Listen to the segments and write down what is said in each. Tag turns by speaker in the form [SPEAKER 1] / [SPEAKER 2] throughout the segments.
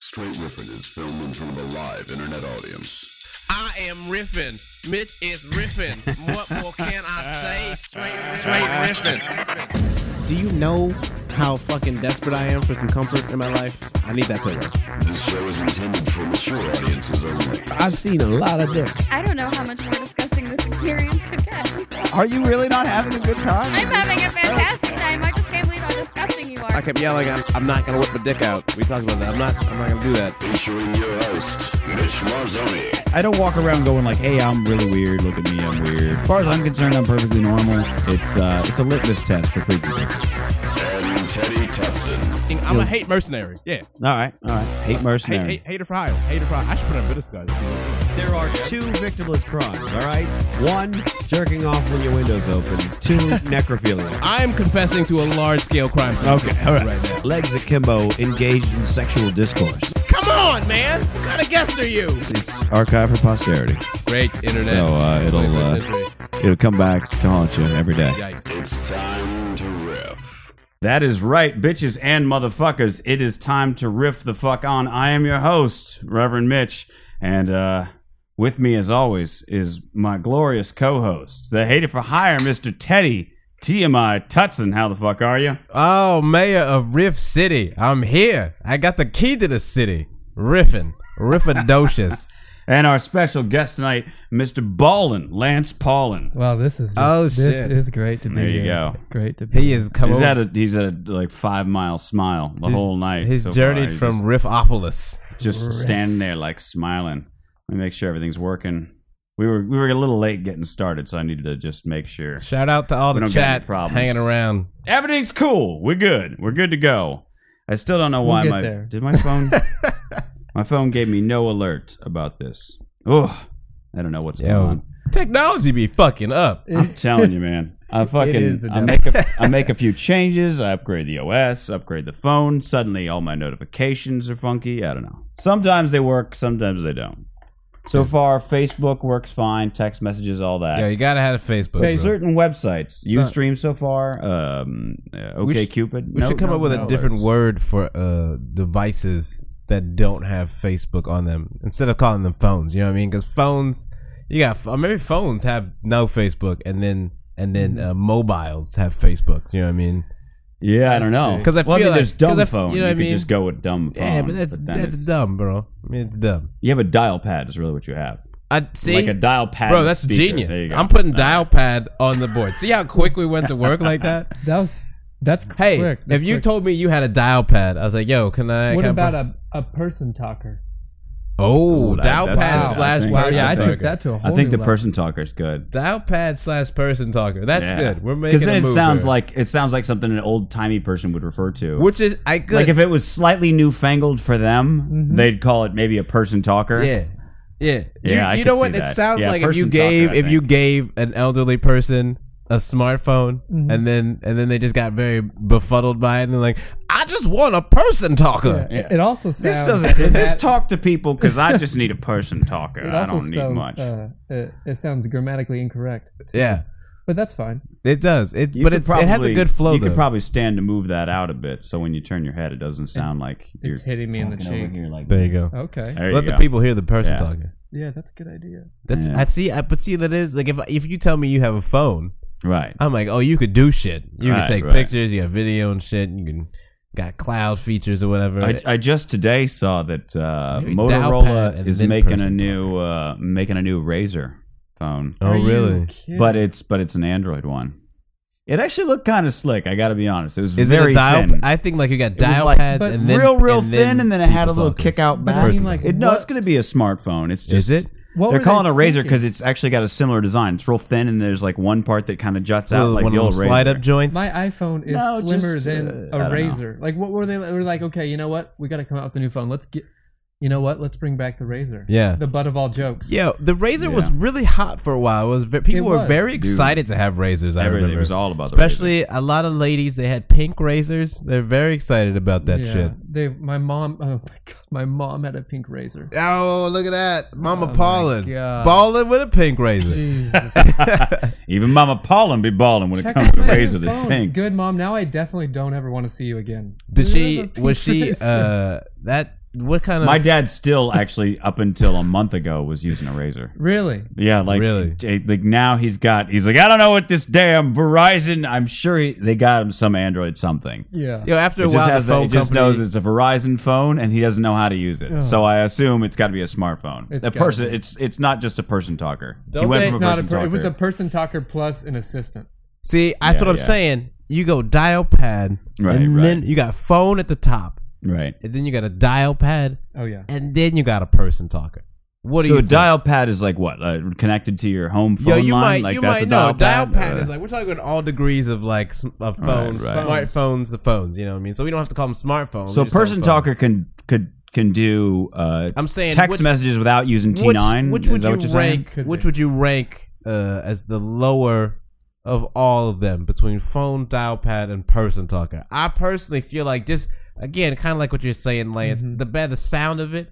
[SPEAKER 1] Straight Riffin is filmed in front of a live internet audience.
[SPEAKER 2] I am riffing. Mitch is riffing. what more can I say? Straight riffing. Straight riffing.
[SPEAKER 3] Do you know how fucking desperate I am for some comfort in my life? I need that pillow.
[SPEAKER 1] This show is intended for mature audiences only.
[SPEAKER 3] I've seen a lot of dick.
[SPEAKER 4] I don't know how much more disgusting this experience could get.
[SPEAKER 5] Are you really not having a good
[SPEAKER 4] I'm
[SPEAKER 5] time?
[SPEAKER 4] having a fantastic time. I just can't believe how disgusting you
[SPEAKER 3] I
[SPEAKER 4] are.
[SPEAKER 3] kept yelling, I'm, I'm not gonna whip my dick out. We talked about that. I'm not. I'm not gonna do that.
[SPEAKER 1] Featuring your host, Mitch Marzoni.
[SPEAKER 5] I don't walk around going like, "Hey, I'm really weird. Look at me, I'm weird." As far as I'm concerned, I'm perfectly normal. It's uh, it's a litmus test for freakiness.
[SPEAKER 1] And Teddy Tutson.
[SPEAKER 6] I'm a hate mercenary. Yeah.
[SPEAKER 5] All right, all right. Hate
[SPEAKER 6] Hate,
[SPEAKER 5] mercenary.
[SPEAKER 6] hate, hater for hire. Hater for hire. I should put on bitter skies.
[SPEAKER 5] There are two victimless crimes. All right, one jerking off when your window's open. Two necrophilia.
[SPEAKER 6] I am confessing to a large scale crime.
[SPEAKER 5] Okay, all right. Legs akimbo, engaged in sexual discourse.
[SPEAKER 6] Come on, man. What kind of guest are you?
[SPEAKER 5] It's archived for posterity.
[SPEAKER 6] Great internet.
[SPEAKER 5] So, uh, it'll,
[SPEAKER 6] 21st
[SPEAKER 5] uh,
[SPEAKER 6] century.
[SPEAKER 5] It'll come back to haunt you every day.
[SPEAKER 6] Yikes.
[SPEAKER 1] It's time to riff.
[SPEAKER 7] That is right, bitches and motherfuckers. It is time to riff the fuck on. I am your host, Reverend Mitch, and uh, with me, as always, is my glorious co-host, the hated for hire, Mister Teddy TMI Tutson. How the fuck are you?
[SPEAKER 8] Oh, mayor of Riff City, I'm here. I got the key to the city. Riffin, riffadocious.
[SPEAKER 7] And our special guest tonight, Mister Ballin, Lance Paulin.
[SPEAKER 9] Wow, this is just,
[SPEAKER 8] Oh,
[SPEAKER 9] this
[SPEAKER 8] shit.
[SPEAKER 9] is great to be
[SPEAKER 7] There you
[SPEAKER 9] here.
[SPEAKER 7] go.
[SPEAKER 9] Great to be.
[SPEAKER 8] he is
[SPEAKER 7] He's
[SPEAKER 8] coming.
[SPEAKER 7] had a he's had a like five mile smile the whole night.
[SPEAKER 8] He's
[SPEAKER 7] so far.
[SPEAKER 8] journeyed
[SPEAKER 7] He's
[SPEAKER 8] from Riffopolis.
[SPEAKER 7] just standing there like smiling. Let me make sure everything's working. We were we were a little late getting started, so I needed to just make sure
[SPEAKER 8] Shout out to all
[SPEAKER 7] We
[SPEAKER 8] the
[SPEAKER 7] don't got any
[SPEAKER 8] chat
[SPEAKER 7] problems.
[SPEAKER 8] hanging around.
[SPEAKER 7] everything's cool. We're good. We're good to go. I still don't know why
[SPEAKER 9] get
[SPEAKER 7] my
[SPEAKER 9] there.
[SPEAKER 7] did my phone my phone gave me no alert about this. Oh, I don't know what's going on.
[SPEAKER 8] Technology be fucking up.
[SPEAKER 7] I'm telling you, man. I
[SPEAKER 9] is
[SPEAKER 7] fucking
[SPEAKER 9] the
[SPEAKER 7] I make a, I make a few changes. I upgrade the OS, upgrade the phone. Suddenly, all my notifications are funky. I don't know. Sometimes they work, sometimes they don't. So far, Facebook works fine. Text messages, all that.
[SPEAKER 8] Yeah, you gotta have a Facebook.
[SPEAKER 7] But
[SPEAKER 8] group.
[SPEAKER 7] certain websites, UStream so far, um, uh,
[SPEAKER 8] We
[SPEAKER 7] OKCupid.
[SPEAKER 8] We should come up with a different
[SPEAKER 7] word.
[SPEAKER 8] word for uh, devices that don't have Facebook on them instead of calling them phones. You know what I mean? Because phones, you got or maybe phones have no Facebook, and then and then
[SPEAKER 7] Mm-hmm.
[SPEAKER 8] uh, mobiles have Facebook. You know what I mean?
[SPEAKER 7] Yeah, I don't know.
[SPEAKER 8] 'Cause I
[SPEAKER 7] well,
[SPEAKER 8] feel
[SPEAKER 7] mean, there's
[SPEAKER 8] like-
[SPEAKER 7] dumb
[SPEAKER 8] 'cause I f-
[SPEAKER 7] phone.
[SPEAKER 8] you
[SPEAKER 7] You,
[SPEAKER 8] know what I
[SPEAKER 7] could
[SPEAKER 8] mean?
[SPEAKER 7] just go with dumb phone.
[SPEAKER 8] Yeah, but that's
[SPEAKER 7] then
[SPEAKER 8] that's
[SPEAKER 7] it's-
[SPEAKER 8] dumb, bro. I mean, it's dumb.
[SPEAKER 7] You have a dial pad is really what you have.
[SPEAKER 8] I see,
[SPEAKER 7] like a dial pad.
[SPEAKER 8] bro. That's
[SPEAKER 7] speaker. There you
[SPEAKER 8] genius.
[SPEAKER 7] go.
[SPEAKER 8] I'm putting dial pad on the board. See how quick we went to work like that.
[SPEAKER 9] That was that's
[SPEAKER 8] Hey,
[SPEAKER 9] quick. That's
[SPEAKER 8] if you
[SPEAKER 9] quick.
[SPEAKER 8] told me you had a dial pad, I was like, "Yo, can I?"
[SPEAKER 9] what
[SPEAKER 8] can I
[SPEAKER 9] about
[SPEAKER 8] borrow-
[SPEAKER 9] a, a person talker?
[SPEAKER 8] Oh,
[SPEAKER 7] Ooh, that-
[SPEAKER 8] dial
[SPEAKER 7] that's
[SPEAKER 8] pad
[SPEAKER 7] good.
[SPEAKER 8] slash
[SPEAKER 7] Wow,
[SPEAKER 9] Wow, yeah, I
[SPEAKER 8] person
[SPEAKER 9] took
[SPEAKER 8] talker.
[SPEAKER 9] that to a whole.
[SPEAKER 7] I think
[SPEAKER 9] new
[SPEAKER 7] the
[SPEAKER 9] level.
[SPEAKER 7] person talker is good.
[SPEAKER 8] Dial pad slash person talker. That's
[SPEAKER 7] Yeah.
[SPEAKER 8] good. We're making
[SPEAKER 7] then
[SPEAKER 8] a
[SPEAKER 7] it
[SPEAKER 8] move
[SPEAKER 7] sounds
[SPEAKER 8] here.
[SPEAKER 7] like it sounds like something an old timey person would refer to.
[SPEAKER 8] which is I could
[SPEAKER 7] like if it was slightly newfangled for them, they'd call it maybe a person talker.
[SPEAKER 8] yeah yeah
[SPEAKER 7] Yeah,
[SPEAKER 8] You,
[SPEAKER 7] I
[SPEAKER 8] you
[SPEAKER 7] could
[SPEAKER 8] know
[SPEAKER 7] see
[SPEAKER 8] what? It
[SPEAKER 7] that.
[SPEAKER 8] sounds
[SPEAKER 7] Yeah,
[SPEAKER 8] like if you
[SPEAKER 7] person
[SPEAKER 8] gave
[SPEAKER 7] talker, I
[SPEAKER 8] if you
[SPEAKER 7] think.
[SPEAKER 8] gave an elderly person a smartphone
[SPEAKER 7] Mm-hmm.
[SPEAKER 8] and then and then they just got very befuddled by it and they're like, I just want a person talker.
[SPEAKER 9] Yeah. It also sounds.
[SPEAKER 7] This doesn't. Just
[SPEAKER 9] that-
[SPEAKER 7] talk to people because I just need a person talker.
[SPEAKER 9] It
[SPEAKER 7] I
[SPEAKER 9] also
[SPEAKER 7] don't need
[SPEAKER 9] spells,
[SPEAKER 7] much.
[SPEAKER 9] Uh, it, it sounds grammatically incorrect,
[SPEAKER 8] Yeah,
[SPEAKER 9] but that's fine.
[SPEAKER 8] it does. It
[SPEAKER 7] You
[SPEAKER 8] but
[SPEAKER 7] could
[SPEAKER 8] it's, it has a
[SPEAKER 7] probably-
[SPEAKER 8] good flow.
[SPEAKER 7] You
[SPEAKER 8] though.
[SPEAKER 7] could probably stand to move that out a bit, so when you turn your head, it doesn't sound like you're
[SPEAKER 9] It's hitting me in the
[SPEAKER 7] talking over
[SPEAKER 9] cheek.
[SPEAKER 7] here like
[SPEAKER 8] there you go.
[SPEAKER 9] Okay.
[SPEAKER 7] There you
[SPEAKER 8] Let the
[SPEAKER 7] go.
[SPEAKER 8] people hear the person
[SPEAKER 7] Yeah.
[SPEAKER 8] talker.
[SPEAKER 9] Yeah, that's a good idea.
[SPEAKER 8] That's
[SPEAKER 7] Yeah.
[SPEAKER 8] I see. I but see that is like if if you tell me you have a phone,
[SPEAKER 7] Right.
[SPEAKER 8] I'm like, oh, you could do shit. You
[SPEAKER 7] Right,
[SPEAKER 8] can take
[SPEAKER 7] right.
[SPEAKER 8] pictures. You got video and shit. You can got cloud features or whatever.
[SPEAKER 7] I, I just today saw that uh,
[SPEAKER 8] Maybe dial pad
[SPEAKER 7] Motorola
[SPEAKER 8] and
[SPEAKER 7] is
[SPEAKER 8] then
[SPEAKER 7] making a
[SPEAKER 8] person
[SPEAKER 7] new uh, making a new Razor phone,
[SPEAKER 8] oh,
[SPEAKER 9] Are you
[SPEAKER 8] really?
[SPEAKER 9] kidding?
[SPEAKER 7] but it's but it's an Android one. It actually looked kind of slick. I got to be honest. It was
[SPEAKER 8] Is it
[SPEAKER 7] very
[SPEAKER 8] a dial?
[SPEAKER 7] thin.
[SPEAKER 8] I think like you got
[SPEAKER 7] It was
[SPEAKER 8] dial
[SPEAKER 7] like-
[SPEAKER 8] pads
[SPEAKER 9] But
[SPEAKER 8] and then
[SPEAKER 7] real, real thin, and then it had a
[SPEAKER 8] people
[SPEAKER 7] little
[SPEAKER 8] talkers.
[SPEAKER 7] kick out
[SPEAKER 9] But I
[SPEAKER 7] back.
[SPEAKER 9] mean, like,
[SPEAKER 7] It- no,
[SPEAKER 9] what-
[SPEAKER 7] it's going to be a smartphone. It's just
[SPEAKER 8] Is it?
[SPEAKER 9] What
[SPEAKER 7] They're
[SPEAKER 9] were
[SPEAKER 7] calling
[SPEAKER 9] they
[SPEAKER 7] a razor
[SPEAKER 9] thinking?
[SPEAKER 7] because it's actually got a similar design. It's real thin, and there's like one part that kind of juts out
[SPEAKER 8] Little-
[SPEAKER 7] like
[SPEAKER 8] one
[SPEAKER 7] the
[SPEAKER 8] of
[SPEAKER 7] old
[SPEAKER 8] those slide
[SPEAKER 7] razor.
[SPEAKER 8] up joints.
[SPEAKER 9] my iPhone is
[SPEAKER 7] No,
[SPEAKER 9] slimmer
[SPEAKER 7] just,
[SPEAKER 9] than
[SPEAKER 7] uh, I don't
[SPEAKER 9] a
[SPEAKER 7] know.
[SPEAKER 9] razor. Like, what were they? They were like, okay, you know what? We got to come out with a new phone. Let's get. You know what? Let's bring back the razor.
[SPEAKER 8] Yeah.
[SPEAKER 9] The butt of all jokes.
[SPEAKER 8] Yo, the razor
[SPEAKER 7] Yeah.
[SPEAKER 8] was really hot for a while. It was ve- people
[SPEAKER 9] It
[SPEAKER 8] were
[SPEAKER 9] was.
[SPEAKER 8] very excited to have razors. I
[SPEAKER 7] Everything
[SPEAKER 8] remember
[SPEAKER 7] was all about the
[SPEAKER 8] especially a lot of ladies. They had pink razors. They're very excited about that
[SPEAKER 9] Yeah,
[SPEAKER 8] shit.
[SPEAKER 9] They, my mom. Oh my god, my mom had a pink razor.
[SPEAKER 8] Oh, look at that, Mama
[SPEAKER 9] my
[SPEAKER 8] Paulin,
[SPEAKER 9] God.
[SPEAKER 8] balling with a pink razor.
[SPEAKER 9] Jesus.
[SPEAKER 7] Even Mama Paulin be balling when it
[SPEAKER 9] Check
[SPEAKER 7] comes to
[SPEAKER 9] my
[SPEAKER 7] razor that's
[SPEAKER 9] phone.
[SPEAKER 7] pink.
[SPEAKER 9] Good mom. Now I definitely don't ever want to see you again.
[SPEAKER 8] Did
[SPEAKER 9] Do you
[SPEAKER 8] she?
[SPEAKER 9] have a
[SPEAKER 8] Was
[SPEAKER 9] pink
[SPEAKER 8] she?
[SPEAKER 9] razor?
[SPEAKER 8] Uh, that what kind of
[SPEAKER 7] My dad still actually up until a month ago was using a razor.
[SPEAKER 9] Really?
[SPEAKER 7] Yeah, like
[SPEAKER 8] Really?
[SPEAKER 7] eh, like now he's got he's like I don't know what this damn Verizon. I'm sure he, they got him some Android something.
[SPEAKER 9] Yeah.
[SPEAKER 8] Yo, after
[SPEAKER 7] It
[SPEAKER 8] a
[SPEAKER 7] just
[SPEAKER 8] while, the
[SPEAKER 7] has the,
[SPEAKER 8] phone
[SPEAKER 7] he just
[SPEAKER 8] company-
[SPEAKER 7] knows it's a Verizon phone and he doesn't know how to use it. So I assume it's got to be a smartphone.
[SPEAKER 9] It's
[SPEAKER 7] a
[SPEAKER 9] gotta
[SPEAKER 7] person.
[SPEAKER 9] be.
[SPEAKER 7] It's it's not just a person talker.
[SPEAKER 8] Don't
[SPEAKER 7] he went
[SPEAKER 8] they-
[SPEAKER 7] from
[SPEAKER 9] It's
[SPEAKER 7] a
[SPEAKER 9] not a
[SPEAKER 7] person
[SPEAKER 9] per-
[SPEAKER 7] talker.
[SPEAKER 9] it was a person talker plus an assistant.
[SPEAKER 8] See, that's
[SPEAKER 7] Yeah,
[SPEAKER 8] what I'm
[SPEAKER 7] yeah.
[SPEAKER 8] saying. You go dial pad,
[SPEAKER 7] Right,
[SPEAKER 8] and
[SPEAKER 7] right.
[SPEAKER 8] then you got phone at the top,
[SPEAKER 7] right.
[SPEAKER 8] and then you got a dial pad,
[SPEAKER 9] Oh yeah.
[SPEAKER 8] and then you got a person talker. What do
[SPEAKER 7] so
[SPEAKER 8] you
[SPEAKER 7] a
[SPEAKER 8] think?
[SPEAKER 7] dial pad is like what uh, connected to your home phone
[SPEAKER 8] Yo, you
[SPEAKER 7] line.
[SPEAKER 8] might
[SPEAKER 7] like
[SPEAKER 8] you
[SPEAKER 7] that's
[SPEAKER 8] might
[SPEAKER 7] a
[SPEAKER 8] know
[SPEAKER 7] dial
[SPEAKER 8] dial pad,
[SPEAKER 7] Uh,
[SPEAKER 8] is like we're talking all degrees of like sm- of
[SPEAKER 7] Right,
[SPEAKER 8] phones,
[SPEAKER 7] right.
[SPEAKER 8] smartphones, the phones. You know what I mean? So we don't have to call them smartphones. we
[SPEAKER 7] so a
[SPEAKER 8] just call them
[SPEAKER 7] person
[SPEAKER 8] phones.
[SPEAKER 7] talker can could can do uh,
[SPEAKER 8] I'm saying
[SPEAKER 7] text
[SPEAKER 8] which-
[SPEAKER 7] messages without using T
[SPEAKER 8] which-
[SPEAKER 7] nine.
[SPEAKER 8] Which,
[SPEAKER 7] is
[SPEAKER 8] would
[SPEAKER 7] that
[SPEAKER 8] you
[SPEAKER 7] what you're saying?
[SPEAKER 8] rank?
[SPEAKER 9] Could
[SPEAKER 8] Which
[SPEAKER 9] be.
[SPEAKER 8] would you rank uh, as the lower of all of them between phone, dial pad, and person talker? I personally feel like just again, kind of like what you're saying, Lance.
[SPEAKER 9] Mm-hmm.
[SPEAKER 8] The better the sound of it,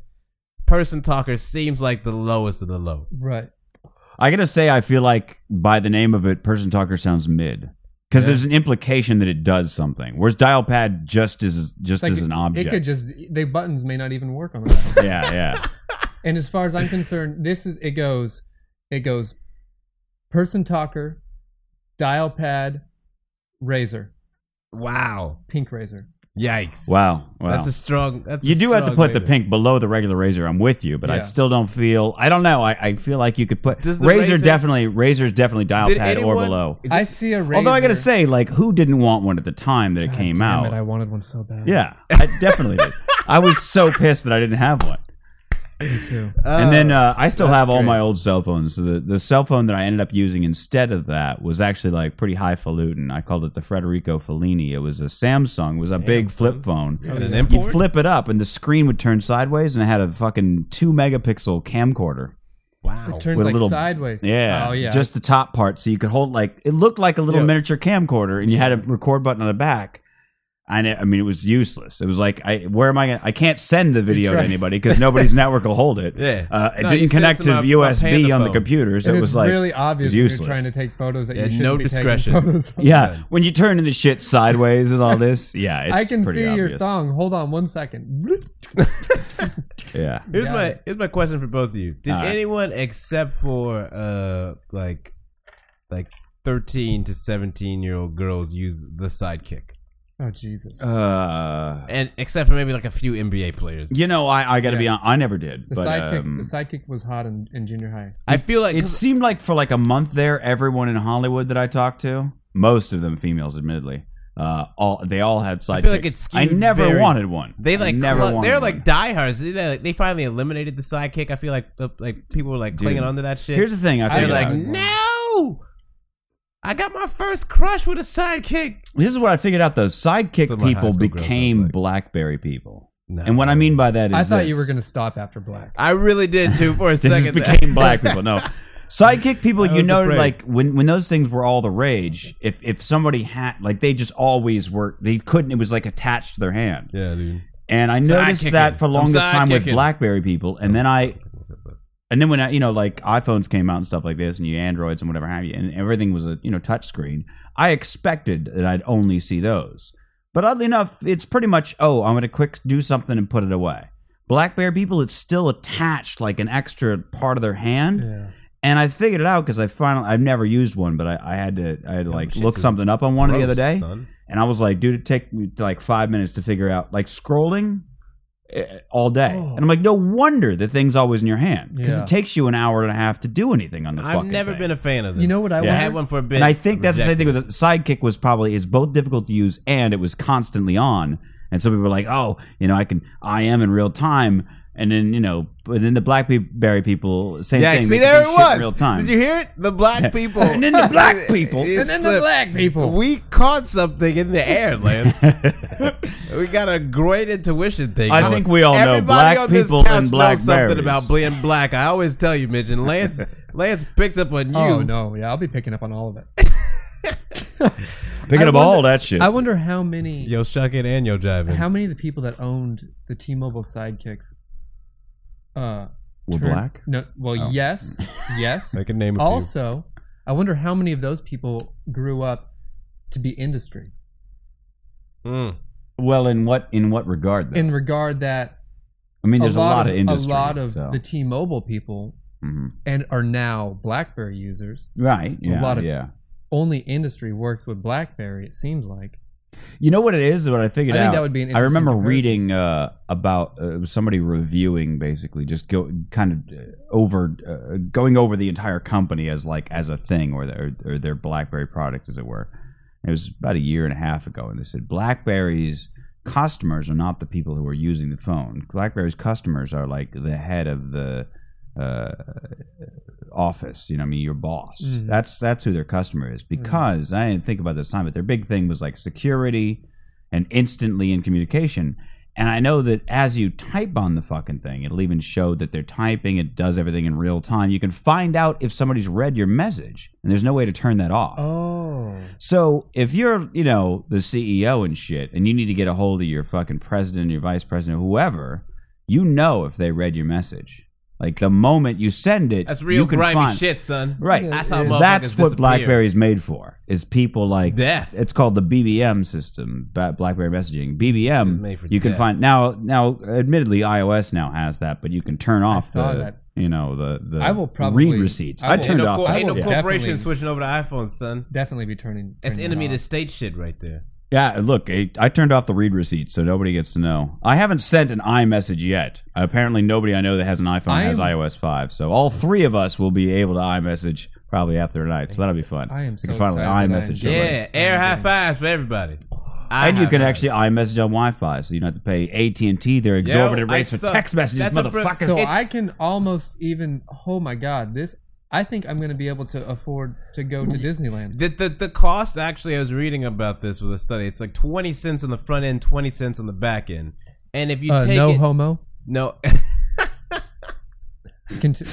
[SPEAKER 8] person talker seems like the lowest of the low.
[SPEAKER 9] Right.
[SPEAKER 7] I gotta say, I feel like by the name of it, person talker sounds mid because there's an implication that it does something. Whereas dial pad just is just
[SPEAKER 9] Like,
[SPEAKER 7] as an object.
[SPEAKER 9] It could just the buttons may not even work on the dial.
[SPEAKER 7] yeah, yeah.
[SPEAKER 9] and as far as I'm concerned, this is it goes it goes person talker, dial pad, razor,
[SPEAKER 8] Wow!
[SPEAKER 9] pink razor.
[SPEAKER 8] Yikes!
[SPEAKER 7] Wow, wow.
[SPEAKER 8] That's a strong. That's a
[SPEAKER 7] you do have to
[SPEAKER 8] strong
[SPEAKER 7] put the
[SPEAKER 8] rating.
[SPEAKER 7] pink below the regular razor. I'm with you, but I
[SPEAKER 9] Yeah.
[SPEAKER 7] still don't feel. I don't know. I, I feel like you could put
[SPEAKER 8] Does
[SPEAKER 7] razor,
[SPEAKER 8] the razor-
[SPEAKER 7] definitely razor is definitely dial
[SPEAKER 8] Did
[SPEAKER 7] pad
[SPEAKER 8] anyone-
[SPEAKER 7] or below.
[SPEAKER 8] it
[SPEAKER 9] I
[SPEAKER 8] just-
[SPEAKER 9] see a razor.
[SPEAKER 7] Although I gotta say, like, who didn't want one at the time that it
[SPEAKER 9] God
[SPEAKER 7] came
[SPEAKER 9] damn
[SPEAKER 7] out?
[SPEAKER 9] it, I wanted one so bad.
[SPEAKER 7] yeah, I definitely did. I was so pissed that I didn't have one.
[SPEAKER 9] Too.
[SPEAKER 7] and then uh, I still have all
[SPEAKER 8] Oh, great.
[SPEAKER 7] my old cell phones. So the, the cell phone that I ended up using instead of that was actually like pretty highfalutin. I called it the Federico Fellini. It was a Samsung. It was a big flip phone.
[SPEAKER 8] And an
[SPEAKER 7] You'd
[SPEAKER 8] import.
[SPEAKER 7] flip it up, and the screen would turn sideways, and it had a fucking two megapixel camcorder.
[SPEAKER 8] Wow.
[SPEAKER 9] Turns
[SPEAKER 7] With a
[SPEAKER 9] like
[SPEAKER 7] little-
[SPEAKER 9] sideways.
[SPEAKER 7] Yeah,
[SPEAKER 9] Oh yeah.
[SPEAKER 7] just the top part, so you could hold like it looked like a little
[SPEAKER 8] Yeah.
[SPEAKER 7] miniature camcorder, and you had a record button on the back. And it, I mean, it was useless. It was like, I where am I gonna? I can't send the video to
[SPEAKER 9] tried.
[SPEAKER 7] anybody because nobody's network will hold it.
[SPEAKER 8] Yeah.
[SPEAKER 7] uh, it
[SPEAKER 8] No, you sent
[SPEAKER 7] didn't connect
[SPEAKER 8] it
[SPEAKER 7] to
[SPEAKER 8] to my- my
[SPEAKER 7] USB on the
[SPEAKER 8] Pandaphone.
[SPEAKER 7] computer, so
[SPEAKER 9] and
[SPEAKER 7] it was
[SPEAKER 9] it's
[SPEAKER 7] like
[SPEAKER 9] really
[SPEAKER 7] it was
[SPEAKER 9] obvious when you're
[SPEAKER 7] useless.
[SPEAKER 9] trying to take photos that
[SPEAKER 8] Yeah,
[SPEAKER 9] you shouldn't
[SPEAKER 8] no
[SPEAKER 9] be taking
[SPEAKER 8] discretion.
[SPEAKER 9] photos of.
[SPEAKER 7] Yeah, when you turn the shit sideways and all this, yeah, it's
[SPEAKER 9] I can
[SPEAKER 7] pretty
[SPEAKER 9] see
[SPEAKER 7] obvious.
[SPEAKER 9] your thong. Hold on one second.
[SPEAKER 7] Yeah,
[SPEAKER 8] Here's
[SPEAKER 9] Got
[SPEAKER 8] my
[SPEAKER 9] it.
[SPEAKER 8] here's my question for both of you. Did
[SPEAKER 7] All right.
[SPEAKER 8] anyone except for uh like like thirteen to seventeen year old girls use the sidekick?
[SPEAKER 9] Oh Jesus.
[SPEAKER 7] uh,
[SPEAKER 8] And except for maybe like a few NBA players.
[SPEAKER 7] you know, I, I got to be
[SPEAKER 9] Yeah.
[SPEAKER 7] on. I never did,
[SPEAKER 9] the
[SPEAKER 7] but
[SPEAKER 9] sidekick
[SPEAKER 7] um,
[SPEAKER 9] the sidekick was hot in, in junior high.
[SPEAKER 8] I feel like
[SPEAKER 7] it seemed like for like a month there, everyone in Hollywood that I talked to, most of them females, admittedly, uh, all they all had sidekicks.
[SPEAKER 8] I feel like it's
[SPEAKER 7] I
[SPEAKER 8] skewed
[SPEAKER 7] never
[SPEAKER 8] very-
[SPEAKER 7] wanted one.
[SPEAKER 8] they
[SPEAKER 7] I
[SPEAKER 8] like
[SPEAKER 7] never
[SPEAKER 8] clung-
[SPEAKER 7] wanted
[SPEAKER 8] they're
[SPEAKER 7] one.
[SPEAKER 8] like diehards. They, they, like, they finally eliminated the sidekick. I feel like the, like people were like
[SPEAKER 7] Dude.
[SPEAKER 8] clinging onto that shit.
[SPEAKER 7] Here's the thing. I
[SPEAKER 8] they're
[SPEAKER 7] feel
[SPEAKER 8] like,
[SPEAKER 7] out.
[SPEAKER 8] no, I got my first crush with a sidekick.
[SPEAKER 7] this is what I figured out. though. sidekick
[SPEAKER 8] That's what my high
[SPEAKER 7] people
[SPEAKER 8] school girl
[SPEAKER 7] became
[SPEAKER 8] sounds like.
[SPEAKER 7] BlackBerry people,
[SPEAKER 8] No.
[SPEAKER 7] and what I mean by that is
[SPEAKER 9] I thought you
[SPEAKER 7] this.
[SPEAKER 9] were gonna stop after black.
[SPEAKER 8] I really did too for a
[SPEAKER 7] This
[SPEAKER 8] second.
[SPEAKER 7] just
[SPEAKER 8] there.
[SPEAKER 7] became black people. No. Sidekick people,
[SPEAKER 8] I
[SPEAKER 7] you
[SPEAKER 8] was
[SPEAKER 7] know,
[SPEAKER 8] afraid.
[SPEAKER 7] like when, when those things were all the rage, if if somebody had, like, they just always were, they couldn't, it was like attached to their hand.
[SPEAKER 8] yeah, dude.
[SPEAKER 7] And I noticed
[SPEAKER 8] Sidekicking.
[SPEAKER 7] that for
[SPEAKER 8] I'm
[SPEAKER 7] longest time with
[SPEAKER 8] sidekicking.
[SPEAKER 7] Blackberry people. And then I, and then when I, you know, like iPhones came out and stuff like this, and you Androids and whatever have you, and everything was a, you know, touch screen, I expected that I'd only see those. But oddly enough, it's pretty much, oh, I'm going to quick do something and put it away. Blackberry people, it's still attached like an extra part of their hand.
[SPEAKER 9] Yeah.
[SPEAKER 7] And I figured it out because I finally, I've never used one, but I, I had to, I had to like
[SPEAKER 8] shit's
[SPEAKER 7] look
[SPEAKER 8] is
[SPEAKER 7] something up on one the other
[SPEAKER 8] Gross,
[SPEAKER 7] day.
[SPEAKER 8] son.
[SPEAKER 7] And I was like, dude, it take me like five minutes to figure out like scrolling eh, all day.
[SPEAKER 9] Oh.
[SPEAKER 7] And I'm like, no wonder the thing's always in your hand because
[SPEAKER 9] Yeah.
[SPEAKER 7] it takes you an hour and a half to do anything on the
[SPEAKER 8] I've
[SPEAKER 7] fucking
[SPEAKER 8] never
[SPEAKER 7] thing.
[SPEAKER 8] been a fan of them.
[SPEAKER 9] You know what I
[SPEAKER 7] Yeah.
[SPEAKER 8] I
[SPEAKER 9] wonder?
[SPEAKER 8] had one for a bit.
[SPEAKER 7] and I think that's the same
[SPEAKER 8] Rejected
[SPEAKER 7] thing with the sidekick was probably it's both difficult to use and it was constantly on. And some people were like, oh, you know, I can I am in real time. And then you know, but then the BlackBerry people same
[SPEAKER 8] Yeah,
[SPEAKER 7] thing.
[SPEAKER 8] see,
[SPEAKER 7] they can
[SPEAKER 8] there
[SPEAKER 7] do
[SPEAKER 8] it
[SPEAKER 7] shit
[SPEAKER 8] was.
[SPEAKER 7] in real time.
[SPEAKER 8] Did you hear it? The black people.
[SPEAKER 7] And then the black people.
[SPEAKER 8] It
[SPEAKER 9] and then the
[SPEAKER 8] slipped.
[SPEAKER 9] black people.
[SPEAKER 8] We caught something in the air, Lance. we got a great intuition thing.
[SPEAKER 7] I
[SPEAKER 8] going.
[SPEAKER 7] think we all know
[SPEAKER 8] Everybody
[SPEAKER 7] black
[SPEAKER 8] on this
[SPEAKER 7] people
[SPEAKER 8] couch
[SPEAKER 7] and
[SPEAKER 8] knows
[SPEAKER 7] blackberries.
[SPEAKER 8] something about being black. I always tell you, Mitch, and Lance. Lance picked up on you.
[SPEAKER 9] Oh no, yeah, I'll be picking up on all of it.
[SPEAKER 7] Picking
[SPEAKER 9] I
[SPEAKER 7] up
[SPEAKER 9] wonder-
[SPEAKER 7] all that shit.
[SPEAKER 9] I wonder how many
[SPEAKER 8] Yo, shucking and yo jiving.
[SPEAKER 9] how many of the people that owned the T-Mobile sidekicks uh
[SPEAKER 7] Were
[SPEAKER 9] turned-
[SPEAKER 7] black? Oh.
[SPEAKER 9] No, well, yes. Yes.
[SPEAKER 8] I can name a few.
[SPEAKER 9] also, I wonder how many of those people grew up to be industry
[SPEAKER 8] Mm.
[SPEAKER 7] well, in what in what regard? Though?
[SPEAKER 9] in regard that
[SPEAKER 7] I mean, there's a lot, of, industry.
[SPEAKER 9] a lot of
[SPEAKER 7] so.
[SPEAKER 9] the T-Mobile people
[SPEAKER 7] Mhm.
[SPEAKER 9] and are now BlackBerry users.
[SPEAKER 7] right. Yeah,
[SPEAKER 9] lot of-
[SPEAKER 7] yeah.
[SPEAKER 9] Only industry works with BlackBerry. It seems like
[SPEAKER 7] You know what it is? What I figured
[SPEAKER 9] I think
[SPEAKER 7] out.
[SPEAKER 9] that would be an.
[SPEAKER 7] I
[SPEAKER 9] Interesting
[SPEAKER 7] remember
[SPEAKER 9] comparison.
[SPEAKER 7] reading uh, about uh, it was somebody reviewing basically just go kind of uh, over uh, going over the entire company as like as a thing or their or their BlackBerry product as it were. It was about a year and a half ago, and they said BlackBerry's customers are not the people who are using the phone. BlackBerry's customers are like the head of the uh, office. You know, what I mean, your boss.
[SPEAKER 9] Mhm.
[SPEAKER 7] That's that's who their customer is.
[SPEAKER 8] Mm-hmm.
[SPEAKER 7] Because I didn't think about this time, but their big thing was like security and instantly in communication. And I know that as you type on the fucking thing, it'll even show that they're typing. It does everything in real time. You can find out if somebody's read your message, and there's no way to turn that off.
[SPEAKER 9] Oh,
[SPEAKER 7] So if you're, you know, the CEO and shit, and you need to get a hold of your fucking president, your vice president, whoever, you know if they read your message. Like the moment you send it,
[SPEAKER 8] That's real
[SPEAKER 7] you can
[SPEAKER 8] grimy
[SPEAKER 7] find-
[SPEAKER 8] shit, son.
[SPEAKER 7] Right.
[SPEAKER 8] That's how motherfuckers
[SPEAKER 7] That's what
[SPEAKER 8] disappear.
[SPEAKER 7] BlackBerry's made for. Is people like
[SPEAKER 8] Death.
[SPEAKER 7] It's called the BBM system, Ba- BlackBerry messaging.
[SPEAKER 8] It's
[SPEAKER 7] BBM.
[SPEAKER 8] made for
[SPEAKER 7] You can
[SPEAKER 8] death.
[SPEAKER 7] find now. Now, admittedly, iOS now has that, but you can turn off
[SPEAKER 9] saw
[SPEAKER 7] the
[SPEAKER 9] that.
[SPEAKER 7] you know the the
[SPEAKER 9] I will probably-
[SPEAKER 7] read receipts.
[SPEAKER 9] I
[SPEAKER 7] I,
[SPEAKER 9] will-
[SPEAKER 8] Ain't
[SPEAKER 7] turned
[SPEAKER 8] no,
[SPEAKER 7] off.
[SPEAKER 8] cor-
[SPEAKER 7] that.
[SPEAKER 8] ain't no
[SPEAKER 9] yeah.
[SPEAKER 8] corporation
[SPEAKER 9] Definitely.
[SPEAKER 8] switching over to iPhone, son.
[SPEAKER 9] definitely be turning.
[SPEAKER 8] That's
[SPEAKER 9] turning it
[SPEAKER 8] enemy
[SPEAKER 9] off.
[SPEAKER 8] to state shit right there.
[SPEAKER 7] Yeah, look, I, I turned off the read receipt, so nobody gets to know. I haven't sent an iMessage yet. Apparently, nobody I know that has an iPhone has
[SPEAKER 9] I'm-
[SPEAKER 7] iOS 5, so all three of us will be able to iMessage probably after tonight, so that'll be fun.
[SPEAKER 9] I am so
[SPEAKER 7] can finally
[SPEAKER 9] excited that I
[SPEAKER 7] iMessage
[SPEAKER 9] enjoyed
[SPEAKER 7] somebody.
[SPEAKER 8] Yeah, air high fives for everybody. I
[SPEAKER 7] And you
[SPEAKER 8] high
[SPEAKER 7] can
[SPEAKER 8] fives.
[SPEAKER 7] actually iMessage on Wi-Fi, so you don't have to pay AT&T their exorbitant
[SPEAKER 8] I
[SPEAKER 7] rates for
[SPEAKER 8] suck.
[SPEAKER 7] text messages,
[SPEAKER 8] That's a br-
[SPEAKER 7] motherfuckers.
[SPEAKER 9] So
[SPEAKER 8] It's-
[SPEAKER 9] I can almost even. Oh my God! This. I think I'm going to be able to afford to go to Disneyland.
[SPEAKER 8] The, the the cost actually, I was reading about this with a study. It's like twenty cents on the front end, twenty cents on the back end, and if you
[SPEAKER 9] Uh,
[SPEAKER 8] take
[SPEAKER 9] no
[SPEAKER 8] it,
[SPEAKER 9] homo.
[SPEAKER 8] no,
[SPEAKER 9] Conti-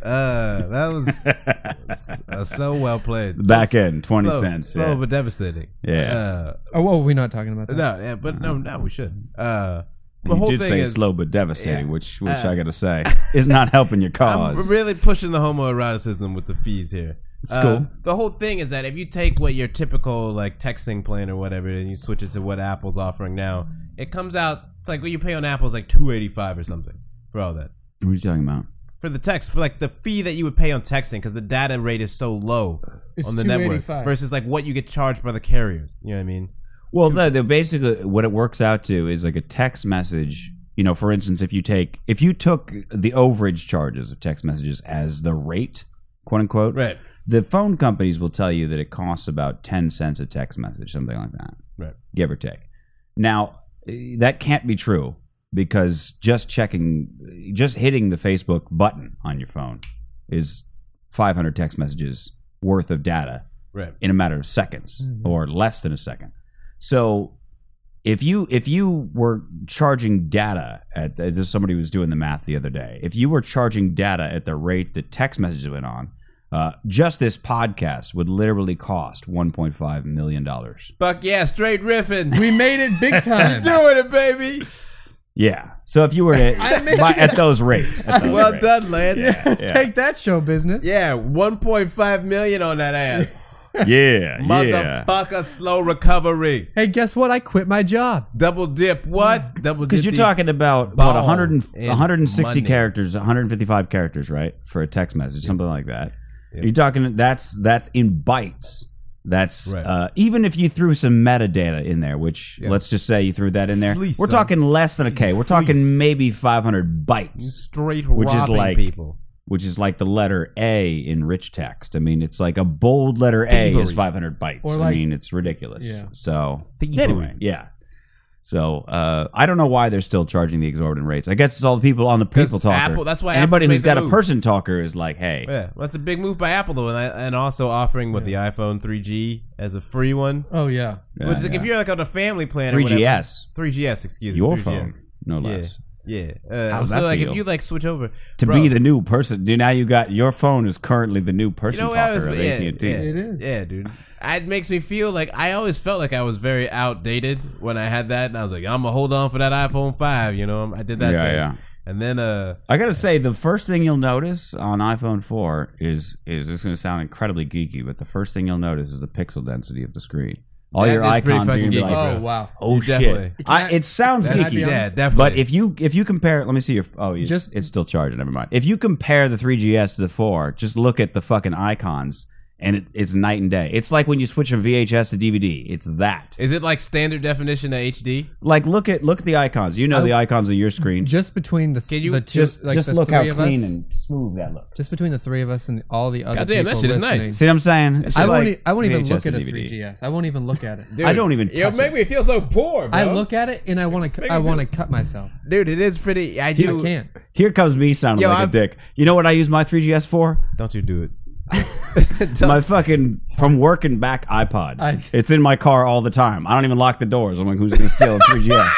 [SPEAKER 8] uh, that was s- uh, so well played.
[SPEAKER 7] Back
[SPEAKER 8] So-
[SPEAKER 7] end, 20
[SPEAKER 8] slow-
[SPEAKER 7] cents,
[SPEAKER 8] slow
[SPEAKER 7] yeah.
[SPEAKER 8] but devastating.
[SPEAKER 7] Yeah.
[SPEAKER 9] oh, whoa, we're not talking about
[SPEAKER 8] Uh,
[SPEAKER 9] that.
[SPEAKER 8] no, yeah, but no, no, we should. Uh, the
[SPEAKER 7] you
[SPEAKER 8] whole
[SPEAKER 7] did
[SPEAKER 8] thing
[SPEAKER 7] say
[SPEAKER 8] is
[SPEAKER 7] slow but devastating,
[SPEAKER 8] yeah.
[SPEAKER 7] which, which
[SPEAKER 8] Uh,
[SPEAKER 7] I gotta say, is not helping your
[SPEAKER 8] I'm
[SPEAKER 7] cause.
[SPEAKER 8] really pushing the homoeroticism with the fees here. It's
[SPEAKER 7] cool.
[SPEAKER 8] The whole thing is that if you take what your typical like texting plan or whatever, and you switch it to what Apple's offering now, it comes out it's like what you pay on Apple's like two eighty five or something for all that
[SPEAKER 7] what are you talking about?
[SPEAKER 8] for the text for like the fee that you would pay on texting because the data rate is so low
[SPEAKER 9] It's
[SPEAKER 8] on the network
[SPEAKER 9] $2.85.
[SPEAKER 8] versus like what you get charged by the carriers. You know what I mean?
[SPEAKER 7] Well, the, the basically what it works out to is like a text message. You know, for instance, if you take if you took the overage charges of text messages as the rate, quote unquote,
[SPEAKER 8] Right.
[SPEAKER 7] the phone companies will tell you that it costs about 10 cents a text message, something like that.
[SPEAKER 8] Right.
[SPEAKER 7] Give or take. Now, eh, that can't be true because just checking, just hitting the Facebook button on your phone is 500 text messages worth of data
[SPEAKER 8] Right.
[SPEAKER 7] in a matter of seconds
[SPEAKER 9] Mhm.
[SPEAKER 7] or less than a second. So if you if you were charging data at uh, this is somebody who was doing the math the other day, if you were charging data at the rate that text messages went on, uh, just this podcast would literally cost 1.5 million dollars.
[SPEAKER 8] Fuck yeah, straight riffing.
[SPEAKER 9] We made it big time.
[SPEAKER 8] Doing it, baby.
[SPEAKER 7] Yeah. So if you were to
[SPEAKER 9] I mean-
[SPEAKER 7] by, at those rates, at those
[SPEAKER 8] Well
[SPEAKER 7] rates.
[SPEAKER 8] done, Lance.
[SPEAKER 7] Yeah, yeah,
[SPEAKER 9] Take that show business.
[SPEAKER 8] yeah 1.5 million on that ass.
[SPEAKER 7] yeah, yeah.
[SPEAKER 8] Motherfucker, slow recovery.
[SPEAKER 9] Hey, guess what? I quit my job.
[SPEAKER 8] Double dip, what? Double dip.
[SPEAKER 7] Because Mm. you're
[SPEAKER 8] the-
[SPEAKER 7] talking about
[SPEAKER 8] balls
[SPEAKER 7] what 100 and,
[SPEAKER 8] and
[SPEAKER 7] 160
[SPEAKER 8] money.
[SPEAKER 7] characters, 155 characters, right, for a text message, something like that. You're talking that's that's in bytes. That's
[SPEAKER 8] Right.
[SPEAKER 7] uh, even if you threw some metadata in there, which
[SPEAKER 8] Yeah.
[SPEAKER 7] let's just say you threw that in there.
[SPEAKER 8] Fleece,
[SPEAKER 7] we're
[SPEAKER 8] son.
[SPEAKER 7] talking less than a K. We're
[SPEAKER 8] Fleece. Mm-hmm.
[SPEAKER 7] talking maybe 500 bytes,
[SPEAKER 8] straight
[SPEAKER 7] Which is
[SPEAKER 8] robbing
[SPEAKER 7] like-
[SPEAKER 8] people.
[SPEAKER 7] which is like the letter A in rich text. I mean, it's like a bold letter A is
[SPEAKER 8] Thievery.
[SPEAKER 7] 500 bytes.
[SPEAKER 9] Or
[SPEAKER 7] I
[SPEAKER 9] like-
[SPEAKER 7] mean, it's ridiculous.
[SPEAKER 9] Yeah.
[SPEAKER 7] So
[SPEAKER 8] Thievery.
[SPEAKER 7] Anyway, yeah. So uh, I don't know why they're still charging the exorbitant rates. I guess it's all the people on the
[SPEAKER 8] 'Cause
[SPEAKER 7] people talker.
[SPEAKER 8] Apple- that's why
[SPEAKER 7] anybody
[SPEAKER 8] Apple's
[SPEAKER 7] who's
[SPEAKER 8] made
[SPEAKER 7] got
[SPEAKER 8] the
[SPEAKER 7] a
[SPEAKER 8] move.
[SPEAKER 7] person talker is like, hey,
[SPEAKER 8] Yeah, well, that's a big move by Apple though, and, I, and also offering what the iPhone 3G as a free one.
[SPEAKER 9] Oh yeah.
[SPEAKER 7] yeah,
[SPEAKER 8] which is like if
[SPEAKER 7] yeah.
[SPEAKER 8] you're like on a family plan, or whatever-
[SPEAKER 7] 3GS,
[SPEAKER 8] 3GS, excuse me,
[SPEAKER 7] your
[SPEAKER 8] 3GS.
[SPEAKER 7] phone, no
[SPEAKER 8] Yeah.
[SPEAKER 7] less,
[SPEAKER 8] Yeah, uh,
[SPEAKER 7] How's
[SPEAKER 8] so
[SPEAKER 7] that
[SPEAKER 8] like
[SPEAKER 7] feel?
[SPEAKER 8] if you like switch over
[SPEAKER 7] to
[SPEAKER 8] Bro,
[SPEAKER 7] be the new person. Dude, now you got your phone is currently the new person
[SPEAKER 8] know what I
[SPEAKER 7] talker
[SPEAKER 8] was-
[SPEAKER 7] of
[SPEAKER 8] yeah,
[SPEAKER 7] AT&T.
[SPEAKER 8] yeah.
[SPEAKER 9] It is.
[SPEAKER 8] Yeah, dude. It makes me feel like I always felt like I was very outdated when I had that, and I was like, I'm gonna hold on for that iPhone five. You know, I did that.
[SPEAKER 7] Yeah,
[SPEAKER 8] thing.
[SPEAKER 7] yeah.
[SPEAKER 8] And then, uh,
[SPEAKER 7] I gotta say, the first thing you'll notice on iPhone 4 is is this is gonna sound incredibly geeky, but the first thing you'll notice is the pixel density of the screen. All
[SPEAKER 8] That
[SPEAKER 7] your
[SPEAKER 8] is pretty
[SPEAKER 7] icons are gonna
[SPEAKER 8] fucking
[SPEAKER 7] be
[SPEAKER 8] geeky,
[SPEAKER 7] like,
[SPEAKER 8] bro.
[SPEAKER 9] Oh wow.
[SPEAKER 7] oh
[SPEAKER 8] Definitely.
[SPEAKER 7] shit. I, it sounds
[SPEAKER 9] Can I be
[SPEAKER 7] geeky.
[SPEAKER 9] honest?
[SPEAKER 8] Yeah, definitely.
[SPEAKER 7] But if you if you compare, let me see your. Oh, you,
[SPEAKER 9] Just-
[SPEAKER 7] just it's still charging. Never mind. If you compare the 3GS to the 4, just look at the fucking icons, and it, it's night and day. It's like when you switch from VHS to DVD. It's that.
[SPEAKER 8] is it like standard definition of HD?
[SPEAKER 7] Like look at look at the icons. You know the icons of your screen. Just
[SPEAKER 9] Just between the,
[SPEAKER 8] Can you
[SPEAKER 9] the two,
[SPEAKER 7] just,
[SPEAKER 9] like
[SPEAKER 7] just
[SPEAKER 9] the
[SPEAKER 7] look
[SPEAKER 9] three
[SPEAKER 7] how
[SPEAKER 9] of
[SPEAKER 7] clean
[SPEAKER 9] us,
[SPEAKER 7] and smooth that looks.
[SPEAKER 9] just between the three of us and all the other
[SPEAKER 8] Goddamn, that
[SPEAKER 9] people
[SPEAKER 8] shit is nice.
[SPEAKER 9] listening.
[SPEAKER 7] See what I'm saying? It's
[SPEAKER 9] I
[SPEAKER 7] like
[SPEAKER 9] won't, e- I won't even
[SPEAKER 7] VHS
[SPEAKER 9] look
[SPEAKER 7] to
[SPEAKER 9] at a
[SPEAKER 7] DVD.
[SPEAKER 9] 3GS. I won't even look at it.
[SPEAKER 7] I don't even.
[SPEAKER 8] Yo,
[SPEAKER 7] touch
[SPEAKER 8] make
[SPEAKER 7] it.
[SPEAKER 8] me feel so poor, bro.
[SPEAKER 9] I look at it and I want to. I want to cut myself.
[SPEAKER 8] dude. It is pretty. I
[SPEAKER 9] You
[SPEAKER 8] do.
[SPEAKER 9] can't.
[SPEAKER 7] Here comes me sounding
[SPEAKER 8] Yo,
[SPEAKER 7] like
[SPEAKER 8] I've-
[SPEAKER 7] a dick. You know what I use my 3GS for?
[SPEAKER 8] Don't you do it?
[SPEAKER 7] my fucking from work and back iPod.
[SPEAKER 9] I-
[SPEAKER 7] it's in my car all the time. I don't even lock the doors. I'm like, who's gonna steal a 3GS?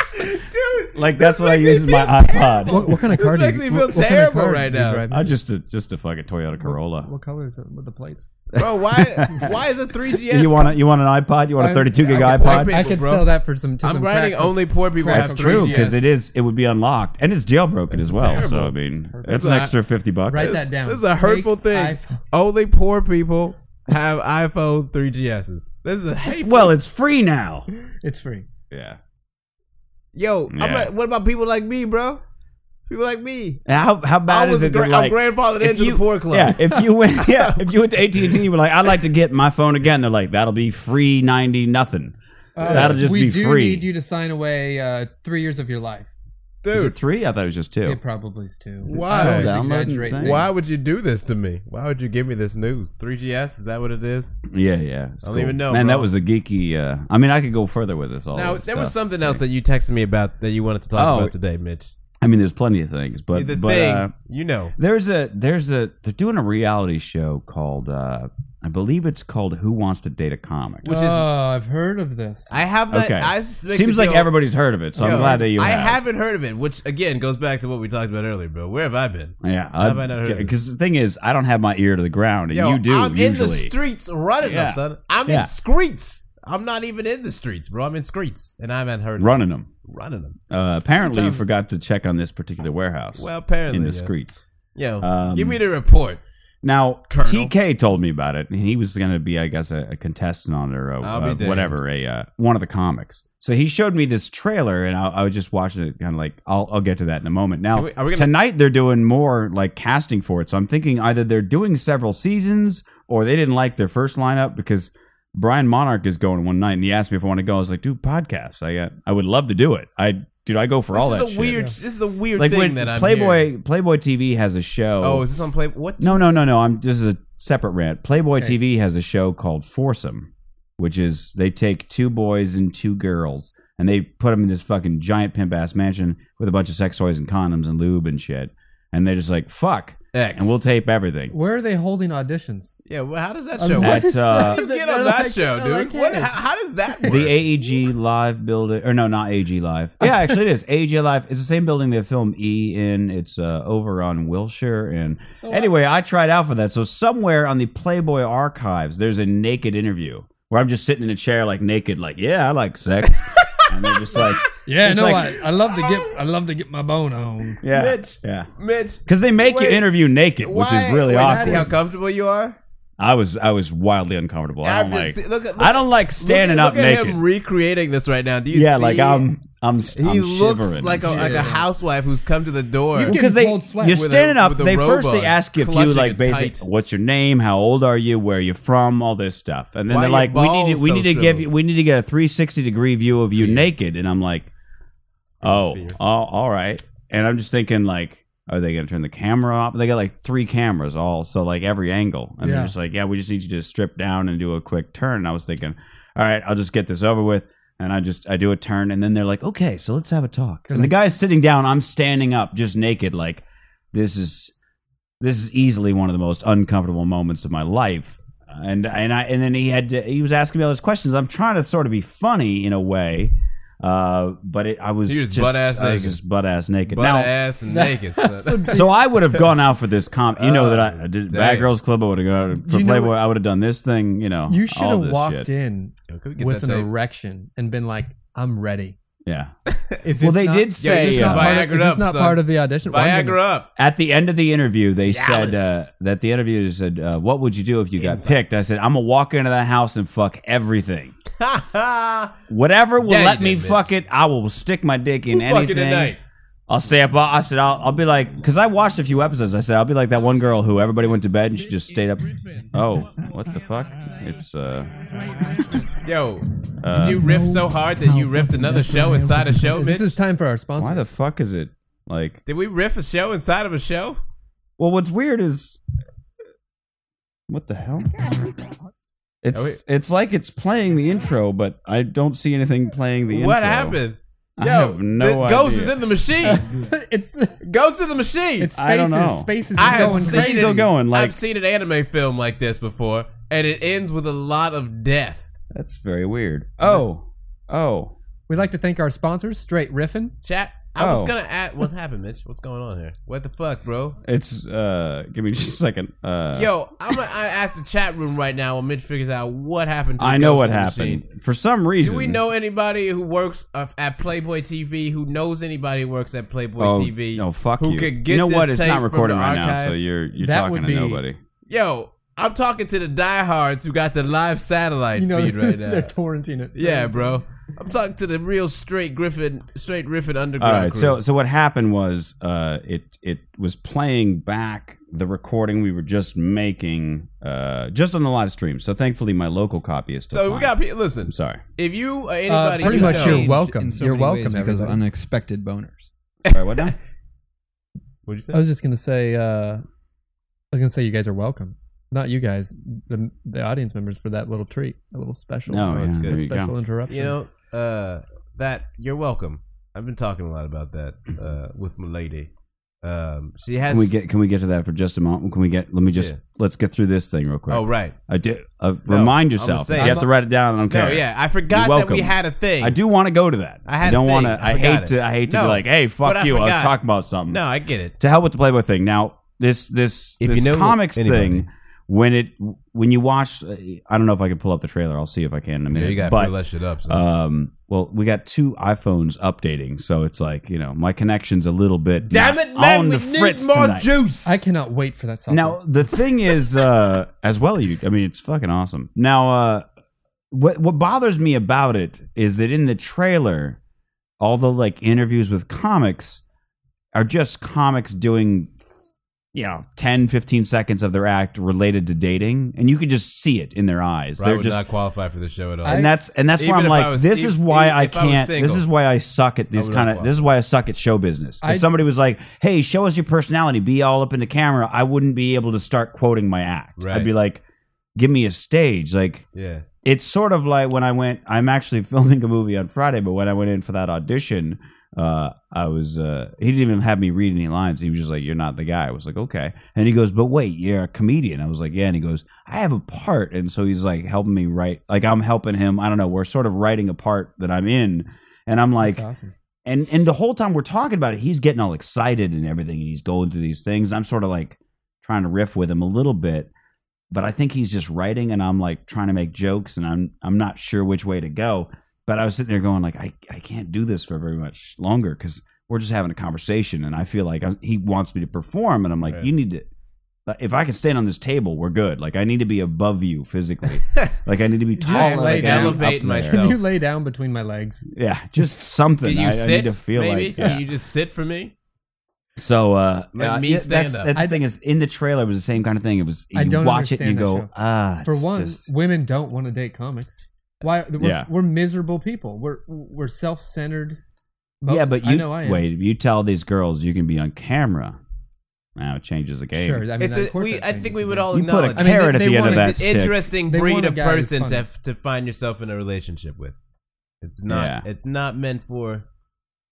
[SPEAKER 8] Dude,
[SPEAKER 7] like that's what I
[SPEAKER 8] makes me
[SPEAKER 7] use as my
[SPEAKER 8] feel
[SPEAKER 7] iPod.
[SPEAKER 9] What, what kind of
[SPEAKER 8] This
[SPEAKER 9] car do you?
[SPEAKER 8] makes me feel
[SPEAKER 9] what- what kind of
[SPEAKER 8] terrible
[SPEAKER 9] car do
[SPEAKER 8] right
[SPEAKER 9] you
[SPEAKER 8] now.
[SPEAKER 9] drive?
[SPEAKER 7] I just a, just a fucking Toyota Corolla.
[SPEAKER 9] What color is it with the plates?
[SPEAKER 8] bro, why? Why is a 3GS?
[SPEAKER 7] You want a, you want an iPod? You want a
[SPEAKER 9] I'm-
[SPEAKER 7] 32 gig
[SPEAKER 8] I- I-
[SPEAKER 7] iPod?
[SPEAKER 9] I
[SPEAKER 8] People,
[SPEAKER 9] could
[SPEAKER 8] bro.
[SPEAKER 9] sell that for some. To
[SPEAKER 8] I'm
[SPEAKER 9] some
[SPEAKER 8] writing
[SPEAKER 9] crack-
[SPEAKER 8] only poor people
[SPEAKER 9] Crack
[SPEAKER 8] have
[SPEAKER 7] That's true
[SPEAKER 8] 3GS.
[SPEAKER 7] because it is it would be unlocked and it's jailbroken as well. So I mean, that's an
[SPEAKER 8] That's
[SPEAKER 7] extra 50 bucks.
[SPEAKER 9] Write that down.
[SPEAKER 8] This is a
[SPEAKER 9] Take
[SPEAKER 8] hurtful thing.
[SPEAKER 9] iPhone.
[SPEAKER 8] Only poor people have iPhone 3GSs. This is a hateful.
[SPEAKER 7] Well, it's free now.
[SPEAKER 9] It's free.
[SPEAKER 7] Yeah.
[SPEAKER 8] Yo, I'm
[SPEAKER 7] Yeah.
[SPEAKER 8] like, what about people like me, bro? People like me.
[SPEAKER 7] How how bad
[SPEAKER 8] I was
[SPEAKER 7] is it?
[SPEAKER 8] gra-
[SPEAKER 7] that, like,
[SPEAKER 8] I'm grandfathered into the poor club.
[SPEAKER 7] Yeah, if you went, yeah, if you went to AT and T, you were like, I'd like to get my phone again. They're like, that'll be free ninety nothing.
[SPEAKER 9] Uh,
[SPEAKER 7] That'll just
[SPEAKER 9] we
[SPEAKER 7] be
[SPEAKER 9] do
[SPEAKER 7] free.
[SPEAKER 9] need you to sign away uh, three years of your life.
[SPEAKER 7] Is
[SPEAKER 8] Dude,
[SPEAKER 7] it three? I thought it was just two.
[SPEAKER 9] It probably is two.
[SPEAKER 8] Why?
[SPEAKER 9] I was
[SPEAKER 8] Still
[SPEAKER 7] downloading
[SPEAKER 9] exaggerating.
[SPEAKER 7] things?
[SPEAKER 8] why would you do this to me? Why would you give me this news? 3GS, is that what it is?
[SPEAKER 7] Yeah, yeah.
[SPEAKER 8] I don't even know,
[SPEAKER 7] Man,
[SPEAKER 8] bro.
[SPEAKER 7] that was a geeky. Uh, I mean, I could go further with this. All
[SPEAKER 8] now,
[SPEAKER 7] this
[SPEAKER 8] there was
[SPEAKER 7] stuff.
[SPEAKER 8] something else that you texted me about that you wanted to talk
[SPEAKER 7] Oh.
[SPEAKER 8] about today, Mitch.
[SPEAKER 7] I mean, there's plenty of things, but
[SPEAKER 8] the
[SPEAKER 7] but
[SPEAKER 8] thing,
[SPEAKER 7] uh,
[SPEAKER 8] you know.
[SPEAKER 7] there's a there's a they're doing a reality show called uh, I believe it's called Who Wants to Date a Comic.
[SPEAKER 9] oh, I've heard of this.
[SPEAKER 8] I have not.
[SPEAKER 7] okay,
[SPEAKER 8] I, this makes me
[SPEAKER 7] seems like
[SPEAKER 8] feel-
[SPEAKER 7] everybody's heard of it, so
[SPEAKER 8] Yo,
[SPEAKER 7] I'm glad that you.
[SPEAKER 8] I
[SPEAKER 7] have.
[SPEAKER 8] haven't heard of it, which again goes back to what we talked about earlier, bro. Where have I been?
[SPEAKER 7] Yeah,
[SPEAKER 8] have I not heard of it?
[SPEAKER 7] because the thing is, I don't have my ear to the ground, and
[SPEAKER 8] Yo,
[SPEAKER 7] you do
[SPEAKER 8] I'm
[SPEAKER 7] usually.
[SPEAKER 8] in the streets running
[SPEAKER 7] Yeah.
[SPEAKER 8] them, son. I'm
[SPEAKER 7] Yeah.
[SPEAKER 8] in streets. I'm not even in the streets, bro. I'm in streets, and I haven't heard of
[SPEAKER 7] Running
[SPEAKER 8] this.
[SPEAKER 7] them.
[SPEAKER 8] running them.
[SPEAKER 7] Uh, apparently,
[SPEAKER 8] Sometimes-
[SPEAKER 7] you forgot to check on this particular warehouse.
[SPEAKER 8] Well, apparently
[SPEAKER 7] in the
[SPEAKER 8] yeah.
[SPEAKER 7] streets.
[SPEAKER 8] Yo,
[SPEAKER 7] Um,
[SPEAKER 8] give me the report.
[SPEAKER 7] Now,
[SPEAKER 8] Colonel.
[SPEAKER 7] TK told me about it, and he was going to be, I guess, a, a contestant on it or a,
[SPEAKER 8] I'll
[SPEAKER 7] a-
[SPEAKER 8] be damned.
[SPEAKER 7] whatever, a uh, one of the comics. So he showed me this trailer, and I, I was just watching it, kind of like I'll, I'll get to that in a moment. Now,
[SPEAKER 8] Can we- are we gonna-
[SPEAKER 7] tonight they're doing more like casting for it, so I'm thinking either they're doing several seasons or they didn't like their first lineup because Brian Monarch is going one night, and he asked me if I want to go. I was like, "Dude, podcasts, I got, I would love to do it. I, dude, I go for all
[SPEAKER 8] this
[SPEAKER 7] that
[SPEAKER 8] is a
[SPEAKER 7] shit."
[SPEAKER 8] weird. This is a weird
[SPEAKER 7] like
[SPEAKER 8] thing
[SPEAKER 7] when
[SPEAKER 8] that I'm
[SPEAKER 7] Playboy
[SPEAKER 8] hearing.
[SPEAKER 7] Playboy TV has a show.
[SPEAKER 8] Oh, is this on Playboy? What?
[SPEAKER 7] No, no, no, no. I'm this is a separate rant. Playboy
[SPEAKER 9] Okay.
[SPEAKER 7] TV has a show called Foursome, which is they take two boys and two girls and they put them in this fucking giant pimp ass mansion with a bunch of sex toys and condoms and lube and shit. And they're just like, fuck.
[SPEAKER 8] X.
[SPEAKER 7] And we'll tape everything.
[SPEAKER 9] Where are they holding auditions?
[SPEAKER 8] yeah. Well, how does that
[SPEAKER 9] I'm
[SPEAKER 8] show?
[SPEAKER 9] not-
[SPEAKER 8] work?
[SPEAKER 7] At uh,
[SPEAKER 8] How do you get
[SPEAKER 9] They're
[SPEAKER 8] on that
[SPEAKER 9] like-
[SPEAKER 8] show,
[SPEAKER 9] they're
[SPEAKER 8] dude?
[SPEAKER 9] like,
[SPEAKER 8] what?
[SPEAKER 9] hey.
[SPEAKER 8] How, how does that work?
[SPEAKER 7] the AEG Live building, or no, not AEG Live. Yeah, actually, it is AEG Live. It's the same building they filmed E in. It's uh, over on Wilshire. And anyway, I tried out for that. So somewhere on the Playboy archives, there's a naked interview where I'm just sitting in a chair, like naked, like yeah, I like sex, and they're just like
[SPEAKER 9] Yeah,
[SPEAKER 7] It's
[SPEAKER 9] no,
[SPEAKER 7] like-
[SPEAKER 9] I, I love to get I love to get my bone on.
[SPEAKER 7] yeah,
[SPEAKER 8] Mitch.
[SPEAKER 7] yeah.
[SPEAKER 8] Mitch,
[SPEAKER 7] Because they make you
[SPEAKER 8] Wait,
[SPEAKER 7] interview naked, which
[SPEAKER 8] why?
[SPEAKER 7] is really
[SPEAKER 8] wait,
[SPEAKER 7] awkward.
[SPEAKER 8] How comfortable you are?
[SPEAKER 7] I was I was wildly uncomfortable. I don't
[SPEAKER 8] I'm just-
[SPEAKER 7] like
[SPEAKER 8] look at- look
[SPEAKER 7] I don't like standing
[SPEAKER 8] look
[SPEAKER 7] up
[SPEAKER 8] at,
[SPEAKER 7] naked.
[SPEAKER 8] Look at him recreating this right now. Do you
[SPEAKER 7] yeah,
[SPEAKER 8] see?
[SPEAKER 7] like I'm I'm
[SPEAKER 8] He
[SPEAKER 7] I'm
[SPEAKER 8] looks
[SPEAKER 7] shivering.
[SPEAKER 8] like a like a
[SPEAKER 9] Yeah.
[SPEAKER 8] housewife who's come to the door.
[SPEAKER 9] You've
[SPEAKER 8] Well,
[SPEAKER 9] getting
[SPEAKER 7] because they
[SPEAKER 9] cold sweat
[SPEAKER 7] you're
[SPEAKER 8] with a-
[SPEAKER 7] standing up.
[SPEAKER 8] with a
[SPEAKER 7] They
[SPEAKER 8] robe
[SPEAKER 7] first
[SPEAKER 8] on,
[SPEAKER 7] they ask you if you
[SPEAKER 8] clutching
[SPEAKER 7] like
[SPEAKER 8] it
[SPEAKER 7] basic,
[SPEAKER 8] tight.
[SPEAKER 7] what's your name, how old are you, where you're from, all this stuff, and then
[SPEAKER 8] Why
[SPEAKER 7] they're
[SPEAKER 8] your
[SPEAKER 7] like, we need to,
[SPEAKER 8] balls
[SPEAKER 7] we
[SPEAKER 8] so
[SPEAKER 7] need to give you,
[SPEAKER 8] shriveled?
[SPEAKER 7] we need to get a 360 degree view of you
[SPEAKER 8] Fear.
[SPEAKER 7] naked, and I'm like, oh,
[SPEAKER 8] Fear.
[SPEAKER 7] oh, all right, and I'm just thinking like. Are they gonna turn the camera off? They got like three cameras all, so like every angle, and
[SPEAKER 9] Yeah.
[SPEAKER 7] they're just like, "Yeah, we just need you to strip down and do a quick turn." And I was thinking, "All right, I'll just get this over with." and I just I do a turn, and then they're like, "Okay, so let's have a talk." And the guy's sitting down, I'm standing up, just naked. Like this is this is easily one of the most uncomfortable moments of my life. And and I and then he had to, he was asking me all these questions. I'm trying to sort of be funny in a way, uh, but it, I was
[SPEAKER 8] He was
[SPEAKER 7] just
[SPEAKER 8] butt-ass
[SPEAKER 7] I was
[SPEAKER 8] naked.
[SPEAKER 7] just butt ass naked.
[SPEAKER 8] butt
[SPEAKER 7] now,
[SPEAKER 8] ass and naked. son.
[SPEAKER 7] so I would have gone out for this comp. You know that I, I
[SPEAKER 8] Dang.
[SPEAKER 7] did Bad Girls Club. I would have gone
[SPEAKER 9] Do
[SPEAKER 7] for
[SPEAKER 9] you know
[SPEAKER 7] Playboy.
[SPEAKER 9] what-
[SPEAKER 7] I would have done this thing. You know,
[SPEAKER 9] You should
[SPEAKER 7] all
[SPEAKER 9] have
[SPEAKER 7] this
[SPEAKER 9] walked
[SPEAKER 7] shit.
[SPEAKER 9] in
[SPEAKER 8] Yo, can we get
[SPEAKER 9] with
[SPEAKER 8] that
[SPEAKER 9] an
[SPEAKER 8] tape?
[SPEAKER 9] erection and been like, "I'm ready."
[SPEAKER 7] Yeah.
[SPEAKER 9] Is
[SPEAKER 7] Well,
[SPEAKER 9] this
[SPEAKER 7] they
[SPEAKER 9] not-
[SPEAKER 7] did
[SPEAKER 9] Is this
[SPEAKER 7] say
[SPEAKER 9] not,
[SPEAKER 7] uh,
[SPEAKER 9] part of,
[SPEAKER 8] Viagra
[SPEAKER 9] is this
[SPEAKER 8] up,
[SPEAKER 9] not
[SPEAKER 8] son.
[SPEAKER 9] part of the audition? Well, I'm
[SPEAKER 8] Viagra
[SPEAKER 9] gonna-
[SPEAKER 8] up.
[SPEAKER 7] at the end of the interview, they
[SPEAKER 8] Cialis.
[SPEAKER 7] said uh, that the interviewer said, uh, "What would you do if you got picked?" I said, "I'm gonna walk into that house and fuck everything. Whatever will
[SPEAKER 8] Yeah, you
[SPEAKER 7] let
[SPEAKER 8] did,
[SPEAKER 7] me
[SPEAKER 8] bitch.
[SPEAKER 7] fuck it, I will stick my dick in
[SPEAKER 8] Fuck it
[SPEAKER 7] anything."
[SPEAKER 8] tonight.
[SPEAKER 7] I'll stay up. all- I said I'll, I'll be like because I watched a few episodes. I said I'll be like that one girl who everybody went to bed and she just stayed up. Oh, what the fuck? It's uh,
[SPEAKER 8] Yo, did
[SPEAKER 7] uh
[SPEAKER 8] you riff so hard that you riffed another show inside a show,
[SPEAKER 9] This is
[SPEAKER 8] Mitch?
[SPEAKER 9] time for our
[SPEAKER 7] why
[SPEAKER 9] sponsor.
[SPEAKER 7] the fuck is it like?
[SPEAKER 8] Did we riff a show inside of a show?
[SPEAKER 7] Well, what's weird is what the hell? It's
[SPEAKER 8] Are we-
[SPEAKER 7] it's like it's playing the intro, but I don't see anything playing the intro.
[SPEAKER 8] What happened?
[SPEAKER 7] I have no
[SPEAKER 8] the ghost
[SPEAKER 7] idea.
[SPEAKER 8] is in the machine.
[SPEAKER 9] it's
[SPEAKER 8] ghost in the machine.
[SPEAKER 9] it's spaces.
[SPEAKER 7] I don't know.
[SPEAKER 9] Spaces is
[SPEAKER 8] I have
[SPEAKER 9] going
[SPEAKER 8] seen
[SPEAKER 9] crazy.
[SPEAKER 7] Still going like
[SPEAKER 8] I've seen an anime film like this before, and it ends with a lot of death.
[SPEAKER 7] that's very weird. Oh, oh,
[SPEAKER 9] We'd like to thank our sponsors, Straight Riffin.
[SPEAKER 8] Chat. I was
[SPEAKER 7] Oh.
[SPEAKER 8] gonna ask, what's happened, Mitch? What's going on here? What the fuck, bro?
[SPEAKER 7] it's uh. Give me just a second. Uh,
[SPEAKER 8] Yo, I'm gonna I ask the chat room right now while Mitch figures out what happened. to the
[SPEAKER 7] I know
[SPEAKER 8] ghost
[SPEAKER 7] what
[SPEAKER 8] in the
[SPEAKER 7] happened.
[SPEAKER 8] machine.
[SPEAKER 7] For some reason,
[SPEAKER 8] Do we know anybody who works uh, at Playboy TV who knows anybody who works at Playboy
[SPEAKER 7] Oh,
[SPEAKER 8] TV?
[SPEAKER 7] No, fuck
[SPEAKER 8] who
[SPEAKER 7] you.
[SPEAKER 8] could get
[SPEAKER 7] you know
[SPEAKER 8] this
[SPEAKER 7] what? It's
[SPEAKER 8] tape
[SPEAKER 7] not
[SPEAKER 8] from
[SPEAKER 7] recording
[SPEAKER 8] the
[SPEAKER 7] right now,
[SPEAKER 8] archive?
[SPEAKER 7] so you're you're
[SPEAKER 9] That
[SPEAKER 7] talking
[SPEAKER 9] would
[SPEAKER 7] to
[SPEAKER 9] be-
[SPEAKER 7] nobody.
[SPEAKER 8] Yo, I'm talking to the diehards who got the live satellite
[SPEAKER 9] You know,
[SPEAKER 8] feed right now.
[SPEAKER 9] they're torrenting it.
[SPEAKER 8] yeah, bro. I'm talking to the real straight Griffin, straight Griffin
[SPEAKER 7] All
[SPEAKER 8] underground.
[SPEAKER 7] right. So
[SPEAKER 8] crew.
[SPEAKER 7] so what happened was uh, it it was playing back the recording we were just making uh, just on the live stream. So thankfully, my local copy is still.
[SPEAKER 8] so we
[SPEAKER 7] fine.
[SPEAKER 8] got people.
[SPEAKER 7] I'm
[SPEAKER 8] Listen,
[SPEAKER 7] sorry.
[SPEAKER 8] if you or anybody,
[SPEAKER 9] Uh, pretty
[SPEAKER 8] you
[SPEAKER 9] much
[SPEAKER 8] know-
[SPEAKER 9] you're welcome.
[SPEAKER 10] in so
[SPEAKER 9] You're
[SPEAKER 10] many ways
[SPEAKER 9] welcome,
[SPEAKER 10] because of
[SPEAKER 9] everybody.
[SPEAKER 10] unexpected boners.
[SPEAKER 7] Sorry, what now?
[SPEAKER 8] What'd you
[SPEAKER 9] I
[SPEAKER 8] say?
[SPEAKER 9] was just gonna say. Uh, I was gonna say you guys are welcome. Not you guys, the the audience members for that little treat, a little special,
[SPEAKER 7] No, yeah,
[SPEAKER 9] that
[SPEAKER 7] there you
[SPEAKER 9] special
[SPEAKER 7] go.
[SPEAKER 9] interruption.
[SPEAKER 8] You know, uh, that you're welcome. I've been talking a lot about that uh, with my lady. Um, she has.
[SPEAKER 7] Can we get Can we get to that for just a moment? Can we get? Let me just
[SPEAKER 8] Yeah.
[SPEAKER 7] let's get through this thing real quick.
[SPEAKER 8] Oh right.
[SPEAKER 7] I do. Uh,
[SPEAKER 8] No,
[SPEAKER 7] remind
[SPEAKER 8] I'm
[SPEAKER 7] yourself.
[SPEAKER 8] saying-
[SPEAKER 7] you have to write it down. I don't
[SPEAKER 8] No,
[SPEAKER 7] care.
[SPEAKER 8] yeah. I forgot that we
[SPEAKER 7] welcome.
[SPEAKER 8] had a thing.
[SPEAKER 7] I do want to go to that.
[SPEAKER 8] I had a
[SPEAKER 7] don't
[SPEAKER 8] thing.
[SPEAKER 7] want to.
[SPEAKER 8] I
[SPEAKER 7] I
[SPEAKER 8] forgot
[SPEAKER 7] hate
[SPEAKER 8] it.
[SPEAKER 7] to. I hate to
[SPEAKER 8] No,
[SPEAKER 7] be like, hey, fuck
[SPEAKER 8] but I
[SPEAKER 7] you. I, was
[SPEAKER 8] forgot.
[SPEAKER 7] talking about something.
[SPEAKER 8] No, I get it.
[SPEAKER 7] to hell with the Playboy thing. Now this this
[SPEAKER 8] If
[SPEAKER 7] this
[SPEAKER 8] you know
[SPEAKER 7] comics
[SPEAKER 8] anybody.
[SPEAKER 7] thing when it when you watch I don't know if I can pull up the trailer. I'll see if I can in a minute.
[SPEAKER 8] Yeah, you got to
[SPEAKER 7] but
[SPEAKER 8] pull that shit up. So.
[SPEAKER 7] um, well, we got two iPhones updating, so it's like you know my connection's a little bit
[SPEAKER 8] Damn
[SPEAKER 7] not
[SPEAKER 8] it, man!
[SPEAKER 7] on
[SPEAKER 8] We
[SPEAKER 7] the
[SPEAKER 8] need
[SPEAKER 7] fritz
[SPEAKER 8] more
[SPEAKER 7] tonight.
[SPEAKER 8] juice.
[SPEAKER 9] I cannot wait for that song.
[SPEAKER 7] Now the thing is, uh, as well, you. I mean, it's fucking awesome. Now, uh, what what bothers me about it is that in the trailer, all the like interviews with comics are just comics doing, you know, 10, 15 seconds of their act related to dating, and you could just see it in their eyes.
[SPEAKER 8] I
[SPEAKER 7] They're
[SPEAKER 8] would
[SPEAKER 7] just.
[SPEAKER 8] not qualify for the show at all.
[SPEAKER 9] I-
[SPEAKER 7] and that's and that's where
[SPEAKER 8] Even
[SPEAKER 7] I'm
[SPEAKER 8] if
[SPEAKER 7] like,
[SPEAKER 8] I was-
[SPEAKER 7] this
[SPEAKER 8] even-
[SPEAKER 7] is why I
[SPEAKER 8] if I was
[SPEAKER 7] can't.
[SPEAKER 8] single,
[SPEAKER 7] this is why I suck at this
[SPEAKER 8] would
[SPEAKER 7] kind
[SPEAKER 8] not
[SPEAKER 7] of. This is why I suck at show business. If
[SPEAKER 9] I-
[SPEAKER 7] somebody was like, "Hey, show us your personality, be all up in the camera," I wouldn't be able to start quoting my act.
[SPEAKER 8] Right.
[SPEAKER 7] I'd be like, "Give me a stage." Like
[SPEAKER 8] yeah.
[SPEAKER 7] it's sort of like when I went. I'm actually filming a movie on Friday, but when I went in for that audition, uh, I was. Uh, he didn't even have me read any lines. He was just like, "You're not the guy." I was like, "Okay." And he goes, "But wait, you're a comedian." I was like, "Yeah." And he goes, "I have a part," and so he's like helping me write. Like I'm helping him. I don't know. We're sort of writing a part that I'm in, and I'm like,
[SPEAKER 9] That's awesome.
[SPEAKER 7] and and the whole time we're talking about it, he's getting all excited and everything, and he's going through these things. I'm sort of like trying to riff with him a little bit, but I think he's just writing, and I'm like trying to make jokes, and I'm I'm not sure which way to go. But I was sitting there going like, I I can't do this for very much longer because we're just having a conversation, and I feel like i he wants me to perform, and I'm like,
[SPEAKER 8] Right.
[SPEAKER 7] you need to. uh, If I can stand on this table, we're good. Like I need to be above you physically. like I need to be
[SPEAKER 9] just
[SPEAKER 7] taller. Like,
[SPEAKER 9] lay
[SPEAKER 7] I am
[SPEAKER 9] down.
[SPEAKER 7] up
[SPEAKER 8] Elevate
[SPEAKER 7] there.
[SPEAKER 8] myself.
[SPEAKER 9] Can
[SPEAKER 8] So-
[SPEAKER 9] you lay down between my legs?
[SPEAKER 7] Yeah, just something.
[SPEAKER 8] Can you
[SPEAKER 7] I,
[SPEAKER 8] sit?
[SPEAKER 7] I need to feel
[SPEAKER 8] maybe?
[SPEAKER 7] like yeah.
[SPEAKER 8] Can you just sit for me?
[SPEAKER 7] So uh,
[SPEAKER 8] Let
[SPEAKER 7] uh,
[SPEAKER 8] me
[SPEAKER 7] yeah,
[SPEAKER 8] stand
[SPEAKER 7] that's,
[SPEAKER 8] up.
[SPEAKER 7] that's
[SPEAKER 9] I-
[SPEAKER 7] the thing is in the trailer it was the same kind of thing. It was you
[SPEAKER 9] I don't
[SPEAKER 7] watch it and you
[SPEAKER 9] understand
[SPEAKER 7] go
[SPEAKER 9] that show.
[SPEAKER 7] ah
[SPEAKER 9] For
[SPEAKER 7] it's
[SPEAKER 9] one,
[SPEAKER 7] just-
[SPEAKER 9] women don't want to date comics. Why? We're,
[SPEAKER 7] Yeah.
[SPEAKER 9] we're miserable people. We're we're self centered.
[SPEAKER 7] yeah, but you
[SPEAKER 9] I know I am.
[SPEAKER 7] wait. If you tell these girls you can be on camera, now it changes the game.
[SPEAKER 9] Sure, I mean,
[SPEAKER 8] It's
[SPEAKER 9] of
[SPEAKER 8] a-
[SPEAKER 9] course
[SPEAKER 8] we-
[SPEAKER 9] that
[SPEAKER 8] I think
[SPEAKER 9] changes
[SPEAKER 8] we
[SPEAKER 9] the
[SPEAKER 8] would
[SPEAKER 9] game.
[SPEAKER 8] all
[SPEAKER 7] You put a
[SPEAKER 8] acknowledge. I mean,
[SPEAKER 7] carrot
[SPEAKER 9] they-
[SPEAKER 7] at
[SPEAKER 9] they
[SPEAKER 7] the end of
[SPEAKER 9] wanted-
[SPEAKER 7] that
[SPEAKER 8] it's an
[SPEAKER 7] stick.
[SPEAKER 8] Oh, interesting
[SPEAKER 9] They
[SPEAKER 8] breed
[SPEAKER 9] want a
[SPEAKER 8] of
[SPEAKER 9] guy who's
[SPEAKER 8] person to
[SPEAKER 9] funny.
[SPEAKER 8] to find yourself in a relationship with. It's not.
[SPEAKER 7] Yeah.
[SPEAKER 8] It's not meant for.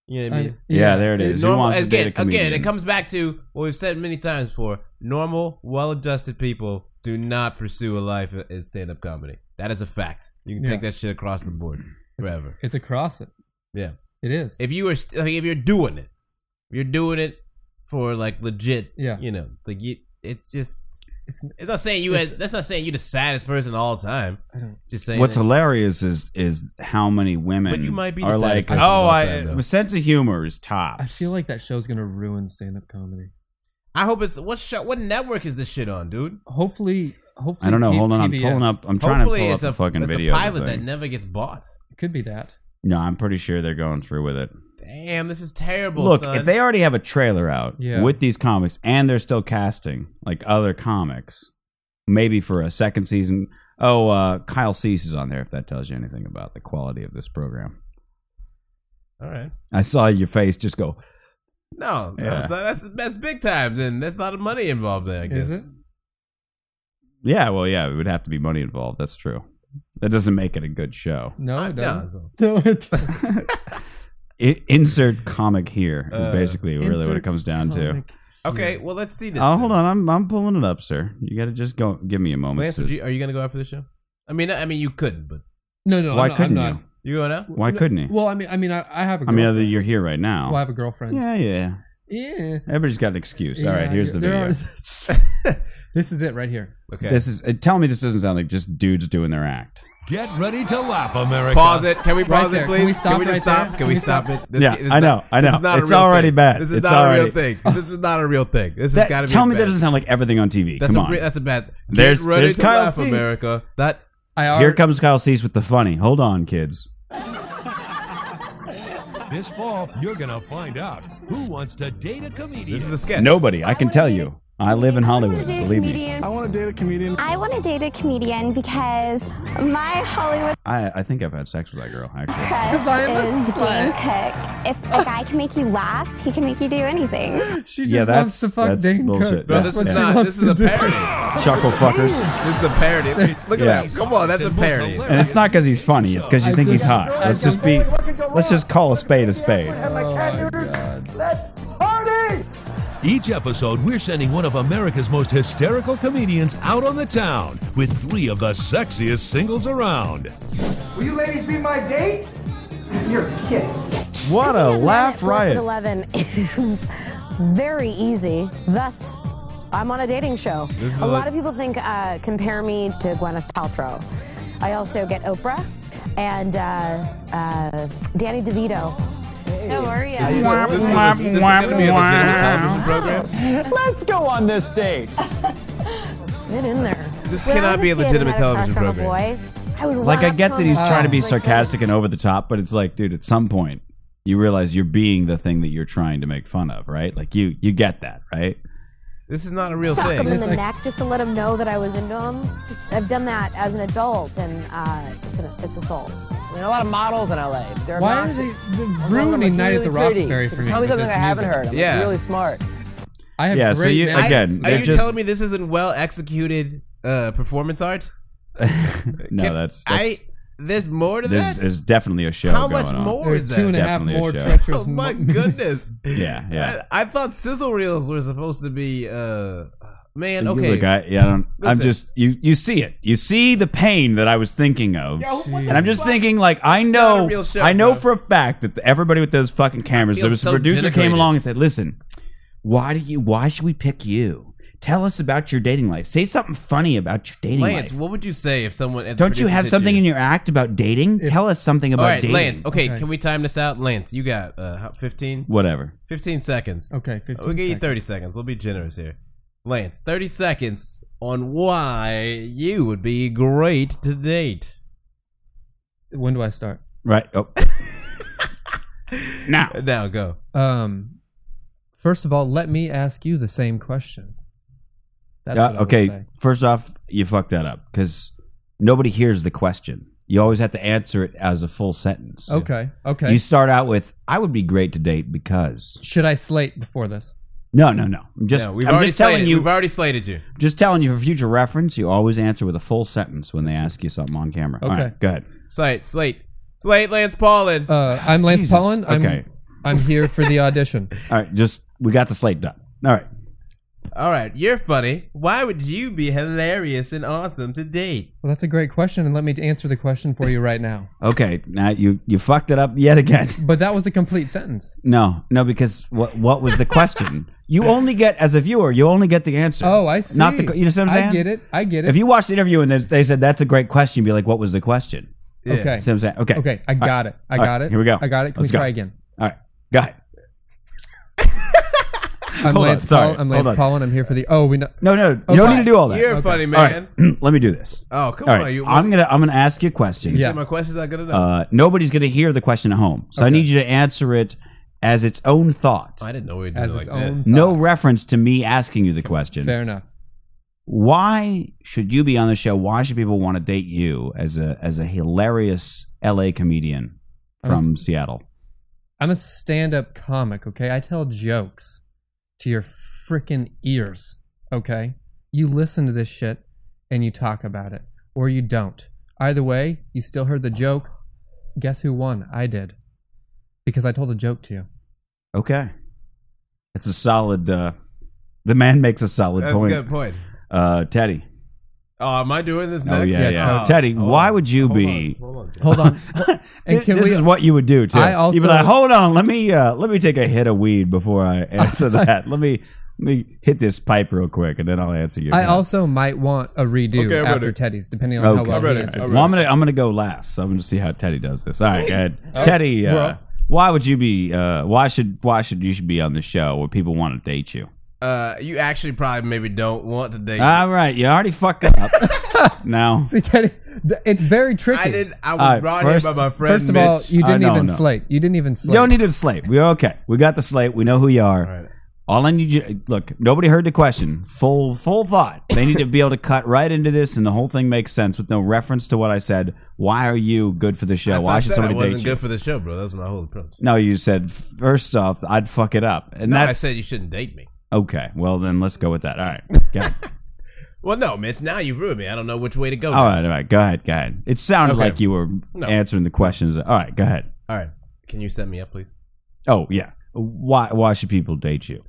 [SPEAKER 8] You know what
[SPEAKER 9] I-
[SPEAKER 8] I mean?
[SPEAKER 7] Yeah, there it is. Who
[SPEAKER 8] Normal,
[SPEAKER 7] wants to date
[SPEAKER 8] again,
[SPEAKER 7] a
[SPEAKER 8] again,
[SPEAKER 7] comedian?
[SPEAKER 8] it comes back to what we've said many times before. Normal, well-adjusted people do not pursue a life in- in stand-up comedy. That is a fact. You can
[SPEAKER 9] Yeah.
[SPEAKER 8] take that shit across the board forever.
[SPEAKER 9] It's across it.
[SPEAKER 8] Yeah.
[SPEAKER 9] It is.
[SPEAKER 8] If you are, st- like, if you're doing it, if you're doing it for like legit.
[SPEAKER 9] Yeah.
[SPEAKER 8] You know, like you, it's just
[SPEAKER 9] It's
[SPEAKER 8] It's not saying you as that's not saying you're the saddest person of all time.
[SPEAKER 9] I don't-
[SPEAKER 8] Just saying
[SPEAKER 7] What's
[SPEAKER 8] that-
[SPEAKER 7] hilarious is is how many women
[SPEAKER 8] But you might be the
[SPEAKER 7] are
[SPEAKER 8] saddest
[SPEAKER 7] like,
[SPEAKER 8] person of
[SPEAKER 7] oh,
[SPEAKER 8] all
[SPEAKER 7] I,
[SPEAKER 8] time, though."
[SPEAKER 7] my sense of humor is top.
[SPEAKER 9] I feel like that show's gonna ruin stand-up comedy.
[SPEAKER 8] I hope it's what show what network is this shit on, dude?
[SPEAKER 9] Hopefully, hopefully.
[SPEAKER 7] I don't know.
[SPEAKER 9] P-
[SPEAKER 7] Hold on, I'm
[SPEAKER 9] PBS.
[SPEAKER 7] pulling up. I'm trying
[SPEAKER 8] Hopefully
[SPEAKER 7] to pull
[SPEAKER 8] it's
[SPEAKER 7] up the
[SPEAKER 8] a
[SPEAKER 7] fucking
[SPEAKER 8] it's
[SPEAKER 7] video.
[SPEAKER 8] a
[SPEAKER 7] of the
[SPEAKER 8] pilot that
[SPEAKER 7] thing.
[SPEAKER 8] never gets bought.
[SPEAKER 9] It could be that.
[SPEAKER 7] no, I'm pretty sure they're going through with it.
[SPEAKER 8] Damn, this is terrible.
[SPEAKER 7] Look,
[SPEAKER 8] son.
[SPEAKER 7] if they already have a trailer out
[SPEAKER 9] Yeah.
[SPEAKER 7] with these comics and they're still casting like other comics, maybe for a second season. Oh, uh, Kyle Cease is on there if that tells you anything about the quality of this program.
[SPEAKER 8] all right,
[SPEAKER 7] I saw your face just go,
[SPEAKER 8] no, no,
[SPEAKER 7] Yeah.
[SPEAKER 8] son, that's that's big time. Then that's a lot of money involved. There, I guess.
[SPEAKER 9] Is it?
[SPEAKER 7] yeah, well, yeah, it would have to be money involved. That's true. That doesn't make it a good show.
[SPEAKER 9] No,
[SPEAKER 8] I-
[SPEAKER 9] it doesn't.
[SPEAKER 8] no.
[SPEAKER 9] No, it doesn't.
[SPEAKER 7] I- insert comic here is
[SPEAKER 8] Uh,
[SPEAKER 7] basically really what
[SPEAKER 9] insert
[SPEAKER 7] it comes down to.
[SPEAKER 9] comic.
[SPEAKER 8] Okay, well let's see this.
[SPEAKER 7] Oh,
[SPEAKER 8] then.
[SPEAKER 7] hold on, I'm I'm pulling it up, sir. You got to just go. Give me a moment.
[SPEAKER 8] Lance,
[SPEAKER 7] to-
[SPEAKER 8] would you, are you gonna go out for this show? I mean, I I mean, you couldn't, but
[SPEAKER 9] No, no,
[SPEAKER 7] why
[SPEAKER 9] I'm not,
[SPEAKER 7] couldn't
[SPEAKER 9] I'm
[SPEAKER 7] you?
[SPEAKER 9] not.
[SPEAKER 8] you going out?
[SPEAKER 7] Why couldn't he?
[SPEAKER 9] Well, I mean, I mean, I, I have a.
[SPEAKER 7] I mean,
[SPEAKER 9] Girlfriend.
[SPEAKER 7] other you're here right now.
[SPEAKER 9] Well, I have a girlfriend.
[SPEAKER 7] yeah, yeah.
[SPEAKER 9] Yeah.
[SPEAKER 7] Everybody's got an excuse. All
[SPEAKER 9] Yeah,
[SPEAKER 7] right, here's the
[SPEAKER 9] there
[SPEAKER 7] video.
[SPEAKER 9] are- this is it right here.
[SPEAKER 8] Okay,
[SPEAKER 7] This is. uh, Tell me this doesn't sound like just dudes doing their act.
[SPEAKER 10] Get ready to laugh, America.
[SPEAKER 8] pause it. Can we
[SPEAKER 9] Right
[SPEAKER 8] pause
[SPEAKER 9] there.
[SPEAKER 8] it,
[SPEAKER 9] Can
[SPEAKER 8] please?
[SPEAKER 9] we stop
[SPEAKER 8] just
[SPEAKER 9] right
[SPEAKER 8] stop?
[SPEAKER 9] there?
[SPEAKER 8] Can, we stop it? This,
[SPEAKER 7] Yeah,
[SPEAKER 8] this is
[SPEAKER 7] I know, I
[SPEAKER 8] this
[SPEAKER 7] know.
[SPEAKER 8] is not a
[SPEAKER 7] It's
[SPEAKER 8] real
[SPEAKER 7] already
[SPEAKER 8] thing.
[SPEAKER 7] bad.
[SPEAKER 8] This is
[SPEAKER 7] It's
[SPEAKER 8] not a real
[SPEAKER 7] already-
[SPEAKER 8] thing. This is not a real thing. This has
[SPEAKER 7] That-
[SPEAKER 8] got to be.
[SPEAKER 7] tell
[SPEAKER 8] a
[SPEAKER 7] me that
[SPEAKER 8] bad-
[SPEAKER 7] doesn't sound like everything on TV.
[SPEAKER 8] That's
[SPEAKER 7] Come
[SPEAKER 8] a
[SPEAKER 7] on.
[SPEAKER 8] re- that's a bad.
[SPEAKER 7] There's-
[SPEAKER 8] Get ready
[SPEAKER 7] there's
[SPEAKER 8] to
[SPEAKER 7] Kyle
[SPEAKER 8] laugh,
[SPEAKER 7] Cease.
[SPEAKER 8] America. That
[SPEAKER 9] I already,
[SPEAKER 7] Here comes Kyle Cease with the funny. Hold on, kids.
[SPEAKER 10] This fall, you're gonna find out who wants to date a comedian.
[SPEAKER 8] this is a sketch.
[SPEAKER 7] Nobody. I can
[SPEAKER 4] wanna
[SPEAKER 7] tell
[SPEAKER 4] date-
[SPEAKER 7] you. I live in
[SPEAKER 4] I
[SPEAKER 7] Hollywood.
[SPEAKER 4] want to date a
[SPEAKER 7] Believe me.
[SPEAKER 4] comedian.
[SPEAKER 10] want to date a comedian.
[SPEAKER 4] I want to date a comedian because my Hollywood
[SPEAKER 7] I I think I've had sex with that girl actually.
[SPEAKER 4] crush
[SPEAKER 9] I am
[SPEAKER 4] is Dane Cook. If a guy can make you laugh, he can make you do anything.
[SPEAKER 9] She just
[SPEAKER 7] Yeah, that's-
[SPEAKER 9] loves to fuck
[SPEAKER 7] that's
[SPEAKER 9] Dane Cook.
[SPEAKER 7] bullshit.
[SPEAKER 8] Bro,
[SPEAKER 7] Yeah,
[SPEAKER 8] this
[SPEAKER 9] That's
[SPEAKER 8] is
[SPEAKER 9] what she
[SPEAKER 8] not.
[SPEAKER 9] wants
[SPEAKER 8] This is
[SPEAKER 9] to
[SPEAKER 8] a
[SPEAKER 9] do.
[SPEAKER 8] parody.
[SPEAKER 7] Chuckle fuckers.
[SPEAKER 8] This is a parody. Look
[SPEAKER 7] Yeah.
[SPEAKER 8] at that. Come on, that's a parody.
[SPEAKER 10] Hilarious.
[SPEAKER 7] And it's not because he's funny. It's because you
[SPEAKER 9] I
[SPEAKER 7] think he's
[SPEAKER 9] just-
[SPEAKER 7] hot. Let's just be. Let's just call a spade a spade.
[SPEAKER 10] Each episode, we're sending one of America's most hysterical comedians out on the town with three of the sexiest singles around.
[SPEAKER 11] Will you ladies be my date? You're kidding.
[SPEAKER 7] What a laugh riot.
[SPEAKER 12] Eleven is very easy. Thus, I'm on a dating show.
[SPEAKER 8] This is
[SPEAKER 12] a
[SPEAKER 8] a-
[SPEAKER 12] lot of people think uh, compare me to Gwyneth Paltrow. I also get Oprah and uh, uh, Danny DeVito.
[SPEAKER 4] Don't worry.
[SPEAKER 8] This is, a, this is going to be a legitimate television program.
[SPEAKER 11] Let's go on this date.
[SPEAKER 12] Get in there.
[SPEAKER 8] This
[SPEAKER 12] When I
[SPEAKER 8] cannot
[SPEAKER 12] was
[SPEAKER 8] be a
[SPEAKER 12] kid
[SPEAKER 8] legitimate
[SPEAKER 12] and I had a crush on
[SPEAKER 8] television
[SPEAKER 12] a
[SPEAKER 8] program.
[SPEAKER 12] boy, I would
[SPEAKER 7] Like I
[SPEAKER 12] rock
[SPEAKER 7] get that he's
[SPEAKER 12] on
[SPEAKER 7] trying to
[SPEAKER 12] him.
[SPEAKER 7] be
[SPEAKER 12] Like, like,
[SPEAKER 7] sarcastic and over the top, but it's like, dude, at some point you realize you're being the thing that you're trying to make fun of, right? Like you you get that, right?
[SPEAKER 8] This is not a real
[SPEAKER 12] suck him
[SPEAKER 8] thing.
[SPEAKER 12] in the neck just to let him know that I was into him. I've done that as an adult, and uh, it's, an, it's assault.
[SPEAKER 11] I mean, a lot of models in LA. They're
[SPEAKER 9] Why are
[SPEAKER 11] obnoxious.
[SPEAKER 9] they they're
[SPEAKER 11] Some of them are
[SPEAKER 9] ruining Night at the
[SPEAKER 11] really pretty.
[SPEAKER 9] Roxbury for me?
[SPEAKER 11] Tell me
[SPEAKER 9] with
[SPEAKER 11] something
[SPEAKER 9] this
[SPEAKER 11] I haven't
[SPEAKER 9] music?
[SPEAKER 11] heard. I'm
[SPEAKER 8] Yeah.
[SPEAKER 11] really smart.
[SPEAKER 9] I have
[SPEAKER 7] Yeah, so
[SPEAKER 9] great
[SPEAKER 7] you-
[SPEAKER 9] memories.
[SPEAKER 7] again,
[SPEAKER 8] Are
[SPEAKER 7] they're
[SPEAKER 8] you
[SPEAKER 7] just-
[SPEAKER 8] telling me this isn't well executed uh, performance art?
[SPEAKER 7] no,
[SPEAKER 8] Can-
[SPEAKER 7] that's, that's
[SPEAKER 8] I. There's more to that.
[SPEAKER 7] there's, there's definitely a show.
[SPEAKER 8] How
[SPEAKER 7] going
[SPEAKER 8] much
[SPEAKER 7] on.
[SPEAKER 8] more
[SPEAKER 9] There's
[SPEAKER 8] is
[SPEAKER 9] two and
[SPEAKER 8] that?
[SPEAKER 9] a half
[SPEAKER 7] Definitely a
[SPEAKER 9] more
[SPEAKER 7] show.
[SPEAKER 8] Oh
[SPEAKER 9] treacherous.
[SPEAKER 8] my
[SPEAKER 9] mo-
[SPEAKER 8] goodness!
[SPEAKER 7] Yeah, yeah.
[SPEAKER 8] I, I thought sizzle reels were supposed to be. uh Man,
[SPEAKER 7] You
[SPEAKER 8] okay.
[SPEAKER 7] Look, I, yeah, I don't, I'm
[SPEAKER 8] Listen.
[SPEAKER 7] just you. You see it. You see the pain that I was thinking of,
[SPEAKER 9] what the
[SPEAKER 7] and I'm just
[SPEAKER 8] fuck?
[SPEAKER 7] thinking like I
[SPEAKER 8] not a
[SPEAKER 7] know,
[SPEAKER 8] real show,
[SPEAKER 7] I know
[SPEAKER 8] bro.
[SPEAKER 7] for a fact that everybody with those fucking cameras,
[SPEAKER 8] feel
[SPEAKER 7] there was
[SPEAKER 8] so
[SPEAKER 7] a producer
[SPEAKER 8] denigrated.
[SPEAKER 7] came along and said, "Listen, why do you? Why should we pick you? Tell us about your dating life. Say something funny about your dating
[SPEAKER 8] Lance,
[SPEAKER 7] life.
[SPEAKER 8] what would you say if someone? if the
[SPEAKER 7] Don't you
[SPEAKER 8] producer
[SPEAKER 7] have
[SPEAKER 8] said
[SPEAKER 7] something
[SPEAKER 8] you-
[SPEAKER 7] in your act about dating? Tell us something about
[SPEAKER 8] All right,
[SPEAKER 7] dating.
[SPEAKER 8] Lance. Okay,
[SPEAKER 9] Okay.
[SPEAKER 8] can we time this out? Lance, you got uh, how- 15?
[SPEAKER 7] Whatever.
[SPEAKER 8] 15 seconds.
[SPEAKER 9] Okay, 15
[SPEAKER 8] We'll give you
[SPEAKER 9] seconds.
[SPEAKER 8] 30 seconds. We'll be generous here. Lance, 30 seconds on why you would be great to date.
[SPEAKER 9] When do I start?
[SPEAKER 7] Right. Oh. now.
[SPEAKER 8] Now go.
[SPEAKER 9] Um, first of all, let me ask you the same question. That's
[SPEAKER 7] Yeah,
[SPEAKER 9] what I would
[SPEAKER 7] okay,
[SPEAKER 9] say.
[SPEAKER 7] first off, you fucked that up because nobody hears the question. You always have to answer it as a full sentence.
[SPEAKER 9] Okay. Okay.
[SPEAKER 7] You start out with, I would be great to date because.
[SPEAKER 9] Should I slate before this?
[SPEAKER 7] No, no, no. I'm just,
[SPEAKER 8] No, we've
[SPEAKER 7] I'm
[SPEAKER 8] already
[SPEAKER 7] just telling
[SPEAKER 8] slated-
[SPEAKER 7] you,
[SPEAKER 8] We've already slated you.
[SPEAKER 7] just telling you for future reference, you always answer with a full sentence when they ask you something on camera. All
[SPEAKER 9] Okay.
[SPEAKER 7] right, go ahead.
[SPEAKER 8] Slate, slate, slate. Lance Paulin.
[SPEAKER 9] Uh, I'm Lance
[SPEAKER 7] Jesus,
[SPEAKER 9] Pollen. I'm,
[SPEAKER 7] okay.
[SPEAKER 9] I'm here for the audition.
[SPEAKER 7] All right, just, we got the slate done. All right.
[SPEAKER 8] All right, you're funny. Why would you be hilarious and awesome to date?
[SPEAKER 9] Well, that's a great question, and let me answer the question for you right now.
[SPEAKER 7] Okay, now you you fucked it up yet again.
[SPEAKER 9] But that was a complete sentence.
[SPEAKER 7] No, no, because what what was the question? you only get as a viewer, you only get the answer.
[SPEAKER 9] Oh, I see.
[SPEAKER 7] Not the you know what I'm
[SPEAKER 9] I
[SPEAKER 7] saying?
[SPEAKER 9] get it. I get it.
[SPEAKER 7] If you watched the interview and they, they said that's a great question, you'd be like, what was the question?
[SPEAKER 9] Yeah. Okay.
[SPEAKER 7] See what I'm saying? Okay.
[SPEAKER 9] Okay, I
[SPEAKER 7] All right.
[SPEAKER 9] got it. I
[SPEAKER 7] All
[SPEAKER 9] got
[SPEAKER 7] right,
[SPEAKER 9] it.
[SPEAKER 7] Here we go.
[SPEAKER 9] I got it. Can we
[SPEAKER 7] Let's
[SPEAKER 9] try again?
[SPEAKER 7] All right. Go ahead.
[SPEAKER 9] I'm
[SPEAKER 7] Hold on,
[SPEAKER 9] Lance
[SPEAKER 7] sorry,
[SPEAKER 9] Paul. I'm
[SPEAKER 7] hold
[SPEAKER 9] Lance
[SPEAKER 7] on.
[SPEAKER 9] Paul, and I'm here for the. Oh, we know.
[SPEAKER 7] No, no, you don't need to do all that.
[SPEAKER 8] You're a funny
[SPEAKER 7] All right, Let me do this.
[SPEAKER 8] Oh, come
[SPEAKER 7] All right,
[SPEAKER 8] on, you-
[SPEAKER 7] I'm gonna I'm gonna ask you a question.
[SPEAKER 8] You said my questions are good enough.
[SPEAKER 7] Uh, nobody's gonna hear the question at home, so I need you to answer it as its own thought.
[SPEAKER 8] I didn't know we'd do
[SPEAKER 9] As
[SPEAKER 8] it like
[SPEAKER 9] its own
[SPEAKER 8] this.
[SPEAKER 7] No reference to me asking you the question.
[SPEAKER 9] Fair enough.
[SPEAKER 7] Why should you be on the show? Why should people want to date you as a as a hilarious LA comedian
[SPEAKER 9] I'm
[SPEAKER 7] from
[SPEAKER 9] s-
[SPEAKER 7] Seattle?
[SPEAKER 9] I'm a stand-up comic. Okay, I tell jokes to your freaking ears. Okay, you listen to this shit and you talk about it, or you don't. Either way, you still heard the joke. Guess who won? I did, because I told a joke to you.
[SPEAKER 7] Okay, it's a solid. Uh, the man makes a solid
[SPEAKER 8] That's a
[SPEAKER 7] point.
[SPEAKER 8] good point.
[SPEAKER 7] Uh, Teddy.
[SPEAKER 8] Oh, am I doing this
[SPEAKER 7] Oh
[SPEAKER 8] next?
[SPEAKER 7] yeah, yeah.
[SPEAKER 8] Oh.
[SPEAKER 7] Teddy, why would you
[SPEAKER 8] Hold
[SPEAKER 7] be?
[SPEAKER 8] on, hold on.
[SPEAKER 9] Hold on. And
[SPEAKER 7] this
[SPEAKER 9] can we-
[SPEAKER 7] is what you would do too.
[SPEAKER 9] I
[SPEAKER 7] You'd
[SPEAKER 9] also-
[SPEAKER 7] be like, hold on, let me uh, let me take a hit of weed before I answer that. let me let me hit this pipe real quick, and then I'll answer you.
[SPEAKER 9] I also might want a redo
[SPEAKER 8] Okay, I'm
[SPEAKER 9] after
[SPEAKER 8] ready.
[SPEAKER 9] Teddy's, depending on
[SPEAKER 7] Okay.
[SPEAKER 9] how well he
[SPEAKER 7] All
[SPEAKER 9] answers.
[SPEAKER 7] right. Well, I'm gonna I'm gonna go last. So I'm gonna see how Teddy does this. All right, go ahead.
[SPEAKER 8] Oh.
[SPEAKER 7] Teddy, uh,
[SPEAKER 9] well-
[SPEAKER 7] why would you be? Uh, why should why should you should be on the show where people want to date you?
[SPEAKER 8] Uh, you actually probably maybe don't want to date.
[SPEAKER 7] All right, you already fucked it up. now,
[SPEAKER 9] See, Teddy, th- it's very tricky.
[SPEAKER 8] I did. I was
[SPEAKER 7] All right,
[SPEAKER 8] brought
[SPEAKER 7] first-
[SPEAKER 8] here by my friend.
[SPEAKER 9] First of all,
[SPEAKER 8] Mitch.
[SPEAKER 9] you
[SPEAKER 7] I
[SPEAKER 9] didn't
[SPEAKER 7] know,
[SPEAKER 9] even
[SPEAKER 7] no.
[SPEAKER 9] slate. You didn't even slate.
[SPEAKER 7] You don't need to slate. We're okay. We got the slate. We know who you are. All, I need you look. Nobody heard the question. Full full thought. They need to be able to cut right into this, and the whole thing makes sense with no reference to what I said. Why are you good for the show?
[SPEAKER 8] That's what
[SPEAKER 7] Why
[SPEAKER 8] I
[SPEAKER 7] should
[SPEAKER 8] said
[SPEAKER 7] somebody
[SPEAKER 8] I wasn't
[SPEAKER 7] date
[SPEAKER 8] good
[SPEAKER 7] you?
[SPEAKER 8] for the show, bro. That's my whole approach.
[SPEAKER 7] no, you said first off, I'd fuck it up, and
[SPEAKER 8] No, I
[SPEAKER 7] that's
[SPEAKER 8] said you shouldn't date me.
[SPEAKER 7] okay. Well, then let's go with that. All right. Go ahead.
[SPEAKER 8] Well, no, Mitch. Now you've ruined me. I don't know which way to go.
[SPEAKER 7] all right. All right. Go ahead. Go ahead. It sounded
[SPEAKER 8] Okay.
[SPEAKER 7] like you were
[SPEAKER 8] No.
[SPEAKER 7] answering the questions. All right. Go ahead.
[SPEAKER 8] All right. Can you set me up, please?
[SPEAKER 7] Oh yeah. Why Why should people date you?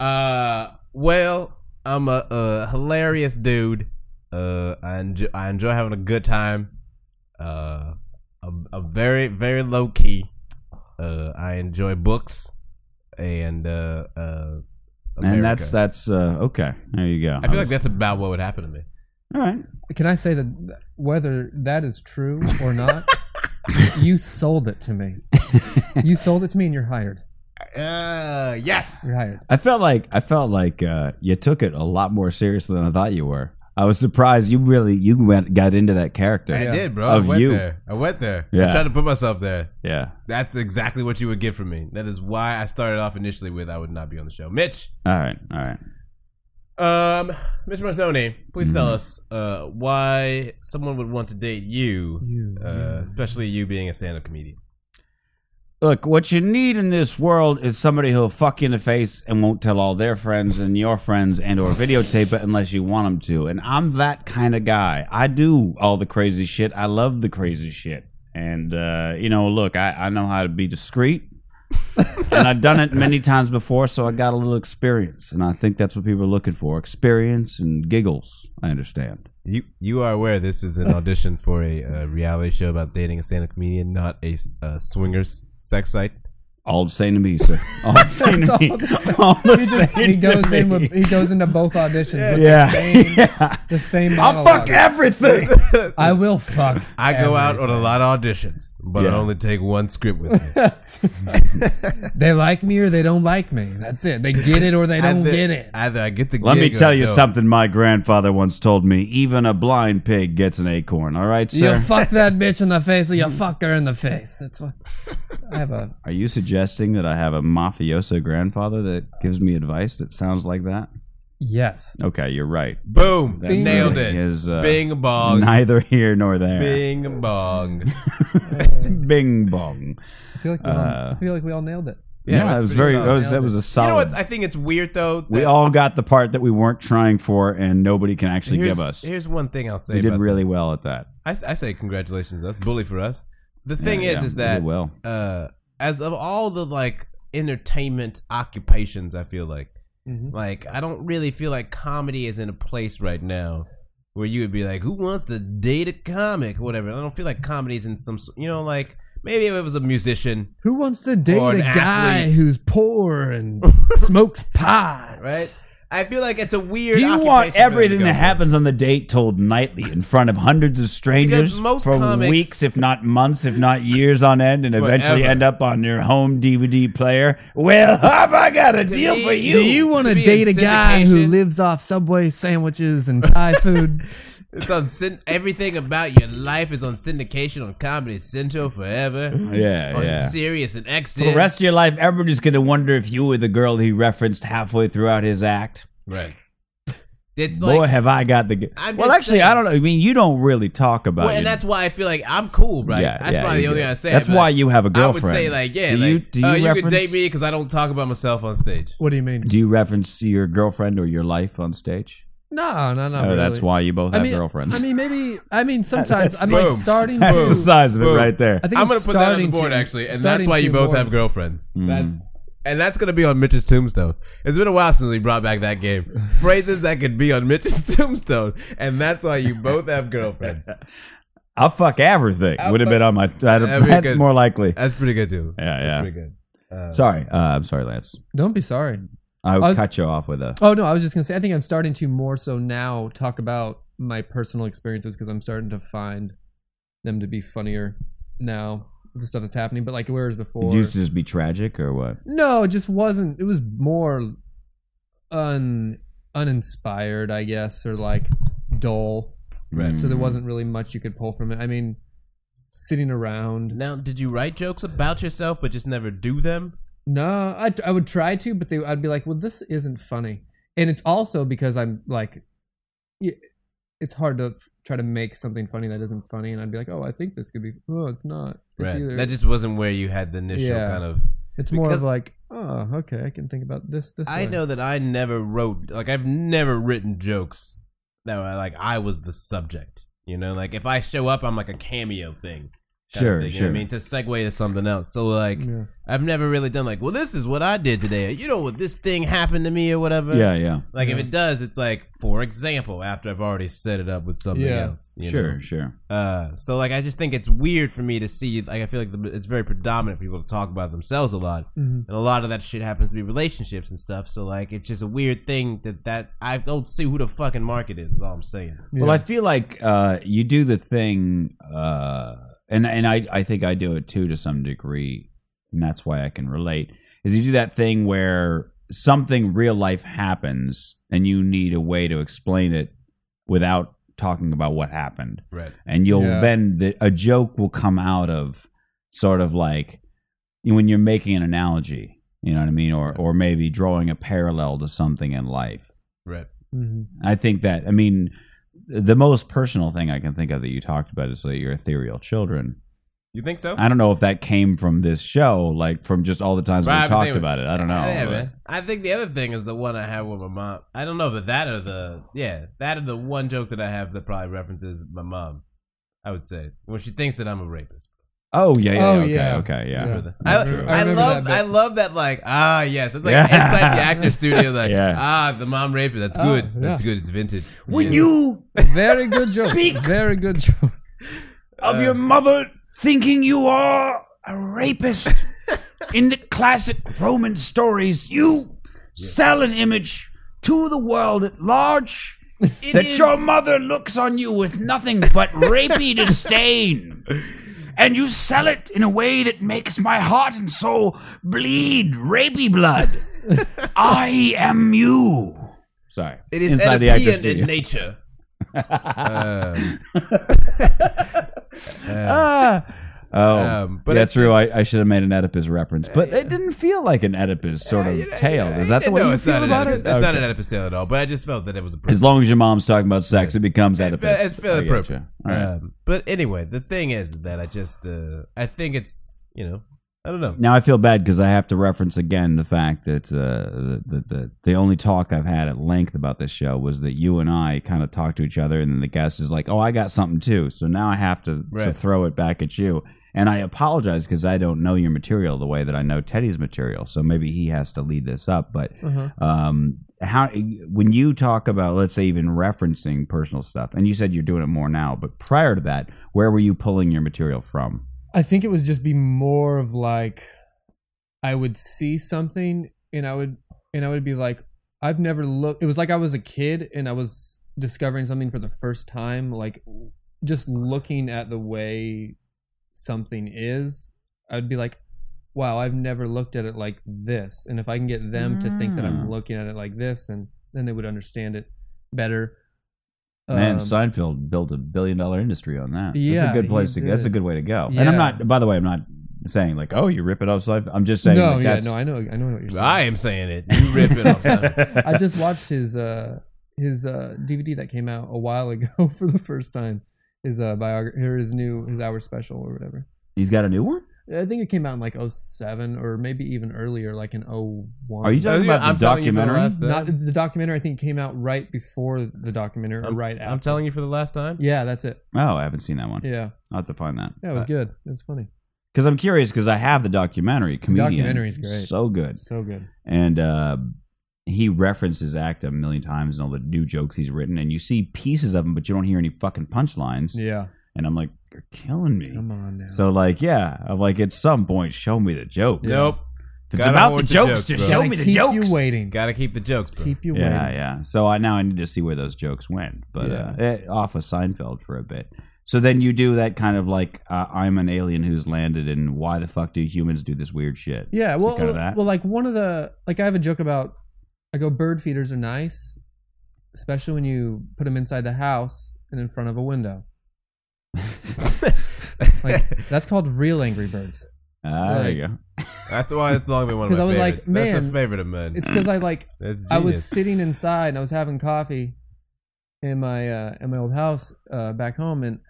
[SPEAKER 8] Uh, well, I'm a, a hilarious dude. Uh, I enjoy, I enjoy having a good time. Uh, I'm, I'm very very low key. Uh, I enjoy books, and uh, uh, America.
[SPEAKER 7] And that's that's uh, okay. There you go.
[SPEAKER 8] I feel like that's about what would happen to me.
[SPEAKER 7] all right.
[SPEAKER 9] Can I say that th- whether that is true or not, you sold it to me. You sold it to me, and you're hired.
[SPEAKER 8] Uh, yes.
[SPEAKER 9] You're hired.
[SPEAKER 7] I felt like I felt like uh, you took it a lot more seriously than I thought you were. I was surprised you really you went got into that character.
[SPEAKER 8] I did, bro.
[SPEAKER 7] Of
[SPEAKER 8] I went
[SPEAKER 7] you,
[SPEAKER 8] there. I went there.
[SPEAKER 7] Yeah.
[SPEAKER 8] I tried to put myself there.
[SPEAKER 7] yeah.
[SPEAKER 8] That's exactly what you would get from me. That is why I started off initially with I would not be on the show. Mitch,
[SPEAKER 7] All right, all right.
[SPEAKER 8] um, Mitch Marzoni, please tell us uh, why someone would want to date you,
[SPEAKER 9] You,
[SPEAKER 8] uh, especially you being a stand-up comedian.
[SPEAKER 7] Look, what you need in this world is somebody who'll fuck you in the face and won't tell all their friends and your friends and or videotape it unless you want them to. And I'm that kind of guy. I do all the crazy shit. I love the crazy shit. And uh, you know, look, I, I know how to be discreet. and I've done it many times before, so I got a little experience. And I think that's what people are looking for. Experience and giggles, I understand.
[SPEAKER 8] You you are aware this is an audition for a uh, reality show about dating a stand-up comedian, not a s- uh, swingers sex site.
[SPEAKER 7] All the same to me, sir. All the same to me. All the
[SPEAKER 9] He,
[SPEAKER 7] same
[SPEAKER 9] just, he
[SPEAKER 7] to
[SPEAKER 9] goes in
[SPEAKER 7] me.
[SPEAKER 9] with he goes into both auditions. with
[SPEAKER 7] Yeah.
[SPEAKER 9] The same,
[SPEAKER 7] Yeah.
[SPEAKER 9] the same
[SPEAKER 7] I'll fuck
[SPEAKER 9] monologue.
[SPEAKER 7] everything.
[SPEAKER 9] I will fuck.
[SPEAKER 8] I go out on a lot of auditions, but I
[SPEAKER 7] Yeah.
[SPEAKER 8] only take one script with me.
[SPEAKER 9] They like me or they don't like me. That's it. They get it or they don't
[SPEAKER 8] either,
[SPEAKER 9] get it.
[SPEAKER 8] Either I get the.
[SPEAKER 7] Let me
[SPEAKER 8] gig or
[SPEAKER 7] tell
[SPEAKER 8] I
[SPEAKER 7] you
[SPEAKER 8] don't.
[SPEAKER 7] something my grandfather once told me. Even a blind pig gets an acorn, all right,
[SPEAKER 9] You
[SPEAKER 7] sir?
[SPEAKER 9] fuck that bitch in the face or you fuck her in the face. That's what I have a
[SPEAKER 7] Are you suggesting that I have a mafioso grandfather that gives me advice that sounds like that?
[SPEAKER 9] yes.
[SPEAKER 7] Okay, you're right.
[SPEAKER 8] Boom!
[SPEAKER 7] That
[SPEAKER 8] Nailed
[SPEAKER 7] really
[SPEAKER 8] it.
[SPEAKER 7] is, uh,
[SPEAKER 8] Bing bong.
[SPEAKER 7] Neither here nor there.
[SPEAKER 8] Bing bong.
[SPEAKER 7] Bing bong.
[SPEAKER 9] I feel like we, all,
[SPEAKER 8] Uh,
[SPEAKER 9] I feel like we all nailed it.
[SPEAKER 7] Yeah, that
[SPEAKER 8] that's
[SPEAKER 7] was
[SPEAKER 8] pretty
[SPEAKER 7] very.
[SPEAKER 8] solid.
[SPEAKER 7] That was, that was a
[SPEAKER 8] You
[SPEAKER 7] solid.
[SPEAKER 8] know what? I think it's weird though. that-
[SPEAKER 7] we all got the part that we weren't trying for, and nobody can actually
[SPEAKER 8] here's,
[SPEAKER 7] give us.
[SPEAKER 8] Here's one thing I'll say.
[SPEAKER 7] We did
[SPEAKER 8] about
[SPEAKER 7] really well at that.
[SPEAKER 8] I, I say congratulations. That's bully for us. The thing
[SPEAKER 7] Yeah,
[SPEAKER 8] is,
[SPEAKER 7] yeah,
[SPEAKER 8] is
[SPEAKER 7] we
[SPEAKER 8] that
[SPEAKER 7] did well.
[SPEAKER 8] uh, as of all the like entertainment occupations, I feel like
[SPEAKER 7] Mm-hmm.
[SPEAKER 8] Like, I don't really feel like comedy is in a place right now where you would be like, "Who wants to date a comic?" Whatever. I don't feel like comedy is in some, s- you know, like maybe if it was a musician,
[SPEAKER 9] Who wants to date
[SPEAKER 8] Or
[SPEAKER 9] a
[SPEAKER 8] an
[SPEAKER 9] guy
[SPEAKER 8] athlete.
[SPEAKER 9] who's poor and smokes pot?
[SPEAKER 8] right? I feel like it's a weird.
[SPEAKER 7] Do you want
[SPEAKER 8] occupation for them to
[SPEAKER 7] everything
[SPEAKER 8] go
[SPEAKER 7] that
[SPEAKER 8] for.
[SPEAKER 7] happens on the date told nightly in front of hundreds of strangers
[SPEAKER 8] Because most
[SPEAKER 7] for
[SPEAKER 8] comics-
[SPEAKER 7] weeks, if not months, if not years on end, and eventually
[SPEAKER 8] Forever.
[SPEAKER 7] end up on your home DVD player? Well, have I got
[SPEAKER 8] To
[SPEAKER 7] a deal
[SPEAKER 8] me-
[SPEAKER 7] for you?
[SPEAKER 9] Do you want to
[SPEAKER 8] To be
[SPEAKER 9] date a
[SPEAKER 8] in
[SPEAKER 9] guy who
[SPEAKER 8] syndication.
[SPEAKER 9] lives off Subway sandwiches and Thai food?
[SPEAKER 8] It's on syn- everything about your life is on syndication on Comedy Central forever.
[SPEAKER 7] Yeah,
[SPEAKER 8] on
[SPEAKER 7] yeah.
[SPEAKER 8] Serious and
[SPEAKER 7] for
[SPEAKER 8] Exit.
[SPEAKER 7] the rest of your life, everybody's going to wonder if you were the girl he referenced halfway throughout his act.
[SPEAKER 8] right. It's
[SPEAKER 7] Boy,
[SPEAKER 8] like
[SPEAKER 7] have I got the. G-
[SPEAKER 8] I'm
[SPEAKER 7] well,
[SPEAKER 8] just
[SPEAKER 7] actually,
[SPEAKER 8] saying.
[SPEAKER 7] I don't know. I mean, you don't really talk about
[SPEAKER 8] well,
[SPEAKER 7] it.
[SPEAKER 8] and that's why I feel like I'm cool, right?
[SPEAKER 7] Yeah,
[SPEAKER 8] that's
[SPEAKER 7] yeah,
[SPEAKER 8] probably the
[SPEAKER 7] yeah.
[SPEAKER 8] only thing I say.
[SPEAKER 7] That's
[SPEAKER 8] but
[SPEAKER 7] why you have
[SPEAKER 8] I
[SPEAKER 7] a
[SPEAKER 8] would
[SPEAKER 7] girlfriend.
[SPEAKER 8] say like, yeah,
[SPEAKER 7] Do
[SPEAKER 8] like,
[SPEAKER 7] you- do you
[SPEAKER 8] oh, you could
[SPEAKER 7] reference-
[SPEAKER 8] date me because I don't talk about myself on stage.
[SPEAKER 9] What do you mean?
[SPEAKER 7] Do you reference your girlfriend or your life on stage?
[SPEAKER 9] No, no, no.
[SPEAKER 7] Oh, that's why you both
[SPEAKER 9] I
[SPEAKER 7] have
[SPEAKER 9] mean,
[SPEAKER 7] girlfriends.
[SPEAKER 9] I mean, maybe. I mean, sometimes I'm like
[SPEAKER 8] Boom.
[SPEAKER 9] starting
[SPEAKER 7] That's the
[SPEAKER 9] to.
[SPEAKER 7] size of it
[SPEAKER 8] Boom.
[SPEAKER 7] right there.
[SPEAKER 9] I think
[SPEAKER 8] I'm gonna
[SPEAKER 9] it's
[SPEAKER 8] put that on the
[SPEAKER 9] starting
[SPEAKER 8] board
[SPEAKER 9] to-
[SPEAKER 8] actually, and that's
[SPEAKER 9] starting
[SPEAKER 8] why you
[SPEAKER 9] to
[SPEAKER 8] both
[SPEAKER 9] more-
[SPEAKER 8] have girlfriends.
[SPEAKER 7] Mm.
[SPEAKER 8] That's and that's gonna be on Mitch's tombstone. It's been a while since we brought back that game. Phrases that could be on Mitch's tombstone, and that's why you both have girlfriends.
[SPEAKER 7] I'll fuck everything.
[SPEAKER 8] I'll
[SPEAKER 7] Would have
[SPEAKER 8] fuck-
[SPEAKER 7] been on my. That'd,
[SPEAKER 8] That'd be
[SPEAKER 7] that's
[SPEAKER 8] good.
[SPEAKER 7] more likely.
[SPEAKER 8] That's pretty good too.
[SPEAKER 7] Yeah, yeah.
[SPEAKER 8] Pretty good. Uh,
[SPEAKER 7] Sorry, uh, I'm sorry, Lance.
[SPEAKER 9] Don't be sorry.
[SPEAKER 7] I
[SPEAKER 9] I was-
[SPEAKER 7] cut you off with a.
[SPEAKER 9] Oh no, I was just gonna say. I think I'm starting to more so now talk about my personal experiences because I'm starting to find them to be funnier now. with The stuff that's happening, but like whereas before,
[SPEAKER 7] It used to just be tragic or what?
[SPEAKER 9] No, it just wasn't. It was more un uninspired, I guess, or like dull.
[SPEAKER 7] Right.
[SPEAKER 9] So there wasn't really much you could pull from it. I mean, sitting around.
[SPEAKER 8] now, did you write jokes about yourself but just never do them?
[SPEAKER 9] No, I I would try to, but they I'd be like, well, this isn't funny, and it's also because I'm like, y- it's hard to f- try to make something funny that isn't funny, and I'd be like, oh, I think this could be. Oh, it's not. It's either.
[SPEAKER 8] That just wasn't where you had the initial
[SPEAKER 9] Yeah.
[SPEAKER 8] kind of.
[SPEAKER 9] it's more of
[SPEAKER 8] because-
[SPEAKER 9] like, oh, okay, I can think about this. This
[SPEAKER 8] I
[SPEAKER 9] way."
[SPEAKER 8] know that I never wrote like I've never written jokes that were like I was the subject. You know, like if I show up, I'm like a cameo thing. kind of
[SPEAKER 7] Sure,
[SPEAKER 8] thing, you know
[SPEAKER 7] sure.
[SPEAKER 8] what I mean, to segue to something else. So like,
[SPEAKER 9] Yeah.
[SPEAKER 8] I've never really done like, well, this is what I did today. You know what this thing happened to me or whatever.
[SPEAKER 7] Yeah, yeah.
[SPEAKER 8] Like if it does, it's like for example, after I've already set it up with something
[SPEAKER 9] Yeah.
[SPEAKER 8] else. you
[SPEAKER 7] sure,
[SPEAKER 8] know?
[SPEAKER 7] sure.
[SPEAKER 8] Uh, so like I just think it's weird for me to see. Like I feel like the, it's very predominant for people to talk about themselves a lot,
[SPEAKER 9] Mhm.
[SPEAKER 8] and a lot of that shit happens to be relationships and stuff. So like it's just a weird thing that that I don't see who the fucking market is. Is all I'm saying.
[SPEAKER 7] Well,
[SPEAKER 9] Yeah.
[SPEAKER 7] I feel like uh, you do the thing, uh, and and I I think I do it too to some degree, and that's why I can relate. Is you do that thing where something real life happens, and you need a way to explain it without talking about what happened.
[SPEAKER 8] Right.
[SPEAKER 7] and you'll
[SPEAKER 9] Yeah.
[SPEAKER 7] then the, a joke will come out of sort of like when you're making an analogy you know what i mean or or maybe drawing a parallel to something in life
[SPEAKER 8] Right.
[SPEAKER 9] Mhm.
[SPEAKER 7] i think that i mean the most personal thing i can think of that you talked about is like your ethereal children
[SPEAKER 8] You think so?
[SPEAKER 7] i don't know if that came from this show like from just all the times
[SPEAKER 8] Right,
[SPEAKER 7] we
[SPEAKER 8] but
[SPEAKER 7] talked
[SPEAKER 8] they-
[SPEAKER 7] about it i don't know
[SPEAKER 8] Yeah,
[SPEAKER 7] but-
[SPEAKER 8] man. I think the other thing is the one I have with my mom. I don't know, but that or the yeah, that or the one joke that I have that probably references my mom. I would say when she thinks that I'm a rapist.
[SPEAKER 7] oh yeah yeah,
[SPEAKER 9] Oh,
[SPEAKER 7] yeah, okay
[SPEAKER 9] yeah.
[SPEAKER 7] okay yeah,
[SPEAKER 9] Yeah.
[SPEAKER 8] I,
[SPEAKER 9] That's true.
[SPEAKER 8] I,
[SPEAKER 9] I remember
[SPEAKER 8] love
[SPEAKER 9] that
[SPEAKER 8] I
[SPEAKER 9] bit.
[SPEAKER 8] love that like ah yes it's like
[SPEAKER 7] Yeah.
[SPEAKER 8] inside the actor studio like
[SPEAKER 7] Yeah.
[SPEAKER 8] ah the mom rapist that's
[SPEAKER 9] Oh,
[SPEAKER 8] good
[SPEAKER 9] yeah.
[SPEAKER 8] that's good it's vintage
[SPEAKER 7] when
[SPEAKER 8] Yeah.
[SPEAKER 7] you
[SPEAKER 9] Very good joke. Very good joke.
[SPEAKER 7] of your mother thinking you are a rapist. In the classic Roman stories, you sell an image to the world at large that your mother looks on you with nothing but rapey disdain. And you sell it in a way that makes my heart and soul bleed rapey blood. I am you. Sorry.
[SPEAKER 8] it is Oedipean in nature um,
[SPEAKER 7] Oh,
[SPEAKER 8] Um, but
[SPEAKER 7] yeah,
[SPEAKER 8] it's
[SPEAKER 7] true.
[SPEAKER 8] just-
[SPEAKER 7] I, I should have made an Oedipus reference, but it didn't feel like an Oedipus sort of tale. Is that the way
[SPEAKER 8] no
[SPEAKER 7] you
[SPEAKER 8] it's
[SPEAKER 7] feel
[SPEAKER 8] not an
[SPEAKER 7] about
[SPEAKER 8] Oedipus
[SPEAKER 7] it?
[SPEAKER 8] it's not
[SPEAKER 7] Okay.
[SPEAKER 8] an Oedipus tale at all but I just felt that it was a
[SPEAKER 7] As long as your mom's talking about sex, it becomes Oedipus.
[SPEAKER 8] It's
[SPEAKER 7] I
[SPEAKER 8] fairly
[SPEAKER 7] get
[SPEAKER 8] appropriate.
[SPEAKER 7] you. All right.
[SPEAKER 8] Um, but anyway, the thing is that I just uh, I think it's you know I don't know.
[SPEAKER 7] Now I feel bad because I have to reference again the fact that uh, the, the, the the only talk I've had at length about this show was that you and I kind of talked to each other, and then the guest is like, "Oh, I got something too," so now I have to, to
[SPEAKER 8] Right.
[SPEAKER 7] throw it back at you, And I apologize because I don't know your material the way that I know Teddy's material. So maybe he has to lead this up. But
[SPEAKER 9] Uh-huh.
[SPEAKER 7] um, how when you talk about, let's say, even referencing personal stuff, and you said you're doing it more now, but prior to that, where were you pulling your material from?
[SPEAKER 9] I think it was just be more of like I would see something and I would and I would be like I've never looked it was like I was a kid and I was discovering something for the first time like just looking at the way something is I would be like wow I've never looked at it like this and if I can get them to think that I'm
[SPEAKER 7] Mm.
[SPEAKER 9] looking at it like this and then they would understand it better
[SPEAKER 7] Man,
[SPEAKER 9] Um,
[SPEAKER 7] Seinfeld built a billion dollar industry on that.
[SPEAKER 9] Yeah,
[SPEAKER 7] that's a good place
[SPEAKER 9] he
[SPEAKER 7] to. That's a
[SPEAKER 9] did.
[SPEAKER 7] good way to go. And I'm
[SPEAKER 9] Yeah.
[SPEAKER 7] not. By the way, I'm not saying like, oh, you rip it off Seinfeld. I'm just saying.
[SPEAKER 9] No,
[SPEAKER 7] like,
[SPEAKER 9] yeah,
[SPEAKER 7] that's-
[SPEAKER 9] no, I know, I know what you're saying.
[SPEAKER 8] I am saying it. You rip it off. son.
[SPEAKER 9] I just watched his uh his uh DVD that came out a while ago for the first time. His uh biography or his new his hour special or whatever.
[SPEAKER 7] He's got a new one.
[SPEAKER 9] I think it came out in like 07 or maybe even earlier, like in 01.
[SPEAKER 7] Are you talking about the
[SPEAKER 8] I'm telling you for the
[SPEAKER 7] documentary?
[SPEAKER 8] last time.
[SPEAKER 9] Not the documentary. I think came out right before the documentary or right after.
[SPEAKER 8] I'm telling you for the last time.
[SPEAKER 9] yeah, that's it.
[SPEAKER 7] Oh, I haven't seen that one.
[SPEAKER 9] Yeah,
[SPEAKER 7] I'll have to find that.
[SPEAKER 9] yeah, it was good. It was funny.
[SPEAKER 7] Because I'm curious, because I have the documentary. Comedian.
[SPEAKER 9] documentary's great.
[SPEAKER 7] So good.
[SPEAKER 9] So good.
[SPEAKER 7] and uh, he references act a million times and all the new jokes he's written, and you see pieces of them, but you don't hear any fucking punchlines.
[SPEAKER 9] Yeah.
[SPEAKER 7] And I'm like, you're killing me.
[SPEAKER 9] Come on now.
[SPEAKER 7] So like, yeah, I'm like, at some point, show me the jokes.
[SPEAKER 8] Nope.
[SPEAKER 7] If it's
[SPEAKER 8] Gotta
[SPEAKER 7] about the
[SPEAKER 8] hoard the
[SPEAKER 7] jokes,
[SPEAKER 8] jokes,
[SPEAKER 7] just
[SPEAKER 8] bro.
[SPEAKER 7] show
[SPEAKER 9] Gotta
[SPEAKER 7] me the
[SPEAKER 9] keep
[SPEAKER 7] jokes.
[SPEAKER 9] you waiting.
[SPEAKER 8] Gotta keep the jokes, bro.
[SPEAKER 9] Keep you
[SPEAKER 7] Yeah,
[SPEAKER 9] waiting.
[SPEAKER 7] yeah. So I now I need to see where those jokes went, but uh,
[SPEAKER 9] Yeah.
[SPEAKER 7] eh, off of Seinfeld for a bit. So then you do that kind of like uh, I'm an alien who's landed, and why the fuck do humans do this weird shit?
[SPEAKER 9] Yeah, well,
[SPEAKER 7] Because of
[SPEAKER 9] well,
[SPEAKER 7] that.
[SPEAKER 9] well, like one of the like I have a joke about. I go bird feeders are nice, especially when you put them inside the house and in front of a window. Like that's called real Angry Birds.
[SPEAKER 7] Ah, there you go.
[SPEAKER 8] That's why it's long been one of
[SPEAKER 9] 'Cause
[SPEAKER 8] my
[SPEAKER 9] I was like,
[SPEAKER 8] favorites. That's a
[SPEAKER 9] man,
[SPEAKER 8] favorite of mine.
[SPEAKER 9] It's because I like
[SPEAKER 8] That's genius.
[SPEAKER 9] I was sitting inside and I was having coffee in my uh, in my old house uh, back home, and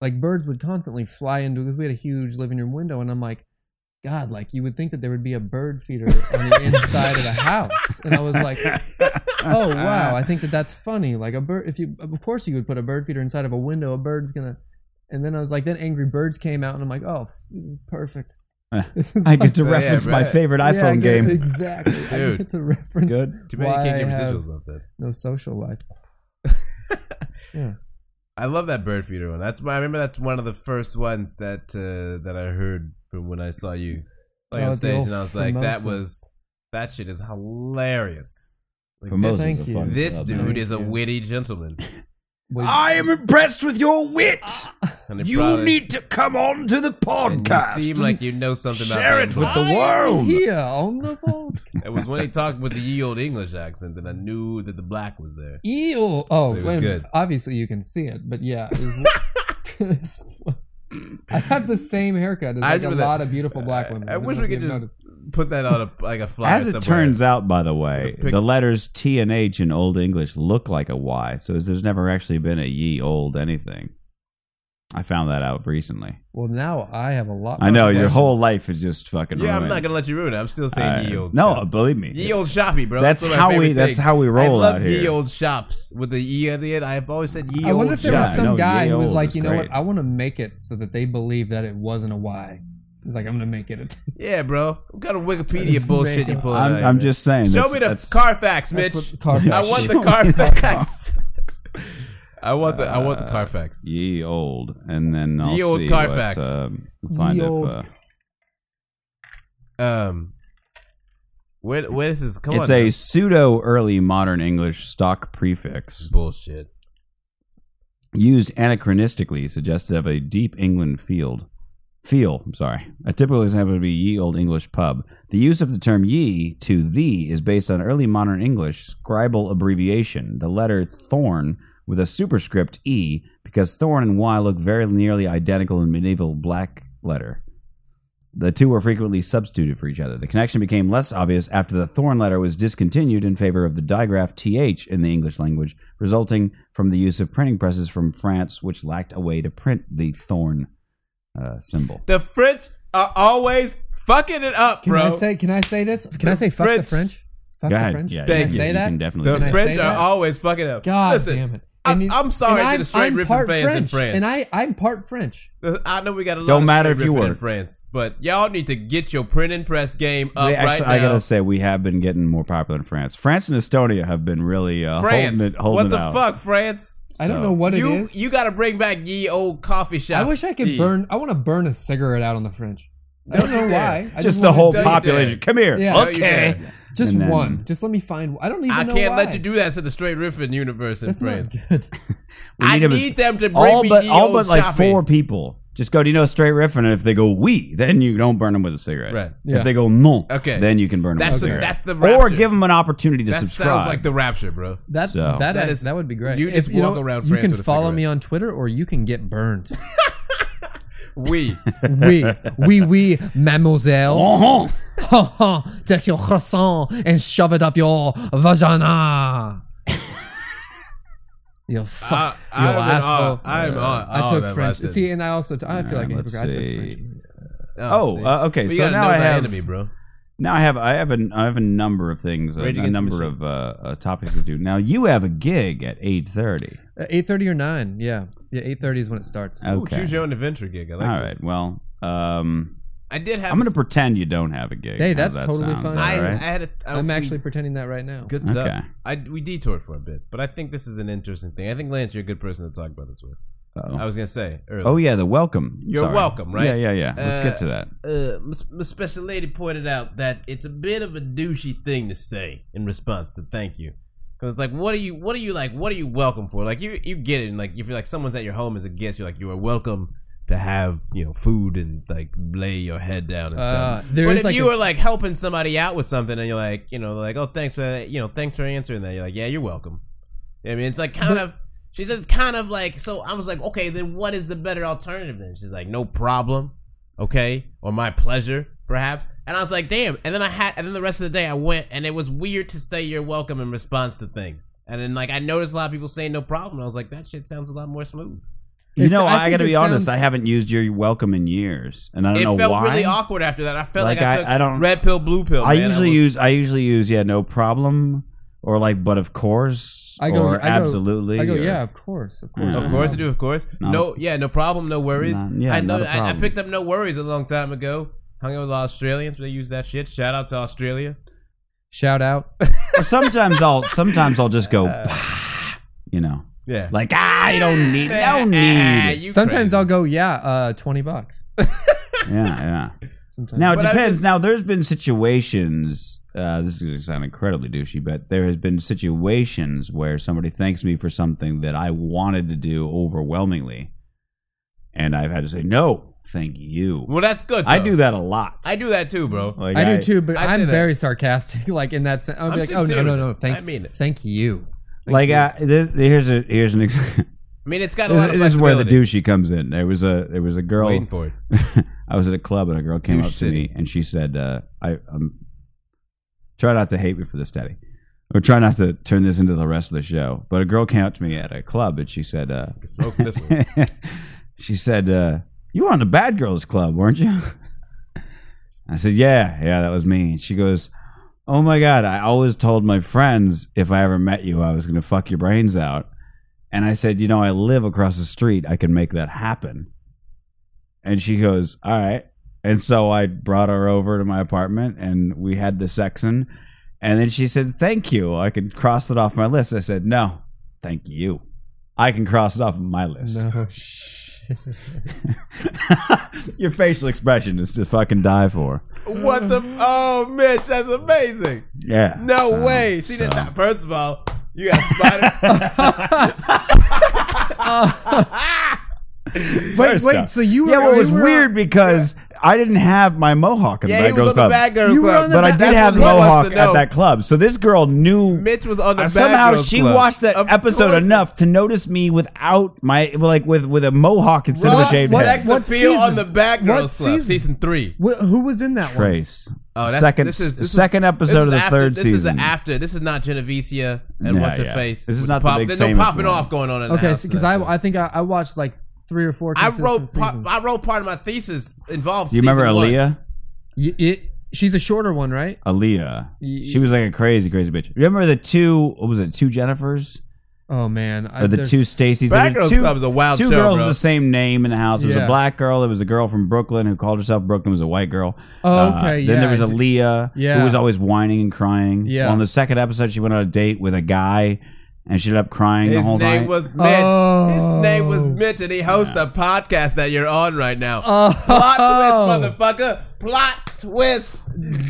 [SPEAKER 9] like birds would constantly fly into because we had a huge living room window, and I'm like, God, like you would think that there would be a bird feeder on the inside of the house, and I was like, Oh wow, I think that that's funny. Like a bird, if you of course you would put a bird feeder inside of a window, a bird's gonna. And then I was like, then Angry Birds came out, and I'm like, oh, f- this is perfect.
[SPEAKER 7] Eh, I get to
[SPEAKER 8] Yeah,
[SPEAKER 7] reference my
[SPEAKER 8] right.
[SPEAKER 7] favorite
[SPEAKER 9] Yeah, I
[SPEAKER 7] iPhone
[SPEAKER 9] get-
[SPEAKER 7] game.
[SPEAKER 9] Exactly. I
[SPEAKER 8] Dude.
[SPEAKER 9] get to reference
[SPEAKER 7] Good.
[SPEAKER 8] Too bad you can't
[SPEAKER 9] why
[SPEAKER 8] get
[SPEAKER 9] I have-
[SPEAKER 8] residuals off that.
[SPEAKER 9] no social life. yeah.
[SPEAKER 8] I love that bird feeder one. That's my, I remember that's one of the first ones that uh, that I heard from when I saw you like
[SPEAKER 9] Oh,
[SPEAKER 8] on
[SPEAKER 9] the
[SPEAKER 8] stage,
[SPEAKER 9] old
[SPEAKER 8] and I was like, that
[SPEAKER 9] Formosa.
[SPEAKER 8] was that shit is hilarious. Like,
[SPEAKER 7] Formosa's
[SPEAKER 8] this
[SPEAKER 9] Thank
[SPEAKER 7] a
[SPEAKER 9] you.
[SPEAKER 7] fun
[SPEAKER 8] this
[SPEAKER 7] club,
[SPEAKER 8] dude
[SPEAKER 7] man.
[SPEAKER 8] is a
[SPEAKER 9] Thank you.
[SPEAKER 8] witty gentleman.
[SPEAKER 9] Wait,
[SPEAKER 1] am impressed with your wit.
[SPEAKER 8] And he probably-
[SPEAKER 1] to come on to the
[SPEAKER 8] and You seem like you know something about
[SPEAKER 1] Share it
[SPEAKER 8] that.
[SPEAKER 1] with the
[SPEAKER 9] I am
[SPEAKER 1] world.
[SPEAKER 9] Here on the phone.
[SPEAKER 8] It was when he talked with the ye old English accent that I knew that the black was there.
[SPEAKER 9] Eel. Oh,
[SPEAKER 8] It was
[SPEAKER 9] wait a minute.
[SPEAKER 8] good.
[SPEAKER 9] obviously you can see it, but yeah. it was- I have the same haircut as
[SPEAKER 8] I
[SPEAKER 9] like a
[SPEAKER 8] remember that.
[SPEAKER 9] lot of beautiful black women.
[SPEAKER 8] uh, I, I
[SPEAKER 9] don't
[SPEAKER 8] wish
[SPEAKER 9] know
[SPEAKER 8] we
[SPEAKER 9] if
[SPEAKER 8] could
[SPEAKER 9] you've
[SPEAKER 8] just
[SPEAKER 9] noticed.
[SPEAKER 8] put that on a like a flyer.
[SPEAKER 7] As it
[SPEAKER 8] somewhere.
[SPEAKER 7] turns out, by the way,
[SPEAKER 8] Pick-
[SPEAKER 7] the letters T and H in Old English look like a Y, so there's never actually been a ye old anything. I found that out recently.
[SPEAKER 9] Well, now I have a lot.
[SPEAKER 7] I know
[SPEAKER 9] more
[SPEAKER 7] your whole
[SPEAKER 9] questions.
[SPEAKER 7] life is just fucking.
[SPEAKER 8] yeah, I'm
[SPEAKER 7] ruined.
[SPEAKER 8] not gonna let you ruin it. I'm still saying
[SPEAKER 7] Uh,
[SPEAKER 8] ye old.
[SPEAKER 7] no,
[SPEAKER 8] shop.
[SPEAKER 7] believe me.
[SPEAKER 8] ye old shoppy, bro.
[SPEAKER 7] That's
[SPEAKER 8] one of my
[SPEAKER 7] how we-
[SPEAKER 8] favorite
[SPEAKER 7] that's
[SPEAKER 8] things.
[SPEAKER 7] how we roll
[SPEAKER 8] I love
[SPEAKER 7] out
[SPEAKER 8] ye
[SPEAKER 7] here.
[SPEAKER 8] old shops with the e at the end. I've always said ye
[SPEAKER 9] I
[SPEAKER 8] old
[SPEAKER 9] wonder if there was
[SPEAKER 7] Yeah,
[SPEAKER 8] shops.
[SPEAKER 9] some
[SPEAKER 7] no,
[SPEAKER 9] guy
[SPEAKER 7] ye
[SPEAKER 9] who was
[SPEAKER 7] olde
[SPEAKER 9] like,
[SPEAKER 7] is
[SPEAKER 9] you know
[SPEAKER 7] great.
[SPEAKER 9] what? I want to make it so that they believe that it wasn't a Y. He's like, I'm gonna make it. A t-
[SPEAKER 8] Yeah, bro. What kind of Wikipedia bullshit you pulling?
[SPEAKER 7] I'm,
[SPEAKER 8] out
[SPEAKER 7] I'm
[SPEAKER 8] here?
[SPEAKER 7] just saying.
[SPEAKER 8] uh, Show
[SPEAKER 7] that's-
[SPEAKER 8] me the
[SPEAKER 7] that's-
[SPEAKER 8] Carfax, Mitch.
[SPEAKER 9] what the Carfax
[SPEAKER 8] I want
[SPEAKER 9] is.
[SPEAKER 8] the Carfax. I want the I want
[SPEAKER 7] Uh,
[SPEAKER 8] the Carfax.
[SPEAKER 7] Ye old, and then I'll
[SPEAKER 8] Ye olde
[SPEAKER 7] see
[SPEAKER 8] Carfax.
[SPEAKER 7] What, um, find
[SPEAKER 9] Ye
[SPEAKER 7] if,
[SPEAKER 9] olde-
[SPEAKER 7] uh,
[SPEAKER 8] Um, where where is this? Come
[SPEAKER 7] it's
[SPEAKER 8] on,
[SPEAKER 7] a
[SPEAKER 8] now.
[SPEAKER 7] pseudo early modern English stock prefix.
[SPEAKER 8] bullshit.
[SPEAKER 7] used anachronistically suggested of a deep England field feel. I'm sorry. A typical example would be ye old English pub. The use of the term ye to thee is based on early modern English scribal abbreviation, the letter thorn with a superscript e, because thorn and y look very nearly identical in medieval black letter. The two were frequently substituted for each other. The connection became less obvious after the thorn letter was discontinued in favor of the digraph th in the English language, resulting from the use of printing presses from France, which lacked a way to print the thorn uh, symbol.
[SPEAKER 8] The French are always fucking it up,
[SPEAKER 9] can
[SPEAKER 8] bro.
[SPEAKER 9] I say? Can I say this? Can I say fuck the
[SPEAKER 8] French-
[SPEAKER 9] French? Fuck
[SPEAKER 7] Go
[SPEAKER 9] the
[SPEAKER 7] ahead.
[SPEAKER 9] French.
[SPEAKER 7] Yeah,
[SPEAKER 9] can I
[SPEAKER 8] Thank you.
[SPEAKER 9] say
[SPEAKER 7] You
[SPEAKER 9] that?
[SPEAKER 7] can definitely
[SPEAKER 8] the
[SPEAKER 7] do that.
[SPEAKER 9] I say
[SPEAKER 8] French are
[SPEAKER 9] that?
[SPEAKER 8] always fucking it up.
[SPEAKER 9] God
[SPEAKER 8] Listen,
[SPEAKER 9] damn it.
[SPEAKER 8] I'm, I'm sorry
[SPEAKER 9] and
[SPEAKER 8] to the straight riffing
[SPEAKER 9] part
[SPEAKER 8] fans
[SPEAKER 9] French,
[SPEAKER 8] in France.
[SPEAKER 9] And I, I'm part French.
[SPEAKER 8] Uh, I know we got a lot
[SPEAKER 7] Don't
[SPEAKER 8] of
[SPEAKER 7] matter
[SPEAKER 8] matter
[SPEAKER 7] if you
[SPEAKER 8] in
[SPEAKER 7] work.
[SPEAKER 8] France, but y'all need to get your print and press game up
[SPEAKER 7] They
[SPEAKER 8] uh, right
[SPEAKER 7] actually-
[SPEAKER 8] now.
[SPEAKER 7] I gotta say, we have been getting more popular in France. France and Estonia have been really uh,
[SPEAKER 8] France,
[SPEAKER 7] holding it. Holding
[SPEAKER 8] what the
[SPEAKER 7] it out.
[SPEAKER 8] fuck, France?
[SPEAKER 9] I don't
[SPEAKER 7] So-
[SPEAKER 9] know what
[SPEAKER 8] you
[SPEAKER 9] it is.
[SPEAKER 8] you got to bring back ye old coffee shop.
[SPEAKER 9] I wish I could
[SPEAKER 8] ye.
[SPEAKER 9] burn. I want to burn a cigarette out on the French. I
[SPEAKER 8] Don't
[SPEAKER 9] don't know
[SPEAKER 8] you dare.
[SPEAKER 9] why. I
[SPEAKER 7] Just the whole
[SPEAKER 8] dare.
[SPEAKER 7] population. Come here.
[SPEAKER 9] Yeah. Don't
[SPEAKER 8] you
[SPEAKER 7] Okay.
[SPEAKER 8] dare.
[SPEAKER 9] Just
[SPEAKER 7] And then-
[SPEAKER 9] one. Just let me find. I don't even.
[SPEAKER 8] I
[SPEAKER 9] know
[SPEAKER 8] can't let
[SPEAKER 9] why.
[SPEAKER 8] you do that to the straight riffing universe in
[SPEAKER 9] That's
[SPEAKER 8] France.
[SPEAKER 9] not good.
[SPEAKER 7] We
[SPEAKER 8] I
[SPEAKER 7] him as-
[SPEAKER 8] need them to bring
[SPEAKER 7] all
[SPEAKER 8] me
[SPEAKER 7] but
[SPEAKER 8] ye
[SPEAKER 7] all
[SPEAKER 8] old
[SPEAKER 7] but like
[SPEAKER 8] shopping.
[SPEAKER 7] four people. Just go. Do you know straight riff? And if they go we, then you don't burn them with a cigarette.
[SPEAKER 8] Right.
[SPEAKER 9] Yeah.
[SPEAKER 7] If they go no,
[SPEAKER 8] Okay.
[SPEAKER 7] then you can burn them.
[SPEAKER 8] That's
[SPEAKER 7] with
[SPEAKER 8] the-
[SPEAKER 7] a cigarette.
[SPEAKER 8] that's the
[SPEAKER 7] or
[SPEAKER 8] rapture.
[SPEAKER 7] give them an opportunity to
[SPEAKER 8] That
[SPEAKER 7] subscribe.
[SPEAKER 8] sounds like the rapture, bro.
[SPEAKER 9] That
[SPEAKER 7] So-
[SPEAKER 9] that,
[SPEAKER 8] That
[SPEAKER 9] that,
[SPEAKER 8] is-
[SPEAKER 9] is, that would be great.
[SPEAKER 8] you just walk around
[SPEAKER 9] You
[SPEAKER 8] France
[SPEAKER 9] can
[SPEAKER 8] with a
[SPEAKER 9] follow
[SPEAKER 8] cigarette.
[SPEAKER 9] me on Twitter, or you can get burned.
[SPEAKER 8] We
[SPEAKER 9] oui, oui, oui, mademoiselle.
[SPEAKER 7] Uh-huh.
[SPEAKER 9] Ha, ha. Take your croissant and shove it up your vagina. you fuck.
[SPEAKER 8] I,
[SPEAKER 9] you
[SPEAKER 8] I'm in awe.
[SPEAKER 9] asshole.
[SPEAKER 8] I'm in awe.
[SPEAKER 9] I
[SPEAKER 8] Ah, Oh,
[SPEAKER 9] took
[SPEAKER 8] that
[SPEAKER 9] French.
[SPEAKER 8] last sentence.
[SPEAKER 9] See, and I also t- I feel
[SPEAKER 7] Alright,
[SPEAKER 9] like a hypocrite. I took
[SPEAKER 7] let's
[SPEAKER 9] French.
[SPEAKER 7] see.
[SPEAKER 8] Oh,
[SPEAKER 7] Oh,
[SPEAKER 8] see.
[SPEAKER 7] uh, okay.
[SPEAKER 8] But you
[SPEAKER 7] so
[SPEAKER 8] gotta
[SPEAKER 7] now
[SPEAKER 8] know
[SPEAKER 7] I
[SPEAKER 8] the
[SPEAKER 7] have
[SPEAKER 8] enemy, bro.
[SPEAKER 7] now I have I have an I have a number of things, a,
[SPEAKER 8] Rage
[SPEAKER 7] a
[SPEAKER 8] Against the
[SPEAKER 7] number
[SPEAKER 8] Machine.
[SPEAKER 7] of uh, uh, topics to do. Now you have a gig at eight thirty.
[SPEAKER 9] Uh, eight thirty or nine? Yeah, yeah. Eight thirty is when it starts.
[SPEAKER 8] Ooh,
[SPEAKER 7] Okay.
[SPEAKER 8] choose your own adventure gig. I like
[SPEAKER 7] all right.
[SPEAKER 8] this.
[SPEAKER 7] Well, um,
[SPEAKER 8] I did have.
[SPEAKER 7] I'm going to
[SPEAKER 8] s-
[SPEAKER 7] pretend you don't have a gig.
[SPEAKER 9] Hey,
[SPEAKER 7] How's
[SPEAKER 9] that's
[SPEAKER 7] that
[SPEAKER 9] totally
[SPEAKER 7] sound?
[SPEAKER 9] fine.
[SPEAKER 7] Is that
[SPEAKER 8] I,
[SPEAKER 7] all
[SPEAKER 8] I
[SPEAKER 7] right?
[SPEAKER 8] had a. I,
[SPEAKER 9] I'm
[SPEAKER 8] we-
[SPEAKER 9] actually pretending that right now.
[SPEAKER 8] good stuff.
[SPEAKER 7] Okay.
[SPEAKER 8] I we detoured for a bit, but I think this is an interesting thing. I think Lance, you're a good person to talk about this with.
[SPEAKER 7] Uh-oh.
[SPEAKER 8] I was gonna say. Earlier.
[SPEAKER 7] Oh yeah, the welcome.
[SPEAKER 8] You're
[SPEAKER 7] Sorry.
[SPEAKER 8] welcome, right?
[SPEAKER 7] Yeah, yeah, yeah. Let's
[SPEAKER 8] Uh,
[SPEAKER 7] get to that.
[SPEAKER 8] Uh, Miss Miss special lady pointed out that it's a bit of a douchey thing to say in response to thank you, because it's like, what are you, what are you like, what are you welcome for? Like you, you get it, and like if you're like someone's at your home as a guest, you're like, you are welcome to have you know food and like lay your head down and stuff.
[SPEAKER 9] Uh, there
[SPEAKER 8] but
[SPEAKER 9] is
[SPEAKER 8] if
[SPEAKER 9] like
[SPEAKER 8] you
[SPEAKER 9] a-
[SPEAKER 8] are like helping somebody out with something and you're like, you know, like, oh, thanks for that, you know, thanks for answering that. You're like, yeah, you're welcome. I mean, it's like kind of. She says, kind of like. So I was like, okay, then what is the better alternative? Then she's like, no problem, okay, or my pleasure, perhaps. And I was like, damn. And then I had, and then the rest of the day I went, and it was weird to say you're welcome in response to things. And then like I noticed a lot of people saying no problem. I was like, that shit sounds a lot more smooth.
[SPEAKER 7] You
[SPEAKER 9] It's-
[SPEAKER 7] know,
[SPEAKER 9] I
[SPEAKER 7] I,
[SPEAKER 9] think
[SPEAKER 7] got to
[SPEAKER 9] it
[SPEAKER 7] be honest. I
[SPEAKER 9] sounds-
[SPEAKER 7] haven't used your welcome in years, and I don't
[SPEAKER 8] It
[SPEAKER 7] know
[SPEAKER 8] felt
[SPEAKER 7] why.
[SPEAKER 8] really awkward after that. I felt like,
[SPEAKER 7] Like,
[SPEAKER 8] I,
[SPEAKER 7] I-
[SPEAKER 8] took
[SPEAKER 7] I don't-
[SPEAKER 8] red pill, blue pill.
[SPEAKER 7] I
[SPEAKER 8] man.
[SPEAKER 7] usually
[SPEAKER 8] was-
[SPEAKER 7] use I usually use yeah, no problem, or like but of course,
[SPEAKER 9] I go.
[SPEAKER 7] or
[SPEAKER 9] I go,
[SPEAKER 7] absolutely.
[SPEAKER 9] I go.
[SPEAKER 7] or-
[SPEAKER 9] Yeah, of course, of course.
[SPEAKER 7] Yeah.
[SPEAKER 8] Of course I do. Of course. No.
[SPEAKER 7] No.
[SPEAKER 8] yeah, no problem. No worries.
[SPEAKER 7] Not- yeah,
[SPEAKER 8] I know.
[SPEAKER 7] not a
[SPEAKER 8] I, I
[SPEAKER 7] problem.
[SPEAKER 8] picked up no worries a long time ago. Hung out with Australians. They use that shit. Shout out to Australia.
[SPEAKER 9] Shout out.
[SPEAKER 7] Or sometimes I'll sometimes I'll just go, "Pah," you know,
[SPEAKER 8] Yeah.
[SPEAKER 7] like ah, you don't need, no
[SPEAKER 8] Ah,
[SPEAKER 7] need.
[SPEAKER 8] you
[SPEAKER 9] Sometimes
[SPEAKER 8] crazy.
[SPEAKER 9] I'll go. Yeah, uh, twenty bucks.
[SPEAKER 7] yeah, yeah.
[SPEAKER 9] Sometimes.
[SPEAKER 7] Now it
[SPEAKER 8] But I
[SPEAKER 7] depends.
[SPEAKER 8] just-
[SPEAKER 7] now there's been situations. Uh, this is going to sound incredibly douchey, but there has been situations where somebody thanks me for something that I wanted to do overwhelmingly, and I've had to say no, thank you.
[SPEAKER 8] Well, that's good.
[SPEAKER 7] I
[SPEAKER 8] though.
[SPEAKER 7] do that a lot.
[SPEAKER 8] I do that too, bro.
[SPEAKER 7] Like,
[SPEAKER 9] I do too, but
[SPEAKER 8] I'd
[SPEAKER 9] i
[SPEAKER 8] say
[SPEAKER 9] am
[SPEAKER 8] that.
[SPEAKER 9] very sarcastic. Like in that sense, I'll
[SPEAKER 8] I'm
[SPEAKER 9] be like, "Oh no,
[SPEAKER 8] sincere
[SPEAKER 9] no,
[SPEAKER 8] with
[SPEAKER 9] no,
[SPEAKER 8] it.
[SPEAKER 9] thank,
[SPEAKER 8] I mean it.
[SPEAKER 9] thank you." Thank
[SPEAKER 7] like
[SPEAKER 9] you.
[SPEAKER 7] uh, th here's a here's an example.
[SPEAKER 8] I mean, it's got a lot
[SPEAKER 7] this,
[SPEAKER 8] of
[SPEAKER 7] this is where the
[SPEAKER 8] flexibility.
[SPEAKER 7] douchey comes in. There was a there was a girl.
[SPEAKER 8] Waiting for it.
[SPEAKER 7] I was at a club and a girl came
[SPEAKER 8] Douche
[SPEAKER 7] up to me and she said, uh, "I um, try not to hate me for this, Daddy, or try not to turn this into the rest of the show." But a girl came up to me at a club and she said, uh,
[SPEAKER 8] Smoke this one.
[SPEAKER 7] "She said uh, you were on the bad girls club, weren't you?" I said, "Yeah, yeah, that was me." And she goes, "Oh my god, I always told my friends if I ever met you, I was going to fuck your brains out." And I said, "You know, I live across the street. I can make that happen." And she goes, "All right." And so I brought her over to my apartment and we had the sexin. And then she said, "Thank you. I can cross that off my list." I said, "No, thank you. I can cross it off my list."
[SPEAKER 9] no shit.
[SPEAKER 7] Your facial expression is to fucking die for.
[SPEAKER 8] What the? Oh, Mitch, that's amazing.
[SPEAKER 7] Yeah.
[SPEAKER 8] No way. She did not. First of all, you got spider.
[SPEAKER 9] Wait, wait. So you were?
[SPEAKER 7] yeah, well, it was
[SPEAKER 9] you were-
[SPEAKER 7] weird because I didn't have my mohawk at the
[SPEAKER 8] yeah,
[SPEAKER 7] Bad
[SPEAKER 8] he was
[SPEAKER 7] Girls
[SPEAKER 8] on the
[SPEAKER 7] Club,
[SPEAKER 8] bad girl
[SPEAKER 9] You were
[SPEAKER 8] club.
[SPEAKER 9] on the
[SPEAKER 7] but I
[SPEAKER 9] Bad-
[SPEAKER 7] did
[SPEAKER 8] That's
[SPEAKER 7] have
[SPEAKER 8] what
[SPEAKER 7] the
[SPEAKER 8] he wants
[SPEAKER 7] mohawk
[SPEAKER 8] to know.
[SPEAKER 7] at that club. So this girl knew
[SPEAKER 8] Mitch was on the
[SPEAKER 7] Uh,
[SPEAKER 8] bad
[SPEAKER 7] somehow
[SPEAKER 8] girls
[SPEAKER 7] she
[SPEAKER 8] club.
[SPEAKER 7] watched that
[SPEAKER 8] Of
[SPEAKER 7] episode
[SPEAKER 8] course.
[SPEAKER 7] enough to notice me without my like with with a mohawk instead of
[SPEAKER 8] Raw
[SPEAKER 7] a shaved
[SPEAKER 8] sex
[SPEAKER 7] head.
[SPEAKER 9] what-
[SPEAKER 8] appeal
[SPEAKER 9] season?
[SPEAKER 8] on the bad
[SPEAKER 9] What
[SPEAKER 8] girls club.
[SPEAKER 9] season?
[SPEAKER 8] Season three.
[SPEAKER 9] Wh- who was in that one?
[SPEAKER 7] Trace.
[SPEAKER 8] Oh, that's,
[SPEAKER 7] second
[SPEAKER 8] This is this is-
[SPEAKER 7] second
[SPEAKER 8] this
[SPEAKER 7] episode
[SPEAKER 8] is
[SPEAKER 7] of the
[SPEAKER 8] after,
[SPEAKER 7] third
[SPEAKER 8] this
[SPEAKER 7] season.
[SPEAKER 8] is after. This is not Genovisia and
[SPEAKER 7] Yeah,
[SPEAKER 8] what's her
[SPEAKER 7] yeah.
[SPEAKER 8] face.
[SPEAKER 7] This is
[SPEAKER 8] With
[SPEAKER 7] not the big
[SPEAKER 8] There's no
[SPEAKER 7] famous
[SPEAKER 8] popping
[SPEAKER 7] one.
[SPEAKER 8] off going on. In the
[SPEAKER 9] Okay,
[SPEAKER 8] house
[SPEAKER 9] because
[SPEAKER 8] in that
[SPEAKER 9] I
[SPEAKER 8] show.
[SPEAKER 9] I think I, I watched like three or four.
[SPEAKER 8] I
[SPEAKER 9] Consistent
[SPEAKER 8] wrote part,
[SPEAKER 9] seasons.
[SPEAKER 8] I wrote part of my thesis involved.
[SPEAKER 7] Do you remember
[SPEAKER 8] season one.
[SPEAKER 7] Aaliyah?
[SPEAKER 9] Y- it, she's a shorter one, right?
[SPEAKER 7] Aaliyah.
[SPEAKER 9] Ye-
[SPEAKER 7] She was like a crazy, crazy bitch. Remember the two? What was it? Two Jennifers.
[SPEAKER 9] Oh man, I-
[SPEAKER 7] Or the
[SPEAKER 9] there's-
[SPEAKER 7] two Stacys. There were two, two girls with the same name in the house. There was
[SPEAKER 9] Yeah.
[SPEAKER 7] a black girl. There was a girl from Brooklyn who called herself Brooklyn. Was a white girl.
[SPEAKER 9] Oh,
[SPEAKER 7] Uh,
[SPEAKER 9] okay,
[SPEAKER 7] then
[SPEAKER 9] yeah,
[SPEAKER 7] there was
[SPEAKER 9] I did-
[SPEAKER 7] Aaliyah,
[SPEAKER 9] Yeah.
[SPEAKER 7] who was always whining and crying.
[SPEAKER 9] Yeah.
[SPEAKER 7] On the second episode, she went on a date with a guy, and she ended up crying the
[SPEAKER 8] His
[SPEAKER 7] whole
[SPEAKER 8] name
[SPEAKER 7] night.
[SPEAKER 8] was Mitch.
[SPEAKER 7] Oh.
[SPEAKER 8] His name was Mitch, and he hosts a podcast that you're on right now.
[SPEAKER 9] Oh.
[SPEAKER 8] Plot twist, motherfucker! Plot twist.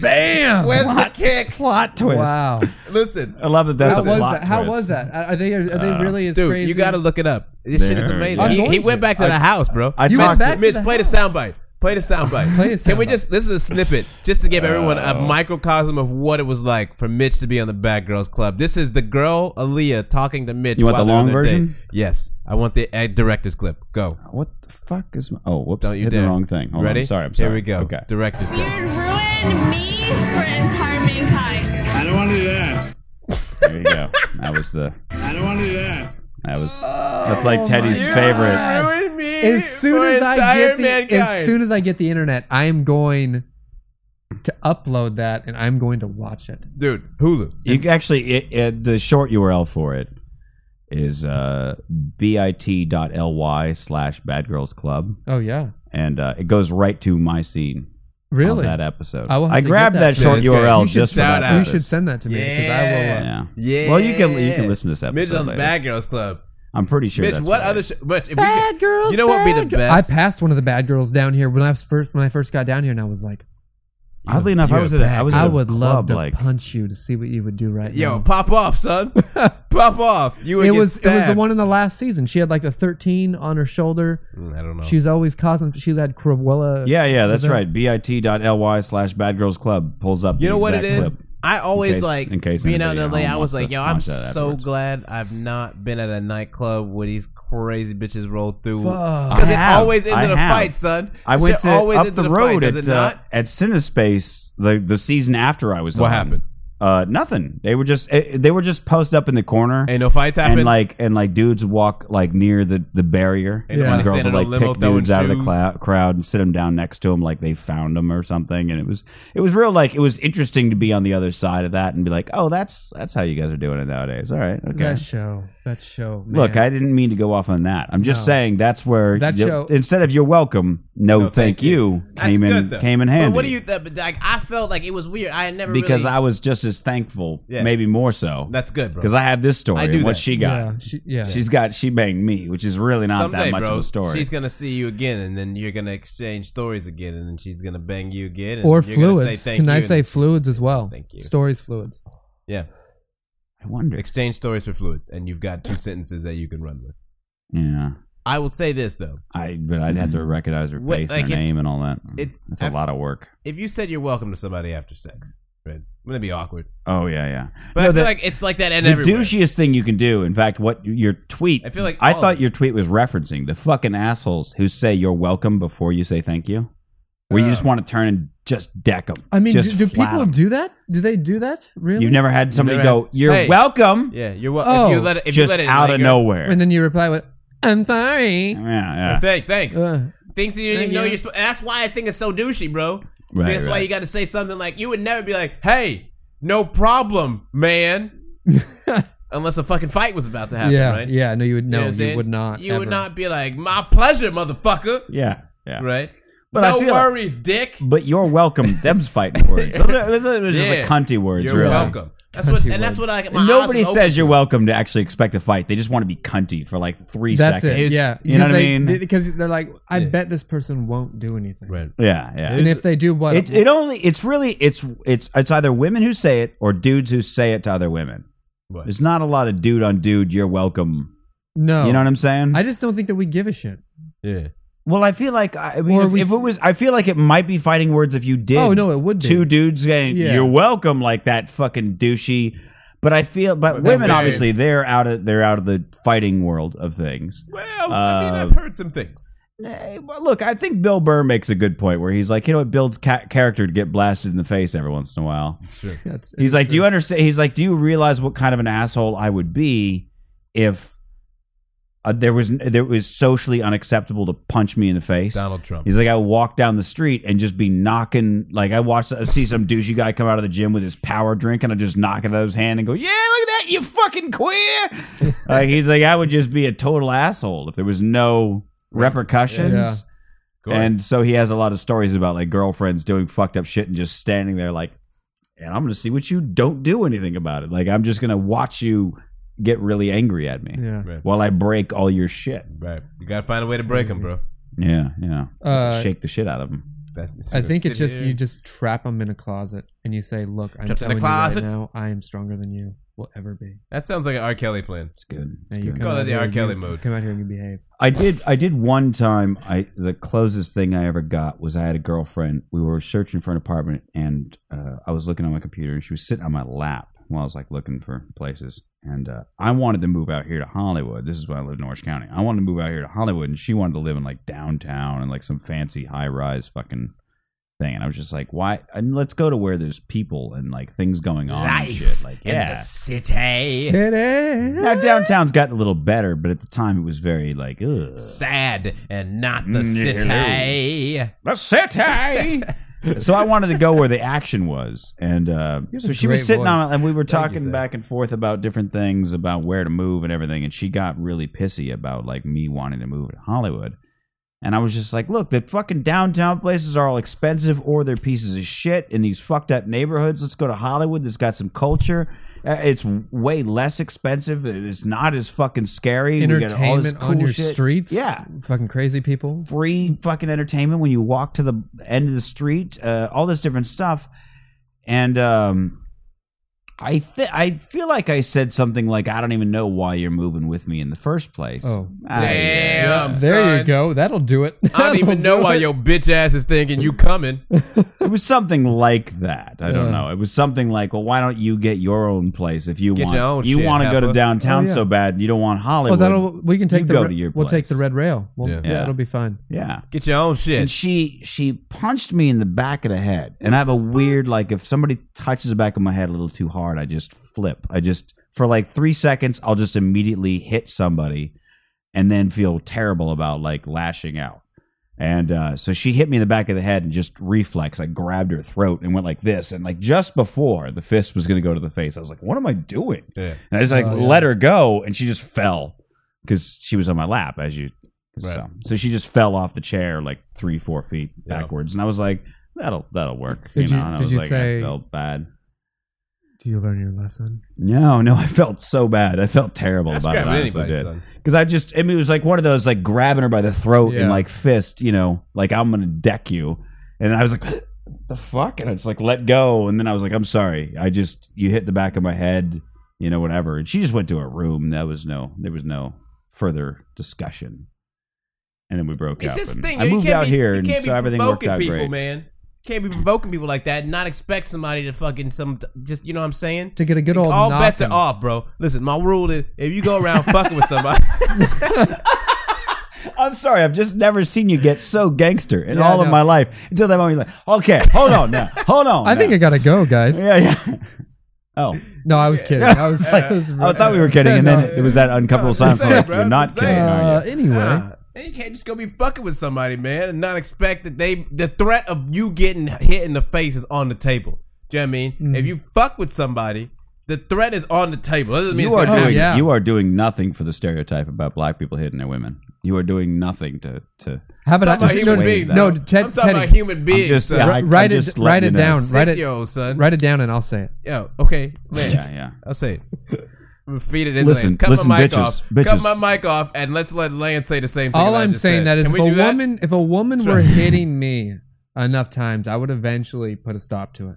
[SPEAKER 7] Bam!
[SPEAKER 8] Where's the kick?
[SPEAKER 7] Plot twist.
[SPEAKER 9] Wow.
[SPEAKER 8] Listen,
[SPEAKER 7] I love that. That's
[SPEAKER 9] how
[SPEAKER 7] a
[SPEAKER 9] was
[SPEAKER 7] plot
[SPEAKER 9] that? How
[SPEAKER 7] twist.
[SPEAKER 9] was that? Are are they are they
[SPEAKER 7] Uh,
[SPEAKER 9] really as
[SPEAKER 8] dude,
[SPEAKER 9] crazy?
[SPEAKER 8] you got to look it up. This shit is
[SPEAKER 7] There.
[SPEAKER 8] amazing.
[SPEAKER 9] I'm
[SPEAKER 8] He,
[SPEAKER 9] going
[SPEAKER 8] he
[SPEAKER 9] to.
[SPEAKER 8] went back to the house, bro.
[SPEAKER 7] I
[SPEAKER 9] You went
[SPEAKER 7] talked.
[SPEAKER 9] back
[SPEAKER 8] Mitch,
[SPEAKER 9] to the
[SPEAKER 8] play the soundbite. Play the soundbite.
[SPEAKER 9] Play the
[SPEAKER 8] Can we
[SPEAKER 9] soundbite.
[SPEAKER 8] just? This is a snippet, just to give everyone a
[SPEAKER 7] Oh.
[SPEAKER 8] microcosm of what it was like for Mitch to be on the Bad Girls Club. This is the girl Aaliyah talking to Mitch.
[SPEAKER 7] You want
[SPEAKER 8] while
[SPEAKER 7] the
[SPEAKER 8] they're on
[SPEAKER 7] long
[SPEAKER 8] their date.
[SPEAKER 7] version?
[SPEAKER 8] Yes, I want the uh, director's clip. Go.
[SPEAKER 7] What the fuck is my? Oh, whoops!
[SPEAKER 8] Don't you
[SPEAKER 7] hit
[SPEAKER 8] dare.
[SPEAKER 7] the wrong thing. Hold on,
[SPEAKER 8] Ready?
[SPEAKER 7] I'm sorry. I'm
[SPEAKER 8] Here
[SPEAKER 7] sorry.
[SPEAKER 8] we go.
[SPEAKER 7] Okay.
[SPEAKER 8] Director's clip.
[SPEAKER 13] ruin me for entire mankind.
[SPEAKER 1] I don't want to do that.
[SPEAKER 7] There you go. That was the.
[SPEAKER 1] I don't want to do that.
[SPEAKER 7] That was.
[SPEAKER 8] Oh
[SPEAKER 7] That's like Teddy's favorite.
[SPEAKER 9] as soon
[SPEAKER 8] for
[SPEAKER 9] as I
[SPEAKER 8] entire
[SPEAKER 9] get the,
[SPEAKER 8] mankind.
[SPEAKER 9] as soon as I get the internet, I am going to upload that and I'm going to watch it.
[SPEAKER 8] Dude, Hulu.
[SPEAKER 7] You actually, it, it, the short URL for it is uh, bit.ly slash Bad Girls Club,
[SPEAKER 9] Oh yeah,
[SPEAKER 7] and uh, it goes right to my scene.
[SPEAKER 9] Really?
[SPEAKER 7] Of that episode.
[SPEAKER 9] I will have to
[SPEAKER 7] grabbed
[SPEAKER 9] get
[SPEAKER 7] that,
[SPEAKER 9] that
[SPEAKER 7] short
[SPEAKER 8] clip.
[SPEAKER 7] URL
[SPEAKER 9] you should,
[SPEAKER 7] just for that.
[SPEAKER 9] you
[SPEAKER 7] purpose.
[SPEAKER 9] should send that to me because I will. Uh,
[SPEAKER 7] Yeah.
[SPEAKER 8] Yeah.
[SPEAKER 7] Well, you can you can listen to this episode.
[SPEAKER 8] Mitch on the
[SPEAKER 7] later.
[SPEAKER 8] Bad Girls Club.
[SPEAKER 7] I'm pretty sure.
[SPEAKER 8] Mitch,
[SPEAKER 7] that's
[SPEAKER 8] what
[SPEAKER 7] right.
[SPEAKER 8] other? Sh- Mitch, if bad girls. You know what would be the
[SPEAKER 9] I
[SPEAKER 8] best?
[SPEAKER 9] passed one of the bad girls down here when I was first when I first got down here, and I was like,
[SPEAKER 7] Oddly enough, I
[SPEAKER 8] You're
[SPEAKER 7] was
[SPEAKER 8] a
[SPEAKER 7] at a,
[SPEAKER 8] bad
[SPEAKER 7] I was at
[SPEAKER 9] I
[SPEAKER 7] a
[SPEAKER 9] would
[SPEAKER 7] club,
[SPEAKER 9] love to
[SPEAKER 7] like
[SPEAKER 9] punch you to see what you would do right
[SPEAKER 8] Yo,
[SPEAKER 9] now.
[SPEAKER 8] pop off, son. pop off. You would
[SPEAKER 9] it
[SPEAKER 8] get
[SPEAKER 9] was it was the
[SPEAKER 8] stabbed.
[SPEAKER 9] one in the last season. She had like a 13 on her shoulder.
[SPEAKER 8] Mm, I don't know.
[SPEAKER 9] She was always causing. She had Cruella.
[SPEAKER 7] Yeah, yeah, that's
[SPEAKER 9] Was that-
[SPEAKER 7] right. bit.ly slash bad girls club pulls up.
[SPEAKER 8] You
[SPEAKER 7] the
[SPEAKER 8] know what it
[SPEAKER 7] exact
[SPEAKER 8] is?
[SPEAKER 7] clip.
[SPEAKER 8] I always
[SPEAKER 7] In case-
[SPEAKER 8] like
[SPEAKER 7] in case
[SPEAKER 8] being out
[SPEAKER 7] anybody
[SPEAKER 8] in LA.
[SPEAKER 7] at
[SPEAKER 8] I
[SPEAKER 7] home
[SPEAKER 8] was
[SPEAKER 7] wants
[SPEAKER 8] like,
[SPEAKER 7] to
[SPEAKER 8] yo, I'm
[SPEAKER 7] watch that
[SPEAKER 8] so
[SPEAKER 7] afterwards.
[SPEAKER 8] glad I've not been at a nightclub where these crazy bitches roll through.
[SPEAKER 9] Fuck.
[SPEAKER 8] Because
[SPEAKER 7] I
[SPEAKER 8] it
[SPEAKER 7] have.
[SPEAKER 8] always ends
[SPEAKER 7] I
[SPEAKER 8] in a
[SPEAKER 7] have.
[SPEAKER 8] fight, son.
[SPEAKER 7] I
[SPEAKER 8] It
[SPEAKER 7] went
[SPEAKER 8] should
[SPEAKER 7] to
[SPEAKER 8] always
[SPEAKER 7] up
[SPEAKER 8] ends
[SPEAKER 7] the
[SPEAKER 8] in a fight,
[SPEAKER 7] road
[SPEAKER 8] does
[SPEAKER 7] at
[SPEAKER 8] it
[SPEAKER 7] uh,
[SPEAKER 8] not?
[SPEAKER 7] at CineSpace the the season after I was.
[SPEAKER 8] What
[SPEAKER 7] on.
[SPEAKER 8] happened?
[SPEAKER 7] Uh, nothing. They were just eh, they were just posted up in the corner
[SPEAKER 8] Ain't no fights happen.
[SPEAKER 7] and like and like dudes walk like near the the barrier
[SPEAKER 8] Ain't
[SPEAKER 9] nobody
[SPEAKER 7] and girls
[SPEAKER 8] standing
[SPEAKER 7] would
[SPEAKER 8] in a
[SPEAKER 7] like
[SPEAKER 8] limo
[SPEAKER 7] pick
[SPEAKER 8] throwing
[SPEAKER 7] dudes out of the
[SPEAKER 8] shoes.
[SPEAKER 7] clou- crowd and sit them down next to them like they found them or something and it was it was real like it was interesting to be on the other side of that and be like oh that's that's how you guys are doing it nowadays all right okay
[SPEAKER 9] that show. That show. Man.
[SPEAKER 7] Look, I didn't mean to go off on that. I'm just
[SPEAKER 9] No.
[SPEAKER 7] saying that's where
[SPEAKER 9] That
[SPEAKER 7] you-
[SPEAKER 9] show-
[SPEAKER 7] instead of you're welcome, no,
[SPEAKER 8] No,
[SPEAKER 7] thank,
[SPEAKER 8] thank
[SPEAKER 7] you,
[SPEAKER 8] That's
[SPEAKER 7] came in
[SPEAKER 8] good, though.
[SPEAKER 7] came in handy.
[SPEAKER 8] But what do you think? But like, I felt like it was weird. I had never
[SPEAKER 7] because
[SPEAKER 8] really-
[SPEAKER 7] I was just as thankful,
[SPEAKER 8] Yeah.
[SPEAKER 7] maybe more so.
[SPEAKER 8] That's good, bro.
[SPEAKER 7] because I have this story
[SPEAKER 8] I do
[SPEAKER 7] and what
[SPEAKER 8] that.
[SPEAKER 7] she got.
[SPEAKER 9] yeah, she, yeah.
[SPEAKER 7] She's got she banged me, which is really not
[SPEAKER 8] Someday,
[SPEAKER 7] that much
[SPEAKER 8] bro,
[SPEAKER 7] of a story.
[SPEAKER 8] She's gonna see you again, and then you're gonna exchange stories again, and then she's gonna bang you again, and
[SPEAKER 9] or
[SPEAKER 8] you're gonna
[SPEAKER 9] fluids.
[SPEAKER 8] Say, thank
[SPEAKER 9] Can
[SPEAKER 8] you,
[SPEAKER 9] I
[SPEAKER 8] and-
[SPEAKER 9] say fluids as well?
[SPEAKER 8] Thank you.
[SPEAKER 9] Stories, fluids.
[SPEAKER 8] Yeah,
[SPEAKER 7] I wonder.
[SPEAKER 8] exchange stories for fluids, and you've got two sentences that you can run with.
[SPEAKER 7] Yeah,
[SPEAKER 8] I would say this though:
[SPEAKER 7] I but I'd have to recognize her
[SPEAKER 8] What-
[SPEAKER 7] face,
[SPEAKER 8] Mm. like,
[SPEAKER 7] and her
[SPEAKER 8] it's-
[SPEAKER 7] name, and all that.
[SPEAKER 8] it's-
[SPEAKER 7] that's a
[SPEAKER 8] I've-
[SPEAKER 7] lot of work.
[SPEAKER 8] if you said you're welcome to somebody after sex, right? I'm gonna be awkward,
[SPEAKER 7] Oh yeah, yeah.
[SPEAKER 8] but I
[SPEAKER 7] No,
[SPEAKER 8] feel
[SPEAKER 7] the-
[SPEAKER 8] like it's like that and
[SPEAKER 7] the
[SPEAKER 8] everywhere.
[SPEAKER 7] douchiest thing you can do. In fact, what your tweet?
[SPEAKER 8] I feel like
[SPEAKER 7] I
[SPEAKER 8] all
[SPEAKER 7] thought
[SPEAKER 8] of
[SPEAKER 7] your tweet was referencing the fucking assholes who say you're welcome before you say thank you, where you just
[SPEAKER 8] Yeah.
[SPEAKER 7] want to turn and just deck them.
[SPEAKER 9] I mean, do,
[SPEAKER 7] just
[SPEAKER 9] do
[SPEAKER 7] flat
[SPEAKER 9] people
[SPEAKER 7] 'em.
[SPEAKER 9] do that? Do they do that? Really?
[SPEAKER 7] You've never had somebody
[SPEAKER 8] never
[SPEAKER 7] go,
[SPEAKER 8] asked-
[SPEAKER 7] "You're
[SPEAKER 8] Hey.
[SPEAKER 7] welcome,"
[SPEAKER 8] Yeah, you're wel-
[SPEAKER 9] Oh,
[SPEAKER 8] if you let it, if you
[SPEAKER 7] just
[SPEAKER 8] let it
[SPEAKER 7] out of
[SPEAKER 8] linger-
[SPEAKER 7] nowhere.
[SPEAKER 9] And then you reply with, "I'm sorry."
[SPEAKER 7] yeah, yeah.
[SPEAKER 8] Thanks, thanks.
[SPEAKER 9] Uh,
[SPEAKER 8] Things that you didn't
[SPEAKER 9] Thank
[SPEAKER 8] even know
[SPEAKER 9] you.
[SPEAKER 8] you're supposed. That's why I think it's so douchey, bro.
[SPEAKER 7] Right,
[SPEAKER 8] that's why
[SPEAKER 7] right.
[SPEAKER 8] you got to say something like, "You would never be like, hey, no problem, man," unless a fucking fight was about to happen,
[SPEAKER 9] yeah,
[SPEAKER 8] right?
[SPEAKER 9] yeah. No, you would
[SPEAKER 8] You know
[SPEAKER 9] no,
[SPEAKER 8] what I'm
[SPEAKER 9] you
[SPEAKER 8] saying?
[SPEAKER 9] would not.
[SPEAKER 8] You would
[SPEAKER 9] ever.
[SPEAKER 8] not be like, "My pleasure, motherfucker,"
[SPEAKER 7] yeah, yeah.
[SPEAKER 8] right?
[SPEAKER 7] But I
[SPEAKER 8] no
[SPEAKER 7] feel-
[SPEAKER 8] worries, dick.
[SPEAKER 7] But you're welcome. Them's fighting words. Those are, those are
[SPEAKER 8] Yeah.
[SPEAKER 7] just like cunty words.
[SPEAKER 8] You're
[SPEAKER 7] really.
[SPEAKER 8] welcome. That's what,
[SPEAKER 9] Cunty
[SPEAKER 8] and that's
[SPEAKER 9] words.
[SPEAKER 8] what I. My eyes
[SPEAKER 7] Nobody
[SPEAKER 8] was open.
[SPEAKER 7] says you're welcome to actually expect a fight. They just want to be cunty for like three
[SPEAKER 9] That's
[SPEAKER 7] seconds.
[SPEAKER 9] it. Yeah,
[SPEAKER 7] you know
[SPEAKER 9] Because
[SPEAKER 7] what I
[SPEAKER 9] they-
[SPEAKER 7] mean?
[SPEAKER 9] they- Because they're like, I
[SPEAKER 8] Yeah.
[SPEAKER 9] bet this person won't do anything.
[SPEAKER 8] Right.
[SPEAKER 7] Yeah, yeah.
[SPEAKER 9] And if they do, what?
[SPEAKER 7] it, it only it's really it's it's it's either women who say it or dudes who say it to other women.
[SPEAKER 8] Right.
[SPEAKER 7] There's not a lot of dude on dude. You're welcome.
[SPEAKER 9] no,
[SPEAKER 7] You know what I'm saying?
[SPEAKER 9] Oh. I just don't think that we give a shit.
[SPEAKER 8] Yeah.
[SPEAKER 7] well, I feel like I I mean,
[SPEAKER 9] Or
[SPEAKER 7] if,
[SPEAKER 9] we
[SPEAKER 7] if it
[SPEAKER 9] s-
[SPEAKER 7] was, I feel like it might be fighting words if you did.
[SPEAKER 9] Oh no, it would be.
[SPEAKER 7] two dudes saying
[SPEAKER 9] Yeah.
[SPEAKER 7] you're welcome like that fucking douchey. But I feel, but
[SPEAKER 8] But then
[SPEAKER 7] women
[SPEAKER 8] they-
[SPEAKER 7] obviously they're out of they're out of the fighting world of things.
[SPEAKER 8] Well, I mean,
[SPEAKER 7] Uh,
[SPEAKER 8] I've heard some things.
[SPEAKER 7] Eh, well, look, I think Bill Burr makes a good point where he's like, you know, it builds ca- character to get blasted in the face every once in a while.
[SPEAKER 8] Sure.
[SPEAKER 9] That's-
[SPEAKER 7] He's like, do you understand? He's like, do you realize what kind of an asshole I would be if uh, there was there was socially unacceptable to punch me in the face.
[SPEAKER 8] Donald Trump.
[SPEAKER 7] He's like I would walk down the street and just be knocking. Like I watched I see some douchey guy come out of the gym with his power drink and I just knock it out of his hand and go yeah. look at that, you fucking queer. like he's like I would just be a total asshole if there was no repercussions.
[SPEAKER 14] Yeah. course.
[SPEAKER 7] And so he has a lot of stories about like girlfriends doing fucked up shit and just standing there like, and I'm gonna see what you don't do anything about it. Like I'm just gonna watch you get really angry at me
[SPEAKER 9] Yeah.
[SPEAKER 8] Right.
[SPEAKER 7] while I break all your shit.
[SPEAKER 8] Right. You gotta find a way to break them, bro.
[SPEAKER 7] Yeah, yeah. Just
[SPEAKER 9] Uh,
[SPEAKER 7] shake the shit out of him.
[SPEAKER 9] I think it's just you just trap them in a closet and you say, "Look, I'm
[SPEAKER 8] Trapped in a
[SPEAKER 9] telling you right
[SPEAKER 8] closet.
[SPEAKER 9] now, I am stronger than you will ever be."
[SPEAKER 8] That sounds like an R. Kelly plan. It's
[SPEAKER 7] good.
[SPEAKER 9] Now you come
[SPEAKER 8] Call
[SPEAKER 9] out
[SPEAKER 8] that the
[SPEAKER 9] here
[SPEAKER 8] R.
[SPEAKER 9] and you-
[SPEAKER 8] Kelly mode.
[SPEAKER 9] Come out here and you behave.
[SPEAKER 7] I did. I did one time. I the closest thing I ever got was I had a girlfriend. We were searching for an apartment, and uh, I was looking on my computer, and she was sitting on my lap while I was like looking for places. And uh, I wanted to move out here to Hollywood. This is when I lived in Orange County. I wanted to move out here to Hollywood, and she wanted to live in like downtown and like some fancy high rise fucking thing. And I was just like, why? And let's go to where there's people and like things going on and shit. Like yeah,
[SPEAKER 8] city.
[SPEAKER 7] now downtown's gotten a little better, but at the time it was very like ugh.
[SPEAKER 8] Sad and not the
[SPEAKER 7] Mm,
[SPEAKER 8] city.
[SPEAKER 7] The city. so I wanted to go where the action was, and uh,
[SPEAKER 8] You have
[SPEAKER 7] so
[SPEAKER 8] a
[SPEAKER 7] she was
[SPEAKER 8] great
[SPEAKER 7] sitting
[SPEAKER 8] voice.
[SPEAKER 7] on, and we were
[SPEAKER 8] Thank you,
[SPEAKER 7] talking
[SPEAKER 8] sir.
[SPEAKER 7] back and forth about different things, about where to move and everything, and she got really pissy about like me wanting to move to Hollywood, and I was just like, look, the fucking downtown places are all expensive or they're pieces of shit in these fucked up neighborhoods. Let's go to Hollywood that's got some culture. Uh, It's way less expensive. It's not as fucking scary. We got all this
[SPEAKER 9] Entertainment on
[SPEAKER 7] cool
[SPEAKER 9] your
[SPEAKER 7] shit.
[SPEAKER 9] streets.
[SPEAKER 7] Yeah,
[SPEAKER 9] fucking crazy people.
[SPEAKER 7] free fucking entertainment when you walk to the end of the street, uh, all this different stuff. And um, I th- I feel like I said something like, I don't even know why you're moving with me in the first place.
[SPEAKER 9] Oh.
[SPEAKER 7] I-
[SPEAKER 8] Damn,
[SPEAKER 9] There you
[SPEAKER 8] son.
[SPEAKER 9] go. That'll do it.
[SPEAKER 8] I don't even know why your bitch ass is thinking you coming.
[SPEAKER 7] It was something like that. I don't
[SPEAKER 8] Yeah.
[SPEAKER 7] know. It was something like, well, why don't you get your own place if you
[SPEAKER 8] Get
[SPEAKER 7] want?
[SPEAKER 8] your own
[SPEAKER 7] you
[SPEAKER 8] shit,
[SPEAKER 7] want to go to
[SPEAKER 8] heifer.
[SPEAKER 7] downtown
[SPEAKER 9] Oh, yeah.
[SPEAKER 7] so bad, you don't want
[SPEAKER 9] Well,
[SPEAKER 7] Hollywood.
[SPEAKER 9] that'll we can take
[SPEAKER 7] You
[SPEAKER 9] the
[SPEAKER 7] go
[SPEAKER 9] re-
[SPEAKER 7] to your
[SPEAKER 9] we'll
[SPEAKER 7] place.
[SPEAKER 9] take the red rail. We'll,
[SPEAKER 7] Yeah.
[SPEAKER 9] yeah.
[SPEAKER 7] Yeah.
[SPEAKER 9] it'll be fine.
[SPEAKER 7] Yeah.
[SPEAKER 8] Get your own shit.
[SPEAKER 7] And she she punched me in the back of the head. And I have a weird like if somebody touches the back of my head a little too hard, I just flip. I just for like three seconds, I'll just immediately hit somebody and then feel terrible about like lashing out. And uh, so she hit me in the back of the head and just reflex. I grabbed her throat and went like this. And like just before the fist was going to go to the face, I was like, what am I doing?
[SPEAKER 8] Yeah.
[SPEAKER 7] And I just like
[SPEAKER 8] Oh, yeah.
[SPEAKER 7] let her go and she just fell because she was on my lap as you. So, so she just fell off the chair like three, four feet
[SPEAKER 8] Yeah.
[SPEAKER 7] backwards. And I was like, that'll that'll work.
[SPEAKER 9] Did
[SPEAKER 7] you
[SPEAKER 9] you-
[SPEAKER 7] know, and I
[SPEAKER 9] did
[SPEAKER 7] was
[SPEAKER 9] you
[SPEAKER 7] like,
[SPEAKER 9] say-
[SPEAKER 7] I felt bad.
[SPEAKER 9] Do you learn your lesson?
[SPEAKER 7] No, no, I felt so bad. I felt terrible
[SPEAKER 9] That's
[SPEAKER 7] about it.
[SPEAKER 9] grabbing
[SPEAKER 7] honestly,
[SPEAKER 9] anybody,
[SPEAKER 7] did.
[SPEAKER 9] son.
[SPEAKER 7] Because I just, I mean, it was like one of those like grabbing her by the throat
[SPEAKER 9] Yeah.
[SPEAKER 7] and like fist, you know, like I'm gonna deck you. And I was like, the fuck, and I just like let go. And then I was like, I'm sorry, I just you hit the back of my head, you know, whatever. And she just went to her room. That was no, there was no further discussion. And then we broke
[SPEAKER 8] It's
[SPEAKER 7] up.
[SPEAKER 8] this
[SPEAKER 7] and
[SPEAKER 8] thing.
[SPEAKER 7] I
[SPEAKER 8] you
[SPEAKER 7] moved
[SPEAKER 8] can't
[SPEAKER 7] out
[SPEAKER 8] be,
[SPEAKER 7] here,
[SPEAKER 8] you
[SPEAKER 7] and
[SPEAKER 8] can't
[SPEAKER 7] so
[SPEAKER 8] be
[SPEAKER 7] everything worked
[SPEAKER 8] provoking
[SPEAKER 7] out
[SPEAKER 8] people,
[SPEAKER 7] great.
[SPEAKER 8] man. Can't be provoking people like that. and Not expect somebody to fucking some. Just you know what I'm saying.
[SPEAKER 9] To get a good old
[SPEAKER 8] all bets are
[SPEAKER 9] knocking.
[SPEAKER 8] off, bro. Listen, my rule is if you go around fucking with somebody,
[SPEAKER 7] I'm sorry, I've just never seen you get so gangster in
[SPEAKER 9] Yeah,
[SPEAKER 7] all
[SPEAKER 9] I
[SPEAKER 7] of
[SPEAKER 9] know.
[SPEAKER 7] my life until that moment. You're like, okay, hold on now, hold on.
[SPEAKER 9] I think I gotta go, guys.
[SPEAKER 7] Yeah, yeah. Oh.
[SPEAKER 9] No, I was kidding. I was. I, was-
[SPEAKER 7] I thought we were kidding, and then it was that uncomfortable silence. I'm like, You're not kidding, are you?
[SPEAKER 8] Uh, you can't just go be fucking with somebody, man, and not expect that they the threat of you getting hit in the face is on the table. Do you know what I mean?
[SPEAKER 7] Mm.
[SPEAKER 8] If you fuck with somebody, the threat is on the table. That doesn't mean
[SPEAKER 7] You
[SPEAKER 8] it's
[SPEAKER 7] are
[SPEAKER 8] gonna
[SPEAKER 9] Oh,
[SPEAKER 7] doing
[SPEAKER 8] happen.
[SPEAKER 7] you are doing nothing for the stereotype about black people hitting their women. You are doing nothing to to.
[SPEAKER 9] How about I
[SPEAKER 7] to
[SPEAKER 9] just no,
[SPEAKER 7] dissuade that.
[SPEAKER 9] no, Ted,
[SPEAKER 8] I'm talking
[SPEAKER 9] Teddy.
[SPEAKER 8] about human beings,
[SPEAKER 7] just-
[SPEAKER 8] son.
[SPEAKER 7] yeah, I-
[SPEAKER 9] Write-
[SPEAKER 7] I'm
[SPEAKER 9] write
[SPEAKER 7] just
[SPEAKER 9] it. Write
[SPEAKER 7] letting you know.
[SPEAKER 9] it down. Write it.
[SPEAKER 8] Six-year-old son.
[SPEAKER 9] Write it down, and I'll say it.
[SPEAKER 8] Yo, okay. Man.
[SPEAKER 7] Yeah, yeah.
[SPEAKER 8] I'll say it. I'm gonna Feed it in
[SPEAKER 7] Listen,
[SPEAKER 8] Lance. Cut
[SPEAKER 7] listen,
[SPEAKER 8] my mic
[SPEAKER 7] bitches,
[SPEAKER 8] off.
[SPEAKER 7] bitches.
[SPEAKER 8] Cut my mic off, and let's let Lance say the same thing.
[SPEAKER 9] All
[SPEAKER 8] that I
[SPEAKER 9] I'm
[SPEAKER 8] just
[SPEAKER 9] saying
[SPEAKER 8] said.
[SPEAKER 9] that is
[SPEAKER 8] Can
[SPEAKER 9] if
[SPEAKER 8] we
[SPEAKER 9] a
[SPEAKER 8] do that?
[SPEAKER 9] woman if a woman
[SPEAKER 8] Sure.
[SPEAKER 9] were hitting me enough times, I would eventually put a stop to it.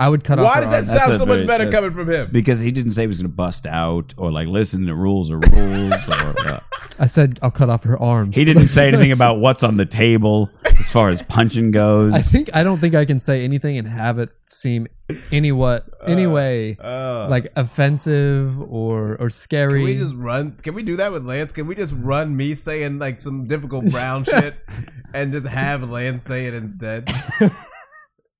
[SPEAKER 9] I would cut off.
[SPEAKER 8] Why does
[SPEAKER 9] her
[SPEAKER 8] that
[SPEAKER 9] arms.
[SPEAKER 8] sound
[SPEAKER 7] That's
[SPEAKER 8] so
[SPEAKER 7] a
[SPEAKER 8] much
[SPEAKER 7] very-
[SPEAKER 8] better
[SPEAKER 7] that-
[SPEAKER 8] coming from him?
[SPEAKER 7] Because he didn't say he was going to bust out or like listen. The rules are rules. or uh,
[SPEAKER 9] I said I'll cut off her arms.
[SPEAKER 7] he didn't say anything about what's on the table as far as punching goes.
[SPEAKER 9] I think I don't think I can say anything and have it seem any what any way
[SPEAKER 7] uh.
[SPEAKER 9] like offensive or or scary.
[SPEAKER 8] Can we just run? Can we do that with Lance? Can we just run me saying like some difficult brown shit and just have Lance say it instead?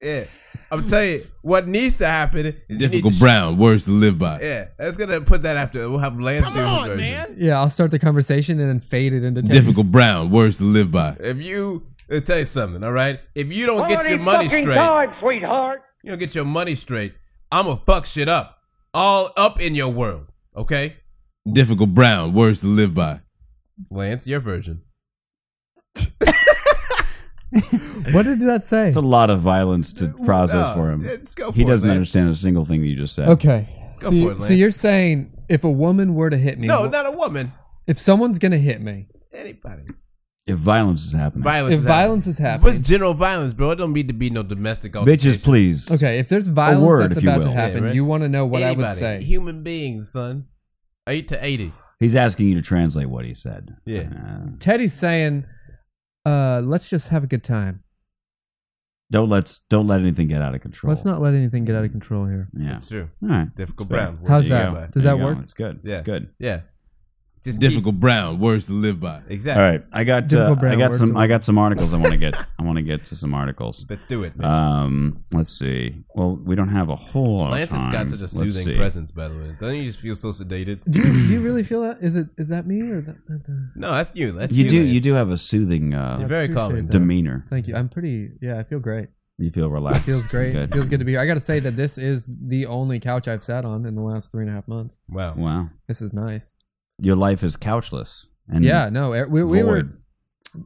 [SPEAKER 8] yeah. I'm telling you, what needs to happen is you need
[SPEAKER 14] Difficult
[SPEAKER 8] to-
[SPEAKER 14] Brown, words to live by.
[SPEAKER 8] Yeah, that's gonna put that after. We'll have Lance do his version.
[SPEAKER 9] Yeah, I'll start the conversation and then fade it into text.
[SPEAKER 14] Difficult Brown, words to live by.
[SPEAKER 8] If you, I'll tell you something. All right, if you don't
[SPEAKER 15] Well,
[SPEAKER 8] get
[SPEAKER 15] it
[SPEAKER 8] your
[SPEAKER 15] ain't
[SPEAKER 8] money
[SPEAKER 15] fucking
[SPEAKER 8] straight,
[SPEAKER 15] God, sweetheart.
[SPEAKER 8] you don't get your money straight. I'm gonna fuck shit up, all up in your world. Okay,
[SPEAKER 14] Difficult Brown, words to live by.
[SPEAKER 8] Lance, your version.
[SPEAKER 9] What did that say? It's
[SPEAKER 7] a lot of violence to process for him. he doesn't understand a single thing you just said.
[SPEAKER 9] Okay.
[SPEAKER 8] Go
[SPEAKER 9] so, you-
[SPEAKER 8] for it,
[SPEAKER 9] so
[SPEAKER 8] Lance.
[SPEAKER 9] you're saying if a woman were to hit me?
[SPEAKER 8] No,
[SPEAKER 9] wh-
[SPEAKER 8] not a woman.
[SPEAKER 9] If someone's gonna hit me,
[SPEAKER 8] Anybody.
[SPEAKER 7] If violence is happening,
[SPEAKER 8] Violence.
[SPEAKER 9] If
[SPEAKER 8] is
[SPEAKER 9] violence
[SPEAKER 8] happening.
[SPEAKER 9] is happening.
[SPEAKER 8] what's general violence, bro? It don't need to be no domestic. altercation.
[SPEAKER 7] bitches, please.
[SPEAKER 9] okay, if there's
[SPEAKER 7] A
[SPEAKER 9] violence
[SPEAKER 7] word,
[SPEAKER 9] that's
[SPEAKER 7] if you
[SPEAKER 9] about to
[SPEAKER 7] will.
[SPEAKER 9] happen, you want to know what I would
[SPEAKER 8] Anybody.
[SPEAKER 9] say?
[SPEAKER 8] Human beings, son. Eight to eighty.
[SPEAKER 7] He's asking you to translate what he said. Uh,
[SPEAKER 8] Yeah.
[SPEAKER 9] Teddy's saying, uh, "Let's just have a good time.
[SPEAKER 7] Don't let's don't let anything get out of control.
[SPEAKER 9] Let's not let anything get out of control here."
[SPEAKER 7] yeah,
[SPEAKER 8] That's true.
[SPEAKER 7] All right.
[SPEAKER 8] Difficult
[SPEAKER 7] That's fair.
[SPEAKER 8] brown.
[SPEAKER 9] How's
[SPEAKER 8] There you
[SPEAKER 9] that?
[SPEAKER 8] go.
[SPEAKER 9] Does
[SPEAKER 8] There
[SPEAKER 9] that
[SPEAKER 8] you go.
[SPEAKER 9] work?
[SPEAKER 7] It's good.
[SPEAKER 8] Yeah.
[SPEAKER 7] It's good.
[SPEAKER 8] Yeah. Just keep-
[SPEAKER 14] Difficult Brown, words to live by.
[SPEAKER 8] Exactly.
[SPEAKER 7] All right, I got uh,
[SPEAKER 8] Difficult
[SPEAKER 7] I
[SPEAKER 8] brown
[SPEAKER 7] got
[SPEAKER 8] words
[SPEAKER 7] some
[SPEAKER 8] to-
[SPEAKER 7] I got some articles I want to get I want to get to some articles.
[SPEAKER 8] Let's do it, Mitch.
[SPEAKER 7] Um, let's see. Well, we don't have a whole lot.
[SPEAKER 8] Lance
[SPEAKER 7] of
[SPEAKER 8] has
[SPEAKER 7] time.
[SPEAKER 8] got such a
[SPEAKER 7] Let's
[SPEAKER 8] soothing
[SPEAKER 7] see.
[SPEAKER 8] presence, by the way. Don't you just feel so sedated?
[SPEAKER 9] Do you, do you really feel that? Is it is that me or that? that- that-
[SPEAKER 8] No, that's you. That's
[SPEAKER 7] you
[SPEAKER 8] you,
[SPEAKER 7] do
[SPEAKER 8] Lance.
[SPEAKER 7] you do have a soothing uh,
[SPEAKER 9] I appreciate that.
[SPEAKER 7] demeanor.
[SPEAKER 9] Thank you. I'm pretty. Yeah, I feel great.
[SPEAKER 7] You feel
[SPEAKER 9] It
[SPEAKER 7] relaxed.
[SPEAKER 9] feels great.
[SPEAKER 7] Good.
[SPEAKER 9] It feels good to be here. I got to say that this is the only couch I've sat on in the last three and a half months.
[SPEAKER 8] Wow.
[SPEAKER 7] Wow.
[SPEAKER 9] This is nice.
[SPEAKER 7] Your life is couchless. And
[SPEAKER 9] yeah, no, e- we, we were.
[SPEAKER 7] void.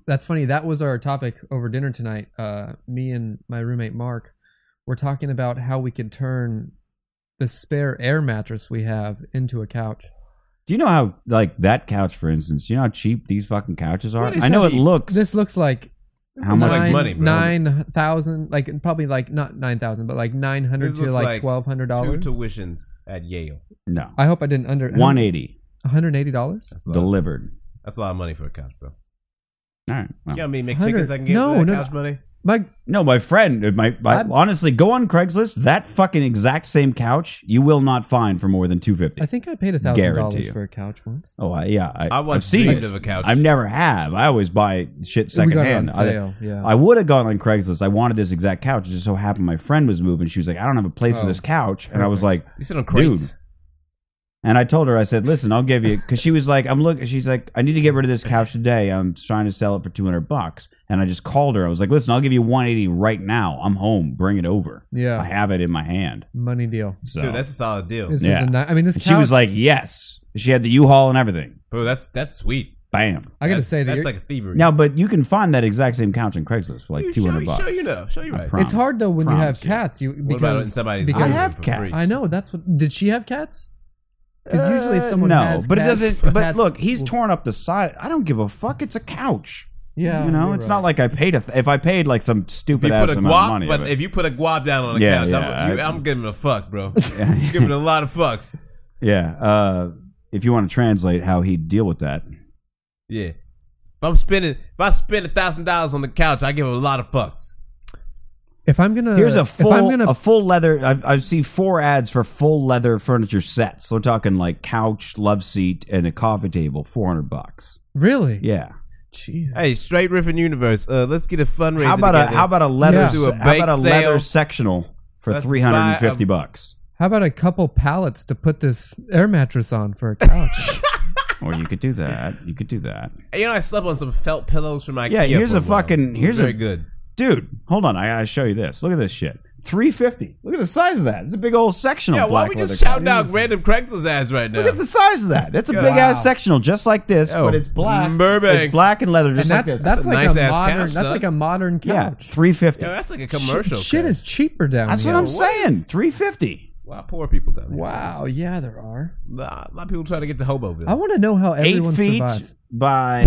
[SPEAKER 9] That's funny. That was our topic over dinner tonight. Uh, me and my roommate Mark were talking about how we could turn the spare air mattress we have into a couch.
[SPEAKER 7] Do you know how like that couch, for instance? You know how cheap these fucking couches are.
[SPEAKER 9] What is
[SPEAKER 7] I know it
[SPEAKER 9] cheap?
[SPEAKER 7] looks.
[SPEAKER 9] This looks like
[SPEAKER 7] How much- Like money, bro.
[SPEAKER 9] Nine thousand, like probably like not nine thousand, but like nine hundred
[SPEAKER 8] This
[SPEAKER 9] to
[SPEAKER 8] looks
[SPEAKER 9] like twelve hundred dollars.
[SPEAKER 8] Two tuitions at Yale.
[SPEAKER 7] No.
[SPEAKER 9] I hope I didn't under
[SPEAKER 7] One eighty
[SPEAKER 9] One hundred eighty dollars.
[SPEAKER 8] a lot.
[SPEAKER 7] delivered.
[SPEAKER 8] That's a lot of money for a couch, bro.
[SPEAKER 7] All right.
[SPEAKER 8] You
[SPEAKER 7] Well.
[SPEAKER 8] got me
[SPEAKER 9] Hundred-
[SPEAKER 8] McChickens I can get with
[SPEAKER 9] no,
[SPEAKER 8] that
[SPEAKER 9] no,
[SPEAKER 8] couch money?
[SPEAKER 9] My
[SPEAKER 7] no, my friend, uh, my, my honestly, go on Craigslist. That fucking exact same couch you will not find for more than two fifty.
[SPEAKER 9] I think I paid a thousand dollars for a couch once.
[SPEAKER 7] Oh I, yeah, I,
[SPEAKER 9] I
[SPEAKER 7] have
[SPEAKER 9] once
[SPEAKER 7] seen
[SPEAKER 9] dreamed
[SPEAKER 7] it.
[SPEAKER 9] of a couch.
[SPEAKER 7] I've never have. I always buy shit
[SPEAKER 9] We got it on
[SPEAKER 7] secondhand.
[SPEAKER 9] sale,
[SPEAKER 7] I,
[SPEAKER 9] yeah.
[SPEAKER 7] I would have gone on Craigslist. I wanted this exact couch. It just so happened my friend was moving. She was like, "I don't have a place
[SPEAKER 8] Oh,
[SPEAKER 7] for this couch," and I was like,
[SPEAKER 8] perfect. You sit on
[SPEAKER 7] "Dude."
[SPEAKER 8] crates.
[SPEAKER 7] And I told her, I said, "Listen, I'll give you," because she was like, "I'm looking." She's like, "I need to get rid of this couch today. I'm trying to sell it for 200 bucks." And I just called her. I was like, "Listen, I'll give you 180 right now. I'm home. Bring it over.
[SPEAKER 9] Yeah.
[SPEAKER 7] I have it in my hand."
[SPEAKER 9] Money deal.
[SPEAKER 7] So
[SPEAKER 8] Dude, that's a solid deal.
[SPEAKER 9] This is a ni- I mean, this
[SPEAKER 7] she was
[SPEAKER 9] couch-
[SPEAKER 7] like, "Yes." She had the U-Haul and everything.
[SPEAKER 8] Bro, that's that's sweet.
[SPEAKER 7] Bam.
[SPEAKER 9] I gotta
[SPEAKER 8] That's-
[SPEAKER 9] say that
[SPEAKER 8] that's
[SPEAKER 9] you're-
[SPEAKER 8] like a thievery.
[SPEAKER 7] Now, but you can find that exact same couch on Craigslist for like
[SPEAKER 8] You
[SPEAKER 7] two
[SPEAKER 8] show-
[SPEAKER 7] hundred bucks.
[SPEAKER 8] show you know. Show you
[SPEAKER 7] I
[SPEAKER 8] right.
[SPEAKER 7] promise.
[SPEAKER 9] it's hard though when you
[SPEAKER 7] Promise
[SPEAKER 9] have cats. You because
[SPEAKER 8] What about in somebody's
[SPEAKER 9] because
[SPEAKER 8] house I have for cats. free?
[SPEAKER 9] I know that's what. Did she have cats? Because usually
[SPEAKER 7] Uh,
[SPEAKER 9] someone
[SPEAKER 7] no,
[SPEAKER 9] has
[SPEAKER 7] but
[SPEAKER 9] cats,
[SPEAKER 7] it doesn't. But
[SPEAKER 9] cats-
[SPEAKER 7] look, he's torn up the side. I don't give a fuck. It's a couch.
[SPEAKER 9] Yeah,
[SPEAKER 7] you know,
[SPEAKER 9] you're
[SPEAKER 7] it's not like I paid a. Th- if I paid like some
[SPEAKER 8] If you
[SPEAKER 7] stupid
[SPEAKER 8] put
[SPEAKER 7] ass
[SPEAKER 8] a
[SPEAKER 7] amount of money,
[SPEAKER 8] guap, but
[SPEAKER 7] but-
[SPEAKER 8] if you put a guap down on a
[SPEAKER 7] Yeah,
[SPEAKER 8] couch,
[SPEAKER 7] yeah,
[SPEAKER 8] I'm, you,
[SPEAKER 7] I-
[SPEAKER 8] I'm giving a fuck, bro. I'm giving a lot of fucks.
[SPEAKER 7] yeah, uh, if you want to translate how he'd deal with that,
[SPEAKER 8] Yeah. If I'm spending, if I spend a thousand dollars on the couch, I give a lot of fucks.
[SPEAKER 9] If I'm gonna,
[SPEAKER 7] here's a
[SPEAKER 9] Uh, if I'm
[SPEAKER 7] full
[SPEAKER 9] gonna-
[SPEAKER 7] a full leather. I've, I've seen four ads for full leather furniture sets. We're talking like couch, love seat, and a coffee table, four hundred bucks.
[SPEAKER 9] Really?
[SPEAKER 7] Yeah.
[SPEAKER 9] Jesus.
[SPEAKER 8] Hey, straight riffing universe. Uh, let's get a fundraiser.
[SPEAKER 7] How about a
[SPEAKER 8] together.
[SPEAKER 7] how about a leather
[SPEAKER 8] Let's do a
[SPEAKER 7] how about a
[SPEAKER 8] bake
[SPEAKER 7] leather
[SPEAKER 8] sale. um,
[SPEAKER 7] sectional for
[SPEAKER 8] Let's
[SPEAKER 7] three hundred and fifty
[SPEAKER 8] buy a-
[SPEAKER 7] bucks?
[SPEAKER 9] How about a couple pallets to put this air mattress on for a couch?
[SPEAKER 7] Or you could do that. You could do that.
[SPEAKER 8] Hey, You know, I slept on some felt pillows from IKEA.
[SPEAKER 7] Yeah, here's
[SPEAKER 8] for
[SPEAKER 7] a
[SPEAKER 8] while.
[SPEAKER 7] fucking here's
[SPEAKER 8] very
[SPEAKER 7] a
[SPEAKER 8] good.
[SPEAKER 7] dude. Hold on, I gotta show you this. Look at this shit. Three fifty. Look at the size of that. It's a big old sectional.
[SPEAKER 8] Yeah, why
[SPEAKER 7] black
[SPEAKER 8] we just
[SPEAKER 7] leather
[SPEAKER 8] shouting
[SPEAKER 7] couch.
[SPEAKER 8] out random Craigslist ads right now?
[SPEAKER 7] Look at the size of that. That's a
[SPEAKER 8] Yeah.
[SPEAKER 7] big
[SPEAKER 8] Wow.
[SPEAKER 7] ass sectional, just like this,
[SPEAKER 8] Oh,
[SPEAKER 7] but it's black.
[SPEAKER 8] Burbank.
[SPEAKER 7] It's black and leather, just
[SPEAKER 9] and
[SPEAKER 7] like this.
[SPEAKER 9] that's that's like a
[SPEAKER 8] nice-ass
[SPEAKER 9] modern.
[SPEAKER 8] couch,
[SPEAKER 9] that's
[SPEAKER 8] son.
[SPEAKER 9] like a modern
[SPEAKER 7] yeah,
[SPEAKER 9] couch.
[SPEAKER 7] three fifty.
[SPEAKER 8] Yeah, that's like a commercial.
[SPEAKER 9] Shit, shit is cheaper down
[SPEAKER 7] That's
[SPEAKER 9] here.
[SPEAKER 7] what I'm saying. Three fifty.
[SPEAKER 8] A lot of poor people down there.
[SPEAKER 9] Wow. Yeah, there are.
[SPEAKER 8] Nah, a lot of people try to get to Hoboville.
[SPEAKER 9] I want to know how
[SPEAKER 7] Eight
[SPEAKER 9] everyone
[SPEAKER 7] feet
[SPEAKER 9] survives.
[SPEAKER 7] by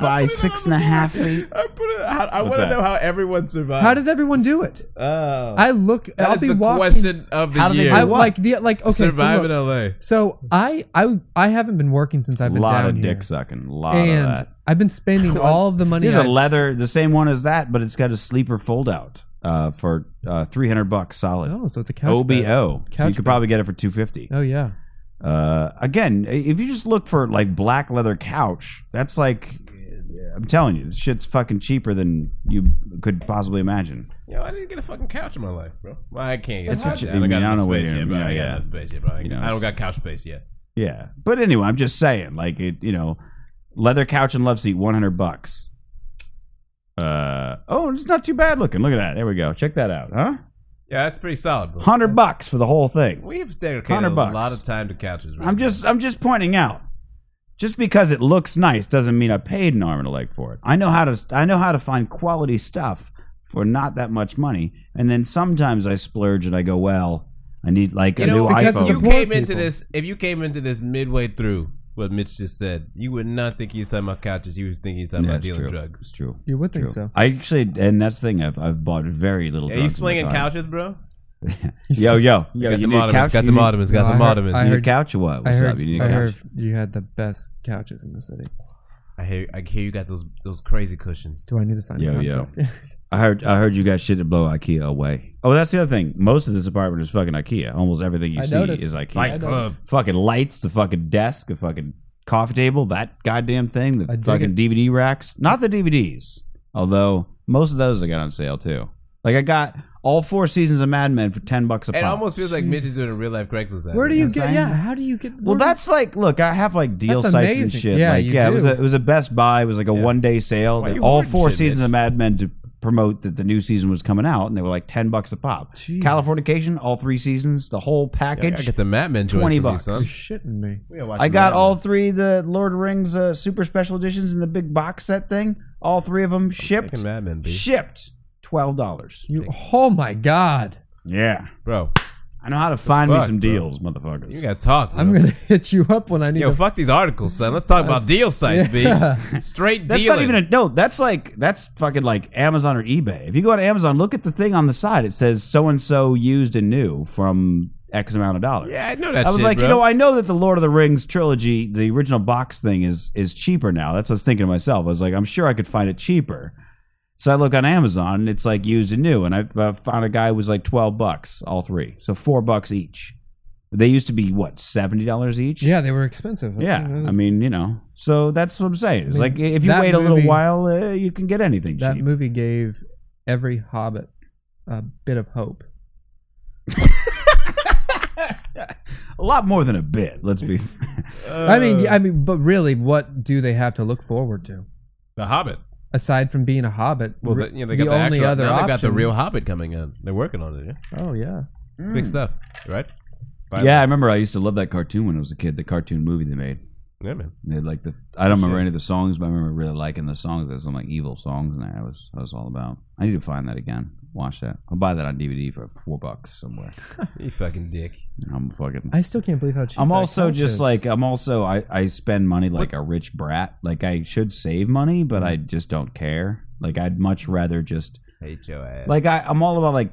[SPEAKER 7] by six and a half feet.
[SPEAKER 8] I, put it, I, I
[SPEAKER 7] What's
[SPEAKER 8] want to
[SPEAKER 7] that?
[SPEAKER 8] know how everyone survives.
[SPEAKER 9] How does everyone do it?
[SPEAKER 7] Uh,
[SPEAKER 8] Oh,
[SPEAKER 9] I look.
[SPEAKER 8] That
[SPEAKER 9] I'll
[SPEAKER 8] is
[SPEAKER 9] be
[SPEAKER 8] the
[SPEAKER 9] walking.
[SPEAKER 8] question of the How do they year. do
[SPEAKER 9] I
[SPEAKER 8] what?
[SPEAKER 9] like the like. Okay,
[SPEAKER 8] Survive
[SPEAKER 9] so
[SPEAKER 8] in LA.
[SPEAKER 9] So I I I haven't been working since I've been
[SPEAKER 7] lot
[SPEAKER 9] down
[SPEAKER 7] of
[SPEAKER 9] here.
[SPEAKER 7] dick sucking. Lot
[SPEAKER 9] and
[SPEAKER 7] of that.
[SPEAKER 9] I've been spending all of the money.
[SPEAKER 7] Here's
[SPEAKER 9] on
[SPEAKER 7] a leather, the same one as that, but it's got a sleeper fold out uh, for uh, three hundred bucks solid.
[SPEAKER 9] Oh, so it's a couch
[SPEAKER 7] OBO.
[SPEAKER 9] bed.
[SPEAKER 7] So you
[SPEAKER 9] Couch
[SPEAKER 7] could
[SPEAKER 9] bed.
[SPEAKER 7] probably get it for two fifty.
[SPEAKER 9] Oh yeah.
[SPEAKER 7] Uh, again, if you just look for like black leather couch, that's like I'm telling you, this shit's fucking cheaper than you could possibly imagine.
[SPEAKER 8] Yo, I didn't get a fucking couch in my life, bro. Well, I can't get.
[SPEAKER 7] That's
[SPEAKER 8] a couch.
[SPEAKER 7] what you-
[SPEAKER 8] I don't
[SPEAKER 7] I mean, I
[SPEAKER 8] got
[SPEAKER 7] don't
[SPEAKER 8] no
[SPEAKER 7] know what
[SPEAKER 8] space
[SPEAKER 7] you-
[SPEAKER 8] yet, bro. I
[SPEAKER 7] yeah,
[SPEAKER 8] ain't got
[SPEAKER 7] yeah.
[SPEAKER 8] enough space yet, bro. I ain't-
[SPEAKER 7] You know,
[SPEAKER 8] I don't
[SPEAKER 7] it's-
[SPEAKER 8] got couch space yet.
[SPEAKER 7] Yeah, but anyway, I'm just saying, like it, you know, leather couch and love seat, 100 bucks. Uh oh, it's not too bad looking. Look at that. There we go. Check that out, huh?
[SPEAKER 8] Yeah, that's pretty solid, bro.
[SPEAKER 7] 100 bucks for the whole thing.
[SPEAKER 8] We have dedicated a
[SPEAKER 7] 100 bucks.
[SPEAKER 8] lot of time to couches. Bro.
[SPEAKER 7] I'm just I'm just pointing out. Just because it looks nice doesn't mean I paid an arm and a leg for it. I know how to I know how to find quality stuff for not that much money, and then sometimes I splurge and I go, well, I need like
[SPEAKER 8] you
[SPEAKER 7] a
[SPEAKER 8] know,
[SPEAKER 7] new
[SPEAKER 8] because
[SPEAKER 7] iPhone.
[SPEAKER 8] you came into this, if you came into this midway through what Mitch just said, you would not think he was talking about couches. You was thinking he was talking
[SPEAKER 7] Yeah,
[SPEAKER 8] about
[SPEAKER 7] it's
[SPEAKER 8] dealing
[SPEAKER 7] true.
[SPEAKER 8] drugs.
[SPEAKER 7] It's true.
[SPEAKER 9] You would think
[SPEAKER 7] True.
[SPEAKER 9] so.
[SPEAKER 7] I actually, and that's the thing. I've I've bought very little.
[SPEAKER 8] Are you
[SPEAKER 7] drugs in my
[SPEAKER 8] slinging
[SPEAKER 7] time.
[SPEAKER 8] couches, bro?
[SPEAKER 7] Yo, yo, yo!
[SPEAKER 8] Got
[SPEAKER 7] you
[SPEAKER 8] them
[SPEAKER 7] need a
[SPEAKER 8] ottomans,
[SPEAKER 7] couch?
[SPEAKER 8] got
[SPEAKER 7] You
[SPEAKER 8] them
[SPEAKER 7] need-
[SPEAKER 8] ottomans, got No, I them heard- ottomans. I
[SPEAKER 7] You need a
[SPEAKER 8] heard-
[SPEAKER 7] couch or what?
[SPEAKER 9] I
[SPEAKER 7] What's
[SPEAKER 9] heard,
[SPEAKER 7] up? You need a
[SPEAKER 9] I
[SPEAKER 7] couch?
[SPEAKER 9] heard you had the best couches in the city.
[SPEAKER 8] I hear, I hear you got those those crazy cushions.
[SPEAKER 9] Do I need to sign a
[SPEAKER 7] Yo, yo!
[SPEAKER 9] contract?
[SPEAKER 7] I heard I heard you got shit to blow IKEA away. Oh, that's the other thing. Most of this apartment is fucking IKEA. Almost everything you
[SPEAKER 9] I
[SPEAKER 7] see
[SPEAKER 9] noticed.
[SPEAKER 7] is IKEA.
[SPEAKER 9] Fight I Club. noticed.
[SPEAKER 7] Fucking lights, the fucking desk, the fucking coffee table, that goddamn thing, the
[SPEAKER 9] dig
[SPEAKER 7] fucking
[SPEAKER 9] it.
[SPEAKER 7] DVD racks. Not the DVDs, although most of those I got on sale too. Like I got all four seasons of Mad Men for ten bucks a pop.
[SPEAKER 8] It almost feels like Mitch is doing a real life Craigslist. ad.
[SPEAKER 9] Where do
[SPEAKER 7] You know
[SPEAKER 9] you
[SPEAKER 7] what I'm saying?
[SPEAKER 9] get? Yeah, how do you get?
[SPEAKER 7] Well,
[SPEAKER 9] where do-
[SPEAKER 7] that's like, look, I have like deal
[SPEAKER 9] That's
[SPEAKER 7] sites
[SPEAKER 9] amazing.
[SPEAKER 7] and shit.
[SPEAKER 9] Yeah,
[SPEAKER 7] like,
[SPEAKER 9] you
[SPEAKER 7] yeah, it was
[SPEAKER 9] do.
[SPEAKER 7] a it was a Best Buy. It was like a one day sale.
[SPEAKER 8] Why
[SPEAKER 7] They-
[SPEAKER 8] you
[SPEAKER 7] all
[SPEAKER 8] hoarding
[SPEAKER 7] four
[SPEAKER 8] shit,
[SPEAKER 7] seasons
[SPEAKER 8] bitch?
[SPEAKER 7] of Mad Men to promote that the new season was coming out, and they were like ten bucks a pop. Californication, all three seasons, the whole
[SPEAKER 8] I gotta
[SPEAKER 7] package.
[SPEAKER 8] get the Mad Men joint
[SPEAKER 7] 20
[SPEAKER 8] for me,
[SPEAKER 7] bucks.
[SPEAKER 8] son.
[SPEAKER 9] You're shitting me.
[SPEAKER 8] We gotta watch
[SPEAKER 7] I
[SPEAKER 8] the
[SPEAKER 7] got
[SPEAKER 8] Mad
[SPEAKER 7] all three the Lord of the Rings uh, super special editions in the big box set thing. All three of them
[SPEAKER 8] Men.
[SPEAKER 7] shipped.
[SPEAKER 8] Fucking Mad Men, B.
[SPEAKER 7] Shipped twelve dollars.
[SPEAKER 9] You, oh my god!
[SPEAKER 7] Yeah,
[SPEAKER 8] bro.
[SPEAKER 7] I know how to find me
[SPEAKER 8] fuck,
[SPEAKER 7] some
[SPEAKER 8] bro?
[SPEAKER 7] deals, motherfuckers.
[SPEAKER 8] You gotta talk. Bro.
[SPEAKER 9] I'm gonna hit you up when I need.
[SPEAKER 8] Yo,
[SPEAKER 9] to,
[SPEAKER 8] fuck these articles, son. Let's talk about deal sites,
[SPEAKER 9] Yeah.
[SPEAKER 8] B. Straight
[SPEAKER 7] That's
[SPEAKER 8] dealing.
[SPEAKER 7] not even a no. That's like that's fucking like Amazon or eBay. If you go on Amazon, look at the thing on the side. It says so and so used and new from X amount of dollars.
[SPEAKER 8] yeah, I know that.
[SPEAKER 7] I was
[SPEAKER 8] shit,
[SPEAKER 7] like,
[SPEAKER 8] bro.
[SPEAKER 7] you know, I know that the Lord of the Rings trilogy, the original box thing, is is cheaper now. That's what I was thinking to myself. I was like, I'm sure I could find it cheaper. So I look on Amazon, and it's like used and new, and I, I found a guy who was like twelve bucks, all three, so four bucks each. They used to be what seventy dollars each.
[SPEAKER 9] yeah, they were expensive. That's-
[SPEAKER 7] Yeah,
[SPEAKER 9] that was-
[SPEAKER 7] I mean, you know, so that's what I'm saying. It's
[SPEAKER 9] I mean,
[SPEAKER 7] like if you
[SPEAKER 9] that
[SPEAKER 7] wait a little
[SPEAKER 9] movie-
[SPEAKER 7] while, uh, you can get anything
[SPEAKER 9] that
[SPEAKER 7] cheap.
[SPEAKER 9] movie gave every Hobbit a bit of hope.
[SPEAKER 7] A lot more than a bit. Let's be.
[SPEAKER 9] I mean,
[SPEAKER 7] Uh.
[SPEAKER 9] I mean, but really, what do they have to look forward to
[SPEAKER 8] The Hobbit.
[SPEAKER 9] aside from being a Hobbit?
[SPEAKER 8] Well,
[SPEAKER 9] re-
[SPEAKER 8] the, you know, they got the,
[SPEAKER 9] only
[SPEAKER 8] actual,
[SPEAKER 9] other
[SPEAKER 8] now they
[SPEAKER 9] option.
[SPEAKER 8] got the real Hobbit coming in. They're working on it. Yeah,
[SPEAKER 9] Oh yeah,
[SPEAKER 8] it's big stuff, right?
[SPEAKER 7] yeah, I remember I used to love that cartoon when I was a kid. The cartoon movie they made.
[SPEAKER 8] yeah, man.
[SPEAKER 7] They had, like the. I don't remember
[SPEAKER 8] Shit.
[SPEAKER 7] any of the songs, but I remember really liking the songs. There's some like evil songs, and I was I was all about. I need to find that again. Watch that. I'll buy that on DVD for four bucks somewhere.
[SPEAKER 8] You fucking dick.
[SPEAKER 7] And I'm fucking.
[SPEAKER 9] I still can't believe how cheap.
[SPEAKER 7] I'm
[SPEAKER 9] that
[SPEAKER 7] also
[SPEAKER 9] couch
[SPEAKER 7] just
[SPEAKER 9] is.
[SPEAKER 7] like I'm also I I spend money like a rich brat. Like I should save money, but
[SPEAKER 9] Mm-hmm.
[SPEAKER 7] I just don't care. Like I'd much rather just
[SPEAKER 8] Hate your ass.
[SPEAKER 7] like I, I'm all about like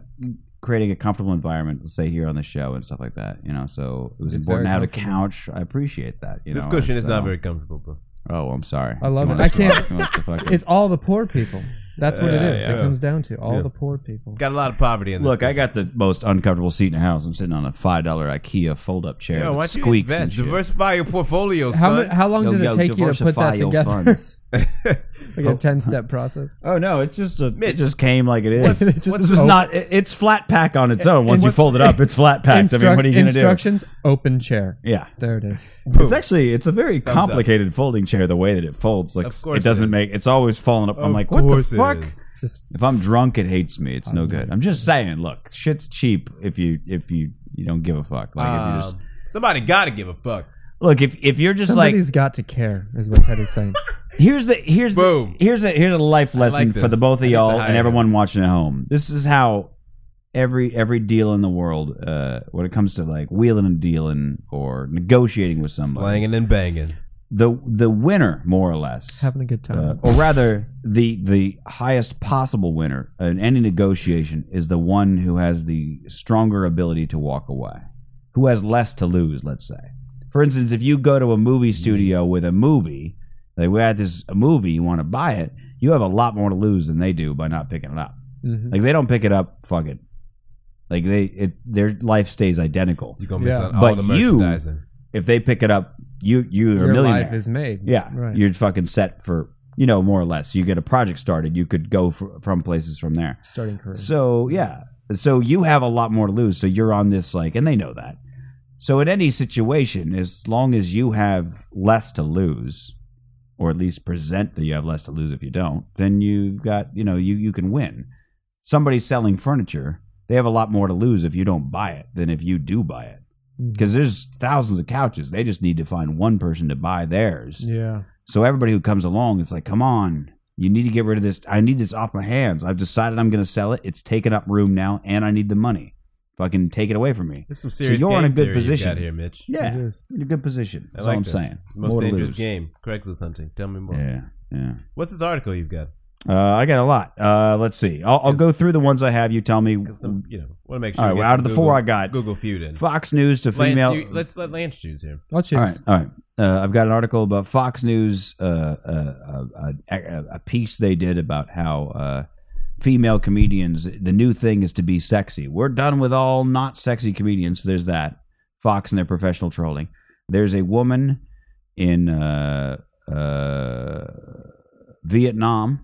[SPEAKER 7] creating a comfortable environment, let's say here on the show and stuff like that. You know, so it was
[SPEAKER 9] It's
[SPEAKER 7] important to
[SPEAKER 9] very
[SPEAKER 7] have a
[SPEAKER 9] comfortable.
[SPEAKER 7] couch. I appreciate that. You
[SPEAKER 8] this
[SPEAKER 7] know,
[SPEAKER 8] cushion
[SPEAKER 7] and
[SPEAKER 8] is not
[SPEAKER 7] so-
[SPEAKER 8] very comfortable, bro.
[SPEAKER 7] Oh, I'm sorry.
[SPEAKER 9] I love
[SPEAKER 7] You
[SPEAKER 9] it.
[SPEAKER 7] want
[SPEAKER 9] I
[SPEAKER 7] us to-
[SPEAKER 9] can't-
[SPEAKER 7] you want us to fucking-
[SPEAKER 9] it's all the poor people. That's what it
[SPEAKER 8] Yeah,
[SPEAKER 9] is.
[SPEAKER 8] yeah.
[SPEAKER 9] It comes down to all
[SPEAKER 8] Yeah.
[SPEAKER 9] the poor people.
[SPEAKER 8] Got a lot of poverty in this.
[SPEAKER 7] Look, I
[SPEAKER 8] country.
[SPEAKER 7] got the most uncomfortable seat in the house. I'm sitting on a five dollar IKEA fold up chair.
[SPEAKER 8] Yo,
[SPEAKER 7] that
[SPEAKER 8] why don't you
[SPEAKER 7] squeaks and
[SPEAKER 8] invest?
[SPEAKER 7] shit.
[SPEAKER 8] Diversify your portfolio,
[SPEAKER 9] How
[SPEAKER 8] son.
[SPEAKER 9] mu- how long
[SPEAKER 7] Yo,
[SPEAKER 9] did it
[SPEAKER 7] yo,
[SPEAKER 9] take you to put
[SPEAKER 7] diversify
[SPEAKER 9] that
[SPEAKER 7] your
[SPEAKER 9] together?
[SPEAKER 7] funds.
[SPEAKER 9] like a ten step process.
[SPEAKER 7] Oh no, it's just a.
[SPEAKER 8] Mitch.
[SPEAKER 7] It just came like it is.
[SPEAKER 9] It just-
[SPEAKER 7] this was
[SPEAKER 9] oh.
[SPEAKER 7] not. it- it's flat pack on its own.
[SPEAKER 9] And
[SPEAKER 7] Once you
[SPEAKER 9] what's-
[SPEAKER 7] fold it up, it's flat packed. I mean, what are you
[SPEAKER 9] Instruct-
[SPEAKER 7] gonna
[SPEAKER 9] instructions, open chair.
[SPEAKER 7] do? Yeah,
[SPEAKER 9] There it is.
[SPEAKER 7] it's actually it's a very
[SPEAKER 8] Thumbs up.
[SPEAKER 7] complicated folding chair. The way that it folds, like
[SPEAKER 8] Of course
[SPEAKER 7] it doesn't
[SPEAKER 8] it is.
[SPEAKER 7] make. It's always falling up. I'm
[SPEAKER 8] Of
[SPEAKER 7] like, what the
[SPEAKER 8] course it
[SPEAKER 7] fuck?
[SPEAKER 8] is.
[SPEAKER 9] Just
[SPEAKER 7] If I'm drunk, it hates me. It's no good. I'm just saying. Look, shit's cheap if you if you you don't give a fuck. Like if you just
[SPEAKER 8] Um, somebody got to give a fuck.
[SPEAKER 7] look if if you're just like
[SPEAKER 9] somebody's got to care, is what Teddy's saying.
[SPEAKER 7] Here's the here's
[SPEAKER 8] Boom.
[SPEAKER 7] the here's a here's a life lesson
[SPEAKER 8] like
[SPEAKER 7] for the
[SPEAKER 8] this.
[SPEAKER 7] both
[SPEAKER 8] I
[SPEAKER 7] of
[SPEAKER 8] need to
[SPEAKER 7] y'all and
[SPEAKER 8] hire
[SPEAKER 7] everyone watching at home. This is how every every deal in the world, uh, when it comes to like wheeling and dealing or negotiating with somebody,
[SPEAKER 8] Slanging and banging.
[SPEAKER 7] the the winner more or less,
[SPEAKER 9] Having a good
[SPEAKER 7] uh,
[SPEAKER 9] time.
[SPEAKER 7] or rather the the highest possible winner in any negotiation is the one who has the stronger ability to walk away, who has less to lose. Let's say, for instance, if you go to a movie
[SPEAKER 9] Mm-hmm.
[SPEAKER 7] studio with a movie, like we had this a movie, you want to buy it, you have a lot more to lose than they do by not picking it up.
[SPEAKER 9] Mhm.
[SPEAKER 7] Like they don't pick it up, fuck it. Like they, it, their life stays identical.
[SPEAKER 8] You're going to miss
[SPEAKER 9] Yeah.
[SPEAKER 8] out on all
[SPEAKER 7] But
[SPEAKER 8] the
[SPEAKER 7] you-
[SPEAKER 8] merchandising.
[SPEAKER 7] If they pick it up, you you are a
[SPEAKER 9] Your
[SPEAKER 7] millionaire.
[SPEAKER 9] life is made.
[SPEAKER 7] Yeah,
[SPEAKER 9] Right.
[SPEAKER 7] you're fucking set for you know, more or less. You get a project started, you could go fr- from places from there.
[SPEAKER 9] Starting career.
[SPEAKER 7] So yeah, so you have a lot more to lose. So you're on this like, and they know that. So in any situation, as long as you have less to lose, or at least present that you have less to lose if you don't, then you've got you know you you can win. Somebody's selling furniture; they have a lot more to lose if you don't buy it than if you do buy it. Because there's thousands of couches, they just need to find one person to buy theirs.
[SPEAKER 9] Yeah.
[SPEAKER 7] So everybody who comes along, it's like, come on, you need to get rid of this. I need this off my hands. I've decided I'm going to sell it. It's taking up room now, and I need the money. Fucking take it away from me.
[SPEAKER 8] It's some serious
[SPEAKER 7] So you're in a
[SPEAKER 8] game
[SPEAKER 7] good
[SPEAKER 8] theory you've
[SPEAKER 7] position
[SPEAKER 8] got here, Mitch.
[SPEAKER 7] Yeah,
[SPEAKER 8] It
[SPEAKER 7] you're
[SPEAKER 8] is.
[SPEAKER 7] in a good position.
[SPEAKER 8] I
[SPEAKER 7] That's
[SPEAKER 8] like
[SPEAKER 7] all I'm
[SPEAKER 8] this.
[SPEAKER 7] saying.
[SPEAKER 8] Most
[SPEAKER 7] More to
[SPEAKER 8] dangerous
[SPEAKER 7] lose.
[SPEAKER 8] game. Craigslist hunting. Tell me more.
[SPEAKER 7] Yeah, yeah.
[SPEAKER 8] What's this article you've got?
[SPEAKER 7] Uh, I got a lot. Uh, let's see. I'll, I'll go through the ones I have. You tell me.
[SPEAKER 8] Some, you know, want to make sure.
[SPEAKER 7] Mm. All right,
[SPEAKER 8] we
[SPEAKER 7] well,
[SPEAKER 8] get
[SPEAKER 7] out of the
[SPEAKER 8] some Google-
[SPEAKER 7] four I got
[SPEAKER 8] Google feud in.
[SPEAKER 7] Fox News to
[SPEAKER 8] Lance,
[SPEAKER 7] female.
[SPEAKER 8] you- let's let Lance choose here.
[SPEAKER 7] All right, all right. Uh, I've got an article about Fox News, uh, uh, uh, a, a- a piece they did about how uh, female comedians, the new thing is to be sexy. We're done with all not sexy comedians. So there's that. Fox and their professional trolling. There's a woman in uh, uh, Vietnam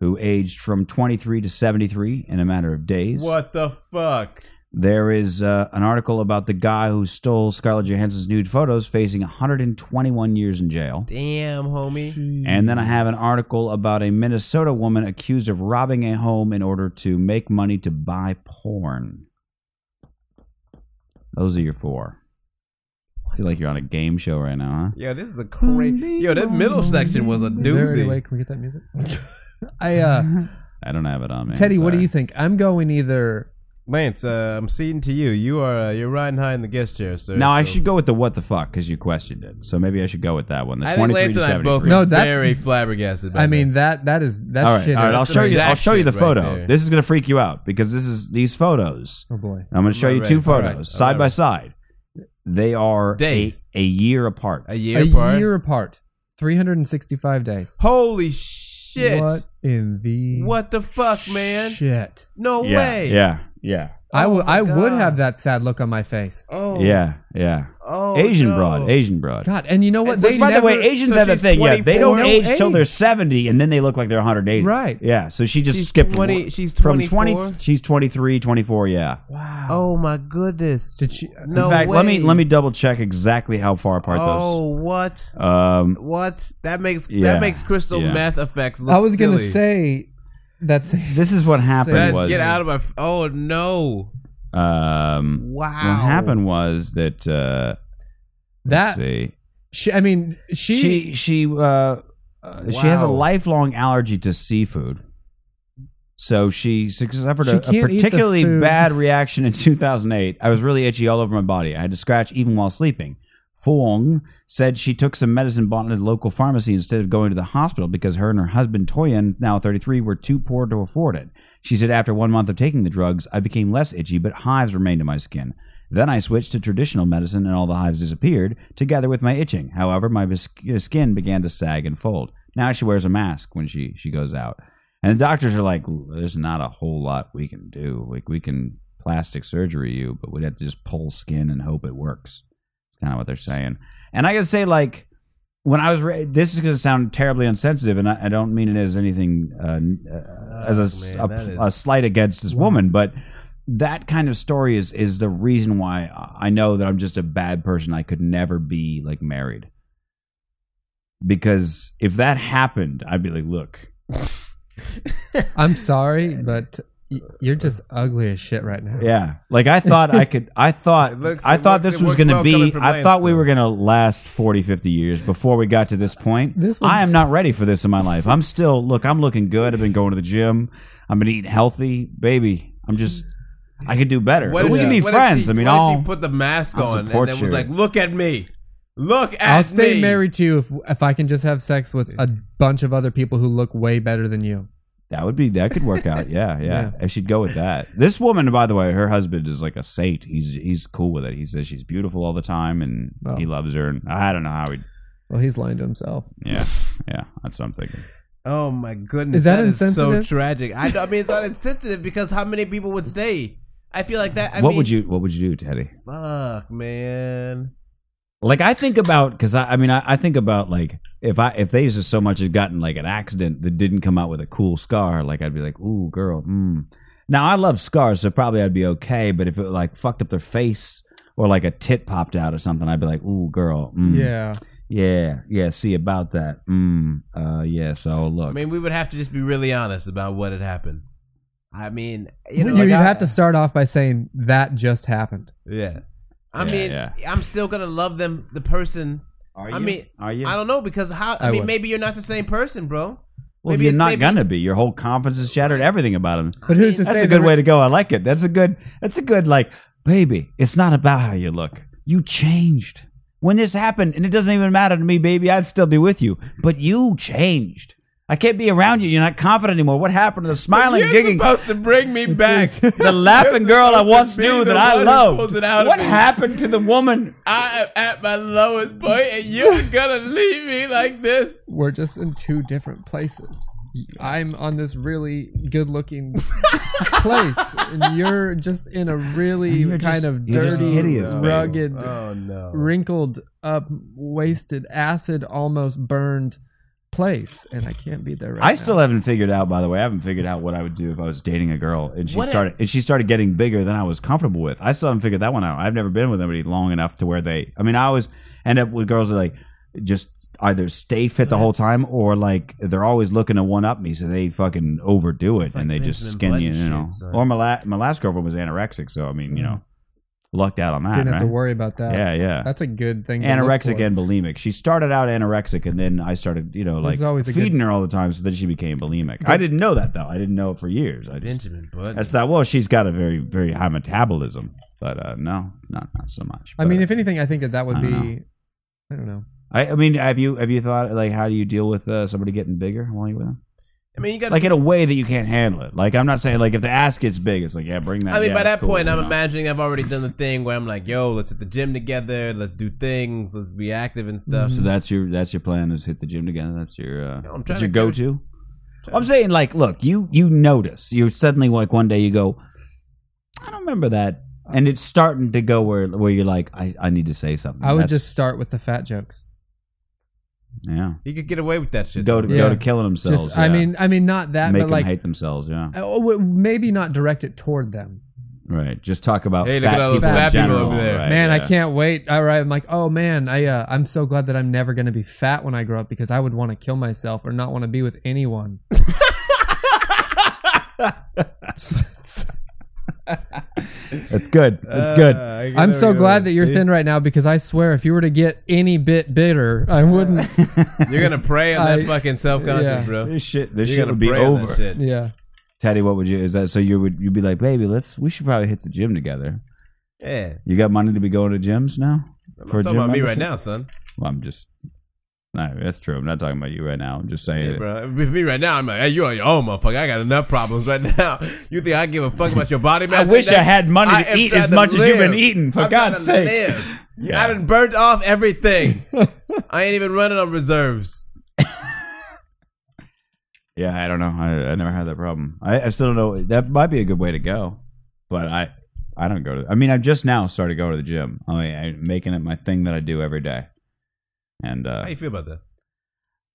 [SPEAKER 7] who aged from 23 to 73 in a matter of days.
[SPEAKER 8] What the fuck?
[SPEAKER 7] There is uh, an article about the guy who stole Scarlett Johansson's nude photos facing 121 years in jail.
[SPEAKER 8] Damn, homie.
[SPEAKER 7] And then I have an article about a Minnesota woman accused of robbing a home in order to make money to buy porn. Those are your four. I feel like you're on a game show right now, huh?
[SPEAKER 8] Yo, this is a crazy. Yo, that middle section was a
[SPEAKER 9] Is there any
[SPEAKER 8] doozy.
[SPEAKER 9] way can we get that music? I uh
[SPEAKER 7] I don't have it on me.
[SPEAKER 9] Teddy, what do you think? I'm going either
[SPEAKER 8] Lance, uh, I'm ceding to you. You are uh, you're riding high in the guest chair, sir.
[SPEAKER 7] Now I
[SPEAKER 8] so-
[SPEAKER 7] should go with the what the fuck because you questioned it. So maybe I should go with that one. The
[SPEAKER 8] I think
[SPEAKER 7] 23
[SPEAKER 8] Lance
[SPEAKER 7] to
[SPEAKER 8] and I
[SPEAKER 7] 73.
[SPEAKER 8] both are
[SPEAKER 9] No, that-
[SPEAKER 8] very flabbergasted. By
[SPEAKER 9] I mean that that is that
[SPEAKER 7] all right,
[SPEAKER 9] shit
[SPEAKER 7] all right.
[SPEAKER 9] is
[SPEAKER 7] I'll show you. I'll
[SPEAKER 8] exact
[SPEAKER 7] show you the
[SPEAKER 8] shit right
[SPEAKER 7] photo.
[SPEAKER 8] there.
[SPEAKER 7] this is gonna freak you out because this is these photos.
[SPEAKER 9] Oh, boy.
[SPEAKER 7] I'm gonna show
[SPEAKER 8] I'm
[SPEAKER 7] you
[SPEAKER 8] not
[SPEAKER 7] two
[SPEAKER 8] ready.
[SPEAKER 7] photos
[SPEAKER 8] All right.
[SPEAKER 7] side
[SPEAKER 8] I'm
[SPEAKER 7] by
[SPEAKER 8] not-
[SPEAKER 7] side. They are a,
[SPEAKER 8] Days.
[SPEAKER 7] a year apart.
[SPEAKER 8] a year
[SPEAKER 9] a
[SPEAKER 8] apart.
[SPEAKER 9] year apart. 365 days.
[SPEAKER 8] Holy shit!
[SPEAKER 9] What
[SPEAKER 8] What?
[SPEAKER 9] in the
[SPEAKER 8] the fuck, man?
[SPEAKER 9] shit?
[SPEAKER 8] No
[SPEAKER 7] yeah,
[SPEAKER 8] way.
[SPEAKER 7] yeah, yeah,
[SPEAKER 9] I
[SPEAKER 8] Oh
[SPEAKER 9] would
[SPEAKER 8] my
[SPEAKER 9] I would
[SPEAKER 8] God.
[SPEAKER 9] have that sad look on my face.
[SPEAKER 8] Oh
[SPEAKER 7] yeah, yeah.
[SPEAKER 8] Oh,
[SPEAKER 7] Asian
[SPEAKER 8] no.
[SPEAKER 7] broad, Asian broad.
[SPEAKER 9] God, and you know what?
[SPEAKER 8] And
[SPEAKER 9] They
[SPEAKER 8] which,
[SPEAKER 7] By the way,
[SPEAKER 8] never-
[SPEAKER 7] Asians
[SPEAKER 8] so
[SPEAKER 7] have that
[SPEAKER 8] she's
[SPEAKER 7] thing. Yeah, they
[SPEAKER 8] 24.
[SPEAKER 7] don't
[SPEAKER 9] No
[SPEAKER 7] age till they're
[SPEAKER 9] age.
[SPEAKER 7] 70, and then they look like they're 180.
[SPEAKER 9] Right.
[SPEAKER 7] Yeah. So she just
[SPEAKER 8] She's
[SPEAKER 7] skipped
[SPEAKER 8] 20
[SPEAKER 7] one.
[SPEAKER 8] she's
[SPEAKER 7] from
[SPEAKER 8] 24?
[SPEAKER 7] She's 23, 24. Yeah.
[SPEAKER 8] Oh my goodness!
[SPEAKER 9] Did she?
[SPEAKER 8] No
[SPEAKER 7] In fact,
[SPEAKER 8] way.
[SPEAKER 7] let me let me double check exactly how far apart
[SPEAKER 8] Oh what?
[SPEAKER 7] those. Um,
[SPEAKER 8] What? That makes
[SPEAKER 7] Yeah,
[SPEAKER 8] that makes crystal
[SPEAKER 7] yeah.
[SPEAKER 8] meth effects look
[SPEAKER 9] I was
[SPEAKER 8] silly.
[SPEAKER 9] gonna say that's
[SPEAKER 7] this is what happened.
[SPEAKER 8] that,
[SPEAKER 7] was
[SPEAKER 8] get out of my. F- oh no!
[SPEAKER 7] Um,
[SPEAKER 8] Wow.
[SPEAKER 7] What happened was that uh,
[SPEAKER 9] that.
[SPEAKER 7] let's see.
[SPEAKER 9] She, I mean, she,
[SPEAKER 7] she she uh, uh, she has a
[SPEAKER 8] Wow.
[SPEAKER 7] lifelong allergy to seafood. So she suffered a,
[SPEAKER 9] She
[SPEAKER 7] a
[SPEAKER 9] can't eat the
[SPEAKER 7] particularly
[SPEAKER 9] food.
[SPEAKER 7] bad reaction in 2008. I was really itchy all over my body. I had to scratch even while sleeping. Fong said she took some medicine bought at a local pharmacy instead of going to the hospital because her and her husband Toyin, now 33, were too poor to afford it. She said after one month of taking the drugs, I became less itchy, but hives remained in my skin. Then I switched to traditional medicine, and all the hives disappeared, together with my itching. However, my bis- skin began to sag and fold. Now she wears a mask when she she goes out, and the doctors are like, "There's not a whole lot we can do. Like we can plastic surgery you, but we'd have to just pull skin and hope it works." It's kind of what they're saying. And I gotta say, like, when I was re- this is gonna sound terribly insensitive, and I, I don't mean it as anything uh, n- uh, as a, s-
[SPEAKER 8] Oh, man, that
[SPEAKER 7] a pl-
[SPEAKER 8] is- Mm.
[SPEAKER 7] a slight against this woman, but that kind of story is is the reason why I- I know that I'm just a bad person. I could never be like married because if that happened, I'd be like, look,
[SPEAKER 9] I'm sorry, but y- you're just ugly as shit right now.
[SPEAKER 7] yeah, like I thought I could. I thought
[SPEAKER 8] It looks-
[SPEAKER 7] I
[SPEAKER 8] it
[SPEAKER 7] thought
[SPEAKER 8] looks-
[SPEAKER 7] this
[SPEAKER 8] it
[SPEAKER 7] was
[SPEAKER 8] works
[SPEAKER 7] going to
[SPEAKER 8] well
[SPEAKER 7] be.
[SPEAKER 8] coming from
[SPEAKER 7] I
[SPEAKER 8] Lance,
[SPEAKER 7] thought we
[SPEAKER 8] though.
[SPEAKER 7] were going to last 40, 50 years before we got to this point.
[SPEAKER 9] This
[SPEAKER 7] I am
[SPEAKER 9] one's-
[SPEAKER 7] not ready for this in my life. I'm still look. I'm looking good. I've been going to the gym. I've been eating healthy, baby. I'm just. I could do better.
[SPEAKER 8] What
[SPEAKER 7] But
[SPEAKER 8] if
[SPEAKER 7] we
[SPEAKER 8] she-
[SPEAKER 7] can be
[SPEAKER 8] what if
[SPEAKER 7] friends.
[SPEAKER 8] she-
[SPEAKER 7] I mean,
[SPEAKER 8] what if
[SPEAKER 7] all
[SPEAKER 8] she put the mask
[SPEAKER 7] I'll
[SPEAKER 8] on and
[SPEAKER 7] support
[SPEAKER 8] then
[SPEAKER 7] you.
[SPEAKER 8] was like, "Look at me, look at
[SPEAKER 9] I'll stay
[SPEAKER 8] me."
[SPEAKER 9] married to you if if I can just have sex with a bunch of other people who look way better than you.
[SPEAKER 7] that would be that could work out. Yeah, yeah. I should go with that. This woman, by the way, her husband is like a saint. He's he's cool with it. He says she's beautiful all the time and
[SPEAKER 9] Wow.
[SPEAKER 7] he loves her. And I don't know how he.
[SPEAKER 9] Well, he's lying to himself.
[SPEAKER 7] Yeah, yeah. That's what I'm thinking.
[SPEAKER 8] Oh my goodness!
[SPEAKER 9] Is that
[SPEAKER 8] so
[SPEAKER 9] insensitive?
[SPEAKER 8] tragic. I, I mean, it's not insensitive because how many people would stay? I feel like that. I
[SPEAKER 7] what
[SPEAKER 8] mean,
[SPEAKER 7] would you What would you do, Teddy?
[SPEAKER 8] Fuck, man.
[SPEAKER 7] Like I think about because I, I mean I, I think about like if I if they just so much had gotten like an accident that didn't come out with a cool scar, like I'd be like, ooh, girl. Mm. Now I love scars, so probably I'd be okay. But if it like fucked up their face or like a tit popped out or something, I'd be like, ooh, girl. Mm.
[SPEAKER 9] Yeah.
[SPEAKER 7] Yeah, yeah. See about that. Mm, uh, yeah. So
[SPEAKER 8] I
[SPEAKER 7] look,
[SPEAKER 8] mean, we would have to just be really honest about what had happened. I mean, you
[SPEAKER 9] You,
[SPEAKER 8] know,
[SPEAKER 9] you,
[SPEAKER 8] like I-
[SPEAKER 9] have to start off by saying that just happened.
[SPEAKER 8] Yeah. I
[SPEAKER 9] Yeah,
[SPEAKER 8] mean,
[SPEAKER 9] yeah.
[SPEAKER 8] I'm still gonna love them. The person. Are I
[SPEAKER 7] you?
[SPEAKER 8] mean,
[SPEAKER 7] Are you?
[SPEAKER 8] I don't know because how? I,
[SPEAKER 7] I
[SPEAKER 8] mean,
[SPEAKER 7] would.
[SPEAKER 8] maybe you're not the same person, bro.
[SPEAKER 7] well,
[SPEAKER 8] maybe
[SPEAKER 7] you're
[SPEAKER 8] it's-
[SPEAKER 7] not
[SPEAKER 8] maybe-
[SPEAKER 7] gonna be. Your whole confidence is shattered. Everything about him.
[SPEAKER 9] But who's to
[SPEAKER 7] that's
[SPEAKER 9] say
[SPEAKER 7] a good
[SPEAKER 9] that-
[SPEAKER 7] way to go. I like it. That's a good. That's a good. Like, baby, it's not about how you look. You changed when this happened, and it doesn't even matter to me, baby. I'd still be with you, but you changed. I can't be around you. You're not confident anymore. What happened to the smiling,
[SPEAKER 8] You're
[SPEAKER 7] giggling?
[SPEAKER 8] supposed to bring me back.
[SPEAKER 7] the laughing girl I once knew that I loved. What happened to the woman?
[SPEAKER 8] I am at my lowest point, and you're gonna leave me like this.
[SPEAKER 9] We're just in two different places. I'm on this really good-looking place, and you're just in a really
[SPEAKER 8] You're
[SPEAKER 9] kind
[SPEAKER 8] just-
[SPEAKER 9] of
[SPEAKER 8] you're just
[SPEAKER 9] dirty,
[SPEAKER 8] hideous, babe.
[SPEAKER 9] rugged,
[SPEAKER 8] Oh, no.
[SPEAKER 9] wrinkled up, wasted, acid, almost burned place, and I can't be there right
[SPEAKER 7] I
[SPEAKER 9] now.
[SPEAKER 7] still haven't figured out. By the way, I haven't figured out what I would do if I was dating a girl and she
[SPEAKER 9] What if-
[SPEAKER 7] started and she started getting bigger than I was comfortable with. I still haven't figured that one out. I've never been with anybody long enough to where they. I mean, I always end up with girls that like just either stay fit the whole time or like they're always looking to one up me, so they fucking overdo it
[SPEAKER 8] It's
[SPEAKER 7] and
[SPEAKER 8] like
[SPEAKER 7] they
[SPEAKER 8] Benjamin
[SPEAKER 7] just skin you,
[SPEAKER 8] Button
[SPEAKER 7] you know.
[SPEAKER 8] shit, son.
[SPEAKER 7] Or my la- my last girlfriend was anorexic, so I mean, you know, lucked out on that.
[SPEAKER 9] Mm. Didn't have to
[SPEAKER 7] right?
[SPEAKER 9] worry about that.
[SPEAKER 7] Yeah, yeah.
[SPEAKER 9] That's a good thing to look
[SPEAKER 7] Anorexic
[SPEAKER 9] for.
[SPEAKER 7] and bulimic. She started out anorexic, and then I started, you know,
[SPEAKER 9] This
[SPEAKER 7] like
[SPEAKER 9] is always a good-
[SPEAKER 7] feeding her all the time, so then she became bulimic. I didn't know that though. I didn't know it for years. I just,
[SPEAKER 8] Benjamin Button.
[SPEAKER 7] That's that. Well, she's got a very, very high metabolism, but uh, no, not not so much.
[SPEAKER 9] I mean, if anything, I think that that would
[SPEAKER 7] I
[SPEAKER 9] be.
[SPEAKER 7] don't
[SPEAKER 9] I don't know.
[SPEAKER 7] I, I mean, have you have you thought like how do you deal with uh, somebody getting bigger while you're with them?
[SPEAKER 8] I mean, you got
[SPEAKER 7] Like in a way that you can't handle it. Like I'm not saying like if the ass gets big, it's like yeah, bring that.
[SPEAKER 8] I mean,
[SPEAKER 7] yeah,
[SPEAKER 8] by
[SPEAKER 7] it's
[SPEAKER 8] that
[SPEAKER 7] cool,
[SPEAKER 8] point,
[SPEAKER 7] you
[SPEAKER 8] I'm
[SPEAKER 7] know?
[SPEAKER 8] imagining I've already done the thing where I'm like, "Yo, let's hit the gym together. Let's do things. Let's be active and stuff."
[SPEAKER 7] So that's your that's your plan is hit the gym together. That's your uh,
[SPEAKER 8] Mm. I'm trying
[SPEAKER 7] that's
[SPEAKER 8] to
[SPEAKER 7] your go to. I'm saying like, look, you you notice you suddenly like one day you go, I don't remember that,
[SPEAKER 8] Uh,
[SPEAKER 7] and it's starting to go where where you're like, I, I need to say something.
[SPEAKER 9] I would
[SPEAKER 7] That's-
[SPEAKER 9] just start with the fat jokes.
[SPEAKER 7] yeah
[SPEAKER 8] You could get away with that shit.
[SPEAKER 7] go to
[SPEAKER 9] Yeah.
[SPEAKER 7] go to killing
[SPEAKER 9] Just-
[SPEAKER 7] themselves.
[SPEAKER 9] I
[SPEAKER 7] yeah.
[SPEAKER 9] mean, I mean, not that,
[SPEAKER 7] make
[SPEAKER 9] but
[SPEAKER 7] them
[SPEAKER 9] like,
[SPEAKER 7] hate themselves. Yeah,
[SPEAKER 8] uh,
[SPEAKER 9] oh, w- maybe not direct it toward them.
[SPEAKER 7] right. Just talk about
[SPEAKER 8] Hey, look
[SPEAKER 7] fat
[SPEAKER 8] at all those
[SPEAKER 7] people in
[SPEAKER 8] fat people
[SPEAKER 7] general,
[SPEAKER 8] over there.
[SPEAKER 7] right,
[SPEAKER 9] man, I
[SPEAKER 7] Uh, yeah.
[SPEAKER 9] can't wait. All right, I'm like, oh man, I uh, I'm so glad that I'm never gonna be fat when I grow up because I would want to kill myself or not want to be with anyone.
[SPEAKER 7] It's good. It's good.
[SPEAKER 8] Uh,
[SPEAKER 9] I'm so glad that you're thin right now because I swear, if you were to get any bit bitter, I wouldn't.
[SPEAKER 8] You're gonna prey on that
[SPEAKER 9] I-
[SPEAKER 8] fucking self conscious,
[SPEAKER 9] yeah.
[SPEAKER 8] bro.
[SPEAKER 7] This shit, this
[SPEAKER 8] You're
[SPEAKER 7] shit
[SPEAKER 8] gonna
[SPEAKER 7] would be
[SPEAKER 8] prey on that
[SPEAKER 7] over.
[SPEAKER 8] shit.
[SPEAKER 9] Yeah.
[SPEAKER 7] Teddy, what would you? Is that so? You would you'd be like, baby, let's. We should probably hit the gym together.
[SPEAKER 8] Yeah.
[SPEAKER 7] You got money to be going to gyms now?
[SPEAKER 8] I'm
[SPEAKER 7] For
[SPEAKER 8] not talking
[SPEAKER 7] gym
[SPEAKER 8] about me right
[SPEAKER 7] membership?
[SPEAKER 8] now, son.
[SPEAKER 7] Well, I'm just. No, that's true. I'm not talking about you right now. I'm just saying.
[SPEAKER 8] Yeah,
[SPEAKER 7] it.
[SPEAKER 8] bro. With me right now, I'm like, hey, you're on your own, motherfucker. I got enough problems right now. You think I give a fuck about your body mass?
[SPEAKER 7] I wish
[SPEAKER 8] index?
[SPEAKER 7] I had money to
[SPEAKER 8] am
[SPEAKER 7] eat
[SPEAKER 8] trying
[SPEAKER 7] as
[SPEAKER 8] to
[SPEAKER 7] much as you've been
[SPEAKER 8] live.
[SPEAKER 7] eating, for
[SPEAKER 8] I'm
[SPEAKER 7] God's
[SPEAKER 8] trying to
[SPEAKER 7] sake.
[SPEAKER 8] live. You- I done burnt off everything. I ain't even running on reserves.
[SPEAKER 7] Yeah, I don't know. I, I never had that problem. I, I still don't know. That might be a good way to go, but I I don't go to. I mean, I've just now started going to the gym. I mean, I'm making it my thing that I do every day, and
[SPEAKER 8] How
[SPEAKER 7] uh,
[SPEAKER 8] you feel about that?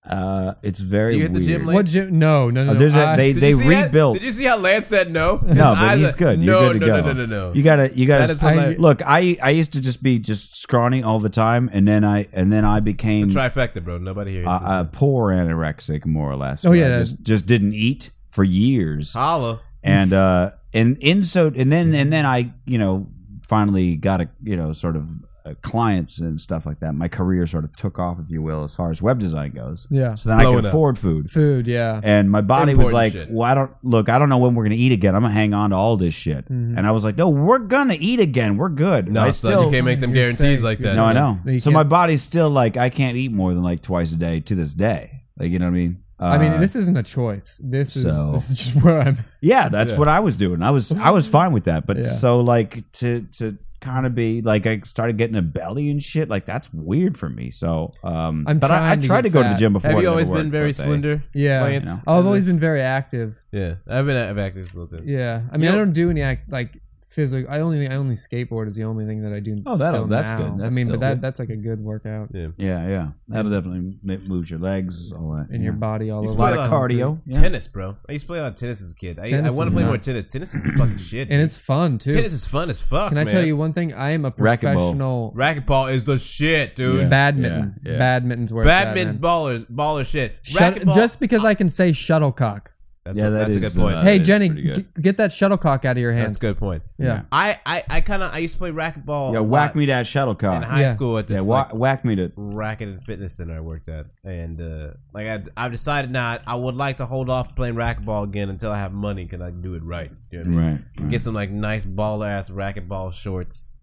[SPEAKER 7] uh it's very.
[SPEAKER 8] Do you hit the
[SPEAKER 7] weird.
[SPEAKER 8] gym late?
[SPEAKER 9] What gym? No, no, no.
[SPEAKER 7] Uh, there's
[SPEAKER 9] no.
[SPEAKER 7] a-
[SPEAKER 9] I-
[SPEAKER 7] they
[SPEAKER 8] Did
[SPEAKER 7] they
[SPEAKER 8] you see that?
[SPEAKER 7] rebuilt.
[SPEAKER 8] Did you see how Lance said no? His
[SPEAKER 7] No, but
[SPEAKER 8] eyes
[SPEAKER 7] he's
[SPEAKER 8] are-
[SPEAKER 7] good. You're
[SPEAKER 8] No,
[SPEAKER 7] good to
[SPEAKER 8] no,
[SPEAKER 7] go.
[SPEAKER 8] no, no, no, no.
[SPEAKER 7] You gotta, you
[SPEAKER 8] That
[SPEAKER 7] gotta.
[SPEAKER 8] is hilarious.
[SPEAKER 7] look, I, I used to just be just scrawny all the time, and then I, and then I became
[SPEAKER 8] It's a trifecta, bro. Nobody here.
[SPEAKER 7] a,
[SPEAKER 8] eats it.
[SPEAKER 7] a poor anorexic, more or less.
[SPEAKER 8] Oh,
[SPEAKER 7] where I
[SPEAKER 8] yeah. Uh-huh.
[SPEAKER 7] just, just didn't eat for years.
[SPEAKER 8] Holla.
[SPEAKER 7] And uh, and in so, and then and then I, you know, finally got a, you know, sort of uh, clients and stuff like that. My career sort of took off, if you will, as far as web design goes.
[SPEAKER 9] Yeah.
[SPEAKER 7] So then I
[SPEAKER 9] Blowing
[SPEAKER 7] could
[SPEAKER 9] up.
[SPEAKER 7] afford food.
[SPEAKER 9] Food, yeah.
[SPEAKER 7] And my body was
[SPEAKER 9] Important
[SPEAKER 7] like,
[SPEAKER 9] shit.
[SPEAKER 7] well, I don't look. I don't know when we're gonna eat again. I'm gonna hang on to all this shit.
[SPEAKER 9] Mhm.
[SPEAKER 7] And I was like, no, we're gonna eat again. We're good.
[SPEAKER 8] No,
[SPEAKER 7] I
[SPEAKER 8] son, you can't make them You're guarantees safe. like that,
[SPEAKER 7] No, I
[SPEAKER 8] son.
[SPEAKER 7] know.
[SPEAKER 9] You
[SPEAKER 7] So
[SPEAKER 9] can't-
[SPEAKER 7] my body's still like, I can't eat more than like twice a day to this day. Like, you know what I mean?
[SPEAKER 9] I
[SPEAKER 7] Uh,
[SPEAKER 9] mean, this isn't a choice. This is
[SPEAKER 7] so-
[SPEAKER 9] this is just where I'm.
[SPEAKER 7] yeah, that's
[SPEAKER 9] Yeah.
[SPEAKER 7] what I was doing. I was I was fine with that. But
[SPEAKER 9] Yeah.
[SPEAKER 7] so like to to kind of be like I started getting a belly and shit. Like that's weird for me. So um,
[SPEAKER 9] I'm
[SPEAKER 7] but I, I
[SPEAKER 9] trying to
[SPEAKER 7] tried to,
[SPEAKER 9] get
[SPEAKER 7] go to the
[SPEAKER 9] fat.
[SPEAKER 7] gym before.
[SPEAKER 8] Have
[SPEAKER 7] it
[SPEAKER 8] you
[SPEAKER 7] never
[SPEAKER 8] always been
[SPEAKER 7] worked,
[SPEAKER 8] very
[SPEAKER 7] but they-
[SPEAKER 8] slender?
[SPEAKER 9] Yeah,
[SPEAKER 8] Lance?
[SPEAKER 9] I've always been very active.
[SPEAKER 8] Yeah, I've been I've active.
[SPEAKER 9] Yeah, I mean, I don't do any act like physical. I only I only skateboard is the only thing that I do.
[SPEAKER 7] Oh, that'll-
[SPEAKER 9] still
[SPEAKER 7] that's
[SPEAKER 9] now.
[SPEAKER 7] good.
[SPEAKER 9] I
[SPEAKER 7] That's
[SPEAKER 9] mean, but
[SPEAKER 7] still
[SPEAKER 9] that
[SPEAKER 7] good.
[SPEAKER 9] that's like a good workout.
[SPEAKER 7] Yeah, yeah, yeah. That'll definitely m- move your legs, all that,
[SPEAKER 9] And your body all
[SPEAKER 7] It's
[SPEAKER 9] over.
[SPEAKER 7] A lot
[SPEAKER 9] Play
[SPEAKER 7] of
[SPEAKER 9] a lot of
[SPEAKER 7] cardio. Yeah.
[SPEAKER 8] Tennis, bro. I used to play a lot of tennis as a kid. I,
[SPEAKER 9] Tennis
[SPEAKER 8] I want
[SPEAKER 9] is
[SPEAKER 8] to play more
[SPEAKER 9] nuts.
[SPEAKER 8] tennis. Tennis is the fucking shit.
[SPEAKER 9] And
[SPEAKER 8] dude.
[SPEAKER 9] it's fun too.
[SPEAKER 8] Tennis is fun as fuck.
[SPEAKER 9] Can I tell
[SPEAKER 8] man.
[SPEAKER 9] you one thing? I am a
[SPEAKER 8] Racquetball.
[SPEAKER 9] professional.
[SPEAKER 8] Racquetball is the shit, dude.
[SPEAKER 9] Yeah. Badminton. Yeah. Badminton's where it's at,
[SPEAKER 8] Badminton's
[SPEAKER 9] man.
[SPEAKER 8] ballers baller shit.
[SPEAKER 9] Shut-
[SPEAKER 8] Racquetball.
[SPEAKER 9] just because I can say shuttlecock.
[SPEAKER 8] that's a, that's a
[SPEAKER 7] is,
[SPEAKER 8] good point.
[SPEAKER 7] uh,
[SPEAKER 9] hey
[SPEAKER 7] that is
[SPEAKER 9] Jenny,
[SPEAKER 7] pretty good.
[SPEAKER 9] g- get that shuttlecock out of your hand.
[SPEAKER 8] That's a good point.
[SPEAKER 9] Yeah.
[SPEAKER 8] I I, I kind of I used to play racquetball.
[SPEAKER 7] Yeah,
[SPEAKER 8] a
[SPEAKER 7] whack
[SPEAKER 8] lot
[SPEAKER 7] me that shuttlecock.
[SPEAKER 8] in high
[SPEAKER 7] Yeah.
[SPEAKER 8] school at this
[SPEAKER 7] Yeah,
[SPEAKER 8] like,
[SPEAKER 7] wha- whack me to.
[SPEAKER 8] racket and fitness center I worked at, and uh, like I, I've decided not. I would like to hold off playing racquetball again until I have money because I can do it right. You know what I mean?
[SPEAKER 7] Right, right.
[SPEAKER 8] Get some like nice baller ass racquetball shorts,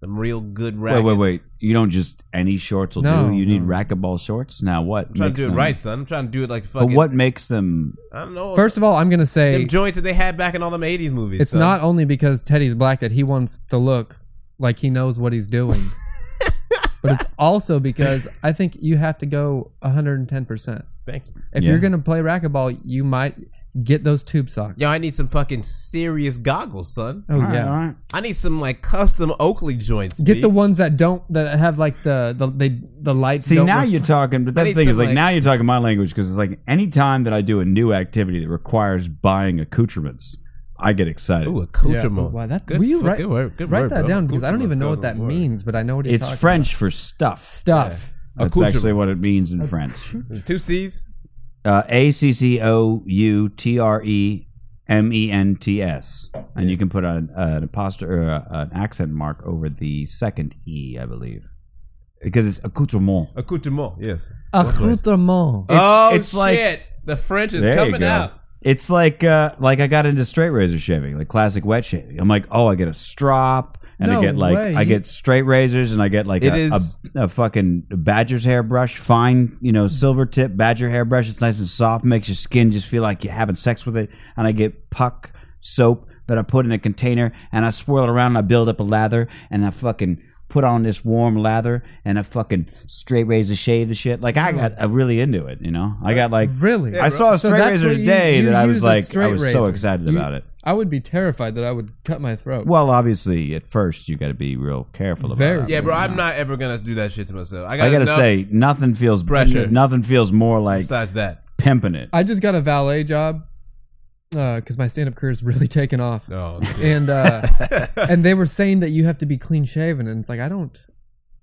[SPEAKER 8] some real good
[SPEAKER 7] Wait,
[SPEAKER 8] rackets.
[SPEAKER 7] wait, wait! You don't just any shorts will
[SPEAKER 8] No,
[SPEAKER 7] do. You need racquetball shorts. Now what?
[SPEAKER 8] I'm trying
[SPEAKER 7] makes
[SPEAKER 8] to do
[SPEAKER 7] them-
[SPEAKER 8] it right, son. I'm trying to do it like
[SPEAKER 7] But
[SPEAKER 8] fucking.
[SPEAKER 7] what makes them?
[SPEAKER 8] I don't know.
[SPEAKER 9] First of all, I'm gonna say
[SPEAKER 8] them joints that they had back in all them '80s movies.
[SPEAKER 9] it's
[SPEAKER 8] son.
[SPEAKER 9] not only because Teddy's black that he wants to look like he knows what he's doing, but it's also because I think you have to go 110. percent
[SPEAKER 8] Thank you.
[SPEAKER 9] If
[SPEAKER 8] Yeah.
[SPEAKER 9] you're gonna play racquetball, you might get those tube socks.
[SPEAKER 8] Yo, I need some fucking serious goggles, son.
[SPEAKER 9] Oh, All right, yeah. all right.
[SPEAKER 8] I need some like custom Oakley joints.
[SPEAKER 9] Get
[SPEAKER 8] B.
[SPEAKER 9] the ones that don't that have like the the they, the lights.
[SPEAKER 7] See
[SPEAKER 9] don't
[SPEAKER 7] now
[SPEAKER 9] ref-
[SPEAKER 7] you're talking, but
[SPEAKER 9] I
[SPEAKER 7] that
[SPEAKER 9] need
[SPEAKER 7] thing is
[SPEAKER 9] some,
[SPEAKER 7] like, now you're talking my language because it's like any time that I do a new activity that requires buying accoutrements, I get excited.
[SPEAKER 8] Ooh, accoutrements.
[SPEAKER 9] Wow, that
[SPEAKER 8] Good
[SPEAKER 9] will you
[SPEAKER 8] fuck-
[SPEAKER 9] write,
[SPEAKER 8] good word- good
[SPEAKER 9] write
[SPEAKER 8] word,
[SPEAKER 9] that
[SPEAKER 8] bro.
[SPEAKER 9] down because I don't
[SPEAKER 8] Accoutrements
[SPEAKER 9] even know what
[SPEAKER 8] doesn't
[SPEAKER 9] that means, but I know what he's
[SPEAKER 7] It's
[SPEAKER 9] talking
[SPEAKER 7] French for stuff.
[SPEAKER 9] Stuff.
[SPEAKER 7] That's
[SPEAKER 8] Accoutrement.
[SPEAKER 7] actually what it means in French.
[SPEAKER 8] two C's.
[SPEAKER 7] Uh, A C C O U T R E M E N T S, and you can put an, an apostrophe or a, an accent mark over the second E, I believe, because it's accoutrement.
[SPEAKER 8] Accoutrement. Oh, Yes.
[SPEAKER 9] about. Accoutrement.
[SPEAKER 7] It's-
[SPEAKER 8] oh
[SPEAKER 7] it's
[SPEAKER 8] shit!
[SPEAKER 7] like-
[SPEAKER 8] the French is
[SPEAKER 7] There you
[SPEAKER 8] coming
[SPEAKER 7] go.
[SPEAKER 8] out.
[SPEAKER 7] It's like uh, like I got into straight razor shaving, like classic wet shaving. I'm like, oh, I get a strop, and
[SPEAKER 9] No
[SPEAKER 7] I get like
[SPEAKER 9] way.
[SPEAKER 7] I get straight razors, and I get like
[SPEAKER 8] It
[SPEAKER 7] a,
[SPEAKER 8] is-
[SPEAKER 7] a, a fucking badger's hairbrush, fine, you know, silver tip badger hairbrush. It's nice and soft, makes your skin just feel like you're having sex with it. And I get puck soap that I put in a container, and I swirl it around, and I build up a lather, and I fucking. Put on this warm lather and I fucking straight razor shave the shit. Like
[SPEAKER 9] Oh.
[SPEAKER 7] I got, I really into it. You know, I got like
[SPEAKER 9] Really?
[SPEAKER 7] I saw a
[SPEAKER 9] So
[SPEAKER 7] straight
[SPEAKER 9] that's
[SPEAKER 7] razor
[SPEAKER 9] what you-
[SPEAKER 7] today
[SPEAKER 9] you
[SPEAKER 7] that I
[SPEAKER 9] use
[SPEAKER 7] was
[SPEAKER 9] a
[SPEAKER 7] like, I
[SPEAKER 9] straight
[SPEAKER 7] was so
[SPEAKER 9] razor.
[SPEAKER 7] excited
[SPEAKER 9] You-
[SPEAKER 7] about it.
[SPEAKER 9] I would be terrified that I would cut my throat.
[SPEAKER 7] Well, obviously, at first you got to be real careful about
[SPEAKER 9] Very.
[SPEAKER 7] it.
[SPEAKER 8] Yeah, bro, I'm not ever gonna do that shit to myself. I
[SPEAKER 7] I
[SPEAKER 8] got
[SPEAKER 7] gotta,
[SPEAKER 8] enough
[SPEAKER 7] say, nothing feels
[SPEAKER 8] pressure.
[SPEAKER 7] Nothing feels more like
[SPEAKER 8] Besides that,
[SPEAKER 7] pimping it.
[SPEAKER 9] I just got a valet job because my stand-up career is really taken off.
[SPEAKER 8] Oh,
[SPEAKER 9] and uh, and they were saying that you have to be clean shaven, and it's like I don't.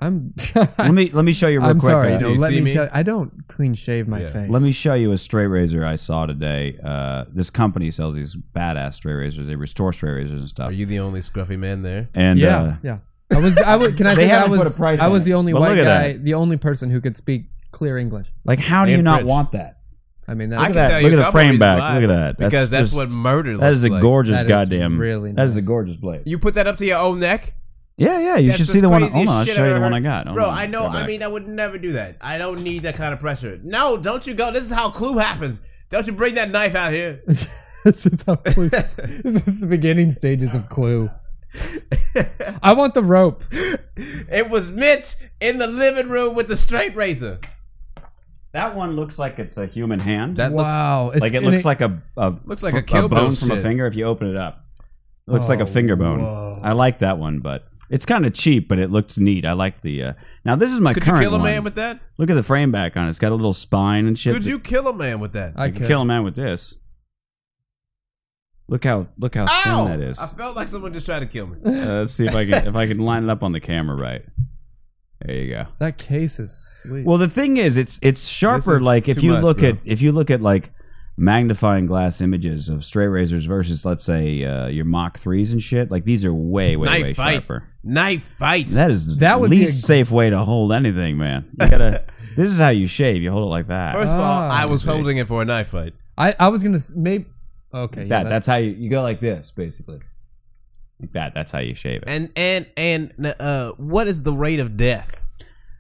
[SPEAKER 9] I'm.
[SPEAKER 7] Let me let me show you real
[SPEAKER 9] I'm
[SPEAKER 7] quick.
[SPEAKER 9] sorry.
[SPEAKER 7] uh,
[SPEAKER 9] No, let me, tell. I don't clean shave my face.
[SPEAKER 7] Let me show you a straight razor I saw today. Uh, this company sells these badass straight razors. They restore straight razors and stuff.
[SPEAKER 8] Are you the only scruffy man there?
[SPEAKER 7] And
[SPEAKER 9] yeah,
[SPEAKER 7] uh,
[SPEAKER 9] yeah. I was. I was. Can I
[SPEAKER 7] They
[SPEAKER 9] say that I
[SPEAKER 7] haven't
[SPEAKER 9] was?
[SPEAKER 7] put a price
[SPEAKER 9] I
[SPEAKER 7] on
[SPEAKER 9] was
[SPEAKER 7] it,
[SPEAKER 9] the only
[SPEAKER 7] but
[SPEAKER 9] white
[SPEAKER 7] look at
[SPEAKER 9] guy, the only person who could speak clear English.
[SPEAKER 7] like, how do you
[SPEAKER 9] And
[SPEAKER 7] not
[SPEAKER 9] French.
[SPEAKER 7] want that?
[SPEAKER 9] I mean,
[SPEAKER 8] I
[SPEAKER 9] that's
[SPEAKER 8] can
[SPEAKER 7] that.
[SPEAKER 8] tell you
[SPEAKER 7] Look at
[SPEAKER 8] a
[SPEAKER 7] the
[SPEAKER 8] couple
[SPEAKER 7] frame
[SPEAKER 8] reasons
[SPEAKER 7] back.
[SPEAKER 8] why.
[SPEAKER 7] Look at that.
[SPEAKER 8] because that's
[SPEAKER 7] just-
[SPEAKER 8] what murder.
[SPEAKER 7] That
[SPEAKER 8] looks
[SPEAKER 7] is a
[SPEAKER 8] like.
[SPEAKER 7] gorgeous
[SPEAKER 9] That is
[SPEAKER 7] goddamn.
[SPEAKER 9] really
[SPEAKER 7] That is a
[SPEAKER 9] nice.
[SPEAKER 7] gorgeous blade.
[SPEAKER 8] You put that up to your own neck.
[SPEAKER 7] Yeah, yeah. You
[SPEAKER 8] That's
[SPEAKER 7] should
[SPEAKER 8] the
[SPEAKER 7] see the one.
[SPEAKER 8] craziest
[SPEAKER 7] Hold on, I'll
[SPEAKER 8] shit
[SPEAKER 7] show
[SPEAKER 8] I've
[SPEAKER 7] you the
[SPEAKER 8] ever
[SPEAKER 7] one I
[SPEAKER 8] heard.
[SPEAKER 7] got. Hold
[SPEAKER 8] Bro,
[SPEAKER 7] on,
[SPEAKER 8] I know.
[SPEAKER 7] go
[SPEAKER 8] I
[SPEAKER 7] back.
[SPEAKER 8] mean, I would never do that. I don't need that kind of pressure. No, don't you go. This is how Clue happens. Don't you bring that knife out here.
[SPEAKER 9] this is how Clue- this is the beginning stages of Clue. I want the rope.
[SPEAKER 8] it was Mitch in the living room with the straight razor.
[SPEAKER 7] That one looks like it's a human hand.
[SPEAKER 8] That
[SPEAKER 9] Wow,
[SPEAKER 8] looks
[SPEAKER 9] it's-
[SPEAKER 7] like it
[SPEAKER 9] and
[SPEAKER 7] looks
[SPEAKER 9] it-
[SPEAKER 7] like a, a
[SPEAKER 8] Looks like a
[SPEAKER 7] a
[SPEAKER 8] Kill Bill
[SPEAKER 7] bone from a
[SPEAKER 8] shit.
[SPEAKER 7] finger if you open it up. It looks like
[SPEAKER 9] Oh,
[SPEAKER 7] a finger bone.
[SPEAKER 9] whoa.
[SPEAKER 7] I like that one, but it's kind of cheap, but it looked neat. I like the. Uh, now this is my
[SPEAKER 8] Could you
[SPEAKER 7] current
[SPEAKER 8] kill a
[SPEAKER 7] one.
[SPEAKER 8] man with that?
[SPEAKER 7] Look at the frame back on it. It's got a little spine and shit. Uh,
[SPEAKER 8] Could you kill a man with that?
[SPEAKER 9] I
[SPEAKER 7] You could
[SPEAKER 9] could.
[SPEAKER 7] kill a man with this? Look how look how
[SPEAKER 8] Ow!
[SPEAKER 7] thin that is.
[SPEAKER 8] I felt like someone just tried to kill me.
[SPEAKER 7] Uh, let's see if I can if I can line it up on the camera right. There you go.
[SPEAKER 9] That case is sweet.
[SPEAKER 7] Well, the thing is, it's it's sharper.
[SPEAKER 8] is
[SPEAKER 7] Like if
[SPEAKER 8] too
[SPEAKER 7] you
[SPEAKER 8] much,
[SPEAKER 7] look
[SPEAKER 8] bro.
[SPEAKER 7] at if you look at like magnifying glass images of straight razors versus let's say uh, your Mach threes and shit. Like these are way way
[SPEAKER 8] Knife
[SPEAKER 7] way
[SPEAKER 8] fight.
[SPEAKER 7] sharper.
[SPEAKER 8] Knife fight.
[SPEAKER 7] That is
[SPEAKER 9] That
[SPEAKER 7] the
[SPEAKER 9] would be
[SPEAKER 7] least
[SPEAKER 9] a-
[SPEAKER 7] safe way to hold anything, man. You gotta. this is how you shave. You hold it like that.
[SPEAKER 8] First of all,
[SPEAKER 7] Oh,
[SPEAKER 9] Ah.
[SPEAKER 8] I was holding it for a knife fight.
[SPEAKER 9] I, I was gonna s- maybe. Okay, yeah,
[SPEAKER 7] that that's, how you, you go like this basically. Like that. That's how you shave it.
[SPEAKER 8] And and and uh, what is the rate of death?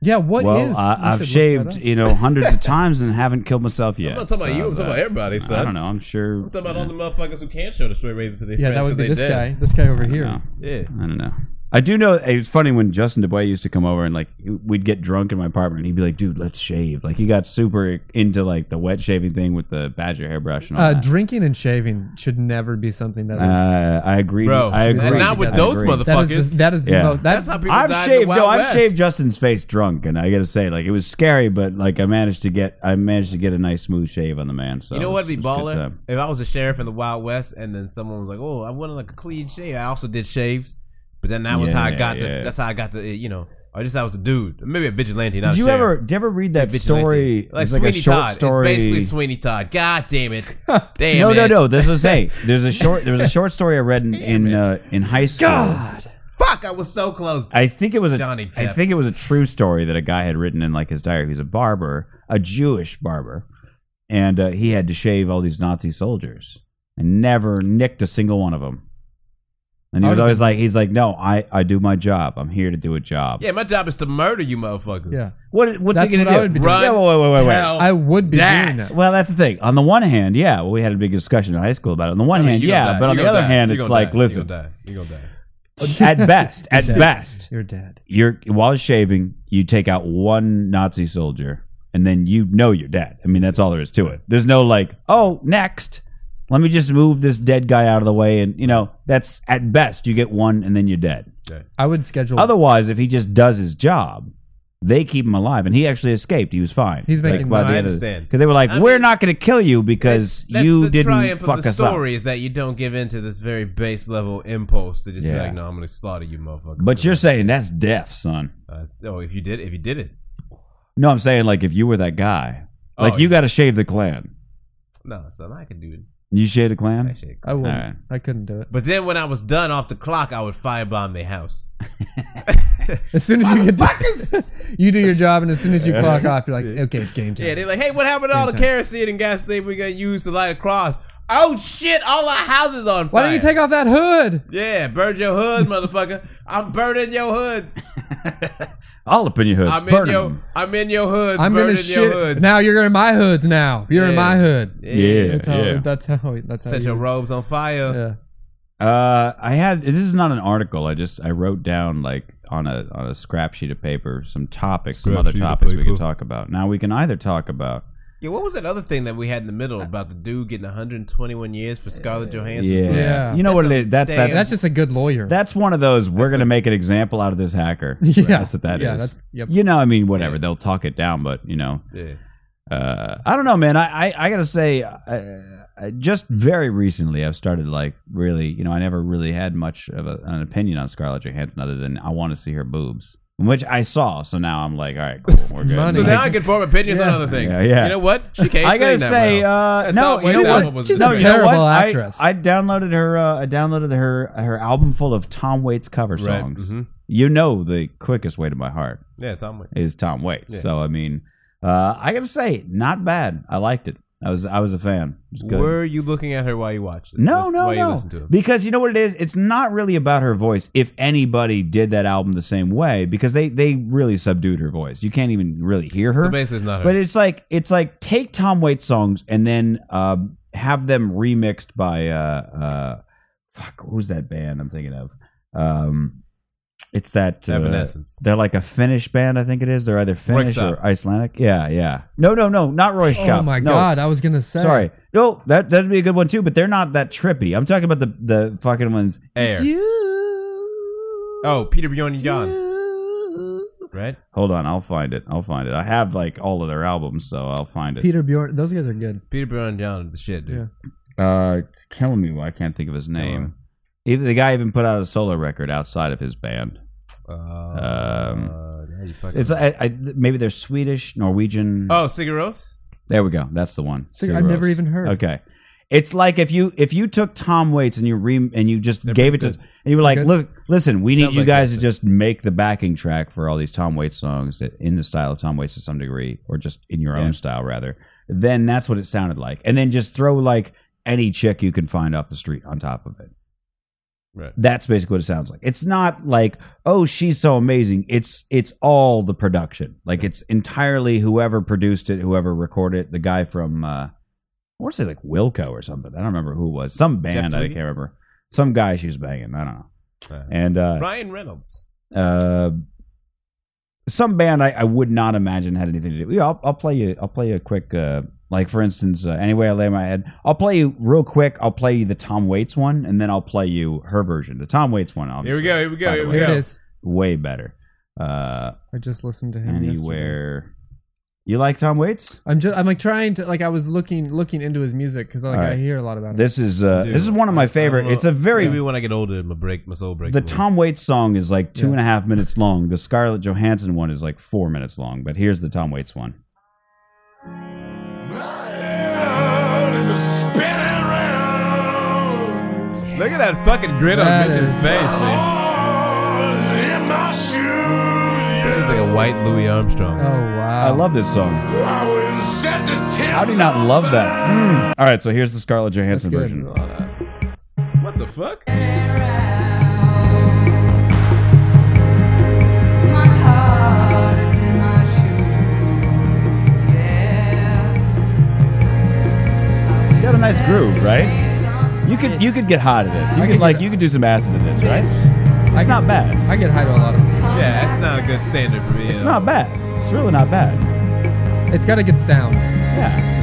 [SPEAKER 9] yeah. What is?
[SPEAKER 7] well,
[SPEAKER 9] You
[SPEAKER 7] I, I've
[SPEAKER 9] should look
[SPEAKER 7] shaved, e-
[SPEAKER 9] that up.
[SPEAKER 7] you know, hundreds of times and haven't killed myself yet.
[SPEAKER 8] not talking about you, I'm talking
[SPEAKER 7] uh,
[SPEAKER 8] about everybody, son.
[SPEAKER 7] I don't know. I'm sure.
[SPEAKER 8] I'm talking about all the motherfuckers who can't show the straight razors to their
[SPEAKER 9] Yeah,
[SPEAKER 8] friends
[SPEAKER 9] that would
[SPEAKER 8] 'cause
[SPEAKER 9] be
[SPEAKER 8] they
[SPEAKER 9] this
[SPEAKER 8] dead.
[SPEAKER 9] guy. This guy over
[SPEAKER 7] I don't
[SPEAKER 9] here.
[SPEAKER 7] know.
[SPEAKER 8] Yeah.
[SPEAKER 7] I don't know. I do know it was funny when Justin DeBoy used to come over and like we'd get drunk in my apartment and he'd be like, "Dude, let's shave." Like he got super into like the wet shaving thing with the badger hairbrush and all
[SPEAKER 9] Uh,
[SPEAKER 7] that.
[SPEAKER 9] drinking and shaving should never be something that.
[SPEAKER 7] Uh, I agree.
[SPEAKER 9] Bro,
[SPEAKER 7] I
[SPEAKER 9] and
[SPEAKER 7] agree.
[SPEAKER 9] not with
[SPEAKER 7] I
[SPEAKER 9] those
[SPEAKER 7] agree.
[SPEAKER 9] motherfuckers. That is- that is the most- that- That's how people
[SPEAKER 7] I've
[SPEAKER 9] died in the
[SPEAKER 7] shaved.
[SPEAKER 9] Wild
[SPEAKER 7] no,
[SPEAKER 9] West.
[SPEAKER 7] I've shaved Justin's face drunk, and I gotta say, like it was scary, but like I managed to get, I managed to get a nice smooth shave on the man. So
[SPEAKER 8] you know
[SPEAKER 7] it
[SPEAKER 8] what'd
[SPEAKER 7] was-
[SPEAKER 8] be
[SPEAKER 7] it was a good
[SPEAKER 8] baller?
[SPEAKER 7] time.
[SPEAKER 8] If I was a sheriff in the Wild West and then someone was like, "Oh, I wanted like a clean shave," I also did shaves, but then that was how I
[SPEAKER 7] Yeah,
[SPEAKER 8] got
[SPEAKER 7] yeah.
[SPEAKER 8] the. That's how I got the. You know, or just I was a dude, maybe a vigilante. Not
[SPEAKER 7] Did
[SPEAKER 8] a
[SPEAKER 7] you
[SPEAKER 8] sheriff.
[SPEAKER 7] ever? Did you ever read that
[SPEAKER 8] A vigilante.
[SPEAKER 7] story? It
[SPEAKER 8] Like
[SPEAKER 7] was
[SPEAKER 8] Sweeney
[SPEAKER 7] a short
[SPEAKER 8] Todd.
[SPEAKER 7] story.
[SPEAKER 8] It's basically Sweeney Todd. God damn it! Damn
[SPEAKER 7] no,
[SPEAKER 8] it!
[SPEAKER 7] no, no. This was hey. There's a short. There was a short story I read in in, uh, in high school.
[SPEAKER 8] God. Fuck! I was so close.
[SPEAKER 7] I think it was a
[SPEAKER 8] Johnny
[SPEAKER 7] I
[SPEAKER 8] Depp.
[SPEAKER 7] think it was a true story that a guy had written in like his diary. He's a barber, a Jewish barber, and uh, he had to shave all these Nazi soldiers and never nicked a single one of them. And he was
[SPEAKER 8] Oh,
[SPEAKER 7] always like, he's like, no, I, I do my job. I'm here to do a job.
[SPEAKER 8] Yeah, my job is to murder you, motherfuckers.
[SPEAKER 9] Yeah.
[SPEAKER 7] What? What's
[SPEAKER 8] That's
[SPEAKER 7] he gonna
[SPEAKER 8] what I
[SPEAKER 7] do?
[SPEAKER 8] would be
[SPEAKER 7] Run.
[SPEAKER 8] doing.
[SPEAKER 7] Yeah, wait, wait, wait, wait.
[SPEAKER 8] Tell I
[SPEAKER 9] would
[SPEAKER 8] be that. doing that.
[SPEAKER 7] Well, that's the thing. On the one hand, yeah, well, we had a big discussion in high school about it. On the one
[SPEAKER 8] I mean,
[SPEAKER 7] hand,
[SPEAKER 8] you gonna
[SPEAKER 7] yeah,
[SPEAKER 8] die.
[SPEAKER 7] but on
[SPEAKER 8] You
[SPEAKER 7] the
[SPEAKER 8] gonna
[SPEAKER 7] other
[SPEAKER 8] die.
[SPEAKER 7] hand,
[SPEAKER 8] You
[SPEAKER 7] it's
[SPEAKER 8] gonna
[SPEAKER 7] like,
[SPEAKER 8] die.
[SPEAKER 7] listen,
[SPEAKER 8] you gonna die. You gonna die.
[SPEAKER 7] at best, at
[SPEAKER 9] You're dead.
[SPEAKER 7] best,
[SPEAKER 9] You're dead.
[SPEAKER 7] you're while shaving, you take out one Nazi soldier, and then you know you're dead. I mean, that's all there is to it. There's no like, oh, next, let me just move this dead guy out of the way, and you know, that's at best you get one, and then you're dead.
[SPEAKER 9] I would schedule.
[SPEAKER 7] Otherwise, if he just does his job, they keep him alive, and he actually escaped. He was fine.
[SPEAKER 9] He's making-
[SPEAKER 7] by
[SPEAKER 9] no,
[SPEAKER 7] the
[SPEAKER 9] I
[SPEAKER 7] end of-
[SPEAKER 8] understand.
[SPEAKER 7] 'cause they were like,
[SPEAKER 8] I
[SPEAKER 7] we're not going to kill you because
[SPEAKER 8] That's
[SPEAKER 7] you
[SPEAKER 8] the
[SPEAKER 7] didn't
[SPEAKER 8] triumph
[SPEAKER 7] fuck
[SPEAKER 8] of the
[SPEAKER 7] us
[SPEAKER 8] story
[SPEAKER 7] up.
[SPEAKER 8] is that you don't give in to this very base level impulse to just be
[SPEAKER 7] Yeah.
[SPEAKER 8] like, no, I'm gonna slaughter you, motherfucker.
[SPEAKER 7] But you're saying that's death, son.
[SPEAKER 8] Uh, oh, if you did, if you did it,
[SPEAKER 7] No, I'm saying like if you were that guy,
[SPEAKER 8] Oh,
[SPEAKER 7] like you
[SPEAKER 8] yeah.
[SPEAKER 7] got to shave the clan.
[SPEAKER 8] no, son, I could do it.
[SPEAKER 7] You shave the clan.
[SPEAKER 9] I wouldn't.
[SPEAKER 7] All right.
[SPEAKER 9] I couldn't do it.
[SPEAKER 8] But then when I was done off the clock, I would firebomb their house.
[SPEAKER 9] As soon as you get done, you do your job, and as soon as you clock off, you're like, okay, it's game time.
[SPEAKER 8] Yeah, they're like, hey, what happened to all the
[SPEAKER 9] Anytime.
[SPEAKER 8] kerosene and gas station we gonna use to light a cross? Oh shit, all our houses on fire.
[SPEAKER 9] Why don't you take off that hood?
[SPEAKER 8] Yeah, burn your hoods, motherfucker. I'm burning your hoods.
[SPEAKER 7] All up in your hoods.
[SPEAKER 8] I'm in
[SPEAKER 7] Burn
[SPEAKER 8] your
[SPEAKER 7] 'em.
[SPEAKER 8] I'm in your hoods.
[SPEAKER 9] I'm
[SPEAKER 8] burning
[SPEAKER 9] gonna
[SPEAKER 8] your
[SPEAKER 9] shit.
[SPEAKER 8] hoods.
[SPEAKER 9] Now you're in my hoods. Now you're in
[SPEAKER 8] Yeah.
[SPEAKER 9] my hood.
[SPEAKER 7] Yeah,
[SPEAKER 9] that's how.
[SPEAKER 7] yeah.
[SPEAKER 9] That's how. That's how.
[SPEAKER 8] Set your
[SPEAKER 9] you-
[SPEAKER 8] robes on fire.
[SPEAKER 9] Yeah.
[SPEAKER 7] Uh, I had this is not an article. I just I wrote down like on a on a scrap sheet of paper some topics, some
[SPEAKER 8] Scrap
[SPEAKER 7] other
[SPEAKER 8] sheet of
[SPEAKER 7] topics we
[SPEAKER 8] paper.
[SPEAKER 7] could talk about. Now we can either talk about
[SPEAKER 8] Yeah, what was that other thing that we had in the middle about the dude getting 121 years for Scarlett Johansson?
[SPEAKER 7] yeah, you know what it is. That's
[SPEAKER 8] damn-
[SPEAKER 7] that's,
[SPEAKER 9] That's just a good lawyer.
[SPEAKER 7] that's one of those we're gonna make an example out of this hacker.
[SPEAKER 9] Yeah.
[SPEAKER 7] that's what that is.
[SPEAKER 9] Yeah, that's- yep.
[SPEAKER 7] You know, I mean, whatever they'll talk it down, but you know,
[SPEAKER 8] Yeah.
[SPEAKER 7] uh, I don't know, man. I I, I gotta say, uh, uh, just very recently, I've started like really, you know, I never really had much of a, an opinion on Scarlett Johansson other than I want to see her boobs, which I saw. So now I'm like, all right, cool, we're good.
[SPEAKER 8] So now I can form opinions on
[SPEAKER 7] Yeah.
[SPEAKER 8] other things.
[SPEAKER 7] Yeah, yeah.
[SPEAKER 8] You know what? She can't
[SPEAKER 7] I
[SPEAKER 8] sing
[SPEAKER 7] gotta
[SPEAKER 8] that
[SPEAKER 7] say,
[SPEAKER 8] well.
[SPEAKER 7] uh,
[SPEAKER 8] That's
[SPEAKER 7] no,
[SPEAKER 8] all-
[SPEAKER 7] you
[SPEAKER 8] that
[SPEAKER 7] know
[SPEAKER 8] album
[SPEAKER 7] what?
[SPEAKER 8] was
[SPEAKER 7] No,
[SPEAKER 8] great.
[SPEAKER 7] you know what?
[SPEAKER 9] terrible
[SPEAKER 7] I-
[SPEAKER 9] actress.
[SPEAKER 7] I, downloaded her. Uh, I downloaded her her album full of Tom Waits cover
[SPEAKER 8] Right,
[SPEAKER 7] songs.
[SPEAKER 8] mhm.
[SPEAKER 7] You know the quickest way to my heart
[SPEAKER 8] Yeah, Tom Waits.
[SPEAKER 7] is Tom Waits.
[SPEAKER 8] Yeah.
[SPEAKER 7] So I mean, uh, I gotta say, not bad. I liked it. I was I was a fan. It was good.
[SPEAKER 8] Were you looking at her while you watched it?
[SPEAKER 7] No,
[SPEAKER 8] That's
[SPEAKER 7] no,
[SPEAKER 8] why
[SPEAKER 7] no.
[SPEAKER 8] You listen to it.
[SPEAKER 7] Because you know what it is? It's not really about her voice. If anybody did that album the same way, because they they really subdued her voice. You can't even really hear her.
[SPEAKER 8] So basically it's not her.
[SPEAKER 7] But it's like it's like take Tom Waits songs and then um, have them remixed by uh uh fuck who's that band I'm thinking of? Um it's that uh,
[SPEAKER 8] Evanescence.
[SPEAKER 7] They're like a Finnish band, I think it is. They're either Finnish
[SPEAKER 8] Roy Schaap.
[SPEAKER 7] or Icelandic. Yeah, yeah. No, no, no, not Roy Schaap.
[SPEAKER 9] Oh my
[SPEAKER 7] No.
[SPEAKER 9] god! I was gonna say.
[SPEAKER 7] Sorry. No, that that'd be a good one too, but they're not that trippy. I'm talking about the the fucking ones.
[SPEAKER 8] Air. Oh, Peter Bjorn and John. Right?
[SPEAKER 7] Hold on, I'll find it. I'll find it. I have like all of their albums, so I'll find it.
[SPEAKER 9] Peter Bjorn. Those guys are good.
[SPEAKER 8] Peter Bjorn and John, the shit, dude.
[SPEAKER 9] Yeah.
[SPEAKER 7] Uh, it's killing me. why I can't think of his name. Even the guy even put out a solo record outside of his band.
[SPEAKER 8] Uh,
[SPEAKER 7] Um,
[SPEAKER 8] now you fucking-
[SPEAKER 7] it's I, I, maybe they're Swedish, Norwegian.
[SPEAKER 8] oh, Cigaros?
[SPEAKER 7] There we go. That's the one.
[SPEAKER 9] Sig- I've never even heard.
[SPEAKER 7] Okay. It's like if you if you took Tom Waits and you re and you just gave it to and you were like,
[SPEAKER 9] good.
[SPEAKER 7] look, listen, we need
[SPEAKER 8] Sounds
[SPEAKER 7] you
[SPEAKER 8] like
[SPEAKER 7] guys to just make the backing track for all these Tom Waits songs that in the style of Tom Waits to some degree, or just in your
[SPEAKER 8] Yeah.
[SPEAKER 7] own style rather. Then that's what it sounded like, and then just throw like any chick you can find off the street on top of it.
[SPEAKER 8] Right.
[SPEAKER 7] That's basically what it sounds like. It's not like, oh, she's so amazing. It's it's all the production. Like it's entirely whoever produced it, whoever recorded it, the guy from uh I want to say like Wilco or something. I don't remember who it was. Some band I
[SPEAKER 8] Tweedy?
[SPEAKER 7] can't remember. Some guy she was banging. I don't know. And uh,
[SPEAKER 8] Ryan Reynolds.
[SPEAKER 7] uh, some band I, I would not imagine had anything to do. Yeah, I'll, I'll play you. I'll play you a quick. Uh, like for instance, uh, anyway, I lay my head. I'll play you real quick. I'll play you the Tom Waits one, and then I'll play you her version. The Tom Waits one.
[SPEAKER 8] Here we
[SPEAKER 7] Obviously,
[SPEAKER 8] go, here we go,
[SPEAKER 7] by the
[SPEAKER 8] here we
[SPEAKER 7] way,
[SPEAKER 8] go. Here it is.
[SPEAKER 7] Way better. Uh,
[SPEAKER 9] I just listened to him.
[SPEAKER 7] anywhere. You like Tom Waits?
[SPEAKER 9] I'm just I'm like trying to like I was looking looking into his music because like
[SPEAKER 7] All right.
[SPEAKER 9] I hear a lot about it.
[SPEAKER 7] This is uh,
[SPEAKER 9] Dude,
[SPEAKER 7] this is one of my favorite.
[SPEAKER 9] I'm a-
[SPEAKER 7] it's a very
[SPEAKER 8] Maybe when I get older, my break, my soul breaks. a
[SPEAKER 7] the
[SPEAKER 8] little.
[SPEAKER 7] Tom Waits song is like two and a half minutes long. The Scarlett Johansson one is like four minutes long. But here's the Tom Waits one.
[SPEAKER 8] Look at that fucking grin
[SPEAKER 11] That
[SPEAKER 8] on Mitch's
[SPEAKER 11] is-
[SPEAKER 8] face, man. It's like a white Louis Armstrong.
[SPEAKER 9] Oh wow!
[SPEAKER 7] I love this song. How do you not love that? Hmm. All right, so here's the Scarlett Johansson version.
[SPEAKER 8] What the fuck?
[SPEAKER 7] Got a nice groove, right? You could you could get high to this. You could like you could do some acid to this, right? It's not bad.
[SPEAKER 9] I get high to a lot of.
[SPEAKER 8] Yeah, that's not a good standard for me.
[SPEAKER 7] It's not bad. It's really not bad.
[SPEAKER 9] It's got a good sound.
[SPEAKER 7] Yeah.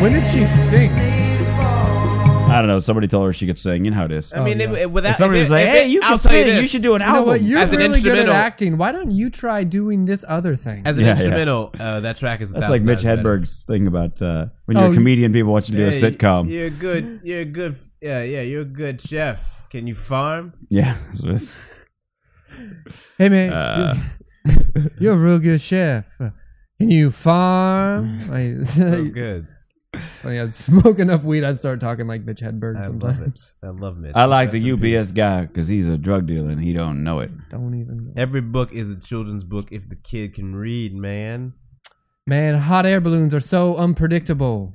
[SPEAKER 9] When did she sing?
[SPEAKER 7] I don't know. Somebody told her she could sing. You know how it is.
[SPEAKER 8] I mean, if- if without-
[SPEAKER 7] If somebody
[SPEAKER 8] if
[SPEAKER 7] was
[SPEAKER 8] it-
[SPEAKER 7] like,
[SPEAKER 8] if
[SPEAKER 7] "Hey,
[SPEAKER 8] it-
[SPEAKER 7] you
[SPEAKER 8] I'll
[SPEAKER 7] can
[SPEAKER 8] say
[SPEAKER 7] sing.
[SPEAKER 8] this.
[SPEAKER 7] You should do an
[SPEAKER 8] You
[SPEAKER 9] You know
[SPEAKER 7] album."
[SPEAKER 9] what? You're
[SPEAKER 8] As an
[SPEAKER 9] really good at
[SPEAKER 8] instrumental-
[SPEAKER 9] acting. Why don't you try doing this other thing?
[SPEAKER 8] As an
[SPEAKER 7] Yeah, yeah.
[SPEAKER 8] instrumental, Uh, that track is. A
[SPEAKER 7] That's like
[SPEAKER 8] thousand
[SPEAKER 7] Mitch
[SPEAKER 8] times better.
[SPEAKER 7] Hedberg's thing about uh, when you're
[SPEAKER 8] Oh,
[SPEAKER 7] a
[SPEAKER 8] you-
[SPEAKER 7] comedian, people want you to do a sitcom.
[SPEAKER 15] You're a good. You're a good. Yeah, yeah. You're a good chef. Can you farm?
[SPEAKER 7] Yeah, that's what it is.
[SPEAKER 9] Hey man,
[SPEAKER 7] Uh.
[SPEAKER 9] you- you're a real good chef. Can you farm? Like,
[SPEAKER 8] Mm. So good.
[SPEAKER 9] It's funny. I'd smoke enough weed, I'd start talking like Mitch Hedberg
[SPEAKER 8] I
[SPEAKER 9] sometimes.
[SPEAKER 8] love it. I love Mitch.
[SPEAKER 7] I like
[SPEAKER 8] Rest
[SPEAKER 7] the
[SPEAKER 8] in peace.
[SPEAKER 7] UPS guy because he's a drug dealer and he don't know it.
[SPEAKER 9] Don't even. Know.
[SPEAKER 15] Every book is a children's book if the kid can read, man.
[SPEAKER 9] Man, hot air balloons are so unpredictable.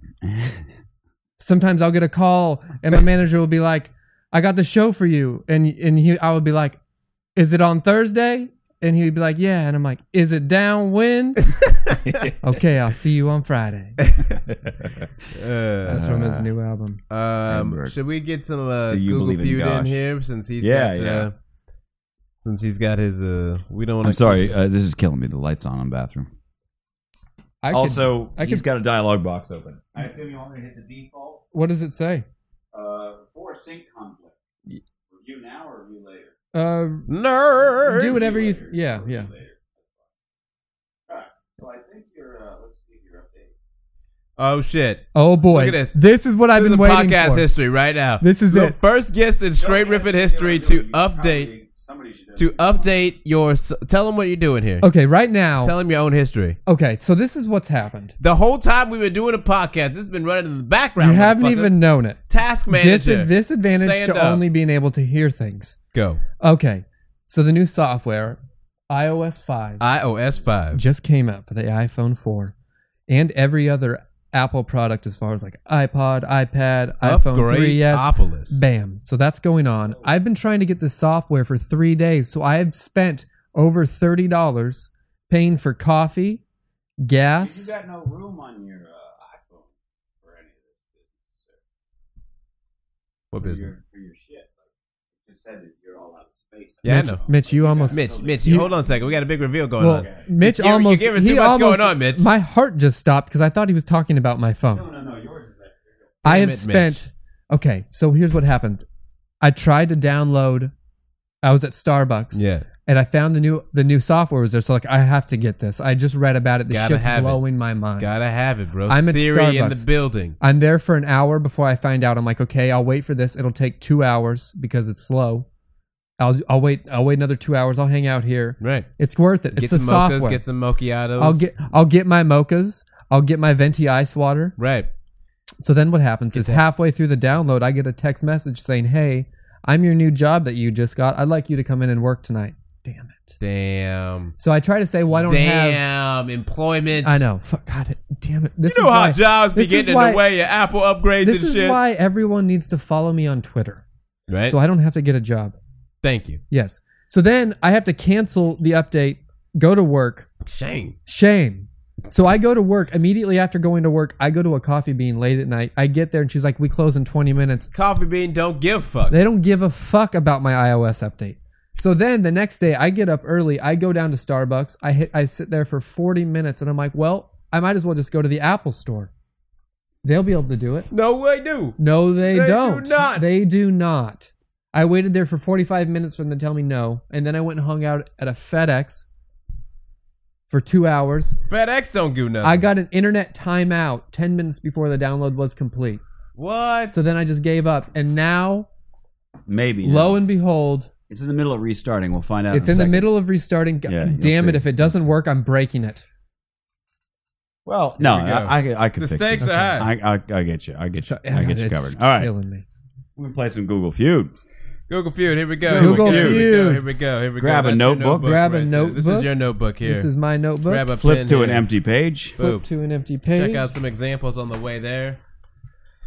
[SPEAKER 9] Sometimes I'll get a call and my manager will be like, "I got the show for you," and and he, I would be like, "Is it on Thursday?" And he'd be like, "Yeah," and I'm like, "Is it downwind?" okay, I'll see you on Friday. That's from
[SPEAKER 7] Uh,
[SPEAKER 9] his new album.
[SPEAKER 15] Um, should we get some uh,
[SPEAKER 8] Do you
[SPEAKER 15] Google
[SPEAKER 8] believe in
[SPEAKER 15] feud in
[SPEAKER 8] Gosh?
[SPEAKER 15] here since he's
[SPEAKER 8] Yeah,
[SPEAKER 15] got?
[SPEAKER 8] yeah.
[SPEAKER 15] Uh,
[SPEAKER 8] Since he's got his, uh, we don't. Wanna
[SPEAKER 7] I'm sorry. Uh, this is killing me. The lights on in the bathroom.
[SPEAKER 9] I could-
[SPEAKER 7] also,
[SPEAKER 9] I
[SPEAKER 7] he's
[SPEAKER 9] could-
[SPEAKER 7] got a dialogue box open.
[SPEAKER 9] I
[SPEAKER 7] assume you want me to hit the default.
[SPEAKER 9] What does it say?
[SPEAKER 7] Uh, for sync conflict. Review now or review later?
[SPEAKER 9] Uh,
[SPEAKER 15] Nerd.
[SPEAKER 9] Do whatever you. Th- yeah, yeah.
[SPEAKER 7] So I think you're. Uh, let's see your update.
[SPEAKER 15] Oh shit!
[SPEAKER 9] Oh boy,
[SPEAKER 15] Look at this.
[SPEAKER 9] This is what I've
[SPEAKER 15] This
[SPEAKER 9] been
[SPEAKER 15] is
[SPEAKER 9] waiting
[SPEAKER 15] podcast
[SPEAKER 9] for.
[SPEAKER 15] history right now.
[SPEAKER 9] This is
[SPEAKER 15] the
[SPEAKER 9] it.
[SPEAKER 15] first guest in straight riffing history to update to update your. s- Tell them what you're doing here.
[SPEAKER 9] Okay, right now.
[SPEAKER 15] Tell them your own history.
[SPEAKER 9] Okay, so this is what's happened.
[SPEAKER 15] The whole time we've been doing a podcast, this has been running in the background.
[SPEAKER 9] You haven't
[SPEAKER 15] motherfuckers.
[SPEAKER 9] even known it.
[SPEAKER 15] Task manager.
[SPEAKER 9] Dis- disadvantage
[SPEAKER 15] Stand
[SPEAKER 9] to
[SPEAKER 15] up.
[SPEAKER 9] only being able to hear things.
[SPEAKER 15] Go.
[SPEAKER 9] Okay, so the new software, iOS 5,
[SPEAKER 15] iOS five.
[SPEAKER 9] just came out for the iPhone 4 and every other Apple product as far as like iPod, iPad, iPhone
[SPEAKER 15] Upgrade
[SPEAKER 9] 3S.
[SPEAKER 15] Opolis.
[SPEAKER 9] Bam. So that's going on. I've been trying to get this software for three days. So I have spent over $30 paying for coffee, gas.
[SPEAKER 7] got no room on your uh, iPhone for any of this
[SPEAKER 15] What
[SPEAKER 7] for
[SPEAKER 15] business?
[SPEAKER 7] Your, for your shit. Like, you said that you're all out of space.
[SPEAKER 15] Yeah,
[SPEAKER 9] Mitch,
[SPEAKER 15] I know.
[SPEAKER 9] Mitch, you almost
[SPEAKER 15] Mitch, Mitch, hold on a second. We got a big reveal going
[SPEAKER 9] well,
[SPEAKER 15] on.
[SPEAKER 9] Mitch
[SPEAKER 15] You're- you're
[SPEAKER 9] almost.
[SPEAKER 15] giving
[SPEAKER 9] he
[SPEAKER 15] too much
[SPEAKER 9] almost,
[SPEAKER 15] going on, Mitch.
[SPEAKER 9] My heart just stopped because I thought he was talking about my phone. No, no, no. Yours is I
[SPEAKER 15] Damn
[SPEAKER 9] have
[SPEAKER 15] it,
[SPEAKER 9] spent. Okay, so here's what happened. I tried to download. I was at Starbucks.
[SPEAKER 15] Yeah.
[SPEAKER 9] And I found the new the new software was there, so like I have to get this. I just read about it. This
[SPEAKER 15] Gotta
[SPEAKER 9] shit's
[SPEAKER 15] have it.
[SPEAKER 9] blowing my mind.
[SPEAKER 15] Gotta have it, bro.
[SPEAKER 9] I'm at
[SPEAKER 15] Siri in the
[SPEAKER 9] Starbucks.
[SPEAKER 15] building.
[SPEAKER 9] I'm there for an hour before I find out. I'm like, okay, I'll wait for this. It'll take two hours because it's slow. I'll I'll wait. I'll wait another two hours. I'll hang out here.
[SPEAKER 15] Right.
[SPEAKER 9] It's worth it.
[SPEAKER 15] Get
[SPEAKER 9] it's the
[SPEAKER 15] some mochas,
[SPEAKER 9] software.
[SPEAKER 15] get some mochiatos.
[SPEAKER 9] I'll get I'll get my mochas. I'll get my venti ice water.
[SPEAKER 15] Right.
[SPEAKER 9] So then what happens is halfway through the download, I get a text message saying, "Hey, I'm your new job that you just got. I'd like you to come in and work tonight."
[SPEAKER 15] Damn.
[SPEAKER 9] So I try to say, "Well, I don't
[SPEAKER 15] Damn,
[SPEAKER 9] have."
[SPEAKER 15] employment.
[SPEAKER 9] I know. Fuck, God it- damn it. This
[SPEAKER 15] you know
[SPEAKER 9] is
[SPEAKER 15] how
[SPEAKER 9] why,
[SPEAKER 15] jobs be
[SPEAKER 9] this is
[SPEAKER 15] getting in
[SPEAKER 9] why-
[SPEAKER 15] the way of Apple upgrades
[SPEAKER 9] This
[SPEAKER 15] and
[SPEAKER 9] is
[SPEAKER 15] shit.
[SPEAKER 9] why everyone needs to follow me on Twitter,
[SPEAKER 15] Right.
[SPEAKER 9] so I don't have to get a job.
[SPEAKER 15] Thank you.
[SPEAKER 9] Yes. So then I have to cancel the update, go to work.
[SPEAKER 15] Shame.
[SPEAKER 9] Shame. So I go to work immediately after going to work. I go to a coffee bean late at night. I get there and she's like, "We close in 20 minutes."
[SPEAKER 8] Coffee Bean don't give fuck.
[SPEAKER 9] They don't give a fuck about my iOS update. So then the next day, I get up early. I go down to Starbucks. I hit. I sit there for 40 minutes, and I'm like, "Well, I might as well just go to the Apple Store. They'll be able to do it."
[SPEAKER 8] No way, do.
[SPEAKER 9] No, they,
[SPEAKER 8] They do
[SPEAKER 9] don't.
[SPEAKER 8] not.
[SPEAKER 9] They do not. I waited there for 45 minutes for them to tell me no, and then I went and hung out at a FedEx for two hours.
[SPEAKER 8] FedEx don't do nothing.
[SPEAKER 7] Oh.
[SPEAKER 9] I got an internet timeout 10 minutes before the download was complete.
[SPEAKER 8] What?
[SPEAKER 9] So then I just gave up. And now,
[SPEAKER 7] Maybe.
[SPEAKER 9] lo and behold,
[SPEAKER 7] It's in the middle of restarting. We'll find out.
[SPEAKER 9] it's
[SPEAKER 7] in,
[SPEAKER 9] in
[SPEAKER 7] a
[SPEAKER 9] the
[SPEAKER 7] second.
[SPEAKER 9] middle of restarting. God
[SPEAKER 7] Yeah, you'll
[SPEAKER 9] damn it.
[SPEAKER 7] see.
[SPEAKER 9] If it doesn't work, I'm breaking it.
[SPEAKER 8] Well,
[SPEAKER 7] No, I, I, I could
[SPEAKER 8] The
[SPEAKER 7] fix
[SPEAKER 8] stakes
[SPEAKER 7] it.
[SPEAKER 8] are high.
[SPEAKER 7] I, I, I get you. I get you. I
[SPEAKER 9] God,
[SPEAKER 7] get you
[SPEAKER 9] it's
[SPEAKER 7] covered. All right.
[SPEAKER 9] killing me.
[SPEAKER 7] We play some Google Feud.
[SPEAKER 8] Google Feud. Here we go.
[SPEAKER 9] Google
[SPEAKER 8] here we
[SPEAKER 9] Feud.
[SPEAKER 8] go, Here we go. Here we go.
[SPEAKER 7] Grab a
[SPEAKER 8] That's your
[SPEAKER 7] notebook.
[SPEAKER 9] Grab a
[SPEAKER 8] right there.
[SPEAKER 9] notebook.
[SPEAKER 8] This is your notebook here.
[SPEAKER 9] This is my notebook.
[SPEAKER 8] Grab a
[SPEAKER 7] Flip
[SPEAKER 8] pen
[SPEAKER 7] to
[SPEAKER 8] here.
[SPEAKER 7] an empty page.
[SPEAKER 9] Flip
[SPEAKER 8] Boop.
[SPEAKER 9] to an empty page.
[SPEAKER 8] Check out some examples on the way there.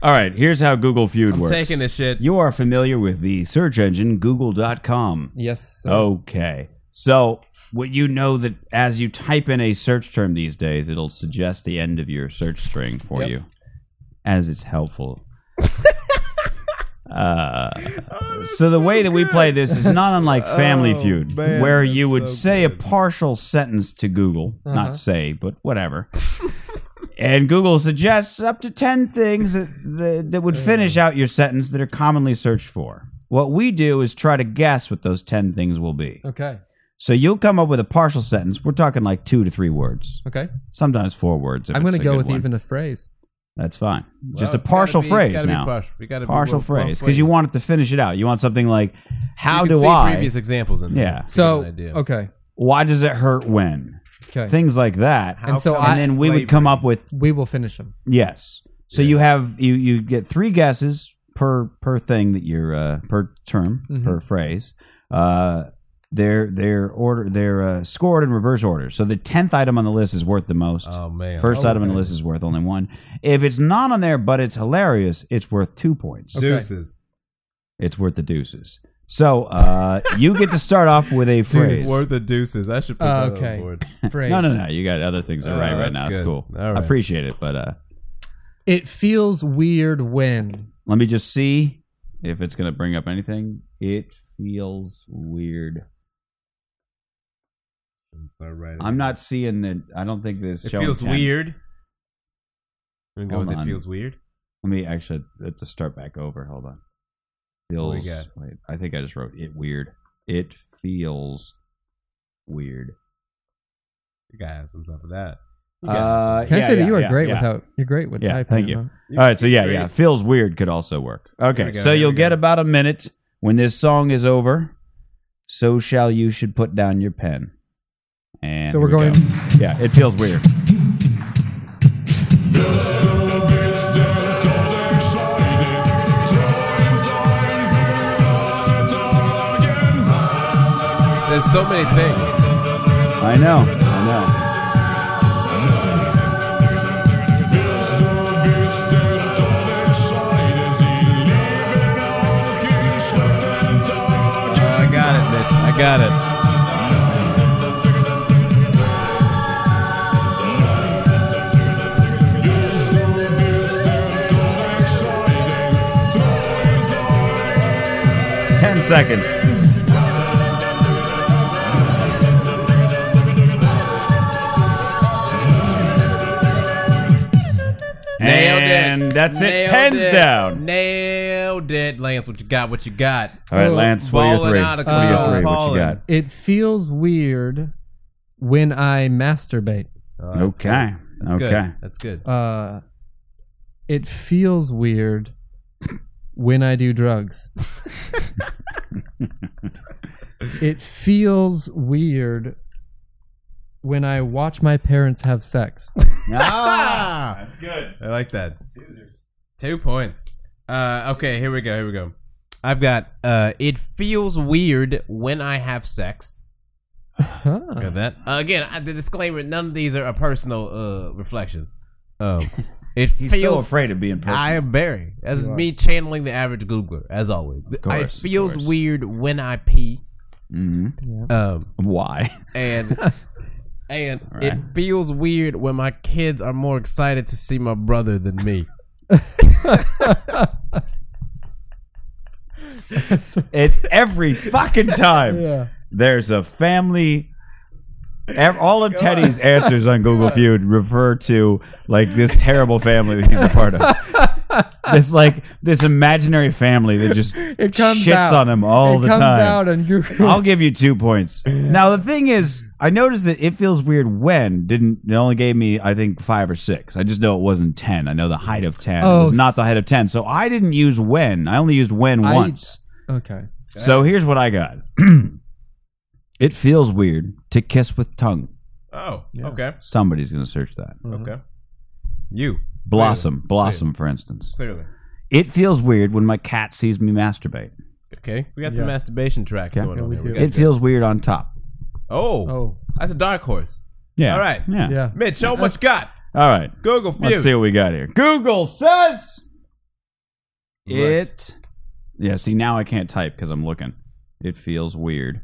[SPEAKER 7] All right. Here's how Google Feud
[SPEAKER 8] I'm
[SPEAKER 7] works.
[SPEAKER 8] taking this shit.
[SPEAKER 7] You are familiar with the search engine Google.com.
[SPEAKER 9] Yes.
[SPEAKER 7] Oh.
[SPEAKER 9] sir.
[SPEAKER 7] Okay. So, what you know that as you type in a search term these days, it'll suggest the end of your search string for
[SPEAKER 9] Yep.
[SPEAKER 7] you, as it's helpful. uh, so the way that we play this is not unlike Family
[SPEAKER 8] Oh,
[SPEAKER 7] Feud,
[SPEAKER 8] man,
[SPEAKER 7] where you
[SPEAKER 8] that's
[SPEAKER 7] would
[SPEAKER 8] so
[SPEAKER 7] say a partial sentence to Google,
[SPEAKER 8] Uh-huh.
[SPEAKER 7] not say, but whatever. And Google suggests up to 10 things that, that, that would finish out your sentence that are commonly searched for. What we do is try to guess what those 10 things will be.
[SPEAKER 9] Okay.
[SPEAKER 7] So you'll come up with a partial sentence. We're talking like two to three words,
[SPEAKER 9] Okay.
[SPEAKER 7] sometimes four words. if
[SPEAKER 9] I'm
[SPEAKER 7] it's
[SPEAKER 9] going
[SPEAKER 7] a
[SPEAKER 9] to go
[SPEAKER 7] good
[SPEAKER 9] with
[SPEAKER 7] one.
[SPEAKER 9] even a phrase.
[SPEAKER 7] That's fine. Just a
[SPEAKER 8] it's gotta
[SPEAKER 7] partial
[SPEAKER 8] be- it's
[SPEAKER 7] phrase
[SPEAKER 8] gotta be
[SPEAKER 7] now.
[SPEAKER 8] partial. We gotta be
[SPEAKER 7] partial
[SPEAKER 8] both- both
[SPEAKER 7] phrase because you
[SPEAKER 8] ways.
[SPEAKER 7] want it to finish it out. You want something like, "How
[SPEAKER 8] you can
[SPEAKER 7] do
[SPEAKER 8] see
[SPEAKER 7] I?"
[SPEAKER 8] Previous examples in there.
[SPEAKER 7] Yeah.
[SPEAKER 8] to
[SPEAKER 9] So,
[SPEAKER 8] get an idea.
[SPEAKER 9] okay.
[SPEAKER 7] Why does it hurt when?
[SPEAKER 9] Okay.
[SPEAKER 7] Things like that.
[SPEAKER 9] And so
[SPEAKER 8] come
[SPEAKER 9] I-
[SPEAKER 7] and then we would come up with
[SPEAKER 9] We will finish them.
[SPEAKER 7] yes. So you have you you get three guesses per per thing that you're uh, per term
[SPEAKER 8] Mm-hmm.
[SPEAKER 9] Mhm.
[SPEAKER 7] per phrase. Uh, they're they're order they're uh, scored in reverse order. So the tenth item on the list is worth the most.
[SPEAKER 8] Oh man.
[SPEAKER 7] First
[SPEAKER 9] Oh,
[SPEAKER 7] item on the
[SPEAKER 9] okay.
[SPEAKER 7] list is worth only one. If it's not on there, but it's hilarious, it's worth two points.
[SPEAKER 9] Okay.
[SPEAKER 8] Deuces.
[SPEAKER 7] It's worth the deuces. So uh, you get to start off with a phrase.
[SPEAKER 8] It's worth the deuces. I should put
[SPEAKER 9] Uh,
[SPEAKER 8] that
[SPEAKER 9] okay.
[SPEAKER 8] on board.
[SPEAKER 9] Phrase.
[SPEAKER 7] No, no, no. You got other things that are
[SPEAKER 8] Oh,
[SPEAKER 7] right
[SPEAKER 8] that's
[SPEAKER 7] right now. It's
[SPEAKER 8] good.
[SPEAKER 7] cool.
[SPEAKER 8] All
[SPEAKER 7] I
[SPEAKER 8] right.
[SPEAKER 7] appreciate it, but uh,
[SPEAKER 9] It feels weird when.
[SPEAKER 7] let me just see if it's going to bring up anything. It feels weird. I'm not seeing that. I don't think this.
[SPEAKER 8] It feels weird. I'm gonna go
[SPEAKER 7] Hold
[SPEAKER 8] with
[SPEAKER 7] on.
[SPEAKER 8] it feels weird.
[SPEAKER 7] Let me actually let's just start back over. Hold on.
[SPEAKER 8] What we
[SPEAKER 7] Feels
[SPEAKER 8] got?
[SPEAKER 7] wait, I think I just wrote it weird. It feels weird.
[SPEAKER 8] You gotta have some stuff for that. You gotta have
[SPEAKER 7] Uh,
[SPEAKER 8] some-
[SPEAKER 9] Can I
[SPEAKER 7] yeah,
[SPEAKER 9] say that
[SPEAKER 7] yeah,
[SPEAKER 9] you are
[SPEAKER 7] yeah,
[SPEAKER 9] great
[SPEAKER 7] yeah.
[SPEAKER 9] without? You're great with
[SPEAKER 7] Yeah,
[SPEAKER 9] typing.
[SPEAKER 7] thank you.
[SPEAKER 9] huh?
[SPEAKER 7] All right, so yeah,
[SPEAKER 8] Great.
[SPEAKER 7] yeah. Feels weird could also work. Okay,
[SPEAKER 8] we go,
[SPEAKER 7] so
[SPEAKER 8] here we
[SPEAKER 7] you'll get
[SPEAKER 8] go.
[SPEAKER 7] about a minute when this song is over. So shall you should put down your pen. And
[SPEAKER 9] So we're
[SPEAKER 7] here we
[SPEAKER 9] going-
[SPEAKER 7] go. Yeah, it feels weird.
[SPEAKER 8] There's so many things.
[SPEAKER 7] I know. I
[SPEAKER 8] Oh, I got it, Mitch. I got it.
[SPEAKER 7] know. Ten seconds.
[SPEAKER 8] Nailed it.
[SPEAKER 7] and that's it.
[SPEAKER 8] Nailed
[SPEAKER 7] Pens
[SPEAKER 8] it.
[SPEAKER 7] down.
[SPEAKER 8] Nailed it, Lance. What you got? What you got?
[SPEAKER 7] All right, Lance. What are your
[SPEAKER 8] Balling
[SPEAKER 7] three?
[SPEAKER 8] out of
[SPEAKER 7] What are your
[SPEAKER 8] control,
[SPEAKER 7] three? What you
[SPEAKER 8] balling.
[SPEAKER 7] got?
[SPEAKER 9] It feels weird when I masturbate.
[SPEAKER 8] Oh, that's
[SPEAKER 7] Okay.
[SPEAKER 8] good. That's
[SPEAKER 7] okay.
[SPEAKER 8] Good. That's good.
[SPEAKER 9] Uh, it feels weird when I do drugs. it feels weird when I watch my parents have sex.
[SPEAKER 8] Ah, that's good. I like that. Two points. Uh, okay, here we go. Here we go. I've got. Uh, it feels weird when I have sex. Got that. Uh, again, I, the disclaimer: none of these are a personal uh, reflection. Um, it
[SPEAKER 7] He's so
[SPEAKER 8] feels.
[SPEAKER 7] afraid of being personal.
[SPEAKER 8] I am Barry. That's me channeling the average Googler, as always.
[SPEAKER 7] course,
[SPEAKER 8] it
[SPEAKER 7] of
[SPEAKER 8] feels
[SPEAKER 7] course.
[SPEAKER 8] weird when I pee.
[SPEAKER 7] Mhm.
[SPEAKER 8] Um,
[SPEAKER 7] Why?
[SPEAKER 8] and And
[SPEAKER 16] All
[SPEAKER 8] it
[SPEAKER 16] right.
[SPEAKER 8] feels weird when my kids are more excited to see my brother than me.
[SPEAKER 7] it's every fucking time.
[SPEAKER 8] Yeah.
[SPEAKER 7] There's a family. ev- All of Teddy's answers on Google Feud refer to like this terrible family that he's a part of. It's like this imaginary family that just
[SPEAKER 9] It comes
[SPEAKER 7] shits
[SPEAKER 9] out.
[SPEAKER 7] on him all
[SPEAKER 9] It
[SPEAKER 7] the
[SPEAKER 9] comes
[SPEAKER 7] time.
[SPEAKER 9] out on Google.
[SPEAKER 7] I'll give you two points. Now the thing is, I noticed that it feels weird when didn't it only gave me I think five or six. I just know it wasn't ten. I know the height of ten. it
[SPEAKER 9] Oh,
[SPEAKER 7] was not the height of ten. So I didn't use when. I only used when
[SPEAKER 9] I-
[SPEAKER 7] once.
[SPEAKER 9] Okay.
[SPEAKER 7] So here's what I got. it feels weird to kiss with tongue.
[SPEAKER 8] Oh, okay.
[SPEAKER 7] Somebody's gonna search that.
[SPEAKER 8] Okay. You.
[SPEAKER 7] Blossom.
[SPEAKER 8] Clearly.
[SPEAKER 7] Blossom,
[SPEAKER 8] Clearly.
[SPEAKER 7] for instance.
[SPEAKER 8] Clearly.
[SPEAKER 7] It feels weird when my cat sees me masturbate.
[SPEAKER 8] Okay. We got some
[SPEAKER 7] Yeah.
[SPEAKER 8] masturbation tracks
[SPEAKER 7] Okay.
[SPEAKER 8] going on here. We got
[SPEAKER 7] It
[SPEAKER 8] that.
[SPEAKER 7] feels weird on top.
[SPEAKER 8] Oh. That's a dark horse.
[SPEAKER 7] Yeah.
[SPEAKER 8] All right.
[SPEAKER 7] Yeah. Yeah.
[SPEAKER 8] Mitch, show what you got.
[SPEAKER 7] All right.
[SPEAKER 8] Google feud.
[SPEAKER 7] Let's see what we got here. Google says it. Yeah, see, now I can't type because I'm looking. It feels weird.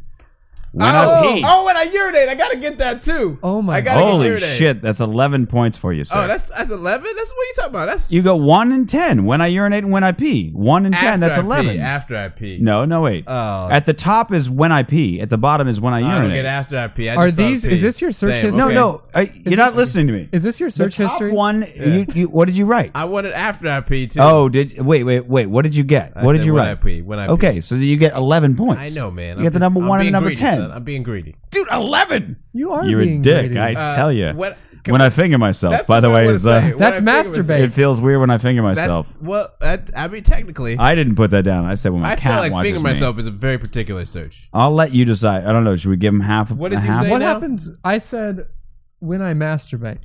[SPEAKER 7] When I
[SPEAKER 8] oh,
[SPEAKER 7] pee-
[SPEAKER 8] oh, and I urinate. I gotta get that too.
[SPEAKER 9] Oh my!
[SPEAKER 8] I gotta get
[SPEAKER 7] Holy
[SPEAKER 8] urinate.
[SPEAKER 7] shit, that's 11 points for you, sir.
[SPEAKER 8] Oh, that's that's eleven. That's what are you talking about? That's
[SPEAKER 7] you go 1 in 10 when I urinate and when I pee. 1 in 10,
[SPEAKER 8] After
[SPEAKER 7] that's
[SPEAKER 8] I pee,
[SPEAKER 7] 11.
[SPEAKER 8] after I pee.
[SPEAKER 7] No, no, wait.
[SPEAKER 8] Oh.
[SPEAKER 7] At the top is when I pee. At the bottom is when I
[SPEAKER 8] I don't
[SPEAKER 7] urinate.
[SPEAKER 8] get after I pee. I
[SPEAKER 9] Are
[SPEAKER 8] just saw
[SPEAKER 9] these-
[SPEAKER 8] pee.
[SPEAKER 9] is this your search
[SPEAKER 8] Damn,
[SPEAKER 9] history?
[SPEAKER 7] No,
[SPEAKER 8] okay.
[SPEAKER 7] no, I- you're not listening to me.
[SPEAKER 9] Is this your search
[SPEAKER 7] the top
[SPEAKER 9] history?
[SPEAKER 7] One, you, you, what did you write?
[SPEAKER 8] I wanted after I pee too.
[SPEAKER 7] Oh, did wait, wait, wait. What did you get?
[SPEAKER 8] I
[SPEAKER 7] what did
[SPEAKER 8] said
[SPEAKER 7] you
[SPEAKER 8] when
[SPEAKER 7] write?
[SPEAKER 8] I pee, when I pee.
[SPEAKER 7] okay, so you get eleven points.
[SPEAKER 8] I know, man.
[SPEAKER 7] You get
[SPEAKER 8] just-
[SPEAKER 7] the number
[SPEAKER 8] I'm
[SPEAKER 7] one
[SPEAKER 8] being
[SPEAKER 7] and number
[SPEAKER 8] greedy,
[SPEAKER 7] ten,
[SPEAKER 8] son. I'm being greedy.
[SPEAKER 7] dude. Eleven.
[SPEAKER 9] You are
[SPEAKER 7] You're a
[SPEAKER 9] being
[SPEAKER 7] dick.
[SPEAKER 9] greedy.
[SPEAKER 7] I
[SPEAKER 8] Uh,
[SPEAKER 7] tell you.
[SPEAKER 8] what-
[SPEAKER 7] when I finger myself,
[SPEAKER 8] that's
[SPEAKER 7] by the
[SPEAKER 8] what I
[SPEAKER 7] way,
[SPEAKER 8] wanna
[SPEAKER 7] is uh,
[SPEAKER 8] say. When I
[SPEAKER 9] That's
[SPEAKER 8] figure myself-
[SPEAKER 9] masturbate.
[SPEAKER 7] it feels weird when I finger myself.
[SPEAKER 8] That's, well, that, I mean, technically,
[SPEAKER 7] I didn't put that down. I said when my
[SPEAKER 8] I
[SPEAKER 7] cat
[SPEAKER 8] feel like
[SPEAKER 7] watches
[SPEAKER 8] finger
[SPEAKER 7] me.
[SPEAKER 8] myself is a very particular search.
[SPEAKER 7] I'll let you decide. I don't know. Should we give him half?
[SPEAKER 8] What did
[SPEAKER 7] a
[SPEAKER 8] you
[SPEAKER 7] half?
[SPEAKER 8] say
[SPEAKER 9] What
[SPEAKER 8] now?
[SPEAKER 9] happens? I said when I masturbate.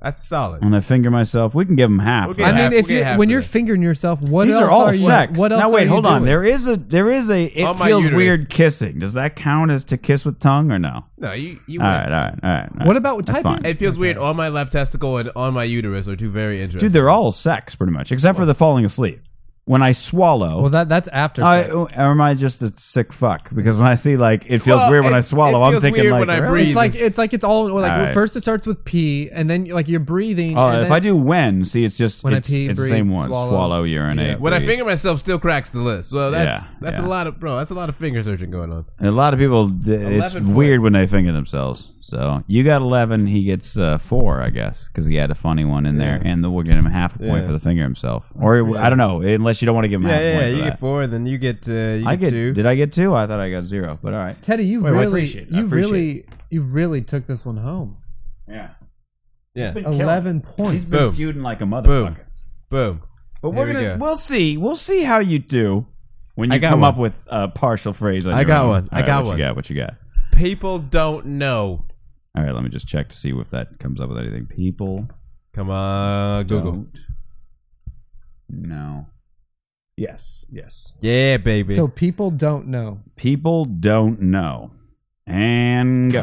[SPEAKER 8] That's solid.
[SPEAKER 7] When I finger myself, we can give him half.
[SPEAKER 9] I mean, if you when you're fingering yourself, what
[SPEAKER 7] These
[SPEAKER 9] else
[SPEAKER 7] are all
[SPEAKER 9] you?
[SPEAKER 7] sex.
[SPEAKER 9] What else
[SPEAKER 7] now wait,
[SPEAKER 9] are you
[SPEAKER 7] hold on.
[SPEAKER 9] doing?
[SPEAKER 7] There is a there is a it
[SPEAKER 8] On my
[SPEAKER 7] feels
[SPEAKER 8] uterus.
[SPEAKER 7] weird kissing. Does that count as to kiss with tongue or no?
[SPEAKER 8] No, you. you
[SPEAKER 7] all
[SPEAKER 8] win.
[SPEAKER 7] right, all right, all right. all right. That's fine.
[SPEAKER 8] It feels weird on my left testicle and on my uterus are two very interesting.
[SPEAKER 7] Dude, they're all sex pretty much, except for the falling asleep. When I swallow,
[SPEAKER 9] Well, that that's after.
[SPEAKER 7] I,
[SPEAKER 9] sex.
[SPEAKER 7] or am I just a sick fuck? Because when I see like it feels
[SPEAKER 9] Well,
[SPEAKER 7] weird when
[SPEAKER 9] it-
[SPEAKER 7] I swallow,
[SPEAKER 9] it
[SPEAKER 7] I'm
[SPEAKER 9] feels
[SPEAKER 7] thinking
[SPEAKER 9] weird
[SPEAKER 7] like,
[SPEAKER 9] when I
[SPEAKER 7] really?
[SPEAKER 9] breathe. It's like it's like it's all like
[SPEAKER 7] All right.
[SPEAKER 9] first it starts with pee, and then like you're breathing.
[SPEAKER 7] Oh,
[SPEAKER 9] and
[SPEAKER 7] if
[SPEAKER 9] then-
[SPEAKER 7] I do when, see, it's just
[SPEAKER 9] When I
[SPEAKER 7] it's,
[SPEAKER 9] pee,
[SPEAKER 7] it's
[SPEAKER 9] breathe,
[SPEAKER 7] the same one.
[SPEAKER 9] swallow.
[SPEAKER 7] Swallow, urinate.
[SPEAKER 8] When I
[SPEAKER 7] breathe.
[SPEAKER 8] finger myself, still cracks the list. Well, that's
[SPEAKER 7] Yeah,
[SPEAKER 8] that's a lot of bro. That's a lot of finger searching going on.
[SPEAKER 7] a lot of people, d- it's
[SPEAKER 8] 11
[SPEAKER 7] weird when they finger themselves. So you got eleven, he gets uh, four, I guess, because he had a funny one in there, and then we'll get him half a point
[SPEAKER 8] Yeah.
[SPEAKER 7] for the finger himself, or I don't know, unless you don't want to give him half a point. for that.
[SPEAKER 8] four, then you get uh, you
[SPEAKER 7] I get Did I get two? I thought I got zero, but all right.
[SPEAKER 9] Teddy, you
[SPEAKER 7] Wait, I
[SPEAKER 9] really,
[SPEAKER 7] appreciate it. I
[SPEAKER 9] you
[SPEAKER 7] appreciate
[SPEAKER 9] really, you really took this one home.
[SPEAKER 7] Yeah.
[SPEAKER 8] Yeah.
[SPEAKER 7] been killing
[SPEAKER 9] Eleven
[SPEAKER 7] it.
[SPEAKER 9] points.
[SPEAKER 7] He's been
[SPEAKER 8] Boom.
[SPEAKER 7] feuding like a
[SPEAKER 8] Boom,
[SPEAKER 7] motherfucker.
[SPEAKER 8] boom.
[SPEAKER 7] But
[SPEAKER 8] Here
[SPEAKER 7] we're
[SPEAKER 8] we
[SPEAKER 7] gonna
[SPEAKER 8] go.
[SPEAKER 7] we will see. We'll see how you do when
[SPEAKER 8] I
[SPEAKER 7] you
[SPEAKER 8] got
[SPEAKER 7] come
[SPEAKER 8] one.
[SPEAKER 7] up with a partial phrase. On
[SPEAKER 8] I
[SPEAKER 7] your
[SPEAKER 8] got
[SPEAKER 7] own.
[SPEAKER 8] one.
[SPEAKER 7] All
[SPEAKER 8] I
[SPEAKER 7] right,
[SPEAKER 8] got
[SPEAKER 7] what
[SPEAKER 8] one.
[SPEAKER 7] You got what you got.
[SPEAKER 8] People don't know.
[SPEAKER 7] All right, let me just check to see if that comes up with anything. People
[SPEAKER 8] Come on, Google.
[SPEAKER 7] Don't. No. Yes. Yes.
[SPEAKER 8] Yeah, baby.
[SPEAKER 9] So people don't know.
[SPEAKER 7] People don't know. And go.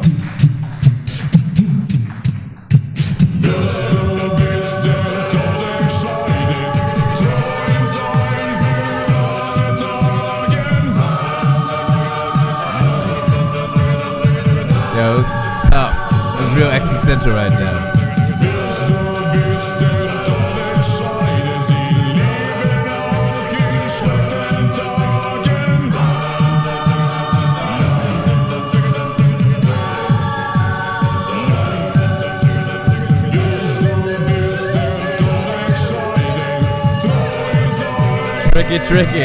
[SPEAKER 8] Yo, this is tough. It's real existential right now. Tricky, tricky.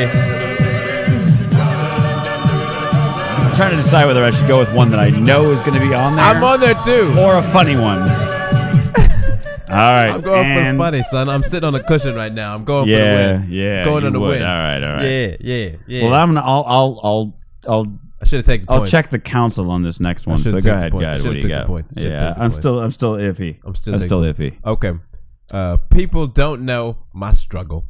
[SPEAKER 7] I'm trying to decide whether I should go with one that I know is going to be on there.
[SPEAKER 8] I'm on there too.
[SPEAKER 7] Or a funny one. All right.
[SPEAKER 8] I'm going
[SPEAKER 7] and-
[SPEAKER 8] for funny, son. I'm sitting on a cushion right now. I'm going
[SPEAKER 7] Yeah,
[SPEAKER 8] for the win.
[SPEAKER 7] yeah,
[SPEAKER 8] Going on
[SPEAKER 7] you
[SPEAKER 8] the
[SPEAKER 7] would.
[SPEAKER 8] win.
[SPEAKER 7] All right, all right.
[SPEAKER 8] Yeah, yeah, yeah.
[SPEAKER 7] Well, I'm gonna. I'll. I'll. I'll. I'll
[SPEAKER 8] I should have taken. the
[SPEAKER 7] I'll
[SPEAKER 8] points.
[SPEAKER 7] check the council on this next one.
[SPEAKER 8] should've
[SPEAKER 7] But
[SPEAKER 8] took
[SPEAKER 7] go
[SPEAKER 8] the
[SPEAKER 7] ahead,
[SPEAKER 8] points. I
[SPEAKER 7] guys. What
[SPEAKER 8] should've
[SPEAKER 7] do you
[SPEAKER 8] took the
[SPEAKER 7] got?
[SPEAKER 8] points. Should've
[SPEAKER 7] Yeah,
[SPEAKER 8] taken the
[SPEAKER 7] I'm
[SPEAKER 8] points.
[SPEAKER 7] still. I'm still iffy.
[SPEAKER 8] I'm still.
[SPEAKER 7] I'm
[SPEAKER 8] taking
[SPEAKER 7] still
[SPEAKER 8] the
[SPEAKER 7] iffy.
[SPEAKER 8] points. Okay. Uh, people don't know my struggle.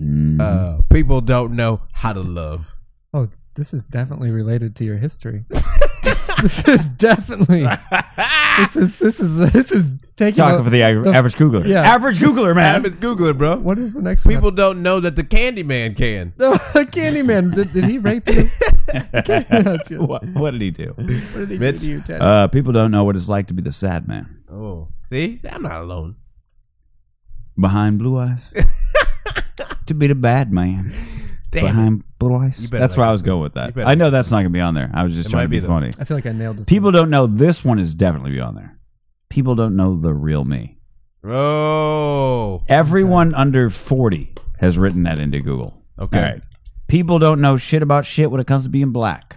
[SPEAKER 7] Mm.
[SPEAKER 8] Uh, people don't know how to love.
[SPEAKER 9] Oh, this is definitely related to your history. this is definitely. this is this is this is Take
[SPEAKER 7] Talking
[SPEAKER 9] it
[SPEAKER 7] for the ag- average Googler. Average Googler, man.
[SPEAKER 15] Average Googler, bro.
[SPEAKER 9] What is the next
[SPEAKER 15] People don't know that the Candyman can.
[SPEAKER 9] one? Candyman, did, did he rape you? That's good.
[SPEAKER 7] what, what did he do? What
[SPEAKER 9] did he do Mitch? to you, Ted?
[SPEAKER 7] Uh, people don't know what it's like to be the sad man
[SPEAKER 15] Oh, see, See, I'm not alone.
[SPEAKER 7] behind blue eyes. to be the bad man
[SPEAKER 15] Damn
[SPEAKER 7] behind blue
[SPEAKER 15] You
[SPEAKER 7] eyes.
[SPEAKER 15] better
[SPEAKER 7] That's
[SPEAKER 15] like
[SPEAKER 7] where I
[SPEAKER 15] it.
[SPEAKER 7] was going with
[SPEAKER 15] You
[SPEAKER 7] that.
[SPEAKER 15] better
[SPEAKER 7] I know that's not going to be on there. I was just
[SPEAKER 15] It
[SPEAKER 7] trying to
[SPEAKER 15] might
[SPEAKER 7] be,
[SPEAKER 15] be, though.
[SPEAKER 7] funny.
[SPEAKER 9] I feel like I nailed this.
[SPEAKER 7] People don't know this one is definitely be on there. People don't know the real me.
[SPEAKER 15] Bro.
[SPEAKER 7] Everyone under 40 has written that into Google.
[SPEAKER 15] Okay.
[SPEAKER 7] All right. People don't know shit about shit when it comes to being black.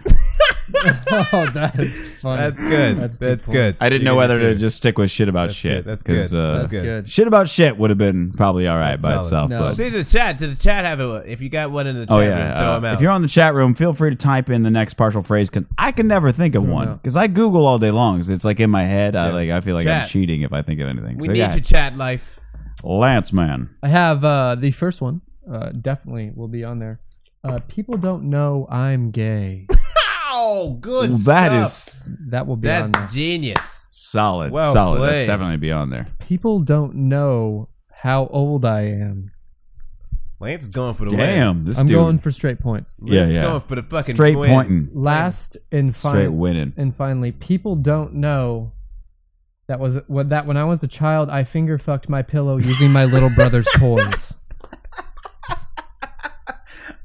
[SPEAKER 9] oh, that is funny.
[SPEAKER 15] That's good.
[SPEAKER 9] That's
[SPEAKER 15] That's,
[SPEAKER 9] two
[SPEAKER 15] good.
[SPEAKER 7] I didn't
[SPEAKER 15] You
[SPEAKER 7] know
[SPEAKER 15] get
[SPEAKER 7] whether
[SPEAKER 15] it,
[SPEAKER 7] to
[SPEAKER 15] too.
[SPEAKER 7] just stick with shit about
[SPEAKER 15] That's
[SPEAKER 7] shit.
[SPEAKER 15] good. That's
[SPEAKER 7] 'cause,
[SPEAKER 15] good.
[SPEAKER 7] uh,
[SPEAKER 15] That's good.
[SPEAKER 7] Shit about shit would have been probably all right by
[SPEAKER 15] solid.
[SPEAKER 7] itself.
[SPEAKER 15] No.
[SPEAKER 7] But,
[SPEAKER 15] See the chat. To the chat, have it. If you got one in the chat,
[SPEAKER 7] oh
[SPEAKER 15] room,
[SPEAKER 7] yeah.
[SPEAKER 15] throw
[SPEAKER 7] uh,
[SPEAKER 15] them out.
[SPEAKER 7] if you're on the chat room, feel free to type in the next partial phrase. Cause I can never think of one because I Google all day long. 'cause it's like in my head. I like. I feel like I'm
[SPEAKER 15] Chat.
[SPEAKER 7] cheating if I think of anything.
[SPEAKER 15] we
[SPEAKER 7] So,
[SPEAKER 15] need
[SPEAKER 7] yeah.
[SPEAKER 15] to chat life.
[SPEAKER 7] Lance man.
[SPEAKER 9] I have uh, the first one. Uh, definitely will be on there. Uh, people don't know I'm gay.
[SPEAKER 15] Oh, good.
[SPEAKER 7] Ooh, that
[SPEAKER 15] stuff.
[SPEAKER 7] is
[SPEAKER 9] That will be on there.
[SPEAKER 15] that's genius.
[SPEAKER 7] solid.
[SPEAKER 15] Well
[SPEAKER 7] solid.
[SPEAKER 15] played.
[SPEAKER 7] That's definitely be on there.
[SPEAKER 9] People don't know how old I am.
[SPEAKER 15] Lance is going for the
[SPEAKER 7] Damn,
[SPEAKER 15] win.
[SPEAKER 7] this
[SPEAKER 9] I'm
[SPEAKER 7] dude.
[SPEAKER 9] going for straight points.
[SPEAKER 7] yeah,
[SPEAKER 15] Lance
[SPEAKER 7] yeah.
[SPEAKER 15] going for the fucking
[SPEAKER 7] straight
[SPEAKER 15] win.
[SPEAKER 7] pointing.
[SPEAKER 9] Last and finally,
[SPEAKER 7] Straight winning.
[SPEAKER 9] And finally, people don't know that was what that when I was a child, I finger fucked my pillow using my little brother's toys.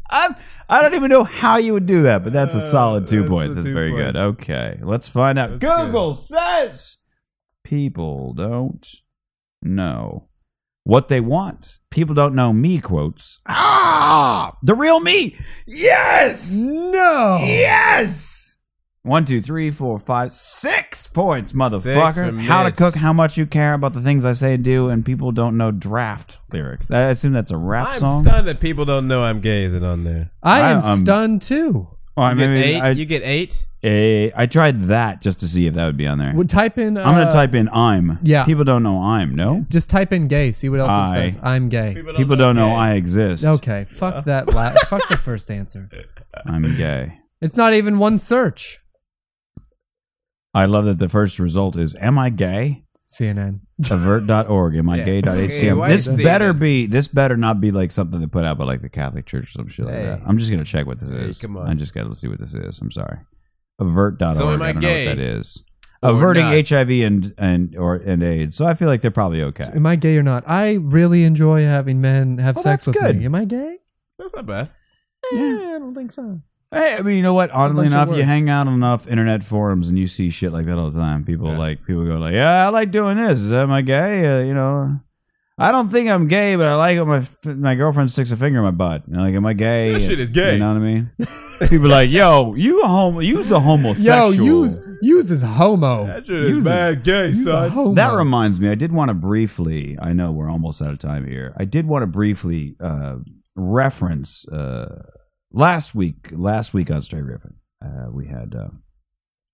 [SPEAKER 7] I'm, I don't even know how you would do that, but that's a solid two points. That's very good. Okay, let's find out. Google says people don't know what they want. People don't know me quotes. Ah, the real me. Yes.
[SPEAKER 9] No.
[SPEAKER 7] Yes. One, two, three, four, five, six points, motherfucker.
[SPEAKER 15] for
[SPEAKER 7] how to
[SPEAKER 15] Mitch.
[SPEAKER 7] cook, how much you care about the things I say and do, and people don't know draft lyrics. I assume that's a rap
[SPEAKER 15] I'm
[SPEAKER 7] song.
[SPEAKER 15] stunned that people don't know I'm gay. Isn't on there?
[SPEAKER 9] I am
[SPEAKER 7] I- I'm-
[SPEAKER 9] stunned too.
[SPEAKER 7] Well, I
[SPEAKER 15] You get
[SPEAKER 7] mean,
[SPEAKER 15] eight.
[SPEAKER 7] I-
[SPEAKER 15] you get eight.
[SPEAKER 7] Eh, I tried that just to see if that would be on there.
[SPEAKER 9] Would type in.
[SPEAKER 7] I'm gonna
[SPEAKER 9] uh,
[SPEAKER 7] type in I'm.
[SPEAKER 9] yeah.
[SPEAKER 7] People don't know I'm. No.
[SPEAKER 9] Just type in gay. See what else
[SPEAKER 7] I-
[SPEAKER 9] it says. I'm gay.
[SPEAKER 7] People don't know I exist.
[SPEAKER 9] Okay. Fuck that. La- fuck the first answer.
[SPEAKER 7] I'm gay.
[SPEAKER 9] It's not even one search.
[SPEAKER 7] I love that the first result is Am I gay?
[SPEAKER 9] CNN.
[SPEAKER 7] Avert.org. Am I
[SPEAKER 9] Yeah.
[SPEAKER 7] gay?
[SPEAKER 15] Hey,
[SPEAKER 7] gay.hcm.
[SPEAKER 15] why
[SPEAKER 7] this
[SPEAKER 15] is it-
[SPEAKER 7] better be. This better not be like something they put out by like the Catholic Church or some shit
[SPEAKER 15] Hey.
[SPEAKER 7] like that. I'm just gonna check what this
[SPEAKER 15] Hey,
[SPEAKER 7] is.
[SPEAKER 15] come on.
[SPEAKER 7] I just gotta see what this is. I'm sorry. Avert.org.
[SPEAKER 15] So am I
[SPEAKER 7] I don't
[SPEAKER 15] gay?
[SPEAKER 7] know what that is.
[SPEAKER 15] Or
[SPEAKER 7] Averting
[SPEAKER 15] not?
[SPEAKER 7] HIV and and or and AIDS. So I feel like they're probably okay.
[SPEAKER 9] Am I gay or not? I really enjoy having men have sex with
[SPEAKER 7] that's good.
[SPEAKER 9] me. Am I gay?
[SPEAKER 15] That's not bad.
[SPEAKER 9] Yeah, I don't think so.
[SPEAKER 7] Hey, I mean, you know what? Oddly
[SPEAKER 9] bunch of
[SPEAKER 7] enough, you
[SPEAKER 9] words.
[SPEAKER 7] hang out on enough internet forums and you see shit like that all the time. People like people go like, "Yeah, I like doing this. Am I gay? Uh, you know, I don't think I'm gay, but I like it when my my girlfriend sticks a finger in my butt. And like, am I gay?
[SPEAKER 15] That shit is gay.
[SPEAKER 7] You know what I mean? people like, yo, you a homo, you's a homosexual.
[SPEAKER 9] use is homo.
[SPEAKER 15] That shit is
[SPEAKER 7] Use
[SPEAKER 15] bad gay, son.
[SPEAKER 9] Oh
[SPEAKER 7] That reminds me, I did want to briefly. I know we're almost out of time here. I did want to briefly uh, reference uh, last week. Last week on Straight Riffin, uh, we had. Uh,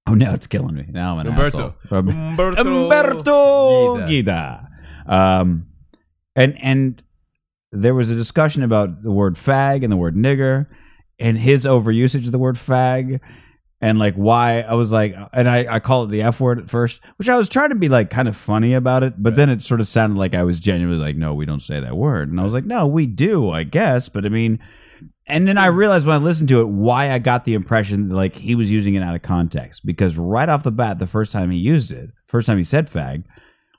[SPEAKER 7] oh no, it's killing me. Now I'm an
[SPEAKER 15] Umberto.
[SPEAKER 7] asshole.
[SPEAKER 15] Umberto.
[SPEAKER 7] Umberto
[SPEAKER 15] Guida.
[SPEAKER 7] Guida. Um, and and there was a discussion about the word fag and the word nigger and his overusage of the word fag and like why I was like and I, I call it the F word at first, which I was trying to be like kind of funny about it, but then it sort of sounded like I was genuinely like, No, we don't say that word. And I was like, No, we do, I guess. But I mean and then I realized when I listened to it why I got the impression that, like he was using it out of context. Because right off the bat, the first time he used it, first time he said fag,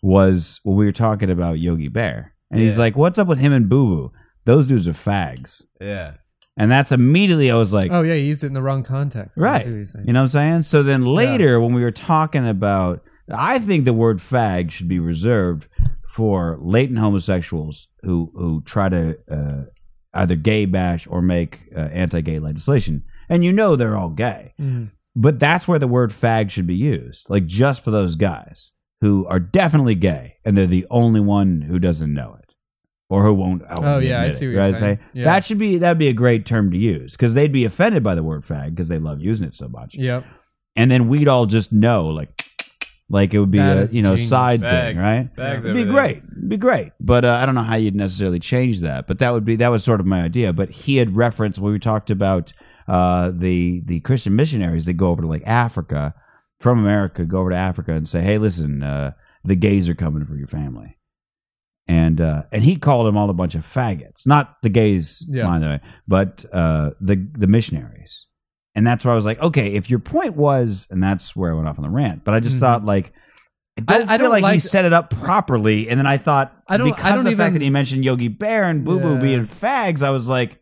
[SPEAKER 7] was when we were talking about Yogi Bear. And he's
[SPEAKER 15] Yeah.
[SPEAKER 7] like, What's up with him and Boo Boo? Those dudes are fags.
[SPEAKER 15] Yeah.
[SPEAKER 7] And that's immediately I was like,
[SPEAKER 9] Oh yeah, you used it in the wrong context. I
[SPEAKER 7] Right.
[SPEAKER 9] see what you're saying.
[SPEAKER 7] You know what I'm saying? So then later when we were talking about I think the word fag should be reserved for latent homosexuals who who try to uh, either gay bash or make uh, anti-gay legislation. And you know they're all gay.
[SPEAKER 9] Mhm.
[SPEAKER 7] But that's where the word fag should be used. Like just for those guys who are definitely gay and they're the only one who doesn't know it or who won't out
[SPEAKER 9] Oh, yeah, I
[SPEAKER 7] admit
[SPEAKER 9] see
[SPEAKER 7] it,
[SPEAKER 9] what you're
[SPEAKER 7] right?
[SPEAKER 9] saying.
[SPEAKER 7] Say,
[SPEAKER 9] Yeah.
[SPEAKER 7] That should be that'd be a great term to use because they'd be offended by the word fag because they love using it so much.
[SPEAKER 9] Yep.
[SPEAKER 7] And then we'd all just know like like it would be
[SPEAKER 9] That
[SPEAKER 7] a
[SPEAKER 9] is
[SPEAKER 7] you know
[SPEAKER 9] genius.
[SPEAKER 7] side thing,
[SPEAKER 15] Fags.
[SPEAKER 7] right?
[SPEAKER 15] Fags
[SPEAKER 7] It'd be
[SPEAKER 15] over there.
[SPEAKER 7] great. It'd be great. But uh, I don't know how you'd necessarily change that. But that would be that was sort of my idea. But he had referenced when we talked about uh, the the Christian missionaries that go over to like Africa from America, go over to Africa and say, hey, listen, uh, the gays are coming for your family. And uh, and he called them all a bunch of faggots, not the gays,
[SPEAKER 17] Yeah.
[SPEAKER 7] by the way, but uh, the the missionaries. And that's where I was like, okay, if your point was, and that's where I went off on the rant. But I just
[SPEAKER 9] Mhm.
[SPEAKER 7] thought like, I don't feel
[SPEAKER 9] I don't
[SPEAKER 7] like, he
[SPEAKER 9] like-
[SPEAKER 7] set it up properly. And then I thought
[SPEAKER 9] I don't- I
[SPEAKER 7] because of
[SPEAKER 9] don't
[SPEAKER 7] the fact
[SPEAKER 9] even-
[SPEAKER 7] that he mentioned Yogi Bear and Boo Boo
[SPEAKER 9] Yeah. Hmm.
[SPEAKER 7] being fags, I was like,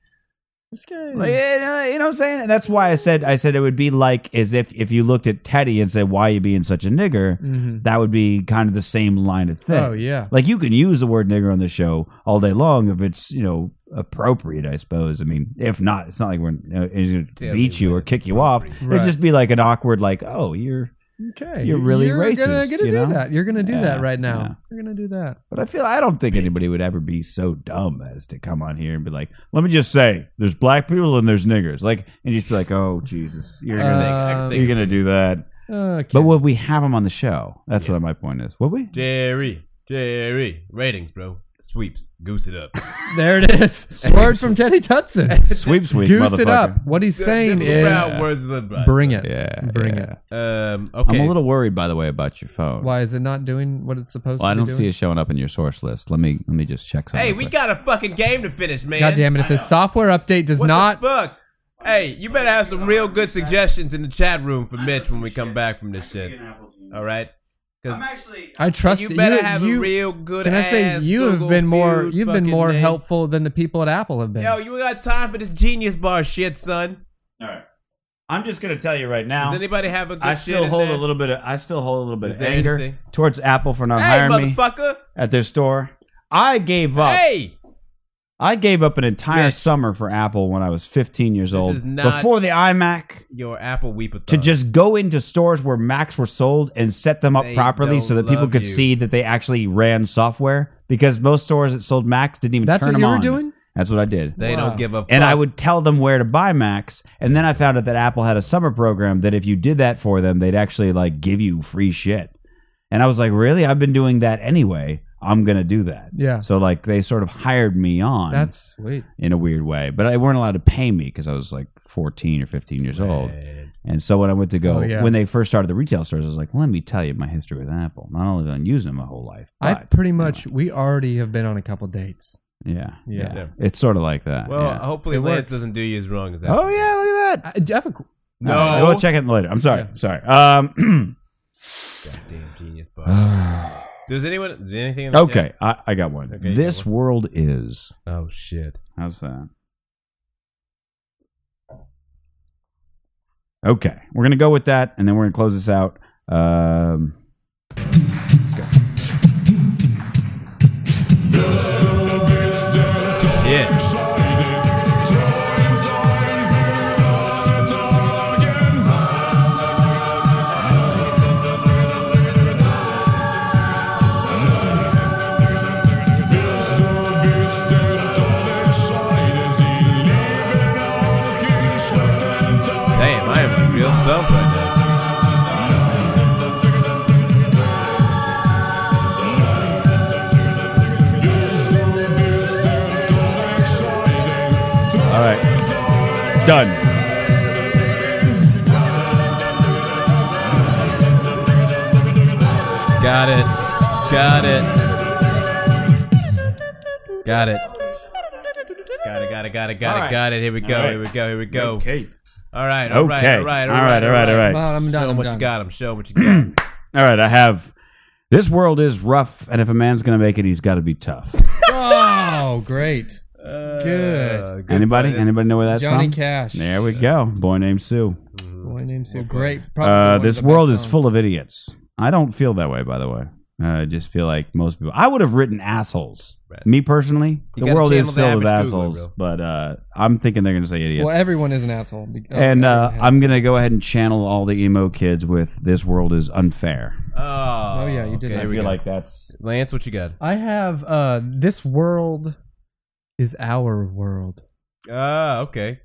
[SPEAKER 9] This guy.
[SPEAKER 7] like, eh, eh, you know what I'm saying? And that's why I said I said it would be like as if if you looked at Teddy and said, "Why are you being such a nigger?"
[SPEAKER 9] Mhm.
[SPEAKER 7] That would be kind of the same line of thing.
[SPEAKER 9] Oh, yeah.
[SPEAKER 7] like you can use the word nigger on the show all day long if it's you know appropriate. I suppose. I mean, if not, it's not like we're uh, he's gonna
[SPEAKER 9] Tell
[SPEAKER 7] beat you or kick you off.
[SPEAKER 9] Right.
[SPEAKER 7] It'd just be like an awkward, like, "Oh, you're
[SPEAKER 9] Okay.
[SPEAKER 7] you're really
[SPEAKER 9] You're
[SPEAKER 7] racist."
[SPEAKER 9] Gonna, gonna
[SPEAKER 7] you
[SPEAKER 9] do
[SPEAKER 7] know?
[SPEAKER 9] that. You're gonna do
[SPEAKER 7] Yeah,
[SPEAKER 9] that right now.
[SPEAKER 7] yeah.
[SPEAKER 9] You're gonna do that.
[SPEAKER 7] But I feel I don't think anybody would ever be so dumb as to come on here and be like, "Let me just say, there's black people and there's niggers." Like, and you just be like, "Oh Jesus, you're
[SPEAKER 9] Uh,
[SPEAKER 7] gonna
[SPEAKER 8] Um,
[SPEAKER 7] you're gonna do that."
[SPEAKER 8] Okay.
[SPEAKER 7] But would we have him on the show? That's what my point is. Would we?
[SPEAKER 8] Jerry, Jerry, ratings, bro. Sweeps, goose it up.
[SPEAKER 9] There it is. Word from Teddy Tutson.
[SPEAKER 8] Sweeps week,
[SPEAKER 9] Goose it up.
[SPEAKER 8] motherfucker.
[SPEAKER 9] What he's
[SPEAKER 8] Good-
[SPEAKER 9] saying
[SPEAKER 8] good
[SPEAKER 9] is,
[SPEAKER 8] round words of advice.
[SPEAKER 9] bring it.
[SPEAKER 18] Yeah,
[SPEAKER 9] bring
[SPEAKER 18] yeah.
[SPEAKER 9] it.
[SPEAKER 8] Um,
[SPEAKER 18] I'm a little worried, by the way, about your phone.
[SPEAKER 9] Why is it not doing what it's supposed
[SPEAKER 18] Well, I
[SPEAKER 9] to be
[SPEAKER 18] don't
[SPEAKER 9] doing?
[SPEAKER 18] see it showing up in your source list. Let me let me just check something.
[SPEAKER 8] Hey, we got a fucking game to finish, man.
[SPEAKER 9] God damn it! If the software update does
[SPEAKER 8] What the
[SPEAKER 9] not,
[SPEAKER 8] fuck. Hey, you better have some real good suggestions in the chat room for Mitch when we come back from this shit. All right. Because
[SPEAKER 9] I trust
[SPEAKER 8] you.
[SPEAKER 9] it.
[SPEAKER 8] Better have
[SPEAKER 9] you-
[SPEAKER 8] a real good.
[SPEAKER 9] Can I say
[SPEAKER 8] ass
[SPEAKER 9] you have
[SPEAKER 8] Google
[SPEAKER 9] been more?
[SPEAKER 8] feud
[SPEAKER 9] You've been
[SPEAKER 8] fucking
[SPEAKER 9] more
[SPEAKER 8] name.
[SPEAKER 9] helpful than the people at Apple have been.
[SPEAKER 8] Yo, you got time for this genius bar shit, son?
[SPEAKER 7] All right. I'm just gonna tell you right now.
[SPEAKER 8] Does anybody have a good
[SPEAKER 7] I
[SPEAKER 8] shit
[SPEAKER 7] still
[SPEAKER 8] in
[SPEAKER 7] hold
[SPEAKER 8] there?
[SPEAKER 7] a little bit of I still hold a little bit
[SPEAKER 8] Is
[SPEAKER 7] of
[SPEAKER 8] there
[SPEAKER 7] anger
[SPEAKER 8] anything?
[SPEAKER 7] towards Apple for not
[SPEAKER 8] Hey,
[SPEAKER 7] hiring me
[SPEAKER 8] motherfucker!
[SPEAKER 7] at their store. I gave up.
[SPEAKER 8] Hey!
[SPEAKER 7] I gave up an entire summer for Apple when I was 15 years old.
[SPEAKER 8] is not
[SPEAKER 7] before the iMac,
[SPEAKER 8] your Apple weeper
[SPEAKER 7] to just go into stores where Macs were sold and set them up
[SPEAKER 8] They
[SPEAKER 7] properly
[SPEAKER 8] don't
[SPEAKER 7] so that people
[SPEAKER 8] love
[SPEAKER 7] could
[SPEAKER 8] you.
[SPEAKER 7] see that they actually ran software because most stores that sold Macs didn't even
[SPEAKER 9] That's
[SPEAKER 7] turn
[SPEAKER 9] what
[SPEAKER 7] them
[SPEAKER 9] you were
[SPEAKER 7] on.
[SPEAKER 9] doing?
[SPEAKER 7] That's what I did.
[SPEAKER 8] They don't Wow. give a
[SPEAKER 7] And I
[SPEAKER 8] fuck.
[SPEAKER 7] would tell them where to buy Macs, and then I found out that Apple had a summer program that if you did that for them, they'd actually like give you free shit. And I was like, really? I've been doing that anyway. I'm gonna do that.
[SPEAKER 9] Yeah.
[SPEAKER 7] So like they sort of hired me on
[SPEAKER 9] That's sweet.
[SPEAKER 7] in a weird way, but I weren't allowed to pay me because I was like 14 or 15 years old. And so when I went to go,
[SPEAKER 9] Oh, yeah.
[SPEAKER 7] when they first started the retail stores, I was like, let me tell you my history with Apple. Not only have I been using it my whole life,
[SPEAKER 9] I
[SPEAKER 7] but
[SPEAKER 9] pretty much. We already have been on a couple dates.
[SPEAKER 7] yeah,
[SPEAKER 9] Yeah.
[SPEAKER 7] yeah, It's sort of like that.
[SPEAKER 8] Well,
[SPEAKER 7] yeah.
[SPEAKER 8] hopefully
[SPEAKER 9] It
[SPEAKER 8] Lance
[SPEAKER 9] works.
[SPEAKER 8] doesn't do you as wrong as that.
[SPEAKER 7] Oh, yeah, look at that.
[SPEAKER 9] I, do you have a,
[SPEAKER 7] All right, we'll check it later. I'm sorry. Sorry. Um,
[SPEAKER 8] Goddamn genius bar. Does anyone? Does anything? In the
[SPEAKER 7] okay,
[SPEAKER 8] chat?
[SPEAKER 7] I, I got one.
[SPEAKER 8] Okay, you got
[SPEAKER 7] this world is.
[SPEAKER 8] Oh shit.
[SPEAKER 7] How's that? Okay, we're gonna go with that, and then we're gonna close this out. Um, let's go.
[SPEAKER 8] Shit. Damn, I am a real stump right now.
[SPEAKER 7] All right. Done.
[SPEAKER 8] Got it. Got it. Got it. Got it. Got it. Got it. Got
[SPEAKER 9] All
[SPEAKER 8] it.
[SPEAKER 9] right.
[SPEAKER 8] Got it. Here we go.
[SPEAKER 9] All right.
[SPEAKER 8] Here we go. Here we go.
[SPEAKER 7] Okay.
[SPEAKER 8] All right. All right.
[SPEAKER 7] Okay.
[SPEAKER 8] All right.
[SPEAKER 7] All right, all right, all right. Well,
[SPEAKER 9] I'm done,
[SPEAKER 8] Show 'em
[SPEAKER 9] I'm
[SPEAKER 8] what
[SPEAKER 9] done.
[SPEAKER 8] you got. I'm showing what you got.
[SPEAKER 7] All right, I have. This world is rough, and if a man's gonna make it, he's got to be tough.
[SPEAKER 9] oh, great.
[SPEAKER 8] Uh,
[SPEAKER 9] Good.
[SPEAKER 7] anybody? Anybody know where that's
[SPEAKER 9] Johnny
[SPEAKER 7] from?
[SPEAKER 9] Cash.
[SPEAKER 7] There we go. Boy named Sue.
[SPEAKER 9] Boy named Sue. Great. Probably
[SPEAKER 7] Uh,
[SPEAKER 9] one of
[SPEAKER 7] this
[SPEAKER 9] the
[SPEAKER 7] world
[SPEAKER 9] best
[SPEAKER 7] is full of idiots. I don't feel that way, by the way. Uh, I just feel like most people. I would have written assholes. Me personally, the
[SPEAKER 9] You gotta
[SPEAKER 7] world is
[SPEAKER 9] channel the
[SPEAKER 7] filled with
[SPEAKER 9] average Googler,
[SPEAKER 7] assholes, but uh, I'm thinking they're gonna say idiots.
[SPEAKER 9] Well, everyone is an asshole. Be- oh,
[SPEAKER 7] and uh,
[SPEAKER 9] everyone has-
[SPEAKER 7] I'm gonna go ahead and channel all the emo kids with "This world is unfair."
[SPEAKER 8] Oh,
[SPEAKER 9] Oh, yeah, you did
[SPEAKER 8] okay,
[SPEAKER 9] that.
[SPEAKER 8] here we
[SPEAKER 9] I feel
[SPEAKER 8] go.
[SPEAKER 9] like
[SPEAKER 7] that's
[SPEAKER 8] Lance. What you got?
[SPEAKER 9] I have uh, this world is our world.
[SPEAKER 8] Ah, okay.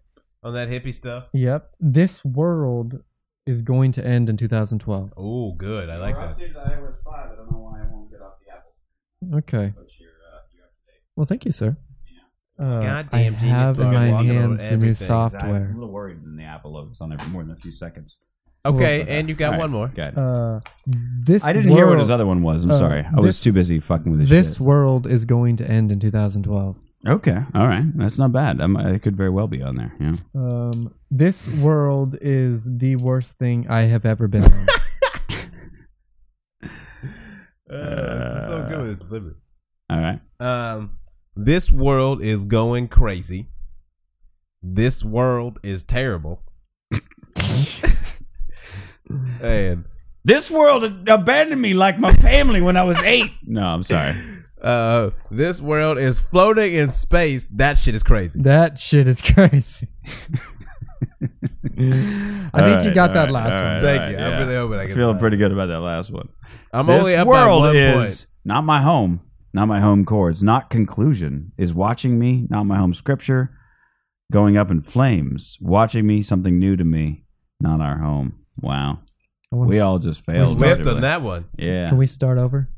[SPEAKER 8] On that hippie stuff.
[SPEAKER 9] Yep. This world is going to end in 2012.
[SPEAKER 8] Oh, good. I like that.
[SPEAKER 9] Okay. Well, thank you, sir. Uh,
[SPEAKER 8] Goddamn
[SPEAKER 9] I
[SPEAKER 8] genius
[SPEAKER 9] have in
[SPEAKER 8] bar
[SPEAKER 9] my
[SPEAKER 8] walking over
[SPEAKER 9] hands the new
[SPEAKER 8] everything.
[SPEAKER 9] software.
[SPEAKER 7] I'm a little worried when the Apple opens on every more than a few seconds.
[SPEAKER 15] Okay, and you got one more.
[SPEAKER 9] Uh, this
[SPEAKER 7] I didn't hear what his
[SPEAKER 9] world-
[SPEAKER 7] other one was. I'm
[SPEAKER 9] uh,
[SPEAKER 7] sorry. I was
[SPEAKER 9] this-
[SPEAKER 7] too busy fucking with this.
[SPEAKER 9] This
[SPEAKER 7] shit.
[SPEAKER 9] world is going to end in 2012.
[SPEAKER 7] Okay. All right. That's not bad. I'm, I could very well be on there. Yeah.
[SPEAKER 9] Um, this world is the worst thing I have ever been on.
[SPEAKER 15] That's so good. Uh, It's delivery.
[SPEAKER 7] All right.
[SPEAKER 15] Um, this world is going crazy. This world is terrible. and
[SPEAKER 7] this world abandoned me like my family when I was eight. No, I'm sorry.
[SPEAKER 15] Uh, this world is floating in space. That shit is crazy.
[SPEAKER 9] that shit is crazy. I think you
[SPEAKER 7] Alright,
[SPEAKER 9] got that
[SPEAKER 7] alright,
[SPEAKER 9] last
[SPEAKER 7] alright,
[SPEAKER 9] one.
[SPEAKER 15] Thank
[SPEAKER 7] alright,
[SPEAKER 15] you. I'm really hoping I get
[SPEAKER 7] feel
[SPEAKER 15] that.
[SPEAKER 7] pretty good about that last one.
[SPEAKER 15] I'm
[SPEAKER 7] this
[SPEAKER 15] only up by
[SPEAKER 7] world
[SPEAKER 15] one
[SPEAKER 7] is not my home, not my home chords, not conclusion is watching me, not my home scripture, going up in flames, watching me, something new to me, not our home. Wow,
[SPEAKER 9] I wanna
[SPEAKER 7] we
[SPEAKER 9] s-
[SPEAKER 7] all just
[SPEAKER 9] we
[SPEAKER 7] failed.
[SPEAKER 15] whiffed
[SPEAKER 7] miserably.
[SPEAKER 15] on that one.
[SPEAKER 7] Yeah.
[SPEAKER 9] Can we start over?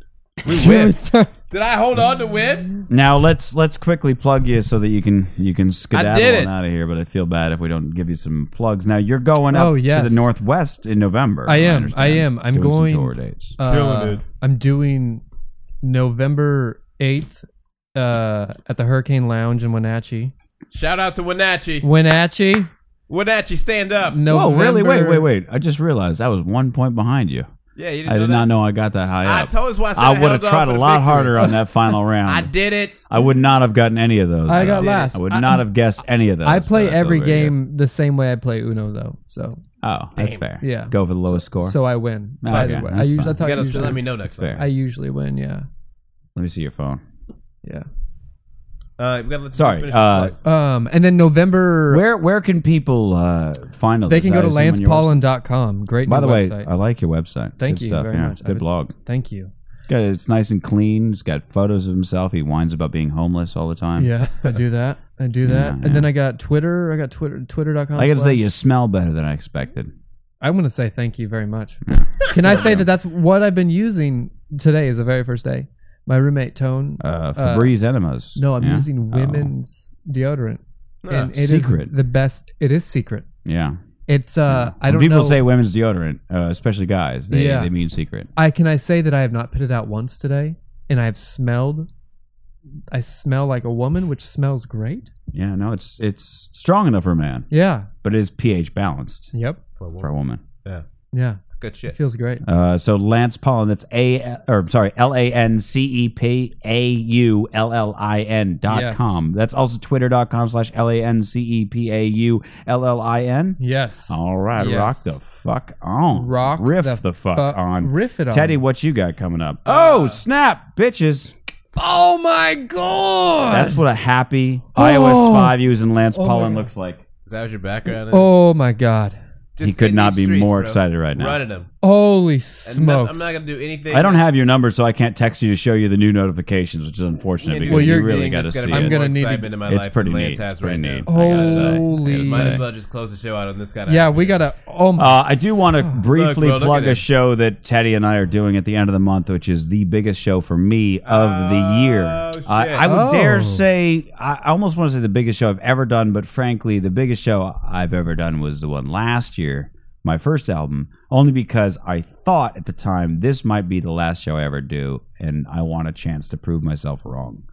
[SPEAKER 15] We
[SPEAKER 9] whiffed.
[SPEAKER 15] Did I hold on to win?
[SPEAKER 7] Now let's let's quickly plug you so that you can you can
[SPEAKER 15] did
[SPEAKER 7] skedaddle
[SPEAKER 15] it.
[SPEAKER 7] on out of here. But I feel bad if we don't give you some plugs. Now you're going up
[SPEAKER 9] Oh, yes.
[SPEAKER 7] to the northwest in November.
[SPEAKER 9] I
[SPEAKER 7] if
[SPEAKER 9] am. I
[SPEAKER 7] understand,
[SPEAKER 9] am. I'm
[SPEAKER 7] doing some
[SPEAKER 9] going.
[SPEAKER 7] tour dates.
[SPEAKER 9] uh, I'm doing November 8th uh, at the Hurricane Lounge in Wenatchee.
[SPEAKER 15] Shout out to Wenatchee.
[SPEAKER 9] Wenatchee.
[SPEAKER 15] Wenatchee, stand up.
[SPEAKER 7] Whoa,
[SPEAKER 9] November.
[SPEAKER 7] really? Wait, wait, wait! I just realized I was one point behind you.
[SPEAKER 15] Yeah, you didn't
[SPEAKER 7] I
[SPEAKER 15] know
[SPEAKER 7] did not know I got that high
[SPEAKER 15] I
[SPEAKER 7] up.
[SPEAKER 15] told us why I said I
[SPEAKER 7] would have
[SPEAKER 15] held on
[SPEAKER 7] tried
[SPEAKER 15] for
[SPEAKER 7] a
[SPEAKER 15] the
[SPEAKER 7] lot
[SPEAKER 15] victory.
[SPEAKER 7] harder on that final round.
[SPEAKER 15] I did it.
[SPEAKER 7] I would not have gotten any of those.
[SPEAKER 9] I
[SPEAKER 7] though.
[SPEAKER 9] got last.
[SPEAKER 7] I would
[SPEAKER 9] I-
[SPEAKER 7] not have guessed any of those.
[SPEAKER 9] I play
[SPEAKER 7] but feel
[SPEAKER 9] every
[SPEAKER 7] very good.
[SPEAKER 9] game the same way I play Uno though. So
[SPEAKER 7] Oh, that's fair.
[SPEAKER 9] Yeah.
[SPEAKER 7] go for the lowest score.
[SPEAKER 9] so I win.
[SPEAKER 7] Ah, Okay,
[SPEAKER 9] by the way, I
[SPEAKER 7] that's
[SPEAKER 9] usually,
[SPEAKER 7] fine.
[SPEAKER 9] that's how
[SPEAKER 15] You
[SPEAKER 9] I
[SPEAKER 15] gotta
[SPEAKER 9] usually
[SPEAKER 15] let me know next
[SPEAKER 7] Fair.
[SPEAKER 9] I usually win. Yeah.
[SPEAKER 7] Let me see your phone.
[SPEAKER 9] Yeah.
[SPEAKER 15] Uh, we gotta let you
[SPEAKER 7] Sorry,
[SPEAKER 15] finish
[SPEAKER 7] uh,
[SPEAKER 15] the plugs.
[SPEAKER 9] Um, and then November
[SPEAKER 7] Where where can people uh, find all
[SPEAKER 9] they
[SPEAKER 7] this?
[SPEAKER 9] can go
[SPEAKER 7] I
[SPEAKER 9] to
[SPEAKER 7] assume on your
[SPEAKER 9] lancepaulin.com. Great.
[SPEAKER 7] website. By
[SPEAKER 9] new
[SPEAKER 7] the way, uh,
[SPEAKER 9] website.
[SPEAKER 7] I like your website.
[SPEAKER 9] Thank
[SPEAKER 7] Good
[SPEAKER 9] you
[SPEAKER 7] stuff,
[SPEAKER 9] very
[SPEAKER 7] yeah.
[SPEAKER 9] much. I
[SPEAKER 7] Good
[SPEAKER 9] would-
[SPEAKER 7] blog.
[SPEAKER 9] Thank you.
[SPEAKER 7] Got it. It's nice and clean. It's got photos of himself. He whines about being homeless all the time.
[SPEAKER 9] Yeah, I do that. I do that.
[SPEAKER 7] Hmm, Yeah,
[SPEAKER 9] And then I got Twitter. I got Twitter. Twitter.com.
[SPEAKER 7] I got to say,
[SPEAKER 9] slash-
[SPEAKER 7] you smell better than I expected.
[SPEAKER 9] I want to say thank you very much. Can I say that that's what I've been using today is the very first day. My roommate Tone
[SPEAKER 7] Uh, Febreze enemas.
[SPEAKER 9] No, I'm
[SPEAKER 7] Yeah?
[SPEAKER 9] using
[SPEAKER 7] Oh. Ah,
[SPEAKER 9] women's deodorant. And it is
[SPEAKER 7] Secret.
[SPEAKER 9] the best. It is secret.
[SPEAKER 7] Yeah.
[SPEAKER 9] It's uh I
[SPEAKER 7] When
[SPEAKER 9] don't
[SPEAKER 7] people
[SPEAKER 9] know.
[SPEAKER 7] say women's deodorant, uh, especially guys, they,
[SPEAKER 9] Yeah.
[SPEAKER 7] they mean secret.
[SPEAKER 9] I can I say that I have not put it out once today and I have smelled I smell like a woman which smells great.
[SPEAKER 7] Yeah, no, it's it's strong enough for a man.
[SPEAKER 9] Yeah.
[SPEAKER 7] But it is pH balanced
[SPEAKER 9] Yep.
[SPEAKER 15] For a
[SPEAKER 7] for a woman.
[SPEAKER 15] Yeah.
[SPEAKER 9] Yeah.
[SPEAKER 15] It's good shit.
[SPEAKER 9] It feels great.
[SPEAKER 7] Uh, so Lance Paulin, that's A or sorry, L A N C E P A U L L I N dot
[SPEAKER 9] Yes.
[SPEAKER 7] com. That's also twitter.com slash L A N C E P A U L L I N.
[SPEAKER 9] Yes.
[SPEAKER 7] All right, rock
[SPEAKER 9] Yes.
[SPEAKER 7] the fuck on.
[SPEAKER 9] Rock
[SPEAKER 7] riff
[SPEAKER 9] the
[SPEAKER 7] the, fuck
[SPEAKER 9] fu-
[SPEAKER 7] on.
[SPEAKER 9] riff it on. Uh,
[SPEAKER 7] Teddy, what you got coming up? oh, snap, bitches.
[SPEAKER 9] Oh my god.
[SPEAKER 7] That's what a happy
[SPEAKER 9] Oh.
[SPEAKER 7] iOS 5 using Lance
[SPEAKER 9] Oh my
[SPEAKER 7] Paulin
[SPEAKER 9] God.
[SPEAKER 7] looks like.
[SPEAKER 15] That was your background.
[SPEAKER 9] Oh my god.
[SPEAKER 15] Just
[SPEAKER 7] He could
[SPEAKER 15] in
[SPEAKER 7] not
[SPEAKER 15] these
[SPEAKER 7] be
[SPEAKER 15] streets,
[SPEAKER 7] more
[SPEAKER 15] bro.
[SPEAKER 7] excited right now.
[SPEAKER 15] Running them.
[SPEAKER 9] Holy
[SPEAKER 15] And no-
[SPEAKER 9] smokes.
[SPEAKER 15] I'm not gonna do anything.
[SPEAKER 7] I don't have your number, so I can't text you to show you the new notifications, which is unfortunate
[SPEAKER 15] Yeah,
[SPEAKER 7] because
[SPEAKER 9] well,
[SPEAKER 7] you
[SPEAKER 9] you're
[SPEAKER 7] really
[SPEAKER 15] getting-
[SPEAKER 7] got to
[SPEAKER 15] it's
[SPEAKER 7] see
[SPEAKER 15] gotta
[SPEAKER 7] it.
[SPEAKER 15] be more
[SPEAKER 9] gonna need to-
[SPEAKER 15] excitement in my
[SPEAKER 7] It's
[SPEAKER 15] life
[SPEAKER 7] pretty
[SPEAKER 15] than
[SPEAKER 7] neat.
[SPEAKER 15] Lance has
[SPEAKER 7] It's pretty
[SPEAKER 15] right
[SPEAKER 7] neat.
[SPEAKER 15] now.
[SPEAKER 7] I gotta say. I
[SPEAKER 9] Holy-
[SPEAKER 7] gotta
[SPEAKER 15] Might
[SPEAKER 7] say.
[SPEAKER 15] as well just close the show out on this kind of.
[SPEAKER 9] yeah, we got to Oh my
[SPEAKER 7] Uh, I do want to briefly
[SPEAKER 15] bro, Hmm. look
[SPEAKER 7] plug
[SPEAKER 15] at
[SPEAKER 7] a
[SPEAKER 15] him.
[SPEAKER 7] show that Teddy and I are doing at the end of the month, which is the biggest show for me of the year. I, I would
[SPEAKER 9] Oh.
[SPEAKER 7] dare say, I I almost want to say the biggest show I've ever done, but frankly, the biggest show I've ever done was the one last year, my first album, only because I thought at the time this might be the last show I ever do, and I want a chance to prove myself wrong.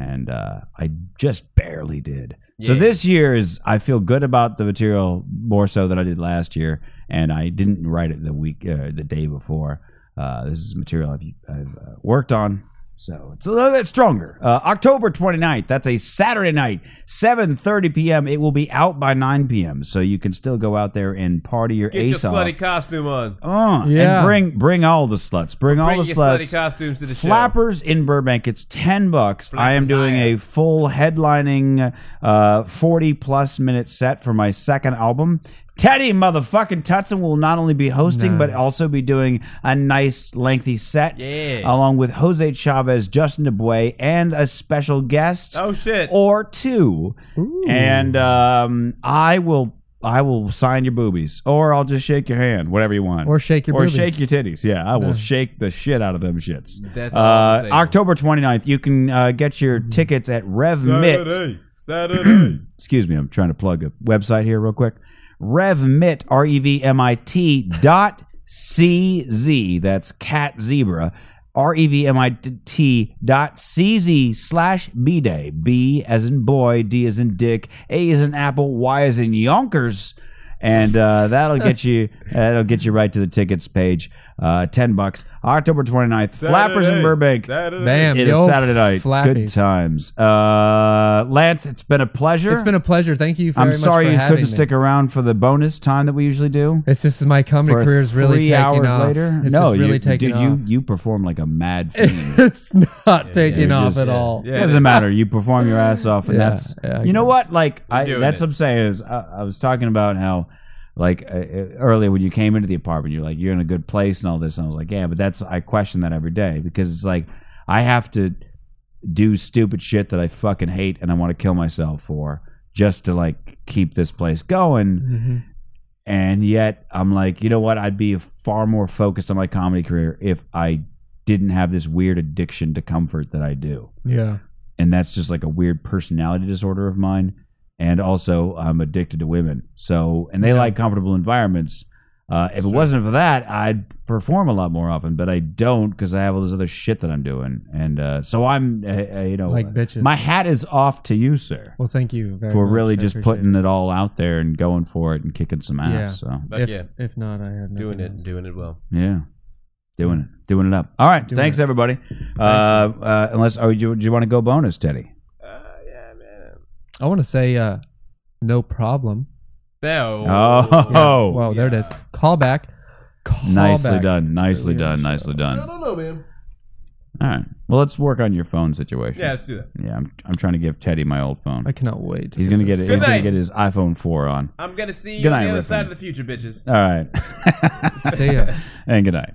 [SPEAKER 7] And uh, I just barely did. So
[SPEAKER 15] Yeah.
[SPEAKER 7] this this year is I feel good about the material more so than I did last year, and I didn't write it the week uh, the day before. Uh, this is material I've, I've uh, worked on, so it's a little bit stronger. Uh, October 29th, that's a Saturday night, 7:30 p.m. It will be out by 9 p.m., so you can still go out there and party your
[SPEAKER 15] Get your
[SPEAKER 7] ace off.
[SPEAKER 15] slutty costume on.
[SPEAKER 7] Uh,
[SPEAKER 9] Yeah.
[SPEAKER 7] and bring bring all the sluts, bring all
[SPEAKER 15] Bring
[SPEAKER 7] the
[SPEAKER 15] your
[SPEAKER 7] sluts.
[SPEAKER 15] slutty costumes to the show.
[SPEAKER 7] Flappers in Burbank. It's ten bucks. I am doing a full headlining, uh, forty plus minute set for my second album. Teddy motherfucking Tutson will not only be hosting but
[SPEAKER 9] Nice.
[SPEAKER 7] also be doing a nice lengthy set,
[SPEAKER 15] Yeah.
[SPEAKER 7] along with Jose Chavez, Justin DeBoy, and a special guest
[SPEAKER 15] Oh shit.
[SPEAKER 7] or two. And um, I will. I will sign your boobies, or I'll just shake your hand, whatever you want,
[SPEAKER 9] Or shake your
[SPEAKER 7] or
[SPEAKER 9] boobies.
[SPEAKER 7] shake your titties. Yeah, I will
[SPEAKER 9] No.
[SPEAKER 7] shake the shit out of them shits.
[SPEAKER 15] That's all I'm
[SPEAKER 7] uh,
[SPEAKER 15] saying.
[SPEAKER 7] October 29th. You can uh, get your tickets at RevMit.
[SPEAKER 15] Mm-hmm. Saturday. Saturday.
[SPEAKER 7] Excuse me, I'm trying to plug a website here real quick. revmit, R E V M I T dot C Z. That's cat zebra. R E V M I T dot C Z slash B Day. B as in boy, D as in dick, A as in apple, Y as in yonkers. And uh, that'll get you that'll get you right to the tickets page. Uh, ten bucks. October 29th. Flappers in
[SPEAKER 15] Saturday.
[SPEAKER 7] Burbank.
[SPEAKER 15] Saturday.
[SPEAKER 9] Bam,
[SPEAKER 7] It
[SPEAKER 9] the
[SPEAKER 7] is
[SPEAKER 9] old
[SPEAKER 7] Saturday night. Good
[SPEAKER 9] flappies.
[SPEAKER 7] times. Uh, Lance, it's been a pleasure.
[SPEAKER 9] It's been a pleasure. Thank you very
[SPEAKER 7] I'm
[SPEAKER 9] much
[SPEAKER 7] sorry
[SPEAKER 9] for
[SPEAKER 7] you
[SPEAKER 9] having
[SPEAKER 7] couldn't
[SPEAKER 9] me.
[SPEAKER 7] stick around for the bonus time that we usually do.
[SPEAKER 9] It's just my comedy
[SPEAKER 7] For
[SPEAKER 9] career is really
[SPEAKER 7] three
[SPEAKER 9] taking
[SPEAKER 7] hours
[SPEAKER 9] off.
[SPEAKER 7] Later.
[SPEAKER 9] It's
[SPEAKER 7] no,
[SPEAKER 9] just really
[SPEAKER 7] you,
[SPEAKER 9] taking
[SPEAKER 7] dude, you
[SPEAKER 9] off.
[SPEAKER 7] you perform like a mad fiend.
[SPEAKER 9] it's not taking
[SPEAKER 7] You're
[SPEAKER 9] off
[SPEAKER 7] just-
[SPEAKER 9] at all.
[SPEAKER 7] It doesn't matter. You perform your ass off, and
[SPEAKER 9] Yeah,
[SPEAKER 7] that's
[SPEAKER 9] yeah, I
[SPEAKER 7] you know what? Like I,
[SPEAKER 9] doing
[SPEAKER 7] that's
[SPEAKER 9] it.
[SPEAKER 7] what I'm saying is I, I was talking about how like uh, uh, earlier when you came into the apartment, you're like you're in a good place and all this, and I was like, yeah, but that's I question that every day because it's like I have to do stupid shit that I fucking hate and I want to kill myself for just to like keep this place going
[SPEAKER 9] Mm-hmm.
[SPEAKER 7] and yet I'm like, you know what? I'd be far more focused on my comedy career if I didn't have this weird addiction to comfort that I do.
[SPEAKER 9] Yeah.
[SPEAKER 7] And that's just like a weird personality disorder of mine. And also, I'm addicted to women. So, and they like comfortable environments. Uh, if it wasn't for that, I'd perform a lot more often, but I don't because I have all this other shit that I'm doing. And uh, so I'm, uh, uh, you know,
[SPEAKER 9] Like bitches.
[SPEAKER 7] My hat is off to you, sir,
[SPEAKER 9] Well, thank you very
[SPEAKER 7] for
[SPEAKER 9] much.
[SPEAKER 7] really
[SPEAKER 9] I
[SPEAKER 7] just
[SPEAKER 9] appreciate
[SPEAKER 7] putting it. all out there and going for it and kicking some ass.
[SPEAKER 9] Yeah.
[SPEAKER 7] So
[SPEAKER 15] But
[SPEAKER 9] if,
[SPEAKER 15] yeah.
[SPEAKER 9] if not, I have
[SPEAKER 15] Doing
[SPEAKER 9] nothing
[SPEAKER 15] it,
[SPEAKER 9] else.
[SPEAKER 15] doing it well.
[SPEAKER 7] Yeah. Doing it. Doing it up. All right.
[SPEAKER 9] Doing
[SPEAKER 7] Thanks,
[SPEAKER 9] it.
[SPEAKER 7] everybody. Uh, uh, unless, oh, do you, do you want to go bonus, Teddy?
[SPEAKER 9] I want to say, uh, no problem.
[SPEAKER 15] No.
[SPEAKER 7] Oh.
[SPEAKER 9] Yeah. Well, there it is. Call back. Call
[SPEAKER 7] Nicely
[SPEAKER 9] back.
[SPEAKER 7] done. Nicely done. Nicely done.
[SPEAKER 15] don't know, man.
[SPEAKER 7] All right. Well, let's work on your phone situation.
[SPEAKER 15] Yeah, let's do that.
[SPEAKER 7] Yeah, I'm, I'm trying to give Teddy my old phone.
[SPEAKER 9] I cannot wait.
[SPEAKER 7] He's gonna get it.
[SPEAKER 15] Good
[SPEAKER 7] He's gonna
[SPEAKER 15] night.
[SPEAKER 7] get his iPhone four on.
[SPEAKER 15] I'm gonna see you
[SPEAKER 7] Good
[SPEAKER 15] on
[SPEAKER 7] night, Uh,
[SPEAKER 15] the other
[SPEAKER 7] Riffin.
[SPEAKER 15] side of the future, bitches.
[SPEAKER 7] All right.
[SPEAKER 9] See ya.
[SPEAKER 7] and good night.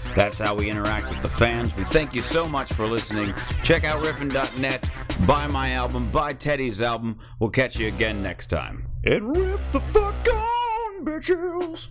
[SPEAKER 1] That's how we interact with the fans. We thank you so much for listening. Check out riffin.net, buy my album, buy Teddy's album. We'll catch you again next time. And riff the fuck on, bitches!